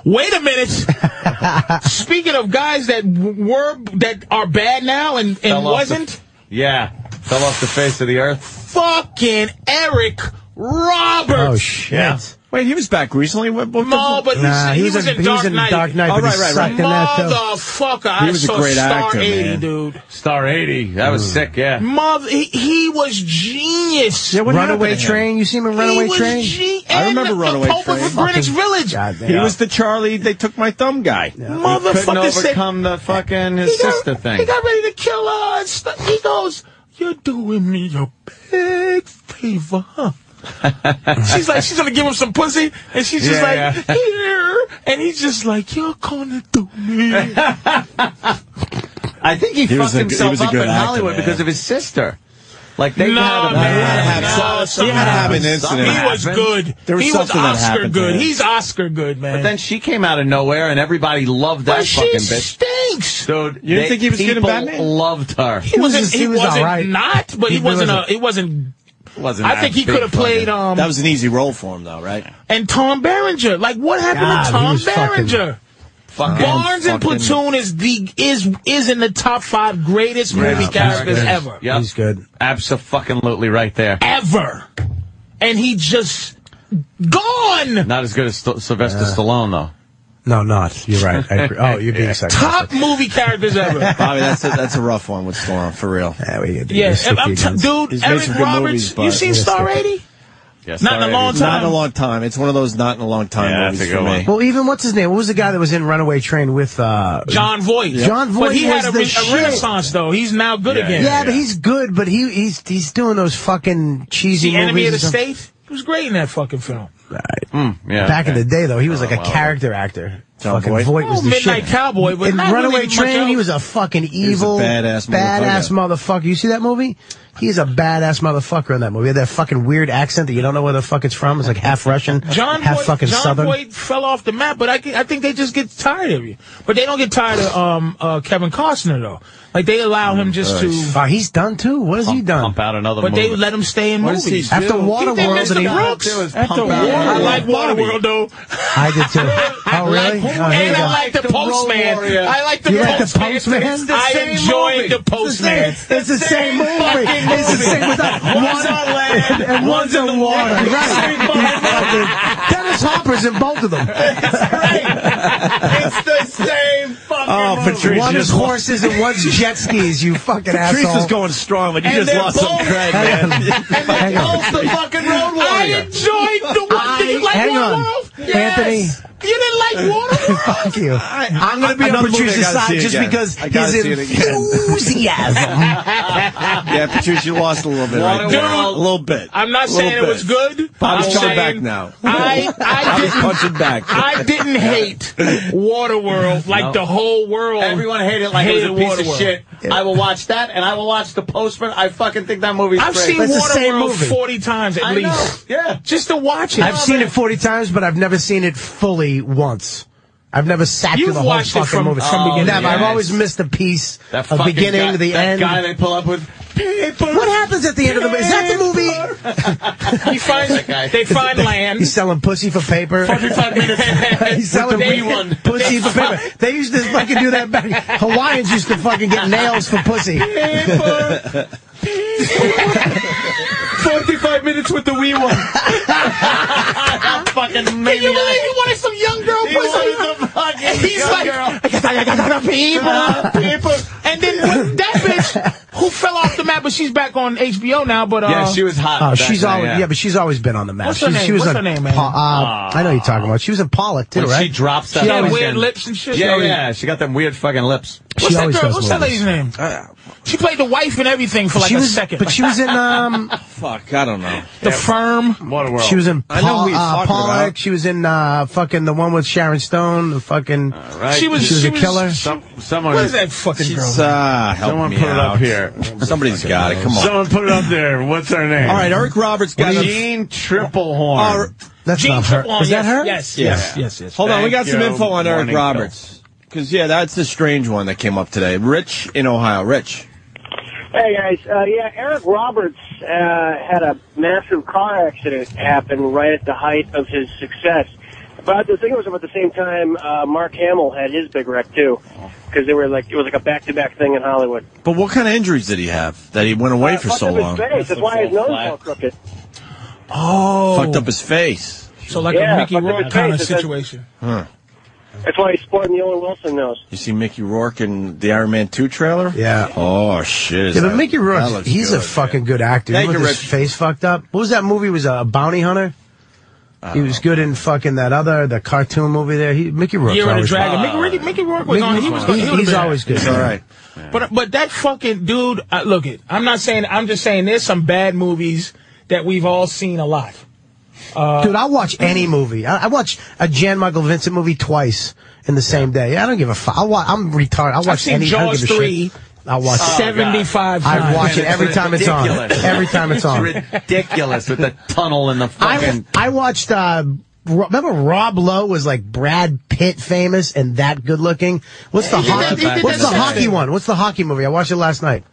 [SPEAKER 1] Wait a minute. Speaking of guys that w- were that are bad now and, and
[SPEAKER 2] Fell off the-
[SPEAKER 1] wasn't,
[SPEAKER 2] Yeah. Fell off the face of the earth.
[SPEAKER 1] fucking Eric Roberts.
[SPEAKER 5] Oh shit!
[SPEAKER 3] Wait, he was back recently. What, what the
[SPEAKER 1] No,
[SPEAKER 3] fuck?
[SPEAKER 1] but he's-
[SPEAKER 5] Nah,
[SPEAKER 1] he,
[SPEAKER 5] he
[SPEAKER 1] was,
[SPEAKER 5] was a-
[SPEAKER 1] in
[SPEAKER 5] he was
[SPEAKER 1] Dark
[SPEAKER 5] in
[SPEAKER 1] Knight.
[SPEAKER 5] Dark Knight,
[SPEAKER 1] All
[SPEAKER 5] but
[SPEAKER 1] right,
[SPEAKER 5] he
[SPEAKER 1] right,
[SPEAKER 5] sucked
[SPEAKER 1] right.
[SPEAKER 5] in that, too.
[SPEAKER 1] Motherfucker,
[SPEAKER 3] He
[SPEAKER 1] I
[SPEAKER 3] was a
[SPEAKER 1] saw
[SPEAKER 3] great
[SPEAKER 1] Star
[SPEAKER 3] actor,
[SPEAKER 1] 80,
[SPEAKER 3] man.
[SPEAKER 1] dude.
[SPEAKER 2] Star 80. That was sick, yeah.
[SPEAKER 1] Mother, he, he was genius.
[SPEAKER 3] Yeah, what happened
[SPEAKER 5] Runaway
[SPEAKER 3] to him?
[SPEAKER 5] Train. You see him in
[SPEAKER 1] he
[SPEAKER 5] Runaway
[SPEAKER 1] was
[SPEAKER 5] Train?
[SPEAKER 1] Ge-
[SPEAKER 3] I
[SPEAKER 1] and
[SPEAKER 3] remember
[SPEAKER 1] the,
[SPEAKER 3] Runaway
[SPEAKER 1] the Pope
[SPEAKER 3] Train.
[SPEAKER 1] of Greenwich Village.
[SPEAKER 5] Goddamn.
[SPEAKER 3] He was the Charlie. They took my thumb guy.
[SPEAKER 2] Couldn't
[SPEAKER 1] Motherfucker said
[SPEAKER 2] overcome the fucking his
[SPEAKER 1] he got-
[SPEAKER 2] sister
[SPEAKER 1] He
[SPEAKER 2] thing.
[SPEAKER 1] got ready to kill us. He goes, "You're doing me a big favor." huh?" she's like, she's gonna give him some pussy, and she's just
[SPEAKER 2] Yeah,
[SPEAKER 1] like, here, and he's just like, you're gonna do me.
[SPEAKER 2] I think he,
[SPEAKER 3] He was
[SPEAKER 2] fucked
[SPEAKER 3] a- he
[SPEAKER 2] himself
[SPEAKER 3] was a
[SPEAKER 2] up in
[SPEAKER 3] good actor,
[SPEAKER 2] Hollywood
[SPEAKER 3] man.
[SPEAKER 2] because of his sister. Like they
[SPEAKER 1] No,
[SPEAKER 2] had a
[SPEAKER 1] man.
[SPEAKER 3] He had to have
[SPEAKER 1] No,
[SPEAKER 3] some- he
[SPEAKER 1] something
[SPEAKER 3] had to have an
[SPEAKER 1] happened.
[SPEAKER 3] incident.
[SPEAKER 1] he was
[SPEAKER 2] happened.
[SPEAKER 1] good.
[SPEAKER 3] There was
[SPEAKER 1] he was
[SPEAKER 3] something that
[SPEAKER 1] Oscar
[SPEAKER 3] happened to
[SPEAKER 1] good.
[SPEAKER 3] him.
[SPEAKER 1] He's Oscar good, man.
[SPEAKER 2] But then she came out of nowhere, and everybody loved that
[SPEAKER 1] But she
[SPEAKER 2] fucking bitch.
[SPEAKER 1] stinks.
[SPEAKER 2] Dude,
[SPEAKER 3] You didn't
[SPEAKER 2] they-
[SPEAKER 3] think he was good in
[SPEAKER 2] people
[SPEAKER 3] Batman?
[SPEAKER 2] Loved her.
[SPEAKER 1] He
[SPEAKER 5] was
[SPEAKER 1] wasn't.
[SPEAKER 5] just-
[SPEAKER 1] He,
[SPEAKER 5] he was
[SPEAKER 1] wasn't
[SPEAKER 5] alright.
[SPEAKER 1] not, but he,
[SPEAKER 5] He
[SPEAKER 1] wasn't.
[SPEAKER 5] wasn't-
[SPEAKER 1] A, it wasn't.
[SPEAKER 2] Wasn't
[SPEAKER 1] I
[SPEAKER 2] that
[SPEAKER 1] think he
[SPEAKER 2] big
[SPEAKER 1] could have played.
[SPEAKER 2] fucking-
[SPEAKER 1] Um,
[SPEAKER 3] That was an easy role for him, though, right?
[SPEAKER 1] and Tom Berenger. Like, what happened
[SPEAKER 5] God,
[SPEAKER 1] to
[SPEAKER 5] he
[SPEAKER 1] Tom
[SPEAKER 5] was fucking-
[SPEAKER 1] Berenger?
[SPEAKER 2] Fucking
[SPEAKER 1] Barnes and
[SPEAKER 2] fucking-
[SPEAKER 1] Platoon is the is is in the top five greatest movie characters
[SPEAKER 2] characters.
[SPEAKER 1] ever,
[SPEAKER 2] Yep.
[SPEAKER 5] Oh, He's good.
[SPEAKER 2] Absolutely right there.
[SPEAKER 1] ever, and he just gone.
[SPEAKER 2] Not as good as St- Sylvester Stallone, though.
[SPEAKER 5] No, not. You're right. I agree. Oh, you're being sarcastic.
[SPEAKER 1] Top movie characters ever.
[SPEAKER 3] Bobby, that's a, that's a rough one with Stallone for real.
[SPEAKER 5] Yeah, we could do
[SPEAKER 1] Yeah,
[SPEAKER 5] this.
[SPEAKER 1] and I'm t-
[SPEAKER 5] Against-
[SPEAKER 1] dude,
[SPEAKER 3] He's made
[SPEAKER 1] Eric
[SPEAKER 3] some good
[SPEAKER 1] Roberts.
[SPEAKER 3] movies, but-
[SPEAKER 1] you seen
[SPEAKER 3] Yeah,
[SPEAKER 1] Star 80?
[SPEAKER 2] Yes,
[SPEAKER 1] Not in a
[SPEAKER 2] sorry.
[SPEAKER 1] long time.
[SPEAKER 3] Not in a long time. It's one of those not in a long time
[SPEAKER 2] Yeah, that's
[SPEAKER 3] movies
[SPEAKER 2] a good
[SPEAKER 3] for me.
[SPEAKER 5] Well, even what's his name? What was the guy that was in Runaway Train with uh
[SPEAKER 1] John Voight.
[SPEAKER 5] John
[SPEAKER 1] But
[SPEAKER 5] Voight
[SPEAKER 1] he had
[SPEAKER 5] was
[SPEAKER 1] a,
[SPEAKER 5] the
[SPEAKER 1] re-
[SPEAKER 5] shit.
[SPEAKER 1] a renaissance, though. He's now good
[SPEAKER 2] Yeah,
[SPEAKER 1] again.
[SPEAKER 5] Yeah, but he's good, but he he's he's doing those fucking cheesy
[SPEAKER 1] the enemy
[SPEAKER 5] movies.
[SPEAKER 1] of the
[SPEAKER 5] and stuff.
[SPEAKER 1] state. He was great in that fucking film.
[SPEAKER 2] Yeah,
[SPEAKER 5] Back in
[SPEAKER 2] okay.
[SPEAKER 5] the day, though, he was like a character actor.
[SPEAKER 3] John
[SPEAKER 5] fucking
[SPEAKER 3] Voight?
[SPEAKER 5] Voight, was
[SPEAKER 1] Oh,
[SPEAKER 5] the
[SPEAKER 1] Midnight
[SPEAKER 5] shit.
[SPEAKER 1] Cowboy, but
[SPEAKER 5] In
[SPEAKER 1] not
[SPEAKER 5] Runaway
[SPEAKER 1] really much
[SPEAKER 5] Train, he
[SPEAKER 1] else.
[SPEAKER 5] was a fucking
[SPEAKER 3] was a
[SPEAKER 5] evil,
[SPEAKER 3] badass
[SPEAKER 5] badass motherfucker. You see that movie? He's a badass motherfucker in that movie. He had that fucking weird accent that you don't know where the fuck it's from. It's like half Russian,
[SPEAKER 1] John
[SPEAKER 5] half
[SPEAKER 1] Boyd,
[SPEAKER 5] fucking
[SPEAKER 1] John
[SPEAKER 5] Southern.
[SPEAKER 1] Boyd fell off the map, but I, can- I think they just get tired of you. But they don't get tired of um, uh, Kevin Costner though. Like they allow
[SPEAKER 3] Mm,
[SPEAKER 1] him just to,
[SPEAKER 5] Oh, he's done too. What has he
[SPEAKER 2] Pump,
[SPEAKER 5] done?
[SPEAKER 2] pump out another
[SPEAKER 1] but
[SPEAKER 2] movie.
[SPEAKER 1] they let him stay in
[SPEAKER 3] What does he
[SPEAKER 1] movies.
[SPEAKER 3] do?
[SPEAKER 1] He
[SPEAKER 5] After
[SPEAKER 1] did
[SPEAKER 5] Waterworld,
[SPEAKER 1] Mr.
[SPEAKER 5] and he,
[SPEAKER 1] Brooks.
[SPEAKER 2] It was
[SPEAKER 3] After
[SPEAKER 2] pump out.
[SPEAKER 3] Waterworld.
[SPEAKER 1] I like
[SPEAKER 3] Bobby.
[SPEAKER 1] Waterworld though,
[SPEAKER 5] I did too. Oh really? Oh, here
[SPEAKER 1] and
[SPEAKER 5] we
[SPEAKER 1] I
[SPEAKER 5] go.
[SPEAKER 1] like the
[SPEAKER 2] Road
[SPEAKER 1] Postman.
[SPEAKER 2] Warrior.
[SPEAKER 1] I like the
[SPEAKER 5] You like the
[SPEAKER 1] Postman.
[SPEAKER 5] Postman? It's the
[SPEAKER 1] I
[SPEAKER 2] same movie.
[SPEAKER 1] enjoyed the
[SPEAKER 2] It's the
[SPEAKER 1] Postman.
[SPEAKER 5] It's the same movie. It's the same without
[SPEAKER 2] One's on land
[SPEAKER 5] and, and one's in water. Right.
[SPEAKER 2] Same
[SPEAKER 5] Yeah,
[SPEAKER 2] fucking
[SPEAKER 5] dude. Dennis Hopper's in both of them.
[SPEAKER 2] it's the same fucking
[SPEAKER 3] Oh,
[SPEAKER 2] movie.
[SPEAKER 3] Patrice
[SPEAKER 5] One is
[SPEAKER 3] just
[SPEAKER 5] horses and one's jet skis. You fucking
[SPEAKER 3] Patrice
[SPEAKER 5] asshole.
[SPEAKER 3] is going strong, but you
[SPEAKER 2] And
[SPEAKER 3] just
[SPEAKER 2] they're
[SPEAKER 3] lost some
[SPEAKER 2] both-
[SPEAKER 3] cred,
[SPEAKER 5] Hang
[SPEAKER 3] man.
[SPEAKER 5] on. Hang on.
[SPEAKER 2] Both the fucking road
[SPEAKER 1] I
[SPEAKER 2] warrior.
[SPEAKER 1] enjoyed the one. Did you like
[SPEAKER 5] hang on,
[SPEAKER 1] Waterworld? Yes.
[SPEAKER 5] Anthony.
[SPEAKER 1] You didn't like Waterworld?
[SPEAKER 5] Fuck you. I,
[SPEAKER 3] I'm going to be on
[SPEAKER 5] Another movie I
[SPEAKER 3] Patricia's
[SPEAKER 5] gotta see
[SPEAKER 3] side just
[SPEAKER 5] again.
[SPEAKER 3] because
[SPEAKER 5] I gotta
[SPEAKER 3] his
[SPEAKER 5] see it again.
[SPEAKER 3] enthusiasm. yeah, Patricia, you lost a little bit. Right there. a
[SPEAKER 1] Waterworld.
[SPEAKER 3] little bit.
[SPEAKER 1] I'm not
[SPEAKER 3] A little
[SPEAKER 1] saying it
[SPEAKER 3] bit.
[SPEAKER 1] was good.
[SPEAKER 3] Bobby's
[SPEAKER 1] I'm
[SPEAKER 3] coming back
[SPEAKER 1] saying
[SPEAKER 3] now.
[SPEAKER 1] I, I
[SPEAKER 3] Bobby's
[SPEAKER 1] didn't
[SPEAKER 3] punching back.
[SPEAKER 1] I didn't hate Waterworld like
[SPEAKER 2] No.
[SPEAKER 1] the whole world.
[SPEAKER 2] Everyone hated it like it was a piece of
[SPEAKER 1] Waterworld.
[SPEAKER 2] shit. I will watch that, and I will watch The Postman. I fucking think that movie's
[SPEAKER 1] I've
[SPEAKER 2] great.
[SPEAKER 1] seen Waterworld 40 times at
[SPEAKER 2] I know.
[SPEAKER 1] least.
[SPEAKER 2] Yeah.
[SPEAKER 1] Just to watch it.
[SPEAKER 5] I've seen it 40 times, but I've never seen it fully once. I've never sat
[SPEAKER 1] You've
[SPEAKER 5] through the whole
[SPEAKER 1] watched it
[SPEAKER 5] fucking
[SPEAKER 1] from-
[SPEAKER 5] movie.
[SPEAKER 1] from Oh, beginning.
[SPEAKER 5] Never. I've
[SPEAKER 1] yes.
[SPEAKER 5] always missed a piece
[SPEAKER 2] That
[SPEAKER 5] of
[SPEAKER 2] fucking
[SPEAKER 5] beginning
[SPEAKER 2] guy,
[SPEAKER 5] to the
[SPEAKER 2] that
[SPEAKER 5] end.
[SPEAKER 2] guy they pull up with.
[SPEAKER 5] what happens at the end of the movie? Is that the movie?
[SPEAKER 1] He finds,
[SPEAKER 2] That guy.
[SPEAKER 1] They find land.
[SPEAKER 5] He's selling pussy for paper.
[SPEAKER 1] 45 minutes.
[SPEAKER 5] He's selling
[SPEAKER 1] With the wee one.
[SPEAKER 5] pussy for paper. They used to fucking do that back. Hawaiians used to fucking get nails for pussy.
[SPEAKER 1] Paper. 45 minutes with the wee one.
[SPEAKER 2] That fucking
[SPEAKER 1] Can you
[SPEAKER 2] maniac.
[SPEAKER 1] believe he wanted some young girl
[SPEAKER 2] He wanted
[SPEAKER 1] pussy?
[SPEAKER 2] the fucking
[SPEAKER 1] And he's
[SPEAKER 2] young
[SPEAKER 1] like,
[SPEAKER 2] girl.
[SPEAKER 1] I gotta, I gotta, people, people. And then with that bitch who fell off the map, but she's back on HBO now. But uh,
[SPEAKER 2] Yeah, she was hot.
[SPEAKER 5] Oh,
[SPEAKER 2] back
[SPEAKER 5] she's
[SPEAKER 2] then,
[SPEAKER 5] always yeah.
[SPEAKER 2] yeah.
[SPEAKER 5] but she's always been on the map.
[SPEAKER 1] What's her
[SPEAKER 5] She's-
[SPEAKER 1] name?
[SPEAKER 5] She was
[SPEAKER 1] What's
[SPEAKER 5] on,
[SPEAKER 1] her name, man? Ah.
[SPEAKER 5] Pa- uh, I know you're talking about. She was in Pollock too,
[SPEAKER 2] When
[SPEAKER 5] right?
[SPEAKER 2] she drops that
[SPEAKER 5] She
[SPEAKER 1] had
[SPEAKER 2] fucking-
[SPEAKER 1] weird lips and shit.
[SPEAKER 2] Yeah,
[SPEAKER 1] Always-
[SPEAKER 2] yeah, she got them weird fucking lips.
[SPEAKER 1] What's
[SPEAKER 5] She
[SPEAKER 1] that
[SPEAKER 5] always
[SPEAKER 1] girl?
[SPEAKER 5] does
[SPEAKER 1] What's that lady's
[SPEAKER 5] movies.
[SPEAKER 1] name? She played the wife and everything for like
[SPEAKER 5] she
[SPEAKER 1] a
[SPEAKER 5] was,
[SPEAKER 1] second.
[SPEAKER 5] but she was in um,
[SPEAKER 3] Fuck, I don't know.
[SPEAKER 1] the firm.
[SPEAKER 2] Waterworld.
[SPEAKER 5] she was in
[SPEAKER 3] I know
[SPEAKER 5] Paul-
[SPEAKER 3] who you're
[SPEAKER 5] uh,
[SPEAKER 3] talking
[SPEAKER 5] Pollock.
[SPEAKER 3] about.
[SPEAKER 5] She was in uh, fucking the one with Sharon Stone. The fucking
[SPEAKER 2] Right?
[SPEAKER 1] She was.
[SPEAKER 5] She was a killer.
[SPEAKER 2] Some, someone.
[SPEAKER 1] What is that fucking
[SPEAKER 3] She's,
[SPEAKER 1] girl?
[SPEAKER 3] uh, help
[SPEAKER 2] Someone
[SPEAKER 3] me
[SPEAKER 2] put it up
[SPEAKER 3] out.
[SPEAKER 2] here.
[SPEAKER 3] Somebody's got it. Come on.
[SPEAKER 2] Someone put it up there. What's her name?
[SPEAKER 3] All right, Eric Roberts got a
[SPEAKER 2] Gene Triplehorn.
[SPEAKER 3] All right.
[SPEAKER 5] That's
[SPEAKER 1] Jean
[SPEAKER 5] not her.
[SPEAKER 1] Triplehorn,
[SPEAKER 5] Is that
[SPEAKER 1] yes,
[SPEAKER 5] her?
[SPEAKER 1] Yes,
[SPEAKER 3] Yeah.
[SPEAKER 1] yes, yes, yes.
[SPEAKER 3] Hold on, we
[SPEAKER 2] Thank
[SPEAKER 3] got some
[SPEAKER 2] you.
[SPEAKER 3] info on Eric
[SPEAKER 2] Morning,
[SPEAKER 3] Roberts. Because, yeah, that's the strange one that came up today. Rich in Ohio. Rich.
[SPEAKER 9] Hey guys, uh, yeah, Eric Roberts uh, had a massive car accident happen right at the height of his success. But I think it was about the same time uh, Mark Hamill had his big wreck too, because they were like it was like a back-to-back thing in Hollywood.
[SPEAKER 3] But what kind of injuries did he have that he went away for
[SPEAKER 9] Uh, Fucked
[SPEAKER 3] so
[SPEAKER 9] up his
[SPEAKER 3] long?
[SPEAKER 9] face. That's why his nose is all crooked.
[SPEAKER 1] Oh,
[SPEAKER 3] Fucked up his face.
[SPEAKER 1] So like
[SPEAKER 9] Yeah,
[SPEAKER 1] a Mickey
[SPEAKER 9] fucked up
[SPEAKER 1] Rourke
[SPEAKER 9] his
[SPEAKER 1] kind of
[SPEAKER 9] face. It's a-
[SPEAKER 1] situation.
[SPEAKER 3] Huh.
[SPEAKER 9] That's why he's sporting the Owen Wilson nose.
[SPEAKER 3] You see Mickey Rourke in the Iron Man 2 trailer?
[SPEAKER 5] Yeah.
[SPEAKER 3] Oh, shit. is
[SPEAKER 5] Yeah, but
[SPEAKER 3] that-
[SPEAKER 5] Mickey
[SPEAKER 3] that
[SPEAKER 5] Rourke,
[SPEAKER 3] looks
[SPEAKER 5] he's a
[SPEAKER 3] good,
[SPEAKER 5] fucking good actor.
[SPEAKER 3] Thank
[SPEAKER 5] you know
[SPEAKER 3] you,
[SPEAKER 5] his
[SPEAKER 3] Rich.
[SPEAKER 5] face fucked up. What was that movie? He was a bounty hunter. He was good in fucking that other the cartoon movie there. He, Mickey Rourke.
[SPEAKER 1] Year of the Dragon. Mickey, Ricky, Mickey Rourke was on. He was. he would've
[SPEAKER 5] he's
[SPEAKER 1] been-
[SPEAKER 5] always good.
[SPEAKER 3] man. All right.
[SPEAKER 1] But but that fucking dude. Uh, look it. I'm not saying. I'm just saying. There's some bad movies that we've all seen a lot.
[SPEAKER 5] Dude, I'll watch any movie. I, I watch a Jan Michael Vincent movie twice in the same day. I don't give a fuck. I'll watch, I'm retarded. I'll watch
[SPEAKER 1] seen
[SPEAKER 5] any. I don't
[SPEAKER 1] Jaws
[SPEAKER 5] give a
[SPEAKER 1] 3.
[SPEAKER 5] shit. I'll watch it.
[SPEAKER 1] Seventy-five.
[SPEAKER 5] I
[SPEAKER 1] times.
[SPEAKER 5] watch it every time it's on.
[SPEAKER 2] Ridiculous.
[SPEAKER 5] Every time it's on.
[SPEAKER 2] ridiculous with the tunnel and the
[SPEAKER 5] I,
[SPEAKER 2] fucking.
[SPEAKER 5] I watched. Uh, Ro- remember Rob Lowe was like Brad Pitt famous and that good looking. What's the
[SPEAKER 1] He did that-
[SPEAKER 5] hockey?
[SPEAKER 1] he did
[SPEAKER 5] What's
[SPEAKER 1] that
[SPEAKER 5] the
[SPEAKER 1] sex
[SPEAKER 5] hockey
[SPEAKER 1] thing.
[SPEAKER 5] one? What's the hockey movie? I watched it last night.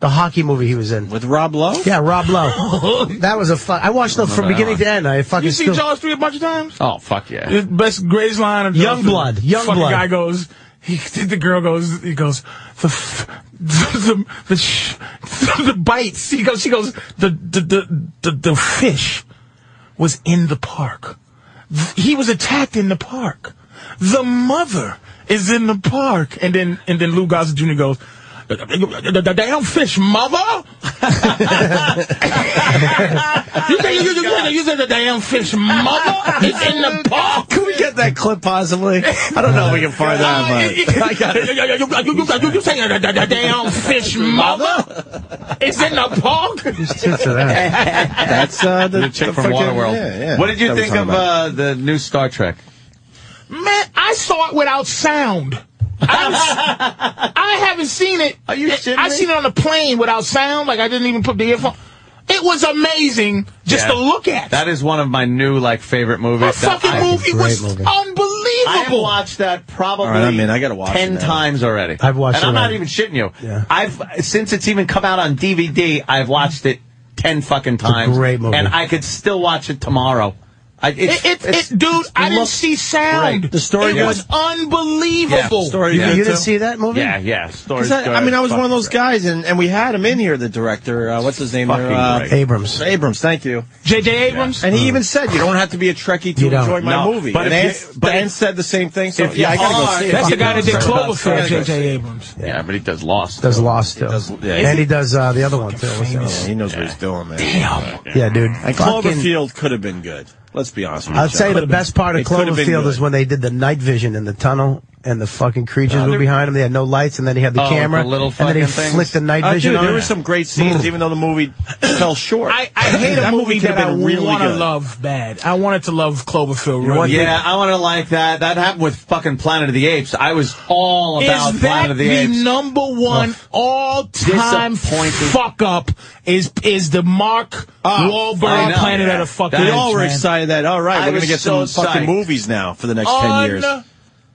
[SPEAKER 5] The hockey movie he was in.
[SPEAKER 3] With Rob Lowe?
[SPEAKER 5] Yeah, Rob Lowe. that was a fun. I watched them from beginning to end. I fucking
[SPEAKER 1] You see
[SPEAKER 5] still-
[SPEAKER 1] Jaws three a bunch of times.
[SPEAKER 2] Oh fuck yeah!
[SPEAKER 1] The best greatest line of Jaws
[SPEAKER 5] Youngblood,
[SPEAKER 1] three. Fucking
[SPEAKER 5] Youngblood.
[SPEAKER 1] guy goes. He the girl goes. He goes. The f- the the the, sh- the bites. He goes. She goes. The the the the, the fish was in the park. Th- He was attacked in the park. The mother is in the park, and then and then Lou Gossett Jr. goes. "The- The the- the damn fish, mother! you think you, you, you, you said the damn fish, mother? It's in the park.
[SPEAKER 3] Can we get that clip possibly? I don't know if we can find that,
[SPEAKER 1] Uh,
[SPEAKER 3] but.
[SPEAKER 1] you- you- you- you- you- you- you- You saying the- the the damn fish mother? It's in the park?
[SPEAKER 5] Tits are that.
[SPEAKER 3] That's uh, the,
[SPEAKER 2] the chick from Waterworld. What did you think of uh, the new Star Trek?
[SPEAKER 1] Man, I saw it without sound. I'm s- I haven't seen it.
[SPEAKER 2] Are you shitting
[SPEAKER 1] I
[SPEAKER 2] me?
[SPEAKER 1] seen it on a plane without sound. Like I didn't even put the earphone. It was amazing just
[SPEAKER 2] Yeah.
[SPEAKER 1] to look at.
[SPEAKER 2] That is one of my new like favorite
[SPEAKER 1] that
[SPEAKER 2] movies. That
[SPEAKER 1] fucking
[SPEAKER 2] I,
[SPEAKER 1] movie
[SPEAKER 5] great
[SPEAKER 1] was
[SPEAKER 5] movie.
[SPEAKER 2] I have
[SPEAKER 1] unbelievable.
[SPEAKER 2] watched that probably.
[SPEAKER 3] All right, I'm in. I gotta watch it
[SPEAKER 2] ten
[SPEAKER 3] now.
[SPEAKER 2] times already.
[SPEAKER 5] I've watched
[SPEAKER 2] and
[SPEAKER 5] it
[SPEAKER 2] I'm not
[SPEAKER 5] already.
[SPEAKER 2] even shitting you.
[SPEAKER 5] Yeah.
[SPEAKER 2] I've since it's even come out on DVD. I've watched it ten fucking
[SPEAKER 5] a
[SPEAKER 2] times.
[SPEAKER 5] great movie.
[SPEAKER 2] and I could still watch it tomorrow. I,
[SPEAKER 1] It, it, it, dude, I didn't
[SPEAKER 2] looks
[SPEAKER 1] see sound.
[SPEAKER 2] great.
[SPEAKER 3] The story
[SPEAKER 1] it
[SPEAKER 3] was-
[SPEAKER 1] was unbelievable.
[SPEAKER 3] Yeah, story
[SPEAKER 5] You,
[SPEAKER 3] Yeah,
[SPEAKER 5] you didn't
[SPEAKER 3] too.
[SPEAKER 5] see that movie?
[SPEAKER 2] Yeah, yeah. Story's
[SPEAKER 3] Is that- I
[SPEAKER 2] good.
[SPEAKER 3] mean, I was
[SPEAKER 2] Fucking
[SPEAKER 3] one of those
[SPEAKER 2] great.
[SPEAKER 3] guys, and, and we had him in here, the director. Uh, what's his name?
[SPEAKER 2] Fucking
[SPEAKER 3] There, uh,
[SPEAKER 2] great.
[SPEAKER 5] Abrams.
[SPEAKER 3] Abrams, thank you.
[SPEAKER 1] J.J. Abrams.
[SPEAKER 3] And he even said, "You don't have to be a Trekkie to
[SPEAKER 5] Mm. You don't.
[SPEAKER 3] enjoy my
[SPEAKER 2] No,
[SPEAKER 3] movie."
[SPEAKER 2] but
[SPEAKER 3] and
[SPEAKER 2] if
[SPEAKER 3] Ants-
[SPEAKER 2] you- but
[SPEAKER 3] Ants said the same thing. So
[SPEAKER 2] if
[SPEAKER 3] yeah, I
[SPEAKER 2] you
[SPEAKER 3] gotta go
[SPEAKER 2] are-
[SPEAKER 3] see it.
[SPEAKER 1] That's the guy that did
[SPEAKER 3] Sorry.
[SPEAKER 1] Cloverfield,
[SPEAKER 3] Sorry.
[SPEAKER 1] J.J. Abrams.
[SPEAKER 2] Yeah, but he does Lost.
[SPEAKER 5] Does Lost still.
[SPEAKER 3] does- yeah.
[SPEAKER 5] and he does uh, the other one too. What's the other
[SPEAKER 3] Yeah,
[SPEAKER 5] one?
[SPEAKER 3] he knows what he's doing, man.
[SPEAKER 5] Yeah, dude.
[SPEAKER 3] And
[SPEAKER 5] Fucking-
[SPEAKER 3] Cloverfield could have been good. Let's be honest. with
[SPEAKER 5] I'd
[SPEAKER 3] each
[SPEAKER 5] say
[SPEAKER 3] other.
[SPEAKER 5] the best part of
[SPEAKER 3] It could've been
[SPEAKER 5] Cloverfield
[SPEAKER 3] good.
[SPEAKER 5] is when they did the night vision in the tunnel. And the fucking creatures were behind them. They had no lights, and then he had the
[SPEAKER 3] Uh, Oh,
[SPEAKER 5] camera,
[SPEAKER 3] the little
[SPEAKER 5] and then he
[SPEAKER 3] fucking things.
[SPEAKER 5] flicked the night
[SPEAKER 3] Uh,
[SPEAKER 5] vision
[SPEAKER 3] dude,
[SPEAKER 5] on.
[SPEAKER 3] There were
[SPEAKER 5] it.
[SPEAKER 3] some great scenes, even though the movie fell short. I,
[SPEAKER 1] I hate a movie
[SPEAKER 3] could've
[SPEAKER 1] that I
[SPEAKER 3] been really
[SPEAKER 1] want to
[SPEAKER 3] good.
[SPEAKER 1] love bad. I wanted to love Cloverfield.
[SPEAKER 2] Yeah,
[SPEAKER 1] Really.
[SPEAKER 2] I want to like that. That happened with fucking Planet of the Apes. I was all about Planet
[SPEAKER 1] Is that
[SPEAKER 2] of
[SPEAKER 1] the
[SPEAKER 2] the Apes.
[SPEAKER 1] number one all time
[SPEAKER 2] Disappointing.
[SPEAKER 1] fuck up? Is is the Mark
[SPEAKER 3] Ah, I
[SPEAKER 1] Wahlberg
[SPEAKER 3] know.
[SPEAKER 1] Planet
[SPEAKER 3] Yeah.
[SPEAKER 1] of the fucking
[SPEAKER 3] We
[SPEAKER 1] Apes,
[SPEAKER 3] all were
[SPEAKER 1] man.
[SPEAKER 3] excited that all right,
[SPEAKER 1] I
[SPEAKER 3] we're gonna
[SPEAKER 1] was
[SPEAKER 3] get
[SPEAKER 1] so
[SPEAKER 3] some
[SPEAKER 1] psyched.
[SPEAKER 3] fucking movies now for the next ten years.
[SPEAKER 1] Un-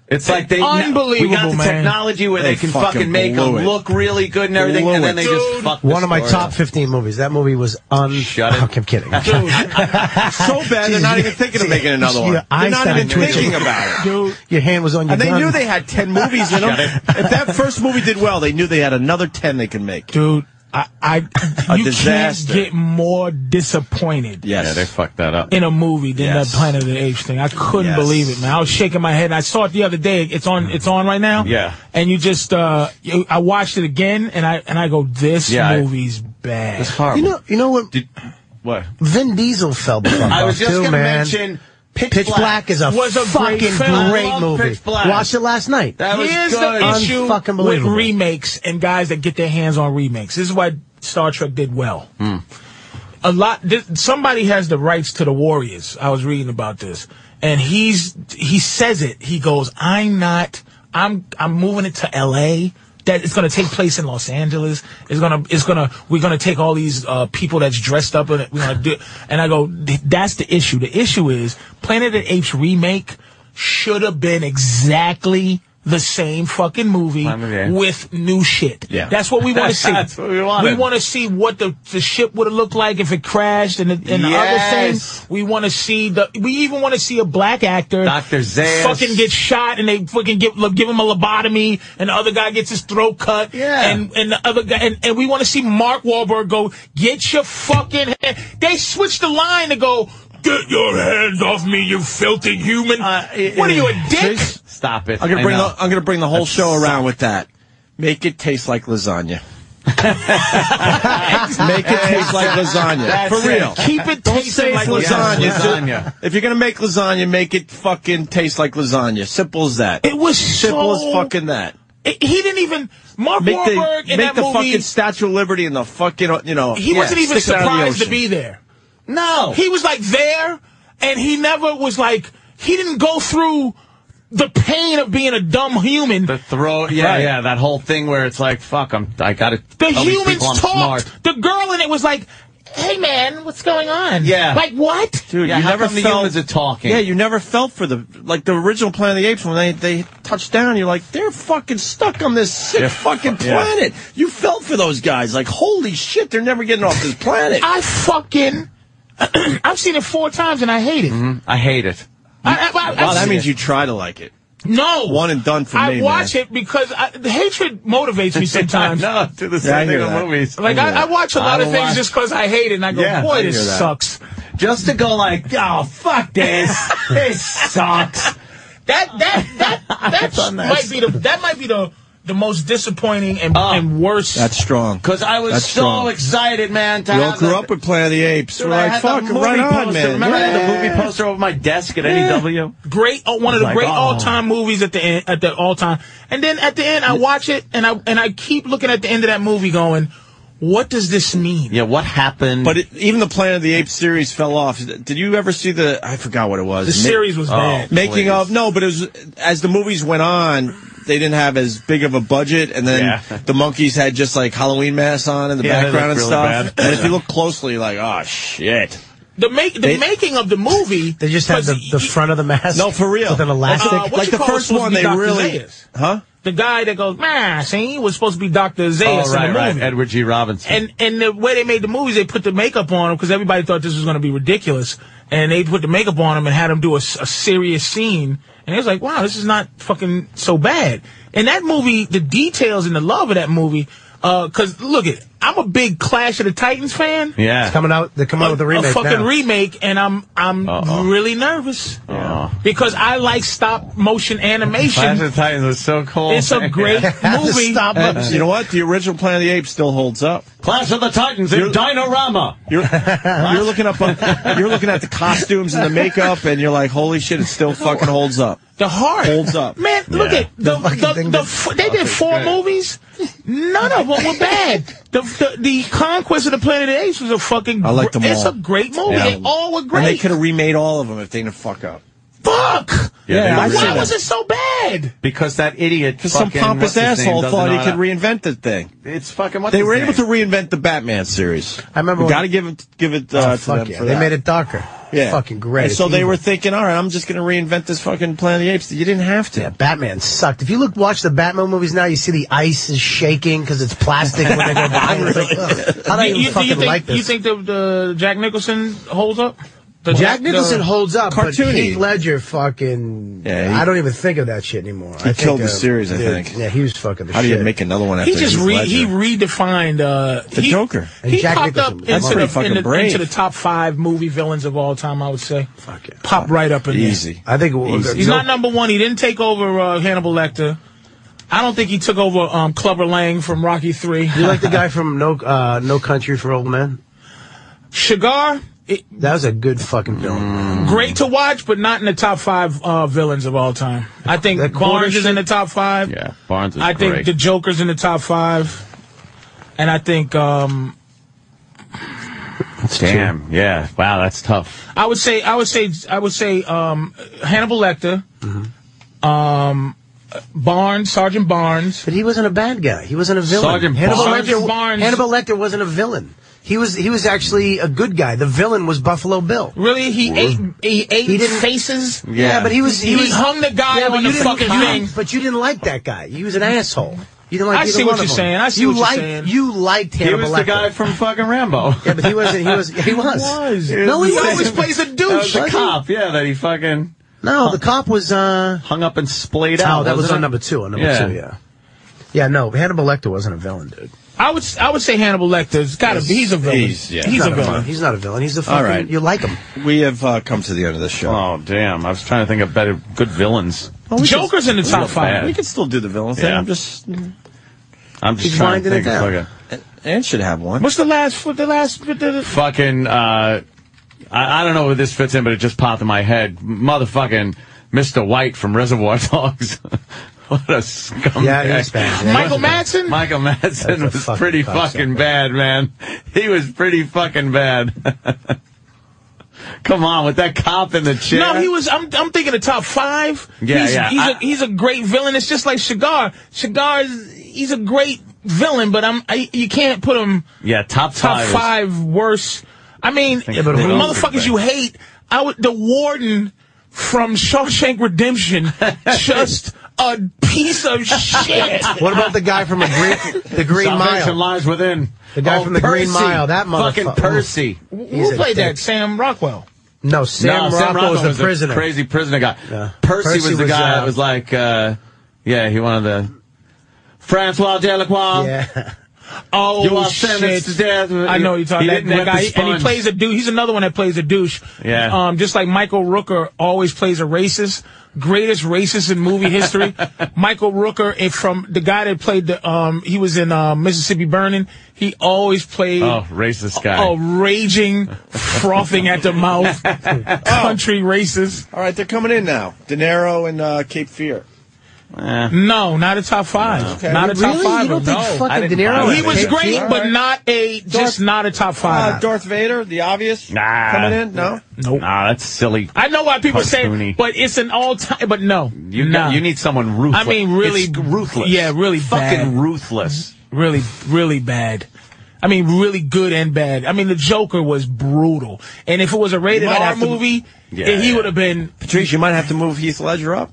[SPEAKER 2] It's like they
[SPEAKER 1] Unbelievable,
[SPEAKER 2] we got the
[SPEAKER 1] man.
[SPEAKER 2] technology where they,
[SPEAKER 3] They
[SPEAKER 2] can
[SPEAKER 3] fucking
[SPEAKER 2] fucking make
[SPEAKER 3] blew
[SPEAKER 2] them
[SPEAKER 3] it.
[SPEAKER 2] look really good and everything,
[SPEAKER 3] Blew
[SPEAKER 2] and then
[SPEAKER 3] it.
[SPEAKER 2] they just fuck. the
[SPEAKER 5] One of my
[SPEAKER 2] story
[SPEAKER 5] top
[SPEAKER 2] up.
[SPEAKER 5] 15 movies. That movie was un. Shut it. I'm kidding.
[SPEAKER 3] so bad they're not even thinking of making another one.
[SPEAKER 5] Your
[SPEAKER 3] They're
[SPEAKER 5] eyes
[SPEAKER 3] not
[SPEAKER 5] started
[SPEAKER 3] even thinking
[SPEAKER 5] twitching.
[SPEAKER 3] about it.
[SPEAKER 1] Dude.
[SPEAKER 5] Your hand was on your
[SPEAKER 3] And they
[SPEAKER 5] gun.
[SPEAKER 3] knew they had ten movies in them.
[SPEAKER 5] Shut it.
[SPEAKER 3] if that first movie did well, they knew they had another ten they could make.
[SPEAKER 1] Dude, I, I
[SPEAKER 3] a
[SPEAKER 1] you
[SPEAKER 3] disaster.
[SPEAKER 1] can't get more disappointed
[SPEAKER 3] Yes.
[SPEAKER 2] Yeah, they fucked that up.
[SPEAKER 1] in a movie than
[SPEAKER 2] Yes.
[SPEAKER 1] that Planet of the Apes thing. I couldn't
[SPEAKER 2] Yes.
[SPEAKER 1] believe it, man. I was shaking my head. And I saw it the other day. It's on. It's on right now.
[SPEAKER 2] Yeah.
[SPEAKER 1] And you just, uh, you, I watched it again, and I and I go, this
[SPEAKER 2] Yeah, I-
[SPEAKER 1] movie's bad.
[SPEAKER 2] It's horrible.
[SPEAKER 5] You know, you know what?
[SPEAKER 2] what?
[SPEAKER 5] Vin Diesel fell the fuck
[SPEAKER 2] I was
[SPEAKER 5] off,
[SPEAKER 2] just
[SPEAKER 5] too,
[SPEAKER 2] gonna
[SPEAKER 5] man.
[SPEAKER 2] mention Pitch
[SPEAKER 5] Black.
[SPEAKER 2] Black
[SPEAKER 5] is a
[SPEAKER 2] was a
[SPEAKER 5] fucking
[SPEAKER 2] great
[SPEAKER 5] great,
[SPEAKER 2] film. I love
[SPEAKER 5] movie.
[SPEAKER 2] Pitch Black.
[SPEAKER 5] Watched it last night.
[SPEAKER 1] Here's the issue
[SPEAKER 5] Unfucking
[SPEAKER 1] with
[SPEAKER 5] believable.
[SPEAKER 1] remakes and guys that get their hands on remakes. This is why Star Trek did well. A lot. Th- somebody has the rights to the Warriors. I was reading about this, and he's he says it. He goes, "I'm not. I'm I'm moving it to L.A." That it's gonna take place in Los Angeles. It's gonna, it's gonna, we're gonna take all these uh, people that's dressed up, and we're gonna do. And I go, "Th- that's the issue. The issue is Planet of the Apes remake should have been exactly the same fucking movie
[SPEAKER 2] Planet of the Apes.
[SPEAKER 1] with new shit.
[SPEAKER 2] Yeah.
[SPEAKER 1] That's what we want to see.
[SPEAKER 2] That's what we wanted.
[SPEAKER 1] want to see what the, the ship would have looked like if it crashed and, the-
[SPEAKER 2] Yes.
[SPEAKER 1] and the other thing. We want to see the. We even want to see a black actor.
[SPEAKER 2] Dr. Zayas.
[SPEAKER 1] Fucking get shot and they fucking give, give him a lobotomy and the other guy gets his throat cut.
[SPEAKER 2] Yeah.
[SPEAKER 1] And, and the other guy. And, and we want to see Mark Wahlberg go, get your fucking hand. They switched the line to go, get your hands off me, you filthy human. what are you, a dick?
[SPEAKER 2] Stop it!
[SPEAKER 3] I'm gonna
[SPEAKER 2] I
[SPEAKER 3] bring
[SPEAKER 2] know.
[SPEAKER 1] uh,
[SPEAKER 3] the I'm gonna bring the whole show around with that. Make it taste like lasagna. make it taste like lasagna.
[SPEAKER 2] That's
[SPEAKER 3] For
[SPEAKER 2] it.
[SPEAKER 3] real.
[SPEAKER 1] Keep it
[SPEAKER 3] Don't
[SPEAKER 1] tasting
[SPEAKER 3] say
[SPEAKER 1] like
[SPEAKER 3] lasagna.
[SPEAKER 2] lasagna.
[SPEAKER 3] Just-
[SPEAKER 2] Lasagna.
[SPEAKER 3] If you're gonna make lasagna, make it fucking taste like lasagna. Simple as that.
[SPEAKER 1] It was
[SPEAKER 3] simple
[SPEAKER 1] so-
[SPEAKER 3] as fucking that.
[SPEAKER 1] It- he didn't even Mark
[SPEAKER 3] Make the
[SPEAKER 1] Wahlberg in
[SPEAKER 3] make
[SPEAKER 1] that
[SPEAKER 3] the
[SPEAKER 1] movie.
[SPEAKER 3] fucking Statue of Liberty and the fucking you know.
[SPEAKER 1] he
[SPEAKER 3] yeah,
[SPEAKER 1] wasn't even
[SPEAKER 3] sticks out of the
[SPEAKER 1] surprised to
[SPEAKER 3] ocean.
[SPEAKER 1] be there.
[SPEAKER 2] No,
[SPEAKER 1] He was like there, and he never was like he didn't go through the pain of being a dumb human.
[SPEAKER 2] the throw. Yeah,
[SPEAKER 1] Right.
[SPEAKER 2] yeah, that whole thing where it's like, fuck, I'm. I got to.
[SPEAKER 1] The
[SPEAKER 2] tell these
[SPEAKER 1] humans
[SPEAKER 2] people I'm
[SPEAKER 1] talked.
[SPEAKER 2] smart.
[SPEAKER 1] The girl in it was like, "Hey man, what's going on?
[SPEAKER 2] Yeah.
[SPEAKER 1] like what?
[SPEAKER 3] Dude,
[SPEAKER 2] Yeah,
[SPEAKER 3] you
[SPEAKER 2] how
[SPEAKER 3] never
[SPEAKER 2] come the
[SPEAKER 3] felt
[SPEAKER 2] humans are talking?
[SPEAKER 3] Yeah, you never felt for the like the original Planet of the Apes when they they touched down. You're like, they're fucking stuck on this sick
[SPEAKER 2] Yeah.
[SPEAKER 3] fucking
[SPEAKER 2] Yeah.
[SPEAKER 3] planet. You felt for those guys. Like, holy shit, they're never getting off this planet.
[SPEAKER 1] I fucking I've seen it four times and I hate it.
[SPEAKER 2] I hate it.
[SPEAKER 1] I, I, I,
[SPEAKER 3] wow,
[SPEAKER 1] I've
[SPEAKER 3] Mm-hmm. that
[SPEAKER 1] seen
[SPEAKER 3] means
[SPEAKER 1] it.
[SPEAKER 3] you try to like it.
[SPEAKER 1] no
[SPEAKER 3] One and done for
[SPEAKER 1] I
[SPEAKER 3] me.
[SPEAKER 1] watch it because I, the hatred motivates me sometimes.
[SPEAKER 2] no, do the same
[SPEAKER 3] I
[SPEAKER 2] thing
[SPEAKER 3] hear
[SPEAKER 2] in
[SPEAKER 3] that.
[SPEAKER 2] movies.
[SPEAKER 1] Like I, I watch a lot
[SPEAKER 2] I
[SPEAKER 1] of things
[SPEAKER 2] watch-
[SPEAKER 1] just because I hate it, and I go,
[SPEAKER 2] Yeah, I hear
[SPEAKER 1] "Boy, this
[SPEAKER 2] that.
[SPEAKER 1] sucks."
[SPEAKER 2] just to go like, oh fuck this, this sucks.
[SPEAKER 1] That that that that might be the that might be the the most disappointing and, and worst.
[SPEAKER 3] That's strong.
[SPEAKER 2] Because I was
[SPEAKER 3] That's
[SPEAKER 2] so
[SPEAKER 3] strong.
[SPEAKER 2] excited, man. To
[SPEAKER 3] We all
[SPEAKER 2] have
[SPEAKER 3] grew
[SPEAKER 2] that-
[SPEAKER 3] up with Planet of the Apes.
[SPEAKER 2] Dude,
[SPEAKER 3] We're
[SPEAKER 2] I
[SPEAKER 3] like,
[SPEAKER 2] had
[SPEAKER 3] fuck,
[SPEAKER 2] the movie
[SPEAKER 3] right on,
[SPEAKER 2] poster.
[SPEAKER 3] man.
[SPEAKER 2] Remember I
[SPEAKER 3] Yeah.
[SPEAKER 2] had the movie poster over my desk at E NEW?
[SPEAKER 1] great, oh, one of the
[SPEAKER 2] Like,
[SPEAKER 1] great
[SPEAKER 2] oh.
[SPEAKER 1] all-time movies at the end, at the all-time. And then at the end, I watch it and I and I keep looking at the end of that movie, going, "What does this mean?"
[SPEAKER 2] Yeah, what happened?
[SPEAKER 3] But it, even the Planet of the Apes series fell off. Did you ever see the? I forgot what it was.
[SPEAKER 1] The series was bad.
[SPEAKER 3] Making
[SPEAKER 2] please.
[SPEAKER 3] of no, but it was as the movies went on, they didn't have as big of a budget, and then
[SPEAKER 2] Yeah.
[SPEAKER 3] the monkeys had just like Halloween masks on in the
[SPEAKER 2] Yeah, they
[SPEAKER 3] background and
[SPEAKER 2] looked really
[SPEAKER 3] stuff.
[SPEAKER 2] bad.
[SPEAKER 3] And if you look closely, you're like, oh shit.
[SPEAKER 1] The make the
[SPEAKER 3] They-
[SPEAKER 1] making of the movie.
[SPEAKER 5] They just had
[SPEAKER 1] was- e-
[SPEAKER 5] the, the front of the mask.
[SPEAKER 3] No, for real.
[SPEAKER 5] With an elastic.
[SPEAKER 1] Uh, what
[SPEAKER 3] like
[SPEAKER 1] you
[SPEAKER 3] the
[SPEAKER 1] call it
[SPEAKER 3] first
[SPEAKER 1] supposed
[SPEAKER 3] one,
[SPEAKER 1] to be
[SPEAKER 3] they
[SPEAKER 1] Dr.
[SPEAKER 3] really,
[SPEAKER 1] Zayas?
[SPEAKER 3] huh?
[SPEAKER 1] the guy that goes, "Man, see, he was supposed to be Doctor Zayas
[SPEAKER 2] oh, right,
[SPEAKER 1] in the
[SPEAKER 2] right.
[SPEAKER 1] movie."
[SPEAKER 2] Edward G. Robinson.
[SPEAKER 1] And and the way they made the movies, they put the makeup on him because everybody thought this was going to be ridiculous, and they put the makeup on him and had him do a, s- a serious scene, and it was like, wow, this is not fucking so bad. And that movie, the details and the love of that movie, because uh, look it, I'm a big Clash of the Titans fan.
[SPEAKER 2] Yeah.
[SPEAKER 5] It's coming out. They're coming out with a Oh, remake
[SPEAKER 1] a fucking
[SPEAKER 5] now.
[SPEAKER 1] remake, and I'm I'm really nervous because I like stop motion
[SPEAKER 2] Clash
[SPEAKER 1] animation.
[SPEAKER 2] of the Titans was so cool.
[SPEAKER 1] It's a great movie.
[SPEAKER 3] Stop up. You know what? The original Planet of the Apes still holds up.
[SPEAKER 2] Clash of the Titans in Dinorama.
[SPEAKER 3] You're, you're looking up. You're looking at the costumes and the makeup, and you're like, "Holy shit! It still fucking holds up."
[SPEAKER 1] The heart
[SPEAKER 3] holds up.
[SPEAKER 1] Man, look at the the, the, f- they did four movies. None of them were bad. The, the the Conquest of the Planet of the Apes was a fucking.
[SPEAKER 3] I like them
[SPEAKER 1] gr- It's
[SPEAKER 3] all.
[SPEAKER 1] a great movie.
[SPEAKER 3] Yeah.
[SPEAKER 1] They all were
[SPEAKER 3] And they
[SPEAKER 1] great.
[SPEAKER 3] could have remade all of them if they didn't fuck up.
[SPEAKER 1] Fuck.
[SPEAKER 2] Yeah, they
[SPEAKER 1] Why
[SPEAKER 2] really did.
[SPEAKER 1] was it so bad?
[SPEAKER 2] Because that idiot.
[SPEAKER 3] Because some
[SPEAKER 2] fucking-
[SPEAKER 3] pompous
[SPEAKER 2] what's his name,
[SPEAKER 3] asshole
[SPEAKER 2] doesn't
[SPEAKER 3] thought
[SPEAKER 2] know
[SPEAKER 3] he
[SPEAKER 2] how
[SPEAKER 3] could
[SPEAKER 2] to-
[SPEAKER 3] reinvent the thing.
[SPEAKER 2] It's fucking. What's
[SPEAKER 3] they
[SPEAKER 2] his
[SPEAKER 3] were
[SPEAKER 2] name?
[SPEAKER 3] able to reinvent the Batman series. I
[SPEAKER 5] remember
[SPEAKER 3] We
[SPEAKER 5] when-
[SPEAKER 3] got to give it, give it
[SPEAKER 5] Oh,
[SPEAKER 3] uh, to
[SPEAKER 5] fuck
[SPEAKER 3] them
[SPEAKER 5] yeah.
[SPEAKER 3] for
[SPEAKER 5] They
[SPEAKER 3] that.
[SPEAKER 5] made it darker.
[SPEAKER 3] Yeah,
[SPEAKER 5] Fucking great.
[SPEAKER 3] And so
[SPEAKER 5] It's
[SPEAKER 3] they were
[SPEAKER 5] evil.
[SPEAKER 3] thinking, all right, I'm just going to reinvent this fucking Planet of the Apes. You didn't have to.
[SPEAKER 5] Batman sucked. If you look, watch the Batman movies now, you see the ice is shaking because it's plastic when they go by. It's like, ugh, how do I
[SPEAKER 1] You-
[SPEAKER 5] even
[SPEAKER 1] you, do
[SPEAKER 5] fucking
[SPEAKER 1] you think,
[SPEAKER 5] like this?
[SPEAKER 1] You think the, the Jack Nicholson holds up? The
[SPEAKER 5] Jack
[SPEAKER 1] the-
[SPEAKER 5] Nicholson holds up, but
[SPEAKER 1] Cartoony.
[SPEAKER 5] Heath Ledger fucking.
[SPEAKER 3] Yeah, he-
[SPEAKER 5] I don't even think of that shit anymore.
[SPEAKER 3] He
[SPEAKER 5] I think,
[SPEAKER 3] killed the
[SPEAKER 5] uh,
[SPEAKER 3] series, I
[SPEAKER 5] dude,
[SPEAKER 3] think.
[SPEAKER 5] Yeah, he was fucking the
[SPEAKER 3] How do
[SPEAKER 5] shit.
[SPEAKER 3] you make another one after
[SPEAKER 1] He just
[SPEAKER 3] Heath
[SPEAKER 1] re,
[SPEAKER 3] Ledger?
[SPEAKER 1] he redefined uh,
[SPEAKER 3] The
[SPEAKER 1] he-
[SPEAKER 3] Joker. And
[SPEAKER 1] He
[SPEAKER 3] Jack
[SPEAKER 1] popped up
[SPEAKER 3] Nicholson. That's
[SPEAKER 1] into
[SPEAKER 3] pretty
[SPEAKER 1] the,
[SPEAKER 3] fucking
[SPEAKER 1] in the,
[SPEAKER 3] brave.
[SPEAKER 1] into the top five movie villains of all time. I would say. Fuck it. Pop right up in
[SPEAKER 3] Easy.
[SPEAKER 1] there.
[SPEAKER 5] I think it was-
[SPEAKER 1] He's not number one. He didn't take over uh, Hannibal Lecter. I don't think he took over um, Clubber Lang from Rocky Three.
[SPEAKER 5] You like the guy from No uh, No Country for Old Men?
[SPEAKER 1] Shigar. It-
[SPEAKER 5] That was a good fucking film.
[SPEAKER 1] Great to watch, but not in the top five uh, villains of all time. I think
[SPEAKER 5] That quarter
[SPEAKER 1] Barnes is
[SPEAKER 5] shit-
[SPEAKER 1] in the top five.
[SPEAKER 2] Yeah, Barnes is
[SPEAKER 1] I think
[SPEAKER 2] great.
[SPEAKER 1] the Joker's in the top five, and I think um,
[SPEAKER 2] Damn. Yeah. Wow. That's tough.
[SPEAKER 1] I would say I would say I would say um, Hannibal Lecter,
[SPEAKER 5] Mm-hmm.
[SPEAKER 1] um, Barnes, Sergeant Barnes.
[SPEAKER 5] But he wasn't a bad guy. He wasn't a villain.
[SPEAKER 1] Sergeant
[SPEAKER 5] Hannibal
[SPEAKER 1] Barnes.
[SPEAKER 5] Lecter,
[SPEAKER 1] Sergeant Barnes.
[SPEAKER 5] Hannibal Lecter wasn't a villain. He was he was actually a good guy. The villain was Buffalo Bill.
[SPEAKER 1] Really, he ate he ate
[SPEAKER 5] He didn't-
[SPEAKER 1] faces.
[SPEAKER 5] Yeah. but he was he, was
[SPEAKER 1] hung the guy
[SPEAKER 5] yeah, but
[SPEAKER 1] on
[SPEAKER 5] you
[SPEAKER 1] the
[SPEAKER 5] didn't-
[SPEAKER 1] fucking
[SPEAKER 5] you
[SPEAKER 1] thing.
[SPEAKER 5] didn't- But you didn't like that guy. He was an asshole. You didn't like.
[SPEAKER 1] I
[SPEAKER 5] either
[SPEAKER 1] see
[SPEAKER 5] one
[SPEAKER 1] what
[SPEAKER 5] of
[SPEAKER 1] you're
[SPEAKER 5] them.
[SPEAKER 1] saying. I see
[SPEAKER 5] you
[SPEAKER 1] what you're
[SPEAKER 5] liked,
[SPEAKER 1] saying.
[SPEAKER 5] You liked
[SPEAKER 2] He
[SPEAKER 5] Hannibal
[SPEAKER 2] was the
[SPEAKER 5] Lecter.
[SPEAKER 2] guy from fucking Rambo.
[SPEAKER 5] Yeah, but he wasn't. He was. He was.
[SPEAKER 2] He
[SPEAKER 5] No,
[SPEAKER 2] was
[SPEAKER 5] he
[SPEAKER 2] the-
[SPEAKER 5] always plays a douche.
[SPEAKER 2] That was the
[SPEAKER 5] Like,
[SPEAKER 2] cop. Yeah. That he fucking
[SPEAKER 5] No, the cop was. uh
[SPEAKER 2] hung up and splayed
[SPEAKER 5] Oh,
[SPEAKER 2] out.
[SPEAKER 5] that was
[SPEAKER 2] wasn't
[SPEAKER 5] on
[SPEAKER 2] it?
[SPEAKER 5] number two. On number
[SPEAKER 2] Yeah.
[SPEAKER 5] two, yeah. Yeah, no, Hannibal Lecter wasn't a villain, dude.
[SPEAKER 1] I would I would say Hannibal Lecter's got to be. He's a villain. He's,
[SPEAKER 5] not
[SPEAKER 1] a villain. Mm-hmm.
[SPEAKER 5] He's not a villain. He's a
[SPEAKER 3] All
[SPEAKER 5] fucking.
[SPEAKER 3] right.
[SPEAKER 5] You like him?
[SPEAKER 3] We have uh, come to the end of the show.
[SPEAKER 2] Oh damn! I was trying to think of better good villains.
[SPEAKER 1] Joker's in the top five.
[SPEAKER 3] We can still do the villain thing.
[SPEAKER 2] Yeah.
[SPEAKER 3] I'm just.
[SPEAKER 2] I'm just
[SPEAKER 3] He's
[SPEAKER 2] trying to
[SPEAKER 3] winding it
[SPEAKER 2] think. Of
[SPEAKER 3] down.
[SPEAKER 2] fucking,
[SPEAKER 3] Ann should have one.
[SPEAKER 1] What's the last? The last? The, the,
[SPEAKER 2] fucking uh, I, I don't know where this fits in, but it just popped in my head. Motherfucking Mr. White from Reservoir Dogs. what a scumbag!
[SPEAKER 5] Yeah, he's bad. Yeah.
[SPEAKER 1] Michael Madsen.
[SPEAKER 2] Michael
[SPEAKER 5] That's
[SPEAKER 2] Madsen
[SPEAKER 5] a
[SPEAKER 2] was
[SPEAKER 5] fucking
[SPEAKER 2] pretty
[SPEAKER 5] cocksucker.
[SPEAKER 2] fucking bad, man. He was pretty fucking bad. Come on, with that cop in the chair.
[SPEAKER 1] No, he was. I'm, I'm thinking the top five.
[SPEAKER 2] Yeah,
[SPEAKER 1] he's,
[SPEAKER 2] yeah,
[SPEAKER 1] He's, a
[SPEAKER 2] I-
[SPEAKER 1] he's a great villain. It's just like Shigar. Shigar is he's a great villain, but I'm I, you can't put him
[SPEAKER 2] Yeah, top
[SPEAKER 1] top
[SPEAKER 2] five. is-
[SPEAKER 1] five worst. I mean,
[SPEAKER 2] think
[SPEAKER 1] the
[SPEAKER 2] they all do
[SPEAKER 1] motherfuckers
[SPEAKER 2] that.
[SPEAKER 1] you hate. I would the warden from Shawshank Redemption, just a piece of shit.
[SPEAKER 5] What about the guy from a green, the Green
[SPEAKER 2] Salvation
[SPEAKER 5] Mile?
[SPEAKER 2] lies within.
[SPEAKER 5] The guy
[SPEAKER 2] Oh,
[SPEAKER 5] from the Green
[SPEAKER 2] Percy.
[SPEAKER 5] Mile, that
[SPEAKER 2] Fucking
[SPEAKER 5] motherfucker.
[SPEAKER 2] Percy.
[SPEAKER 5] He's
[SPEAKER 1] Who
[SPEAKER 5] a
[SPEAKER 1] played
[SPEAKER 5] dick.
[SPEAKER 1] that? Sam Rockwell.
[SPEAKER 5] No, Sam,
[SPEAKER 2] No,
[SPEAKER 5] Rockwell was the prisoner.
[SPEAKER 2] crazy prisoner guy.
[SPEAKER 5] Yeah.
[SPEAKER 2] Percy,
[SPEAKER 5] Percy
[SPEAKER 2] was the
[SPEAKER 5] was,
[SPEAKER 2] guy
[SPEAKER 5] uh,
[SPEAKER 2] that was like, uh, yeah, he wanted the Francois Delacroix.
[SPEAKER 5] Yeah,
[SPEAKER 1] Oh
[SPEAKER 2] You are
[SPEAKER 1] shit!
[SPEAKER 2] sentenced to death.
[SPEAKER 1] I know you're talking
[SPEAKER 2] He
[SPEAKER 1] that,
[SPEAKER 2] didn't
[SPEAKER 1] that
[SPEAKER 2] wet the
[SPEAKER 1] guy, and he
[SPEAKER 2] sponge.
[SPEAKER 1] plays a douche. He's another one that plays a douche.
[SPEAKER 2] Yeah.
[SPEAKER 1] Um, just like Michael Rooker always plays a racist. Greatest racist in movie history, Michael Rooker, and from the guy that played the um, he was in uh, Mississippi Burning. He always played
[SPEAKER 2] oh, racist guy.
[SPEAKER 1] a raging, frothing at the mouth, country racist.
[SPEAKER 3] All right, they're coming in now. De Niro and uh, Cape Fear.
[SPEAKER 2] Eh.
[SPEAKER 1] No, not a top five. Not a top
[SPEAKER 5] Really?
[SPEAKER 1] five.
[SPEAKER 5] You don't think
[SPEAKER 1] no.
[SPEAKER 5] fucking De
[SPEAKER 2] didn't buy
[SPEAKER 5] Niro?
[SPEAKER 2] it.
[SPEAKER 1] he was
[SPEAKER 5] Cape
[SPEAKER 1] great,
[SPEAKER 5] Fear?
[SPEAKER 1] but not a just not a top
[SPEAKER 3] Uh,
[SPEAKER 5] Ah.
[SPEAKER 1] five.
[SPEAKER 3] Darth Vader, the obvious.
[SPEAKER 2] Nah.
[SPEAKER 3] Coming in? No?
[SPEAKER 1] nope.
[SPEAKER 2] Nah, that's silly.
[SPEAKER 1] I know why people say,
[SPEAKER 2] Cartoony.
[SPEAKER 1] it, but it's an all time. But no,
[SPEAKER 2] You
[SPEAKER 1] nah.
[SPEAKER 2] got, you need someone ruthless.
[SPEAKER 1] I mean, really-
[SPEAKER 2] It's ruthless.
[SPEAKER 1] yeah, really
[SPEAKER 2] fucking
[SPEAKER 1] bad.
[SPEAKER 2] ruthless.
[SPEAKER 1] really, really bad. I mean, really good and bad. I mean, the Joker was brutal, and if it was a rated
[SPEAKER 3] might
[SPEAKER 1] R
[SPEAKER 3] have to-
[SPEAKER 1] movie,
[SPEAKER 2] Yeah,
[SPEAKER 1] eh, he
[SPEAKER 2] yeah.
[SPEAKER 1] would have been.
[SPEAKER 3] Patrice, you might have to move Heath Ledger up.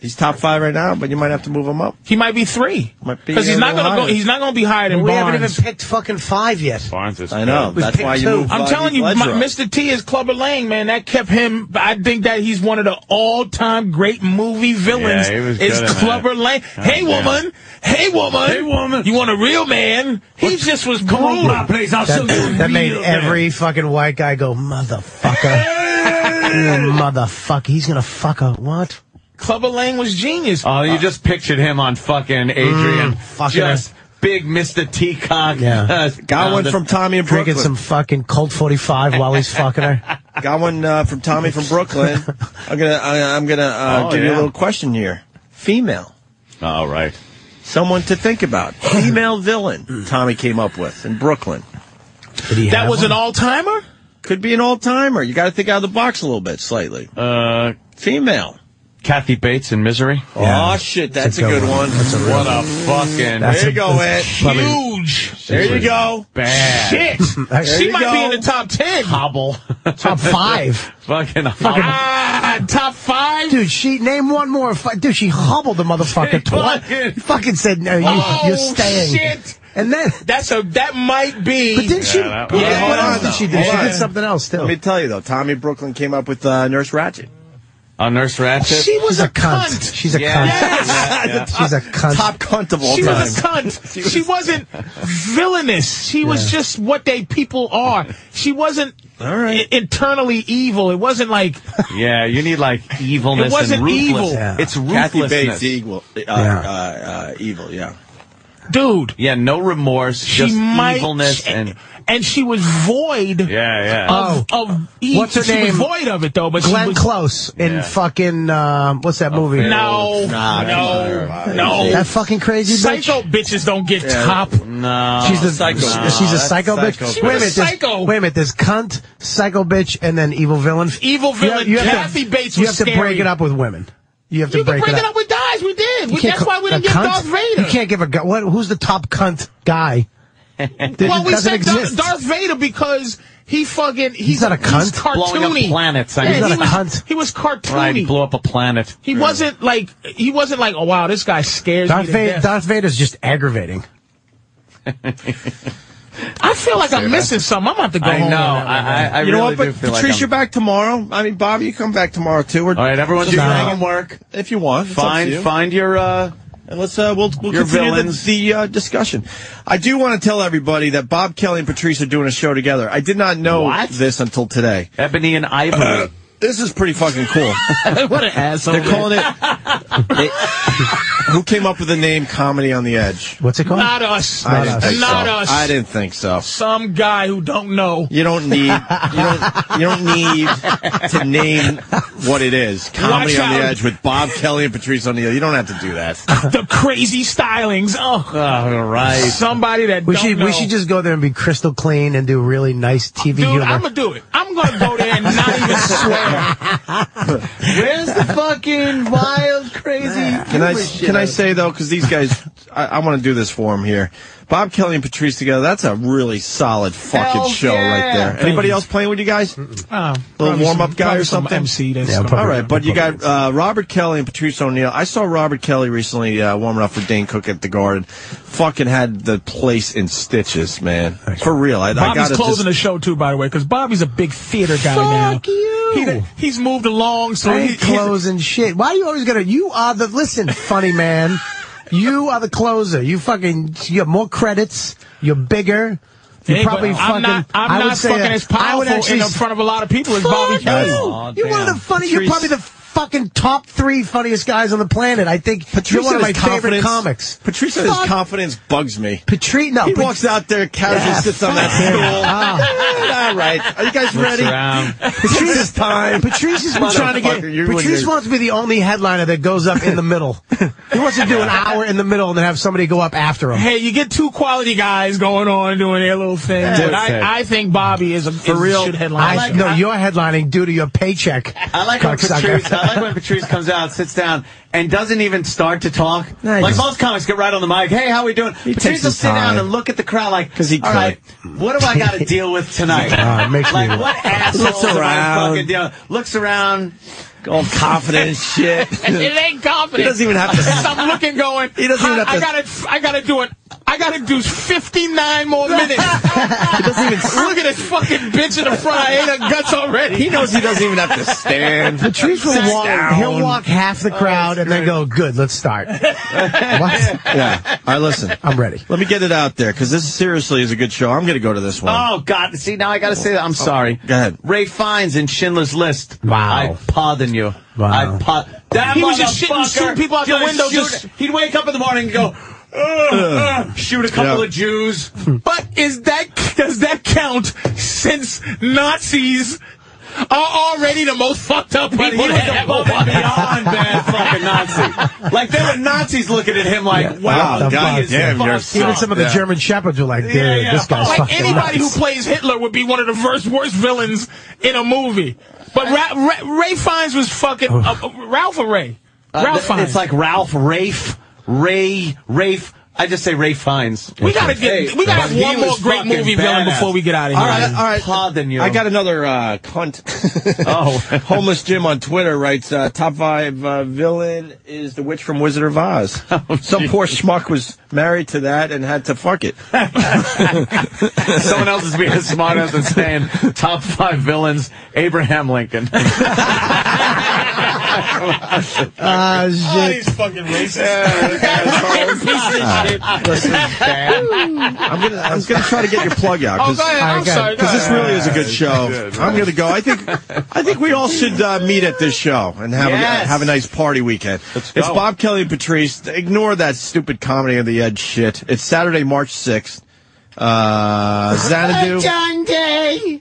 [SPEAKER 3] He's top five right now, but you might have to move him up.
[SPEAKER 1] He might be three because he's not going to go. He's not going to be higher than
[SPEAKER 5] we
[SPEAKER 1] Barnes.
[SPEAKER 5] haven't even picked fucking five yet.
[SPEAKER 18] Barnes is
[SPEAKER 3] I know.
[SPEAKER 5] Let's
[SPEAKER 3] That's
[SPEAKER 5] pick
[SPEAKER 3] why you
[SPEAKER 5] two.
[SPEAKER 3] move
[SPEAKER 1] I'm
[SPEAKER 3] Vlade
[SPEAKER 1] telling you, my,
[SPEAKER 3] Guerrero.
[SPEAKER 1] Mr. T is Clubber Lang, man. That kept him. I think that he's one of the all-time great movie villains.
[SPEAKER 18] Yeah, he was good
[SPEAKER 1] is
[SPEAKER 18] in that.
[SPEAKER 1] Clubber Lang?
[SPEAKER 18] God
[SPEAKER 1] hey,
[SPEAKER 18] damn.
[SPEAKER 1] woman. Hey, woman. Oh, Hey, woman. You want a real man? He just was come on my place. I'll
[SPEAKER 5] That, that made every fucking white guy go, motherfucker. You motherfucker. He's going to fuck a what?
[SPEAKER 1] Clubber Lang was genius.
[SPEAKER 2] Oh, you just pictured him on fucking
[SPEAKER 1] Mm,
[SPEAKER 2] Adrian.
[SPEAKER 5] fucking-
[SPEAKER 2] just big Mr. Teacock.
[SPEAKER 5] Yeah.
[SPEAKER 3] Got one from Tommy in
[SPEAKER 5] Drinking
[SPEAKER 3] Brooklyn.
[SPEAKER 5] some fucking Colt 45 while he's fucking her.
[SPEAKER 3] Got one uh, from Tommy from Brooklyn. I'm gonna I, I'm gonna uh,
[SPEAKER 2] Oh,
[SPEAKER 3] give you a
[SPEAKER 2] yeah.
[SPEAKER 3] little question here. Female,
[SPEAKER 2] All right.
[SPEAKER 3] someone to think about. Female villain. Tommy came up with in Brooklyn.
[SPEAKER 1] That was an all-timer.
[SPEAKER 3] Could be an all timer. You got to think out of the box a little bit, slightly.
[SPEAKER 2] Uh,
[SPEAKER 3] Female.
[SPEAKER 2] Kathy Bates in Misery.
[SPEAKER 3] oh shit, that's a, good one.
[SPEAKER 2] what a fucking.
[SPEAKER 3] There you go, Ed.
[SPEAKER 1] Huge.
[SPEAKER 3] There you go.
[SPEAKER 2] Bad.
[SPEAKER 1] Shit.
[SPEAKER 3] There
[SPEAKER 1] she
[SPEAKER 3] you
[SPEAKER 1] might be
[SPEAKER 3] go.
[SPEAKER 1] in the top ten.
[SPEAKER 2] Hobble.
[SPEAKER 5] Top five.
[SPEAKER 2] fucking
[SPEAKER 1] Ah, top five.
[SPEAKER 5] Dude, she, name one more. fu- Dude, she hobbled the motherfucker twice.
[SPEAKER 2] fucking-
[SPEAKER 5] fucking said, no, you,
[SPEAKER 1] oh
[SPEAKER 5] you're staying.
[SPEAKER 1] shit.
[SPEAKER 5] And then,
[SPEAKER 1] That's a. That might be.
[SPEAKER 5] but didn't she,
[SPEAKER 2] that
[SPEAKER 5] what
[SPEAKER 1] was- Yeah,
[SPEAKER 5] what
[SPEAKER 1] hold
[SPEAKER 5] else
[SPEAKER 1] on,
[SPEAKER 5] did she do?
[SPEAKER 3] though.
[SPEAKER 5] She
[SPEAKER 3] Hold
[SPEAKER 5] did
[SPEAKER 3] on.
[SPEAKER 5] something else, too.
[SPEAKER 3] Let me tell you though, Tommy Brooklyn came up with uh, Nurse Ratchet.
[SPEAKER 2] On Nurse Ratchet.
[SPEAKER 1] She was
[SPEAKER 5] She's
[SPEAKER 1] a
[SPEAKER 5] a cunt.
[SPEAKER 1] cunt.
[SPEAKER 5] She's a
[SPEAKER 2] Yeah.
[SPEAKER 5] cunt. She's a cunt.
[SPEAKER 3] Top cunt of all
[SPEAKER 1] She
[SPEAKER 3] time.
[SPEAKER 1] was a cunt. she, was... not villainous. She was just what they people are. She wasn't
[SPEAKER 3] All right.
[SPEAKER 1] i- internally evil. It wasn't like
[SPEAKER 2] Yeah, you need like evilness
[SPEAKER 1] It wasn't
[SPEAKER 2] and ruthless.
[SPEAKER 1] evil.
[SPEAKER 5] Yeah.
[SPEAKER 2] It's
[SPEAKER 3] Kathy
[SPEAKER 2] ruthlessness.
[SPEAKER 3] Bates, evil. Uh,
[SPEAKER 5] Yeah.
[SPEAKER 3] Uh, uh, evil, yeah.
[SPEAKER 1] dude.
[SPEAKER 2] Yeah, no remorse,
[SPEAKER 1] She
[SPEAKER 2] just
[SPEAKER 1] might
[SPEAKER 2] evilness and
[SPEAKER 1] and she was void.
[SPEAKER 2] yeah, yeah.
[SPEAKER 1] Of, of e-
[SPEAKER 5] Oh. What's her
[SPEAKER 1] she
[SPEAKER 5] name?
[SPEAKER 1] was void of it though, but she
[SPEAKER 5] Glenn
[SPEAKER 1] was,
[SPEAKER 5] Close in
[SPEAKER 2] Yeah.
[SPEAKER 5] fucking, um, what's that movie?
[SPEAKER 1] No,
[SPEAKER 3] Nah,
[SPEAKER 1] no,
[SPEAKER 3] come on.
[SPEAKER 1] no.
[SPEAKER 5] That fucking crazy bitch.
[SPEAKER 1] Psycho bitches don't get top.
[SPEAKER 2] no,
[SPEAKER 5] She's
[SPEAKER 1] Oh,
[SPEAKER 5] the
[SPEAKER 3] psycho.
[SPEAKER 5] sh- She's a
[SPEAKER 3] That's
[SPEAKER 5] psycho bitch.
[SPEAKER 3] psycho. She
[SPEAKER 1] was a
[SPEAKER 5] minute, there's-
[SPEAKER 1] psycho.
[SPEAKER 5] Wait a minute. There's cunt, psycho bitch, and then evil villain.
[SPEAKER 1] Evil villain.
[SPEAKER 5] have
[SPEAKER 1] Kathy Bates
[SPEAKER 5] You
[SPEAKER 1] was
[SPEAKER 5] have
[SPEAKER 1] scary.
[SPEAKER 5] to break it up with women. You have to
[SPEAKER 1] You can
[SPEAKER 5] break,
[SPEAKER 1] bring it up with guys. We did.
[SPEAKER 5] You
[SPEAKER 1] We,
[SPEAKER 5] can't
[SPEAKER 1] that's
[SPEAKER 5] co-
[SPEAKER 1] why we
[SPEAKER 5] a
[SPEAKER 1] didn't get
[SPEAKER 5] cunt?
[SPEAKER 1] Darth Vader.
[SPEAKER 5] You can't give a gu- what? Who's the top cunt guy? That
[SPEAKER 1] well, we
[SPEAKER 5] doesn't
[SPEAKER 1] said Dar-
[SPEAKER 5] exist.
[SPEAKER 1] Darth Vader because he fucking he's,
[SPEAKER 5] not a
[SPEAKER 1] He's
[SPEAKER 5] cunt.
[SPEAKER 2] blowing
[SPEAKER 1] cartoony.
[SPEAKER 2] up planets. I
[SPEAKER 1] Yeah,
[SPEAKER 5] He's
[SPEAKER 2] mean,
[SPEAKER 5] not
[SPEAKER 1] he,
[SPEAKER 5] a
[SPEAKER 1] was,
[SPEAKER 5] cunt.
[SPEAKER 1] he was cartoony.
[SPEAKER 2] right, blow up a planet.
[SPEAKER 1] He wasn't like he wasn't like oh wow this guy scares me.
[SPEAKER 5] Darth,
[SPEAKER 1] to
[SPEAKER 5] Vader,
[SPEAKER 1] death.
[SPEAKER 5] Darth Vader's just aggravating.
[SPEAKER 1] I feel like I'm missing something. I'm gonna have to go
[SPEAKER 2] I
[SPEAKER 1] home.
[SPEAKER 2] know.
[SPEAKER 1] on that one,
[SPEAKER 2] I, I,
[SPEAKER 1] man.
[SPEAKER 2] I
[SPEAKER 3] you know
[SPEAKER 2] really
[SPEAKER 3] what? But
[SPEAKER 2] do feel
[SPEAKER 3] Patrice,
[SPEAKER 2] like I'm-
[SPEAKER 3] you're back tomorrow. I mean, Bobby, you come back tomorrow too. We're,
[SPEAKER 2] All right, everyone's
[SPEAKER 3] do your
[SPEAKER 2] down.
[SPEAKER 3] homework if you want. It's up to
[SPEAKER 2] Find
[SPEAKER 3] you.
[SPEAKER 2] find your uh
[SPEAKER 3] And let's uh, we'll we'll
[SPEAKER 2] Your
[SPEAKER 3] continue
[SPEAKER 2] villains.
[SPEAKER 3] the, the uh, discussion. I do want to tell everybody that Bob Kelly and Patrice are doing a show together. I did not know
[SPEAKER 2] What?
[SPEAKER 3] this until today.
[SPEAKER 2] ebony and ivory.
[SPEAKER 3] This is pretty fucking cool.
[SPEAKER 1] what an asshole.
[SPEAKER 3] They're calling it. they- who came up with the name "Comedy on the Edge"?
[SPEAKER 5] What's it called?
[SPEAKER 1] not us.
[SPEAKER 3] I
[SPEAKER 1] not
[SPEAKER 3] didn't
[SPEAKER 1] us.
[SPEAKER 3] think so. I didn't think so.
[SPEAKER 1] Some guy who don't know.
[SPEAKER 3] You don't need you don't, you don't need to name what it is. Comedy
[SPEAKER 1] Watch
[SPEAKER 3] on the
[SPEAKER 1] out.
[SPEAKER 3] Edge with Bob Kelly and Patrice O'Neill. You don't have to do that.
[SPEAKER 1] The crazy stylings. Oh,
[SPEAKER 2] All right.
[SPEAKER 1] somebody that
[SPEAKER 5] we
[SPEAKER 1] don't
[SPEAKER 5] should
[SPEAKER 1] know.
[SPEAKER 5] we should just go there and be crystal clean and do really nice TV
[SPEAKER 1] Dude,
[SPEAKER 5] humor.
[SPEAKER 1] I'm gonna do it. I'm gonna go there and not even swear.
[SPEAKER 2] Where's the fucking wild, crazy?
[SPEAKER 3] Can I can I say though? Because these guys, I, I want to do this for them here. Bob Kelly and Patrice together. That's a really solid fucking
[SPEAKER 2] Hell
[SPEAKER 3] show
[SPEAKER 2] yeah.
[SPEAKER 3] right there. Anybody else playing with you guys?
[SPEAKER 1] Oh,
[SPEAKER 3] Little
[SPEAKER 1] probably
[SPEAKER 3] warm up
[SPEAKER 1] some-
[SPEAKER 3] guy
[SPEAKER 1] probably
[SPEAKER 3] or
[SPEAKER 1] some
[SPEAKER 3] something.
[SPEAKER 1] MC that's
[SPEAKER 5] Yeah,
[SPEAKER 1] gonna-
[SPEAKER 5] probably.
[SPEAKER 3] All right, but you got
[SPEAKER 5] Probably.
[SPEAKER 3] uh, Robert Kelly and Patrice O'Neill. I saw Robert Kelly recently uh, warming up for Dane Cook at the Garden. Fucking had the place in stitches, man. For real. I, I
[SPEAKER 1] Bobby's
[SPEAKER 3] gotta
[SPEAKER 1] closing
[SPEAKER 3] just-
[SPEAKER 1] the show too, by the way, because Bobby's a big theater guy now.
[SPEAKER 5] Fuck you.
[SPEAKER 1] He- he's moved along, so
[SPEAKER 5] I
[SPEAKER 1] he,
[SPEAKER 5] ain't closing shit. Why do you always gotta? You are the listen, funny man. You are the closer. You fucking. You have more credits. You're bigger. You
[SPEAKER 1] Hey, but
[SPEAKER 5] probably
[SPEAKER 1] I'm
[SPEAKER 5] fucking.
[SPEAKER 1] not- I'm
[SPEAKER 5] I would
[SPEAKER 1] not
[SPEAKER 5] say
[SPEAKER 1] fucking
[SPEAKER 5] that-
[SPEAKER 1] as
[SPEAKER 5] I would
[SPEAKER 1] powerful
[SPEAKER 5] actually
[SPEAKER 1] in
[SPEAKER 5] s-
[SPEAKER 1] front of a lot of people as
[SPEAKER 5] Fuck
[SPEAKER 1] Bobby
[SPEAKER 5] you.
[SPEAKER 1] Kelly.
[SPEAKER 2] Aw,
[SPEAKER 5] you're one of the
[SPEAKER 2] damn.
[SPEAKER 5] funny. You're
[SPEAKER 3] Patrice-
[SPEAKER 5] probably the fucking top three funniest guys on the planet. I think you're
[SPEAKER 3] Patrice
[SPEAKER 5] one
[SPEAKER 3] and
[SPEAKER 5] of my
[SPEAKER 3] his
[SPEAKER 5] favorite
[SPEAKER 3] confidence-
[SPEAKER 5] comics.
[SPEAKER 3] Patrice and his
[SPEAKER 5] Fuck.
[SPEAKER 3] confidence bugs me.
[SPEAKER 5] Patrice, no,
[SPEAKER 3] He
[SPEAKER 5] Pat-
[SPEAKER 3] walks out there, casually
[SPEAKER 5] Yeah,
[SPEAKER 3] sits on that
[SPEAKER 5] fuck him.
[SPEAKER 3] stool. Ah. All right, are you guys
[SPEAKER 2] Looks
[SPEAKER 3] ready?
[SPEAKER 2] around.
[SPEAKER 3] Patrice's time.
[SPEAKER 5] Patrice has been trying to get.
[SPEAKER 3] Motherfucker, you're what
[SPEAKER 5] Patrice
[SPEAKER 3] you're-
[SPEAKER 5] wants to be the only headliner that goes up in the middle. he wants to do an hour in the middle and then have somebody go up after him.
[SPEAKER 1] Hey, you get two quality guys going on doing their little thing. but
[SPEAKER 2] okay.
[SPEAKER 1] I, I think Bobby is a for
[SPEAKER 2] real,
[SPEAKER 1] Should
[SPEAKER 5] I,
[SPEAKER 1] headline the show.
[SPEAKER 5] no, you're headlining due to your paycheck.
[SPEAKER 2] I like when
[SPEAKER 5] cocksucker.
[SPEAKER 2] Patrice. I like when Patrice comes out, sits down, and doesn't even start to talk.
[SPEAKER 5] No, he
[SPEAKER 2] like
[SPEAKER 5] just-
[SPEAKER 2] most comics get right on the mic. Hey, how we doing?
[SPEAKER 3] takes
[SPEAKER 2] Patrice will
[SPEAKER 3] his
[SPEAKER 2] sit down
[SPEAKER 3] time.
[SPEAKER 2] and look at the crowd like,
[SPEAKER 3] 'Cause he
[SPEAKER 2] "All right, what do I got to deal with tonight?
[SPEAKER 5] Ah, it makes me
[SPEAKER 2] like what asshole
[SPEAKER 3] Looks
[SPEAKER 2] am I
[SPEAKER 3] around.
[SPEAKER 2] fucking dealing? Looks around.
[SPEAKER 3] all confident and shit.
[SPEAKER 1] it ain't confident.
[SPEAKER 3] He doesn't even have to.
[SPEAKER 1] I'm looking, going.
[SPEAKER 3] He doesn't even
[SPEAKER 1] I,
[SPEAKER 3] have to-
[SPEAKER 1] I gotta, I gotta do it. I gotta do 59 more minutes.
[SPEAKER 3] He doesn't even.
[SPEAKER 1] Look at this fucking bitch in the front. I ate her guts already.
[SPEAKER 3] He knows he doesn't even have to stand.
[SPEAKER 5] Patrice will
[SPEAKER 3] Sit
[SPEAKER 5] walk.
[SPEAKER 3] down.
[SPEAKER 5] He'll walk half
[SPEAKER 1] Oh,
[SPEAKER 5] the crowd and then go, "Good, let's start." what?
[SPEAKER 3] Yeah. All right, listen.
[SPEAKER 5] I'm ready.
[SPEAKER 3] Let me get it out there because this seriously is a good show. I'm going to go to this one.
[SPEAKER 2] Oh God! See now I gotta say
[SPEAKER 1] Oh,
[SPEAKER 2] that I'm sorry.
[SPEAKER 3] Go ahead.
[SPEAKER 2] Ray Fiennes in Schindler's List.
[SPEAKER 5] Wow.
[SPEAKER 2] I pardon you. Wow. I pardon. That
[SPEAKER 1] He was just shitting
[SPEAKER 2] motherfucker
[SPEAKER 1] shooting people out the
[SPEAKER 2] just
[SPEAKER 1] window,
[SPEAKER 2] shoot-
[SPEAKER 1] just-
[SPEAKER 2] he'd wake up in the morning and go, "Ugh, ugh," shoot a couple
[SPEAKER 1] Yeah.
[SPEAKER 2] of Jews.
[SPEAKER 1] But is that does that count? Since Nazis are already the most fucked up people
[SPEAKER 2] But he was
[SPEAKER 1] that ever
[SPEAKER 2] above
[SPEAKER 1] walked.
[SPEAKER 2] and beyond bad fucking Nazi. Like there were Nazis looking at him like, wow,
[SPEAKER 5] What the
[SPEAKER 2] he
[SPEAKER 5] fuck?
[SPEAKER 2] is fucked
[SPEAKER 5] Even
[SPEAKER 2] up.
[SPEAKER 5] some of the
[SPEAKER 2] Yeah.
[SPEAKER 5] German shepherds were like, "Dude,
[SPEAKER 2] Yeah, yeah.
[SPEAKER 5] this guy's
[SPEAKER 1] like
[SPEAKER 5] fucking
[SPEAKER 1] anybody
[SPEAKER 5] nuts.
[SPEAKER 1] who plays Hitler would be one of the first worst villains in a movie. But Ra- Ra- Ray Fiennes was fucking uh, uh, Ralph or Ray.
[SPEAKER 2] Uh,
[SPEAKER 1] Ralph
[SPEAKER 2] th-
[SPEAKER 1] Fiennes.
[SPEAKER 2] It's like Ralph, Rafe, Ray, Rafe. I just say Ray Fiennes.
[SPEAKER 1] We gotta get- we gotta have
[SPEAKER 2] But he
[SPEAKER 1] one more
[SPEAKER 2] was
[SPEAKER 1] great
[SPEAKER 2] fucking
[SPEAKER 1] movie villain
[SPEAKER 2] badass.
[SPEAKER 1] before we get outta here.
[SPEAKER 2] All right,
[SPEAKER 1] Man.
[SPEAKER 2] all right. Pardon you.
[SPEAKER 3] I got another uh, cunt.
[SPEAKER 2] Oh.
[SPEAKER 3] homeless Jim on Twitter writes: uh, Top five uh, villain is the witch from Wizard of Oz. Some poor schmuck was married to that and had to fuck it.
[SPEAKER 2] Oh. Someone else is being as smart as and saying top five villains: Abraham Lincoln.
[SPEAKER 5] Ah, shit.
[SPEAKER 1] fucking racist.
[SPEAKER 3] I'm gonna I'm gonna try to get your plug out
[SPEAKER 1] Oh, go ahead. I'm sorry. Go
[SPEAKER 3] because this
[SPEAKER 1] ahead.
[SPEAKER 3] really is a good show. I'm gonna go. I think I think we all should uh, meet at this show and have
[SPEAKER 2] Yes.
[SPEAKER 3] a, have a nice party weekend. It's
[SPEAKER 2] go.
[SPEAKER 3] Bob Kelly and Patrice. Ignore that stupid comedy on the edge shit. It's Saturday, March sixth. Uh, Xanadu,
[SPEAKER 2] Day.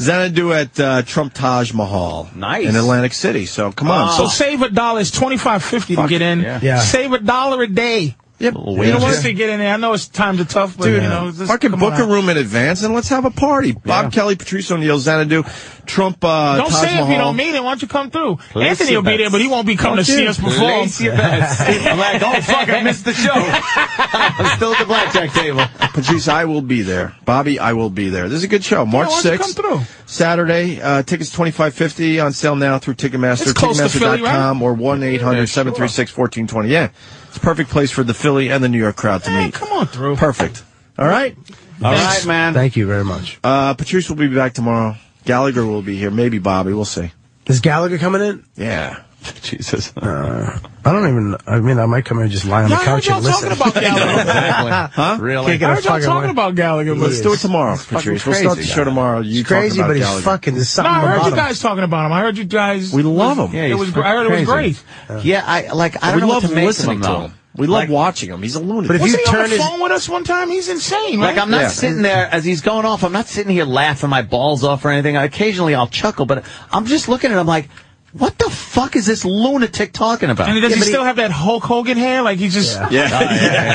[SPEAKER 3] Xanadu at uh, Trump Taj Mahal,
[SPEAKER 2] Nice.
[SPEAKER 3] in Atlantic City. So come on,
[SPEAKER 1] So save a dollar. It's twenty five fifty to get in.
[SPEAKER 3] Yeah.
[SPEAKER 5] Yeah.
[SPEAKER 1] Save a dollar a day.
[SPEAKER 3] Yep.
[SPEAKER 1] You know, once they get in there, I know it's times are tough, but
[SPEAKER 3] Dude,
[SPEAKER 1] you know, just
[SPEAKER 3] fucking
[SPEAKER 1] come
[SPEAKER 3] book
[SPEAKER 1] on
[SPEAKER 3] a
[SPEAKER 1] out.
[SPEAKER 3] room in advance and let's have a party. Bob Kelly, Patrice O'Neill, Xanadu, Trump, uh,
[SPEAKER 1] Don't
[SPEAKER 3] Taj
[SPEAKER 1] say
[SPEAKER 3] Mahal.
[SPEAKER 1] if you don't mean it. Why don't you come through?
[SPEAKER 3] Place
[SPEAKER 1] Anthony
[SPEAKER 3] your
[SPEAKER 1] will be there,
[SPEAKER 3] bets.
[SPEAKER 1] but he won't be coming to
[SPEAKER 3] Don't
[SPEAKER 1] see
[SPEAKER 3] you?
[SPEAKER 1] us perform.
[SPEAKER 2] Lace your bets. I'm like, oh fuck, I missed the show. I'm still at the blackjack table.
[SPEAKER 3] Patrice, I will be there. Bobby, I will be there. This is a good show. March
[SPEAKER 1] why don't you come
[SPEAKER 3] sixth,
[SPEAKER 1] through?
[SPEAKER 3] Saturday. Uh, tickets twenty five fifty on sale now through Ticketmaster,
[SPEAKER 1] It's close to Philly, right?
[SPEAKER 3] Ticketmaster.com, or one 800-736-1420. Yeah, it's a perfect place for the Philly and the New York crowd to
[SPEAKER 1] Hey,
[SPEAKER 3] meet.
[SPEAKER 1] come on through.
[SPEAKER 3] Perfect. All right,
[SPEAKER 2] All right, man.
[SPEAKER 5] Thank you very much.
[SPEAKER 3] uh, Patrice will be back tomorrow. Gallagher will be here. Maybe Bobby. We'll see.
[SPEAKER 5] Is Gallagher coming in?
[SPEAKER 3] Yeah.
[SPEAKER 2] Jesus.
[SPEAKER 5] I don't even. I mean, I might come in and just lie on
[SPEAKER 1] Y'all heard
[SPEAKER 5] the couch
[SPEAKER 1] y'all
[SPEAKER 5] and listen.
[SPEAKER 1] talking about Gallagher.
[SPEAKER 2] Huh? Really?
[SPEAKER 5] Can't get
[SPEAKER 1] I
[SPEAKER 5] a
[SPEAKER 1] heard y'all
[SPEAKER 5] fucking
[SPEAKER 1] talking
[SPEAKER 5] word.
[SPEAKER 1] about Gallagher. but-
[SPEAKER 3] Let's do it tomorrow, Patrice. We'll start the
[SPEAKER 5] crazy,
[SPEAKER 3] show tomorrow. You
[SPEAKER 5] He's crazy,
[SPEAKER 3] talking about
[SPEAKER 5] but he's
[SPEAKER 3] Gallagher.
[SPEAKER 5] fucking. There's
[SPEAKER 1] No,
[SPEAKER 5] something
[SPEAKER 1] I heard
[SPEAKER 5] about
[SPEAKER 1] you
[SPEAKER 5] him.
[SPEAKER 1] guys talking about him. I heard you guys.
[SPEAKER 3] We love him.
[SPEAKER 1] It was. gr- I heard it was great.
[SPEAKER 2] Yeah, I like. I don't
[SPEAKER 3] we
[SPEAKER 2] know what
[SPEAKER 3] love
[SPEAKER 2] to make of
[SPEAKER 3] listening
[SPEAKER 2] him,
[SPEAKER 3] to
[SPEAKER 2] though.
[SPEAKER 3] him. We love
[SPEAKER 2] Like-
[SPEAKER 3] watching him. He's a lunatic.
[SPEAKER 5] But if
[SPEAKER 1] Was
[SPEAKER 5] you
[SPEAKER 1] he on
[SPEAKER 5] turn
[SPEAKER 1] the
[SPEAKER 5] his
[SPEAKER 1] phone with us one time? He's insane, right?
[SPEAKER 2] Like I'm not
[SPEAKER 3] Yeah.
[SPEAKER 2] sitting there as he's going off. I'm not sitting here laughing my balls off or anything. Occasionally I'll chuckle, but I'm just looking at him like, what the fuck is this lunatic talking about?
[SPEAKER 1] And does
[SPEAKER 2] Yeah,
[SPEAKER 1] he
[SPEAKER 2] but
[SPEAKER 1] still have that Hulk Hogan hair? Like he just.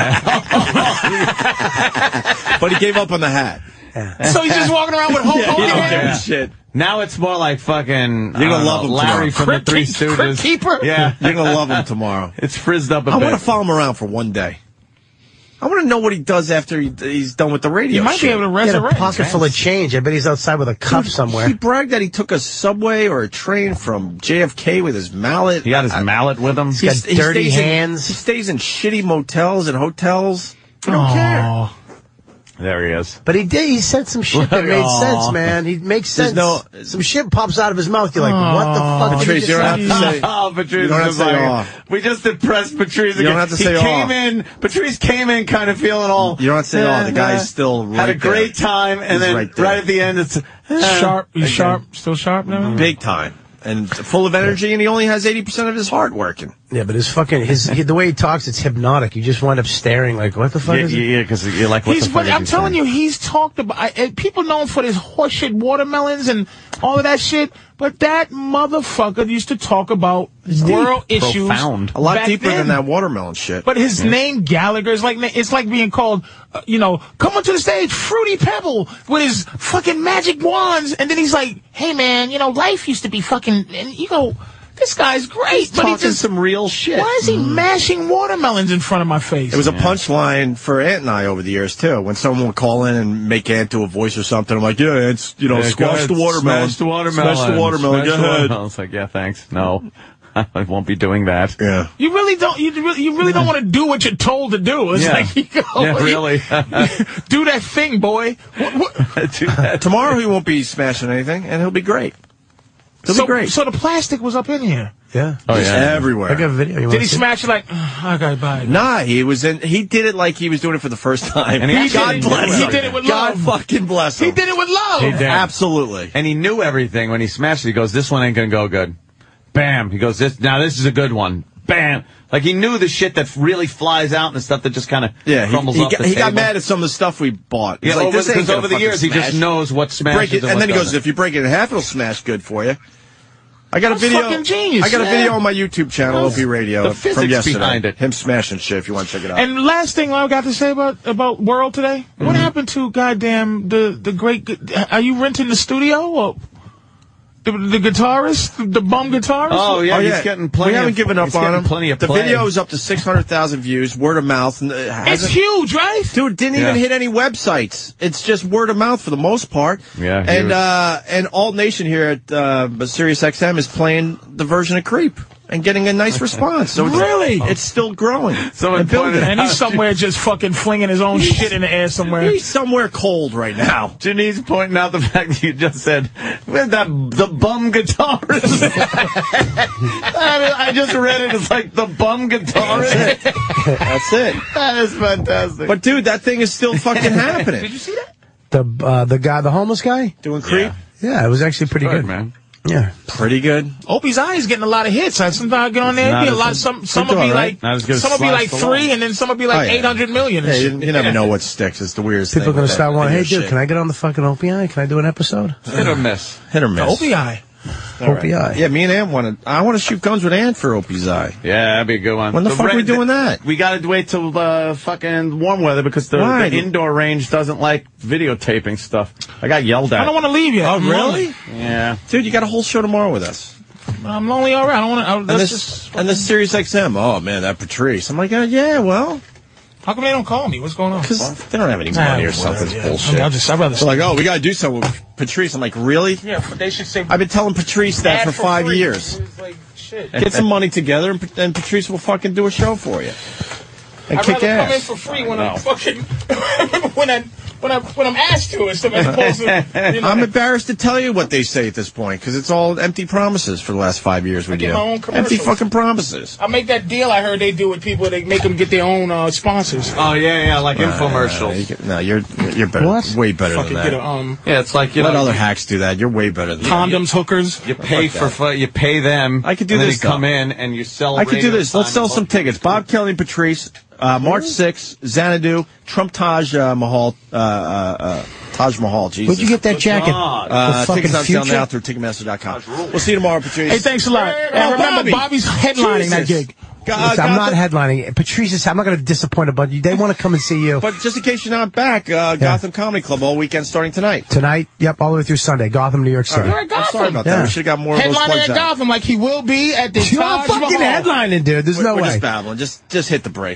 [SPEAKER 3] but he gave up on the hat.
[SPEAKER 1] So he's just walking around with Hulk
[SPEAKER 3] He
[SPEAKER 1] Hogan
[SPEAKER 3] don't
[SPEAKER 1] hair.
[SPEAKER 3] give a shit.
[SPEAKER 2] Now it's more like fucking. I
[SPEAKER 3] You're gonna
[SPEAKER 2] don't
[SPEAKER 3] love
[SPEAKER 2] know,
[SPEAKER 3] him
[SPEAKER 2] Larry
[SPEAKER 3] tomorrow.
[SPEAKER 2] from the Three Stooges.
[SPEAKER 1] keeper?
[SPEAKER 2] Yeah,
[SPEAKER 3] You're gonna love him tomorrow.
[SPEAKER 2] it's frizzed up a
[SPEAKER 3] I
[SPEAKER 2] bit.
[SPEAKER 3] want to follow him around for one day. I want to know what he does after he, he's done with the radio.
[SPEAKER 1] You might be
[SPEAKER 3] shit.
[SPEAKER 1] able to
[SPEAKER 5] He had a
[SPEAKER 1] resurrect.
[SPEAKER 5] pocket full of change. I bet he's outside with a cup somewhere.
[SPEAKER 3] He bragged that he took a subway or a train from JFK with his mallet.
[SPEAKER 2] he got his mallet with him.
[SPEAKER 5] He's got
[SPEAKER 3] He
[SPEAKER 5] dirty
[SPEAKER 3] stays in-
[SPEAKER 5] hands.
[SPEAKER 3] he stays in shitty motels and hotels. I
[SPEAKER 5] Oh.
[SPEAKER 3] don't care.
[SPEAKER 1] Aw.
[SPEAKER 2] There he is.
[SPEAKER 5] But he did. He said some shit that made sense, man. He makes
[SPEAKER 3] There's
[SPEAKER 5] sense.
[SPEAKER 3] no-
[SPEAKER 5] some shit pops out of his mouth. You're like, what the
[SPEAKER 1] Aw.
[SPEAKER 5] fuck? did
[SPEAKER 3] Patrice,
[SPEAKER 5] he
[SPEAKER 3] you're
[SPEAKER 5] just
[SPEAKER 3] out.
[SPEAKER 5] say?
[SPEAKER 3] say-
[SPEAKER 2] oh, Patrice
[SPEAKER 3] you don't have
[SPEAKER 2] is
[SPEAKER 3] to say
[SPEAKER 2] like-
[SPEAKER 3] aw.
[SPEAKER 2] We just impressed Patrice again.
[SPEAKER 3] don't have to say "Oh."
[SPEAKER 2] he
[SPEAKER 3] aw.
[SPEAKER 2] came in. Patrice came in kind of feeling all.
[SPEAKER 3] You don't have to say aw. The guy's
[SPEAKER 2] uh,
[SPEAKER 3] still
[SPEAKER 2] had
[SPEAKER 3] right
[SPEAKER 2] a great
[SPEAKER 3] there.
[SPEAKER 2] time, and
[SPEAKER 3] He's
[SPEAKER 2] then
[SPEAKER 3] right
[SPEAKER 2] right,
[SPEAKER 3] there.
[SPEAKER 2] at the end, it's uh,
[SPEAKER 1] Sharp. He's sharp. Still sharp now.
[SPEAKER 3] Big time. And full of energy, and he only has 80% of his heart working.
[SPEAKER 5] Yeah, but his fucking his he, the way he talks, it's hypnotic. You just wind up staring like, what the fuck
[SPEAKER 2] Yeah,
[SPEAKER 5] is it?
[SPEAKER 2] yeah, because you're like, what
[SPEAKER 1] he's
[SPEAKER 2] the fuck
[SPEAKER 1] funny.
[SPEAKER 2] is
[SPEAKER 1] I'm
[SPEAKER 2] he
[SPEAKER 1] telling
[SPEAKER 2] saying?
[SPEAKER 1] you, he's talked about. I, and people know him for his horseshit watermelons and all of that shit. But that motherfucker used to talk about world issues.
[SPEAKER 2] profound.
[SPEAKER 3] A lot
[SPEAKER 1] back
[SPEAKER 3] deeper
[SPEAKER 1] then.
[SPEAKER 3] than that watermelon shit.
[SPEAKER 1] But his name Gallagher is like it's like being called, uh, you know, come onto the stage, Fruity Pebble, with his fucking magic wands, and then he's like, "Hey man, you know, life used to be fucking," and you go, This guy's great,
[SPEAKER 2] He's
[SPEAKER 1] but he
[SPEAKER 2] talking
[SPEAKER 1] just
[SPEAKER 2] some real shit.
[SPEAKER 1] Why is he mashing watermelons in front of my face?
[SPEAKER 3] It was a punchline for Ant and I over the years too. When someone would call in and make Ant do a voice or something, I'm like, yeah, it's you know,
[SPEAKER 2] Yeah, go
[SPEAKER 3] Oh, squash
[SPEAKER 2] ahead,
[SPEAKER 3] the watermelon,
[SPEAKER 2] Smash the watermelon.
[SPEAKER 3] smash the watermelon,
[SPEAKER 2] Smash
[SPEAKER 3] go
[SPEAKER 2] the
[SPEAKER 3] ahead.
[SPEAKER 2] watermelon. It's like, yeah, thanks. No, I won't be doing that.
[SPEAKER 3] Yeah.
[SPEAKER 1] You really don't. You really, you really don't want to do what you're told to do. It's
[SPEAKER 2] Yeah.
[SPEAKER 1] like you go,
[SPEAKER 2] Yeah, really.
[SPEAKER 1] do that thing, boy. What, what?
[SPEAKER 3] Tomorrow he won't be smashing anything, and he'll be great. He'll
[SPEAKER 1] so,
[SPEAKER 3] be great.
[SPEAKER 1] So the plastic was up in here.
[SPEAKER 5] Yeah.
[SPEAKER 3] Oh,
[SPEAKER 1] yeah.
[SPEAKER 3] everywhere.
[SPEAKER 1] I got a
[SPEAKER 5] video.
[SPEAKER 1] Did he smash it like? "Ugh, Okay, bye.
[SPEAKER 3] Nah, he was in. He did it like he was doing it for the first time.
[SPEAKER 2] And he actually
[SPEAKER 3] God
[SPEAKER 2] knew
[SPEAKER 3] bless
[SPEAKER 2] it.
[SPEAKER 3] him.
[SPEAKER 2] He did it with
[SPEAKER 3] God fucking bless him.
[SPEAKER 1] He did it with love.
[SPEAKER 3] Absolutely.
[SPEAKER 2] And he knew everything when he smashed it. He goes, "This one ain't gonna go good." Bam. He goes, "This now. This is a good one." Bam. Like he knew the shit that really flies out and the stuff that just kind of
[SPEAKER 3] Yeah, he,
[SPEAKER 2] crumbles
[SPEAKER 3] he
[SPEAKER 2] off
[SPEAKER 3] got,
[SPEAKER 2] the
[SPEAKER 3] he got
[SPEAKER 2] table.
[SPEAKER 3] mad at some of the stuff we bought. He's
[SPEAKER 2] Yeah,
[SPEAKER 3] like,
[SPEAKER 2] over
[SPEAKER 3] this
[SPEAKER 2] the-
[SPEAKER 3] ain't
[SPEAKER 2] 'cause
[SPEAKER 3] gonna
[SPEAKER 2] over the
[SPEAKER 3] fucking
[SPEAKER 2] years, he just
[SPEAKER 3] smash.
[SPEAKER 2] knows what
[SPEAKER 3] break
[SPEAKER 2] smashes
[SPEAKER 3] it,
[SPEAKER 2] and
[SPEAKER 3] and
[SPEAKER 2] what
[SPEAKER 3] then he goes,
[SPEAKER 2] doesn't.
[SPEAKER 3] if you break it in half, it'll smash good for you. I got
[SPEAKER 1] That's
[SPEAKER 3] a video.
[SPEAKER 1] fucking genius,
[SPEAKER 3] I got a
[SPEAKER 1] man.
[SPEAKER 3] video on my YouTube channel,
[SPEAKER 1] That's
[SPEAKER 3] OP Radio,
[SPEAKER 2] the
[SPEAKER 3] from
[SPEAKER 2] physics
[SPEAKER 3] yesterday.
[SPEAKER 2] behind it.
[SPEAKER 3] Him smashing shit. If you want to check it out.
[SPEAKER 1] And last thing I got to say about about World today. What happened to goddamn the the great? gu- Are you renting the studio or the, the guitarist, the bum guitarist?
[SPEAKER 2] Oh,
[SPEAKER 3] Oh, We haven't given up on him. the video is up to six hundred thousand views, word of mouth. and it
[SPEAKER 1] It's
[SPEAKER 3] hasn't-
[SPEAKER 1] huge, right?
[SPEAKER 3] Dude, didn't even
[SPEAKER 1] Yeah.
[SPEAKER 3] hit any websites. It's just word of mouth for the most part.
[SPEAKER 2] Yeah, he
[SPEAKER 3] and
[SPEAKER 2] was-
[SPEAKER 3] uh, and Alt Nation here at uh, Sirius XM is playing the version of Creep and getting a nice response. So it's,
[SPEAKER 1] Really?
[SPEAKER 3] it's still growing.
[SPEAKER 2] Someone
[SPEAKER 3] and building.
[SPEAKER 1] And, he's somewhere just fucking flinging his own shit in the air somewhere.
[SPEAKER 3] He's somewhere cold right now.
[SPEAKER 2] Janice pointing out the fact that you just said with that the bum guitarist. I, mean, I just read it. It's like the bum guitarist.
[SPEAKER 3] That's it.
[SPEAKER 2] that is fantastic.
[SPEAKER 3] But dude, that thing is still fucking happening. Did you
[SPEAKER 1] see that?
[SPEAKER 5] The uh, the guy, the homeless guy
[SPEAKER 3] doing Creep?
[SPEAKER 5] Yeah, it was actually pretty
[SPEAKER 2] Good,
[SPEAKER 5] good,
[SPEAKER 2] man.
[SPEAKER 5] Yeah,
[SPEAKER 3] pretty good.
[SPEAKER 1] Opie's eye is getting a lot of hits. I sometimes I get on there,
[SPEAKER 2] Not
[SPEAKER 1] it'd be a
[SPEAKER 2] as-
[SPEAKER 1] lot. Some some
[SPEAKER 2] They're
[SPEAKER 1] will be
[SPEAKER 2] doing all right.
[SPEAKER 1] like
[SPEAKER 2] Not as good as
[SPEAKER 1] some will be
[SPEAKER 2] Sly
[SPEAKER 1] like
[SPEAKER 2] Stallone.
[SPEAKER 1] three, and then some will be like eight hundred million.
[SPEAKER 3] Oh, Yeah,
[SPEAKER 1] And
[SPEAKER 3] you,
[SPEAKER 1] shit.
[SPEAKER 3] you never know what sticks. It's the weirdest
[SPEAKER 5] people are
[SPEAKER 3] thing
[SPEAKER 5] gonna
[SPEAKER 3] with that
[SPEAKER 5] start wanting, hey,
[SPEAKER 3] video
[SPEAKER 5] dude,
[SPEAKER 3] shit.
[SPEAKER 5] can I get on the fucking OPI? Can I do an episode?
[SPEAKER 2] Hit or miss.
[SPEAKER 3] Hit or miss.
[SPEAKER 1] Opie eye.
[SPEAKER 3] All right.
[SPEAKER 5] OPI.
[SPEAKER 3] Yeah, me and Ant want to. I want to shoot guns with Ant for Opie's eye.
[SPEAKER 2] Yeah, that'd be a good one.
[SPEAKER 3] When the fuck are we doing that?
[SPEAKER 2] We got to wait till uh, fucking warm weather because the,
[SPEAKER 3] Why?
[SPEAKER 2] the indoor range doesn't like videotaping stuff. I got yelled at.
[SPEAKER 1] I don't want to leave yet.
[SPEAKER 3] Oh,
[SPEAKER 1] I'm
[SPEAKER 3] really?
[SPEAKER 1] lonely.
[SPEAKER 2] Yeah.
[SPEAKER 3] Dude, you got a whole show tomorrow with us.
[SPEAKER 1] I'm lonely. All right. I don't want to.
[SPEAKER 3] And
[SPEAKER 1] Let's
[SPEAKER 3] this,
[SPEAKER 1] just.
[SPEAKER 3] and this Sirius XM. Oh man, that Patrice. I'm like, uh, yeah, well,
[SPEAKER 1] How come they don't call me? What's going on?
[SPEAKER 3] because they don't have any
[SPEAKER 1] Nah,
[SPEAKER 3] money or
[SPEAKER 1] whatever,
[SPEAKER 3] something.
[SPEAKER 1] yeah.
[SPEAKER 3] bullshit.
[SPEAKER 1] I mean, I'll just- I'd rather
[SPEAKER 3] They're like, oh, we got to do something with Patrice. I'm like, really?
[SPEAKER 1] Yeah, but they should say.
[SPEAKER 3] I've been telling Patrice that
[SPEAKER 1] "Ad
[SPEAKER 3] for five
[SPEAKER 1] free."
[SPEAKER 3] years.
[SPEAKER 1] It's like, shit.
[SPEAKER 3] Get some money together, and, and Patrice will fucking do a show for you and
[SPEAKER 1] I'd
[SPEAKER 3] kick
[SPEAKER 1] rather
[SPEAKER 3] ass.
[SPEAKER 1] come in for free when
[SPEAKER 3] I
[SPEAKER 1] I'm
[SPEAKER 3] know.
[SPEAKER 1] fucking when I when I when I'm asked to and stuff as opposed to you know,
[SPEAKER 3] I'm embarrassed to tell you what they say at this point because it's all empty promises for the last five years we
[SPEAKER 1] get
[SPEAKER 3] do.
[SPEAKER 1] my own
[SPEAKER 3] empty
[SPEAKER 1] commercials.
[SPEAKER 3] fucking promises.
[SPEAKER 1] I make that deal I heard they do with people. They make them get their own uh, sponsors.
[SPEAKER 2] Oh yeah, yeah, like
[SPEAKER 3] Uh, you can- no, you're you're better.
[SPEAKER 1] What?
[SPEAKER 3] Way better
[SPEAKER 1] Fucking
[SPEAKER 3] than that.
[SPEAKER 1] get a, um,
[SPEAKER 2] yeah, it's like you
[SPEAKER 3] Let
[SPEAKER 2] know,
[SPEAKER 3] other hacks do that. You're way better than that.
[SPEAKER 1] condoms, hookers.
[SPEAKER 2] You pay
[SPEAKER 3] Fuck
[SPEAKER 2] for
[SPEAKER 3] that.
[SPEAKER 2] fu- you pay them.
[SPEAKER 3] I could do
[SPEAKER 2] and then
[SPEAKER 3] this
[SPEAKER 2] You come
[SPEAKER 3] stuff.
[SPEAKER 2] in and you sell.
[SPEAKER 3] I could do
[SPEAKER 2] radio
[SPEAKER 3] this. Let's
[SPEAKER 2] time
[SPEAKER 3] sell
[SPEAKER 2] and
[SPEAKER 3] some tickets. Bob Kelly and Patrice, uh, March 6th, Xanadu, Trump Taj uh, Mahal, uh, uh, uh, Taj Mahal, Jesus.
[SPEAKER 5] Where'd you get that jacket?
[SPEAKER 2] God.
[SPEAKER 5] The
[SPEAKER 3] Uh,
[SPEAKER 5] fucking
[SPEAKER 3] tickets on sale
[SPEAKER 5] future?
[SPEAKER 3] now through Ticketmaster.com. We'll see you tomorrow, Patrice.
[SPEAKER 1] Hey, thanks a lot. And remember, Bobby's headlining that gig.
[SPEAKER 5] Listen, I'm not headlining. Patrice is. I'm not going to disappoint a bunch. They want to come and see you
[SPEAKER 3] But just in case you're not back, uh, Gotham Comedy Club all weekend starting tonight.
[SPEAKER 5] tonight. Yep, all the way through Sunday, Gotham, New York City.
[SPEAKER 1] You're at Gotham.
[SPEAKER 3] I'm sorry about that.
[SPEAKER 5] Yeah.
[SPEAKER 3] We should have got more of those
[SPEAKER 1] Headlining
[SPEAKER 3] plugs
[SPEAKER 1] at
[SPEAKER 3] out.
[SPEAKER 1] Gotham, like he will be at the
[SPEAKER 5] You
[SPEAKER 1] Taj
[SPEAKER 5] are fucking
[SPEAKER 1] Mahal.
[SPEAKER 5] headlining, dude. There's
[SPEAKER 3] We're-
[SPEAKER 5] no
[SPEAKER 3] we're
[SPEAKER 5] way.
[SPEAKER 3] just babbling. Just, just hit the break.